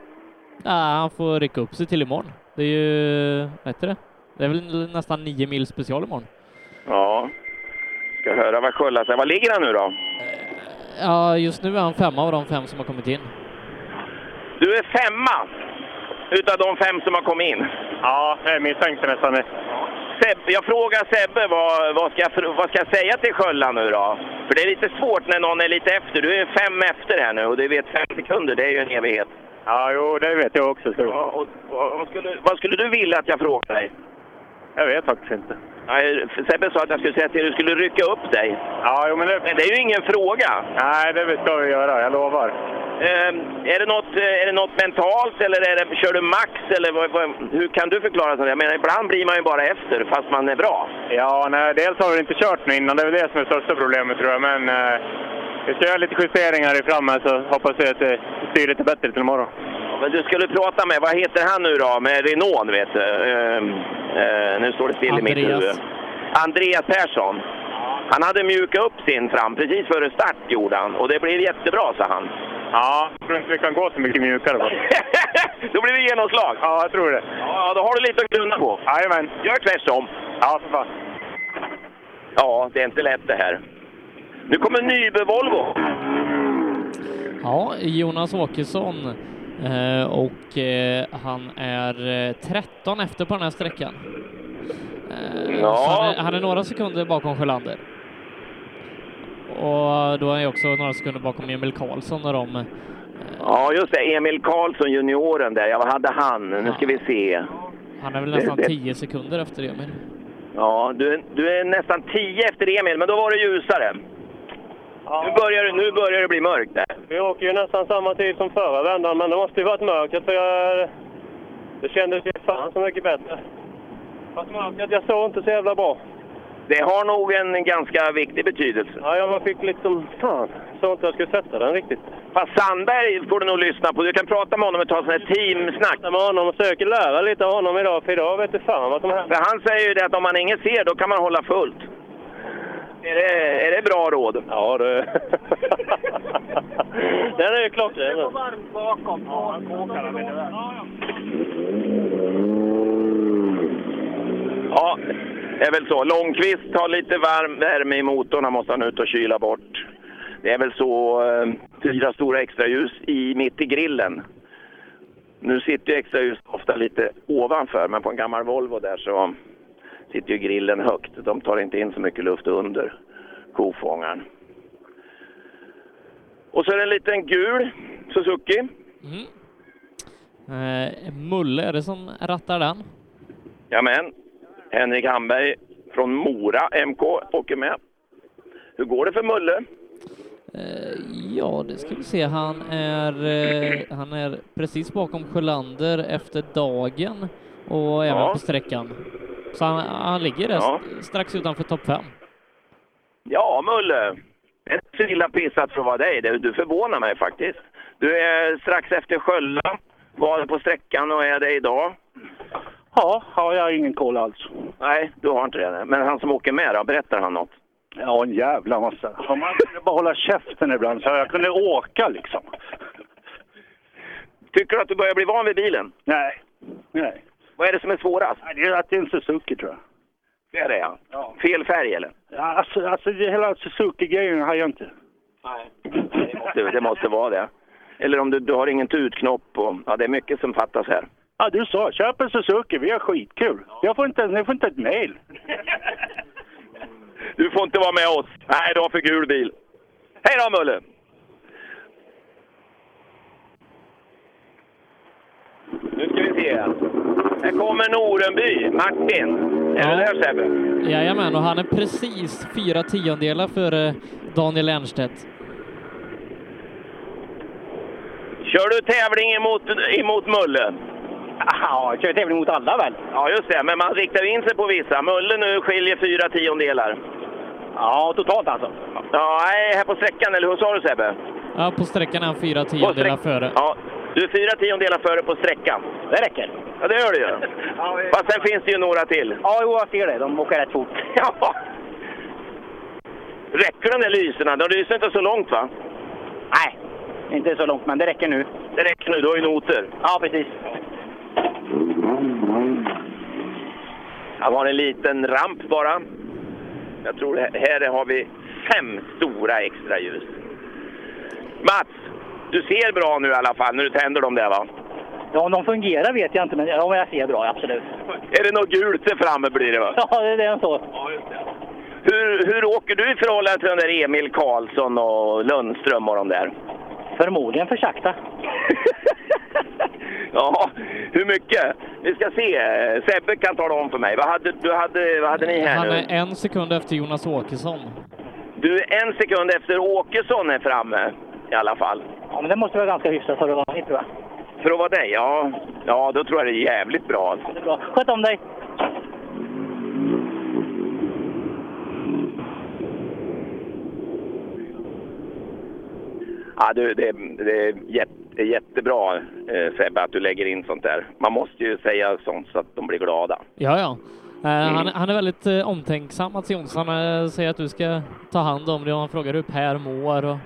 Ja, han får rycka upp sig till imorgon. Det är ju, vad heter det? Det är väl nästan 9 mil special imorgon.
Ja. Ska höra vad Skölla säger. Var ligger han nu då?
Ja, just nu är han femma av de fem som har kommit in.
Du är femma utav de fem som har kommit in.
Ja, jag misstänkte nästan det.
Seb, jag frågar Sebbe vad, vad, ska jag, fr- vad ska jag säga till Skölla nu då? För det är lite svårt när någon är lite efter. Du är fem efter här nu och du vet fem sekunder, det är ju en evighet.
Ja, jo, det vet jag också.
Ja,
Så.
och, och, vad, skulle, vad skulle du vilja att jag frågade dig?
Jag vet faktiskt inte.
Nej, för Sebbe sa att jag skulle säga till dig, du skulle rycka upp dig.
Ja, jo, men det...
Men det är ju ingen fråga.
Nej, det ska vi göra. Jag lovar.
Ehm, är, det något, eh, är det något mentalt eller är det, kör du max? Eller vad, vad, hur kan du förklara sånt? Jag menar, ibland blir man ju bara efter fast man är bra.
Ja, nej, dels har vi inte kört nu innan. Det är väl det som är största problemet tror jag. Men eh, vi ska göra lite justeringar i framme så hoppas vi att det styr lite bättre till imorgon.
Ja, Men du skulle prata med, vad heter han nu då, med Renault vet du? Ehm, eh, nu står det still i mitt
Andreas.
huvud. Andreas Persson. Han hade mjukat upp sin fram precis före start gjorde han och det blev jättebra sa han.
Ja, jag tror inte vi kan gå så mycket mjukare på.
[LAUGHS] Då blir det genomslag.
Ja, jag tror det.
Ja, då har du lite att grunna på.
Jajamän.
Gör tvärtom.
Ja, för fan.
Ja, det är inte lätt det här. Nu kommer Nybe Volvo.
Ja, Jonas Åkesson eh, och eh, han är eh, 13 efter på den här sträckan. Eh,
Ja.
så han, är, han är några sekunder bakom Sjölander. Och då är han ju också några sekunder bakom Emil Karlsson och de.
Ja, just det. Emil Karlsson, junioren där. Ja, vad hade han? Nu ska vi se.
Han är väl nästan
Det- det-
10 sekunder efter Emil.
Ja, du, är- du är nästan 10 efter Emil, men då var det ljusare. Nu, börjar, det- nu börjar det bli mörkt där.
Vi åker ju nästan samma tid som förra vändan, men det måste ju varit mörkt. För jag, det kändes ju fan så mycket bättre. Fast mörkret, jag såg inte så jävla bra.
Det har nog en ganska viktig betydelse.
Ja, jag fick liksom... Fan, såg inte jag skulle sätta den riktigt.
Fast Sandberg får du nog lyssna på. Du kan prata med honom och ta sån här teamsnack.
Jag med honom och söker lära lite av honom idag, för idag vet du fan vad som händer.
För han säger ju det att om man inget ser, då kan man hålla fullt. Är det, är det bra råd?
Ja, det... [LAUGHS] den är ju klockren.
varmt bakom. Ja, ja.
Ja, det är väl så. Långqvist har lite varm värme i motorn. Han måste han ut och kyla bort. Det är väl så. Eh, fyra stora extraljus i, mitt i grillen. Nu sitter ju extraljus ofta lite ovanför, men på en gammal Volvo där så sitter ju grillen högt. De tar inte in så mycket luft under kofångaren. Och så är det en liten gul Suzuki.
Eh, Mulle är det som rattar den.
Jamen, Henrik Hamberg från Mora MK åker med. Hur går det för Mulle?
Eh, Ja, det ska vi se. Han är, eh, han är precis bakom Sjölander efter dagen och även
Ja.
på sträckan. Så han, han ligger där
Ja.
st- strax utanför topp fem.
Ja, Mulle. Det är inte så illa pissat för att vara dig. Du du förvånar mig faktiskt. Du är strax efter Skölla, var på sträckan och är det idag.
Ja, ja, jag har ingen koll alls.
Nej, du har inte det. Men han som åker med då, berättar han något?
Ja, en jävla massa. Om man kunde bara hålla käften ibland så jag kunde åka liksom.
Tycker du att du börjar bli van vid bilen?
Nej. Nej.
Vad är det som är svårast?
Det är att det är en Suzuki tror jag.
Det är det ja. Fel färg eller?
Ja, Alltså, alltså det hela Suzuki-grejen har jag inte.
Nej. Det måste, det måste vara det. Eller om du, du har ingen tutknopp och... Ja, det är mycket som fattas här.
Ja, du sa köp en Suzuki, vi har skitkul. Jag får inte, jag får inte ett mejl.
Du får inte vara med oss. Nej, du har för gul bil. Hej då Mulle! Nu ska vi se. Här kommer Norenby, Martin. Är du där Sebbe?
Jajamän, och han är precis fyra tiondelar före Daniel Ernstedt.
Kör du tävling emot, emot Mulle? Ja, jag kör tävling mot alla väl? Ja, just det. Men man riktar in sig på vissa. Mulle nu skiljer fyra tiondelar. Ja, totalt alltså? Ja, nej, här på sträckan, eller hur sa du Sebbe?
Ja, på sträckan är han fyra tiondelar före.
Ja, du är fyra tiondelar före på sträckan. Det räcker. [LAUGHS] Ja, det gör det ju. Fast sen finns det ju några till. Ja, jo, jag ser det. De åker rätt fort. [LAUGHS] Ja. Räcker de där lyserna? De lyser inte så långt, va?
Nej, inte så långt, men det räcker nu.
Det räcker nu. Du har ju noter.
Ja, precis.
Han har en liten ramp bara. Jag tror det- här har vi fem stora extra ljus. Mats, du ser bra nu i alla fall när du tänder dem där, va?
Ja, om de fungerar vet jag inte, men ja, men jag ser bra, absolut.
Är det något gult där framme blir det, va?
Ja, det är så.
Hur, hur åker du i förhållande till den där Emil Karlsson och Lundström och de där?
Förmodligen för sakta.
Ja, hur mycket? Vi ska se. Sebbe kan tala om för mig. Vad hade, du hade, vad hade ni här
Han
nu?
är en sekund efter Jonas Åkesson.
Du är en sekund efter Åkesson är framme i alla fall.
Ja, men det måste vara ganska hyfsat för att vara hit, tror jag.
För att vara dig, ja. Ja, då tror jag det är jävligt bra. alltså.
Det är bra. Sköt om dig!
Ja, du, det, det är jätte, det är jättebra eh, Sebbe att du lägger in sånt där. Man måste ju säga sånt så att de blir glada.
Ja, ja. Eh,
Mm.
han, han är väldigt eh, omtänksam, Mats Jonsson. Eh, säger att du ska ta hand om det och han frågar hur Per mår. Och...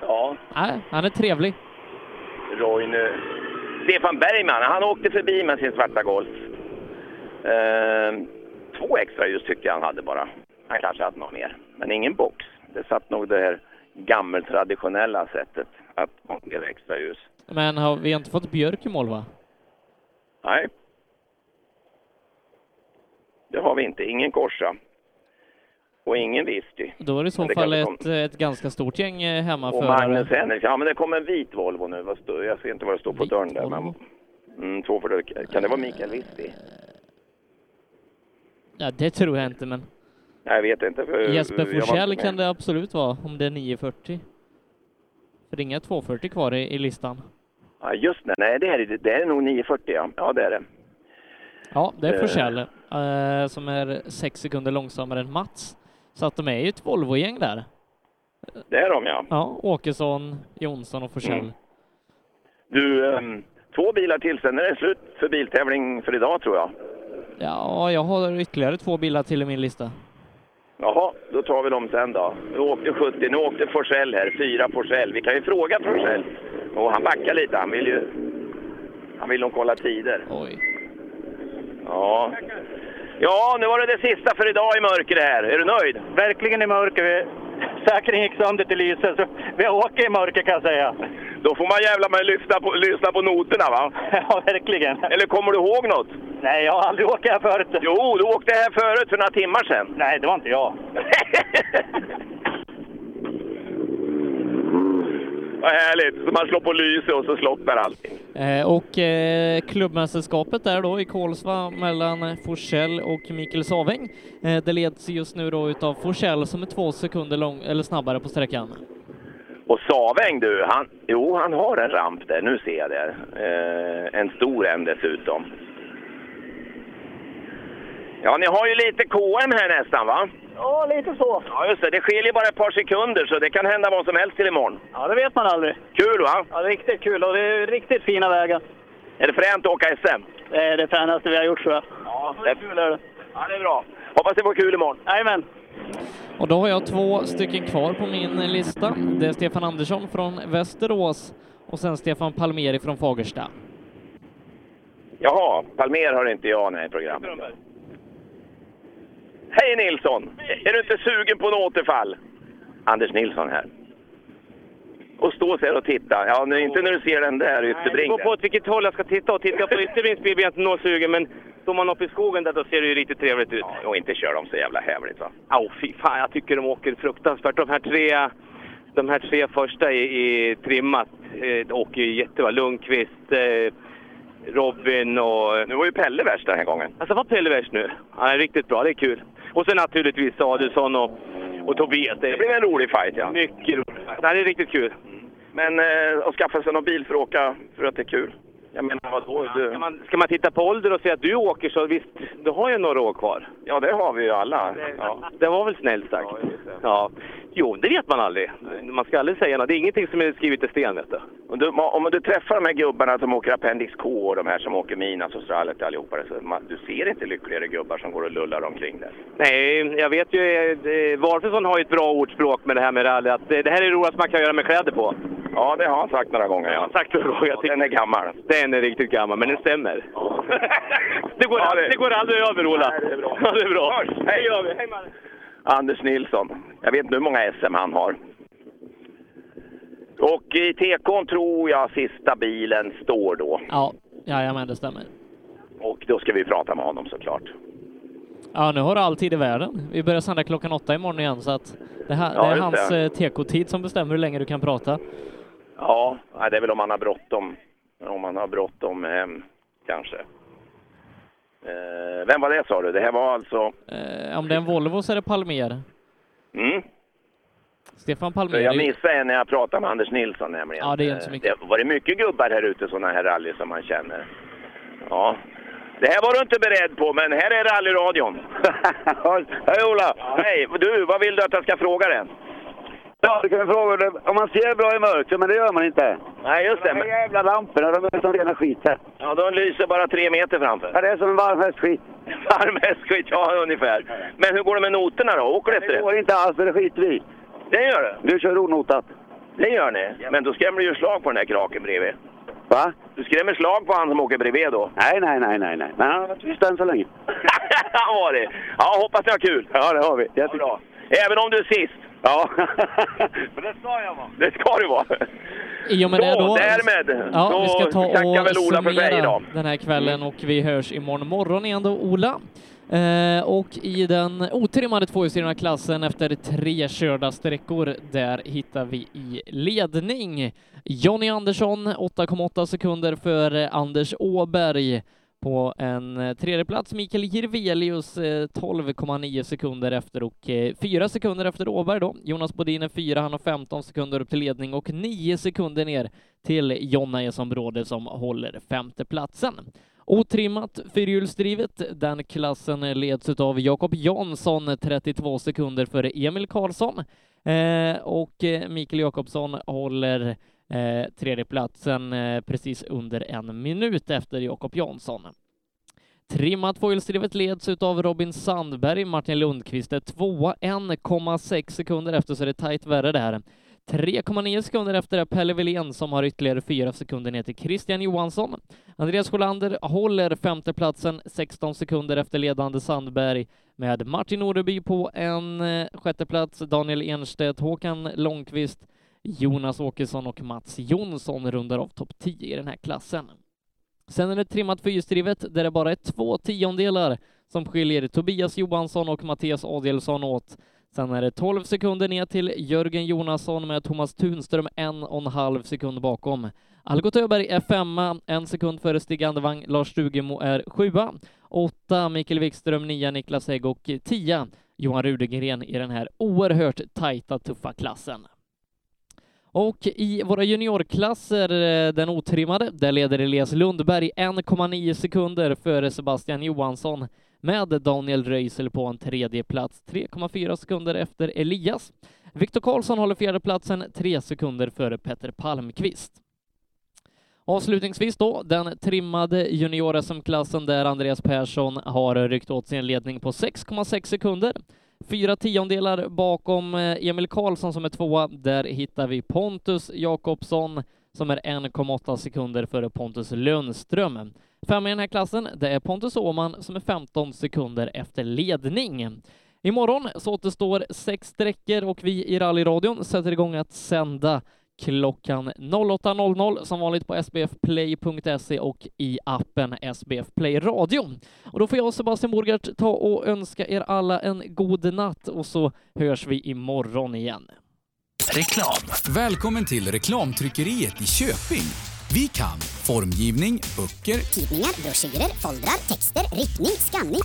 Ja,
Nej, han är trevlig.
Roine... Stefan Bergman, han åkte förbi med sin svarta Golf. Eh, två extra ljus tyckte jag han hade bara. Han kanske hade något mer, men ingen box. Det satt nog det här gammeltraditionella sättet att montera extra ljus.
Men har vi inte fått Björk i mål, va?
Nej. Det har vi inte. Ingen korsa. Och ingen Visti.
Då är det i så
Men det
fall
kanske
ett, ett ganska stort gäng eh,
Och
hemmaförare.
Magnus Henriksson. Ja, men det kom en vit Volvo nu. Vad står- Jag ser inte vad det står på dörren där. Men... Mm, två för Kan det vara Mikael Visti?
Ja, det tror jag inte, men
Nej, Jag vet inte. för-
Jesper
Eh, jag var inte
Forsell
med.
kan det absolut vara, om det är 9.40. För det är inga 2.40 kvar i, i listan.
Ja, just det. Nej, det är, det Det är nog 9.40. Ja. ja, det är det.
Ja, det är
Eh.
Forsell, eh, som är sex sekunder långsammare än Mats. Så att de är ju ett Volvo-gäng där.
Det är de, ja.
Ja, Åkesson, Jonsson och Forsell.
Mm. Du, ehm, två bilar till. Sen är det slut för biltävling för idag, tror jag.
Ja, jag har ytterligare två bilar till i min lista.
Jaha, då tar vi dem sen då. Nu åkte 70, nu åkte Forsell här, fyra Forsell. Vi kan ju fråga Forsell. Och han backar lite, han vill ju... Han vill nog kolla tider.
Oj.
Ja. Ja, nu var det det sista för idag i mörker här. Är du nöjd?
Verkligen i mörker. Vi... Säkringen gick sönder till lyset, så vi åker i mörker kan jag säga.
Då får man jävla mig lyfta på, lyssna på noterna va?
[LAUGHS] Ja, verkligen.
Eller kommer du ihåg något?
Nej, jag har aldrig åkt här förut.
Jo, du åkte här förut för några timmar sedan.
Nej, det var inte jag.
[LAUGHS] Vad härligt! Så man slår på lyset och så slocknar allting.
Eh, och eh, klubbmästerskapet där då i Kolsva mellan Forsell och Mikael Saväng. Eh, det leds just nu då utav Forsell som är två sekunder lång, eller snabbare på sträckan.
Och Saväng du, han, jo han har en ramp där, nu ser jag det. Eh, en stor en dessutom. Ja, ni har ju lite KM här nästan va?
Ja, lite så.
Ja, just det. Det skiljer bara ett par sekunder, så det kan hända vad som helst till imorgon.
Ja, det vet man aldrig.
Kul, va?
Ja, riktigt kul och det är riktigt fina vägar.
Är det fränt att åka SM?
Det är det fränaste vi har gjort tror jag.
Ja, det är kul. Är det. Ja, det är bra. Hoppas det får kul imorgon.
Jajamän.
Och då har jag två stycken kvar på min lista. Det är Stefan Andersson från Västerås och sen Stefan Palmeri från Fagersta.
Jaha, Palmer har inte jag nej i programmet. Hej Nilsson! Är du inte sugen på en återfall? Anders Nilsson här. Och stå så här och titta. Ja, nu, inte när du ser den där
Det
ytterbringen.
beror på åt vilket håll jag ska titta. Och tittar jag på ytterbrins bil blir jag inte nåsugen, men står man uppe i skogen där då ser det ju riktigt trevligt ut.
Och inte kör de så jävla hävligt va?
Åh, fy fan, jag tycker de åker fruktansvärt. De här tre, de här tre första i, i trimmat eh, åker ju jättebra. Lundqvist, eh, Robin och...
Nu var ju Pelle värst den här gången.
Alltså var Pelle värst nu? Han är riktigt bra, det är kul. Och sen naturligtvis Adelsson och, och Tobias. Det
blev en rolig fight ja.
Mycket rolig. fight. Nej, det är riktigt kul.
Men eh, att skaffa sig någon bil för att åka för att det är kul. Jag menar vadå? Du...
Ska man, ska man titta på ålder och säga att du åker så visst, du har ju några år kvar.
Ja, det har vi ju alla. Ja.
Det var väl snällt sagt. Ja, Jo, det vet man aldrig. Man ska aldrig säga något. Det är ingenting som är skrivet i sten, vet du.
Om du, om du träffar de här gubbarna som åker Appendix K och de här som åker Minas och Strallet och allihopa. där, Så man, du ser inte lyckligare gubbar som går och lullar omkring där.
Nej, jag vet ju... eh, Valfridsson har ju ett bra ordspråk med det här med rally. Att eh, det här är det roligaste man kan göra med kläder på.
Ja, det har han sagt några gånger. Ja.
Sagt några gånger. Jag tycker-
Den är gammal.
Den är riktigt gammal, men den stämmer. Det går, aldrig, det går aldrig över, Ola.
Nej, det är bra.
Ja, det är bra.
Hej, gör vi. Hej, [LAUGHS] Anders Nilsson. Jag vet inte hur många SM han har. Och i TK'n tror jag sista bilen står då.
Ja, jajamän, det stämmer.
Och då ska vi prata med honom såklart.
Ja, nu har du all tid i världen. Vi börjar sända klockan åtta imorgon igen, så att det, här,
Ja,
det är
just
hans
det.
eh, tekotid som bestämmer hur länge du kan prata.
Ja, nej, det är väl om han har bråttom. Om han har bråttom hem, kanske. Eh, vem var det sa du? Det här var alltså...
Eh, om det är en Volvo så är det Palmer.
Mm.
Stefan
För
Palmer.
jag missade en när jag pratade med Anders Nilsson nämligen.
Ja, det är inte så
Eh,
mycket.
Det var det mycket gubbar här ute, sådana här rally som man känner. Ja. Det här var du inte beredd på, men här är
[LAUGHS]
rallyradion. Hej Ola! Hej! Du, vad vill du att jag ska fråga dig?
Ja, du kan fråga om man ser bra i mörkret, men det gör man inte.
Nej, just det.
De här
Men,
jävla lamporna, de är som rena skit här.
ja, de lyser bara tre meter framför.
Ja, det är som en varm hästskit.
Varm hästskit, ja ungefär. Men hur går det med noterna då? Åker du efter
Det
det?
går inte alls, för det skiter vi i.
Det gör du?
Du kör onotat.
Det gör ni. Men då skrämmer du ju slag på den där kraken bredvid.
Va?
Du skrämmer slag på han som åker bredvid då.
Nej, nej, nej, nej, nej. Nej, han har varit tyst än så länge.
Han var det. [LAUGHS] Ja, hoppas ni har kul.
Ja, det har vi. Jag tycker...
bra. Även om du är sist.
Ja.
[LAUGHS] Men det ska jag vara. Det ska du vara.
I och med det
Så,
då,
därmed,
ja,
då
vi ska ta
tackar väl
och
Ola för sig
summera
idag.
den här kvällen och vi hörs imorgon morgon igen då, Ola. Eh, och i den otrimmade tvåhjulsdrivna klassen efter tre körda sträckor, där hittar vi i ledning Jonny Andersson, 8,8 sekunder före Anders Åberg. På en eh, tredje plats Mikael Jirvelius, eh, 12,9 sekunder efter och eh, 4 sekunder efter Åberg då. Jonas Bodin är 4, han har 15 sekunder upp till ledning och 9 sekunder ner till Jonna Eson Bråde som håller femteplatsen. Otrimmat fyrhjulsdrivet, den klassen leds av Jakob Jansson, 32 sekunder före Emil Karlsson. Eh, och eh, Mikael Jakobsson håller eh, tredjeplatsen eh, precis under en minut efter Jakob Jansson. Trimmat tvåhjulsdrivet leds av Robin Sandberg. Martin Lundqvist är tvåa, 1,6 sekunder efter, så det är tajt värre det här. 3,9 sekunder efter är Pelle Wilén som har ytterligare 4 sekunder ner till Christian Johansson. Andreas Sjölander håller femteplatsen 16 sekunder efter ledande Sandberg med Martin Noreby på en eh, sjätteplats, Daniel Enstedt, Håkan Långqvist, Jonas Åkesson och Mats Jonsson rundar av topp 10 i den här klassen. Sen är det trimmat fyrhjulsdrivet där det bara är två tiondelar som skiljer Tobias Johansson och Mattias Adelsson åt. Sen är det 12 sekunder ner till Jörgen Jonasson med Thomas Tunström en och en halv sekund bakom. Algot Öberg är femma, en sekund före Stig Andevang. Lars Stugemo är sjua, åtta Mikael Wikström, nia Niklas Hägg och tia Johan Rudegren i den här oerhört tajta, tuffa klassen. Och i våra juniorklasser, eh, den otrimmade, där leder Elias Lundberg 1,9 sekunder före Sebastian Johansson. med Daniel Röisel på en tredje plats, 3,4 sekunder efter Elias. Viktor Karlsson håller fjärdeplatsen, tre sekunder före Petter Palmqvist. Avslutningsvis då, den trimmade junior-SM-klassen där Andreas Persson har ryckt åt sin ledning på 6,6 sekunder. Fyra tiondelar bakom eh, Emil Karlsson som är tvåa. Där hittar vi Pontus Jakobsson som är 1,8 sekunder före Pontus Lundström. Femma i den här klassen, det är Pontus Åhman som är 15 sekunder efter ledning. Imorgon så återstår sex sträckor och vi i rallyradion sätter igång att sända klockan 08.00 som vanligt på sbfplay.se E och i appen SBF Play Radio. Och då får jag och Sebastian Borgert ta och önska er alla en god natt och så hörs vi imorgon igen.
Reklam. Välkommen till reklamtryckeriet i Köping. Vi kan formgivning, böcker,
Tidningar, broschyrer, foldrar, texter, riktning, skanning.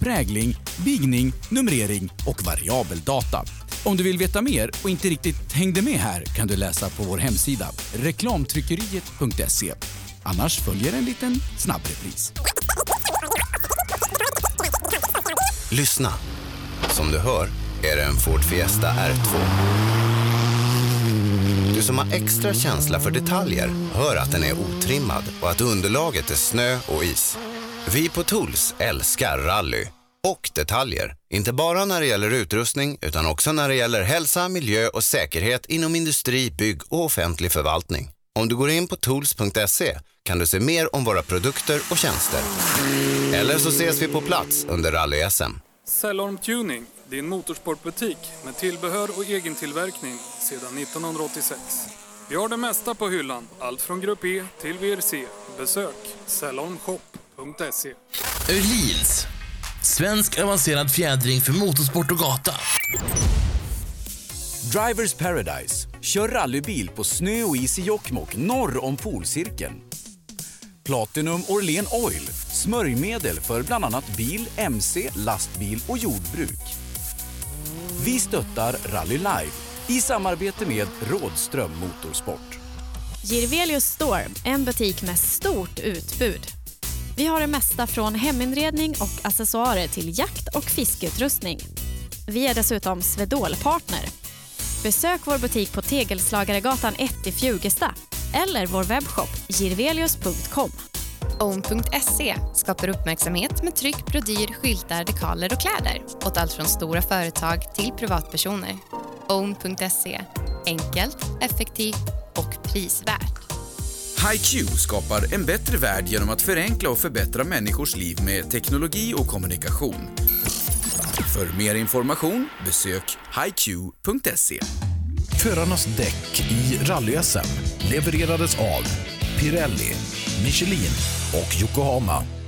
prägling, bigning, numrering och variabeldata. Om du vill veta mer och inte riktigt hängde med här kan du läsa på vår hemsida reklamtryckeriet.se. Annars följer en liten snabbrepris.
Lyssna! Som du hör är det en Ford Fiesta R2. Du som har extra känsla för detaljer hör att den är otrimmad och att underlaget är snö och is. Vi på Tools älskar rally och detaljer. Inte bara när det gäller utrustning utan också när det gäller hälsa, miljö och säkerhet inom industri, bygg och offentlig förvaltning. Om du går in på tools.se kan du se mer om våra produkter och tjänster. Eller så ses vi på plats under rally-SM.
Cellorm Tuning, din motorsportbutik med tillbehör och egen tillverkning sedan 1986. Vi har det mesta på hyllan, allt från Grupp E till VRC. Besök cellormshop.se.
Öhlins. Svensk avancerad fjädring för motorsport och gata.
Drivers Paradise. Kör rallybil på snö och is i Jokkmokk norr om polcirkeln. Platinum Orlen Oil. Smörjmedel för bland annat bil, mc, lastbil och jordbruk. Vi stöttar Rally Live i samarbete med Rådström Motorsport.
Girvelius Store, en butik med stort utbud. Vi har det mesta från heminredning och accessoarer till jakt och fiskeutrustning. Vi är dessutom Swedol-partner. Besök vår butik på Tegelslagaregatan 1 i Fjugesta eller vår webbshop girvelius.com.
Own.se E skapar uppmärksamhet med tryck, brodyr, skyltar, dekaler och kläder åt allt från stora företag till privatpersoner. Own.se E, enkelt, effektivt och prisvärt.
HiQ skapar en bättre värld genom att förenkla och förbättra människors liv med teknologi och kommunikation. För mer information besök hiq.se.
Förarnas däck i rally levererades av Pirelli, Michelin och Yokohama.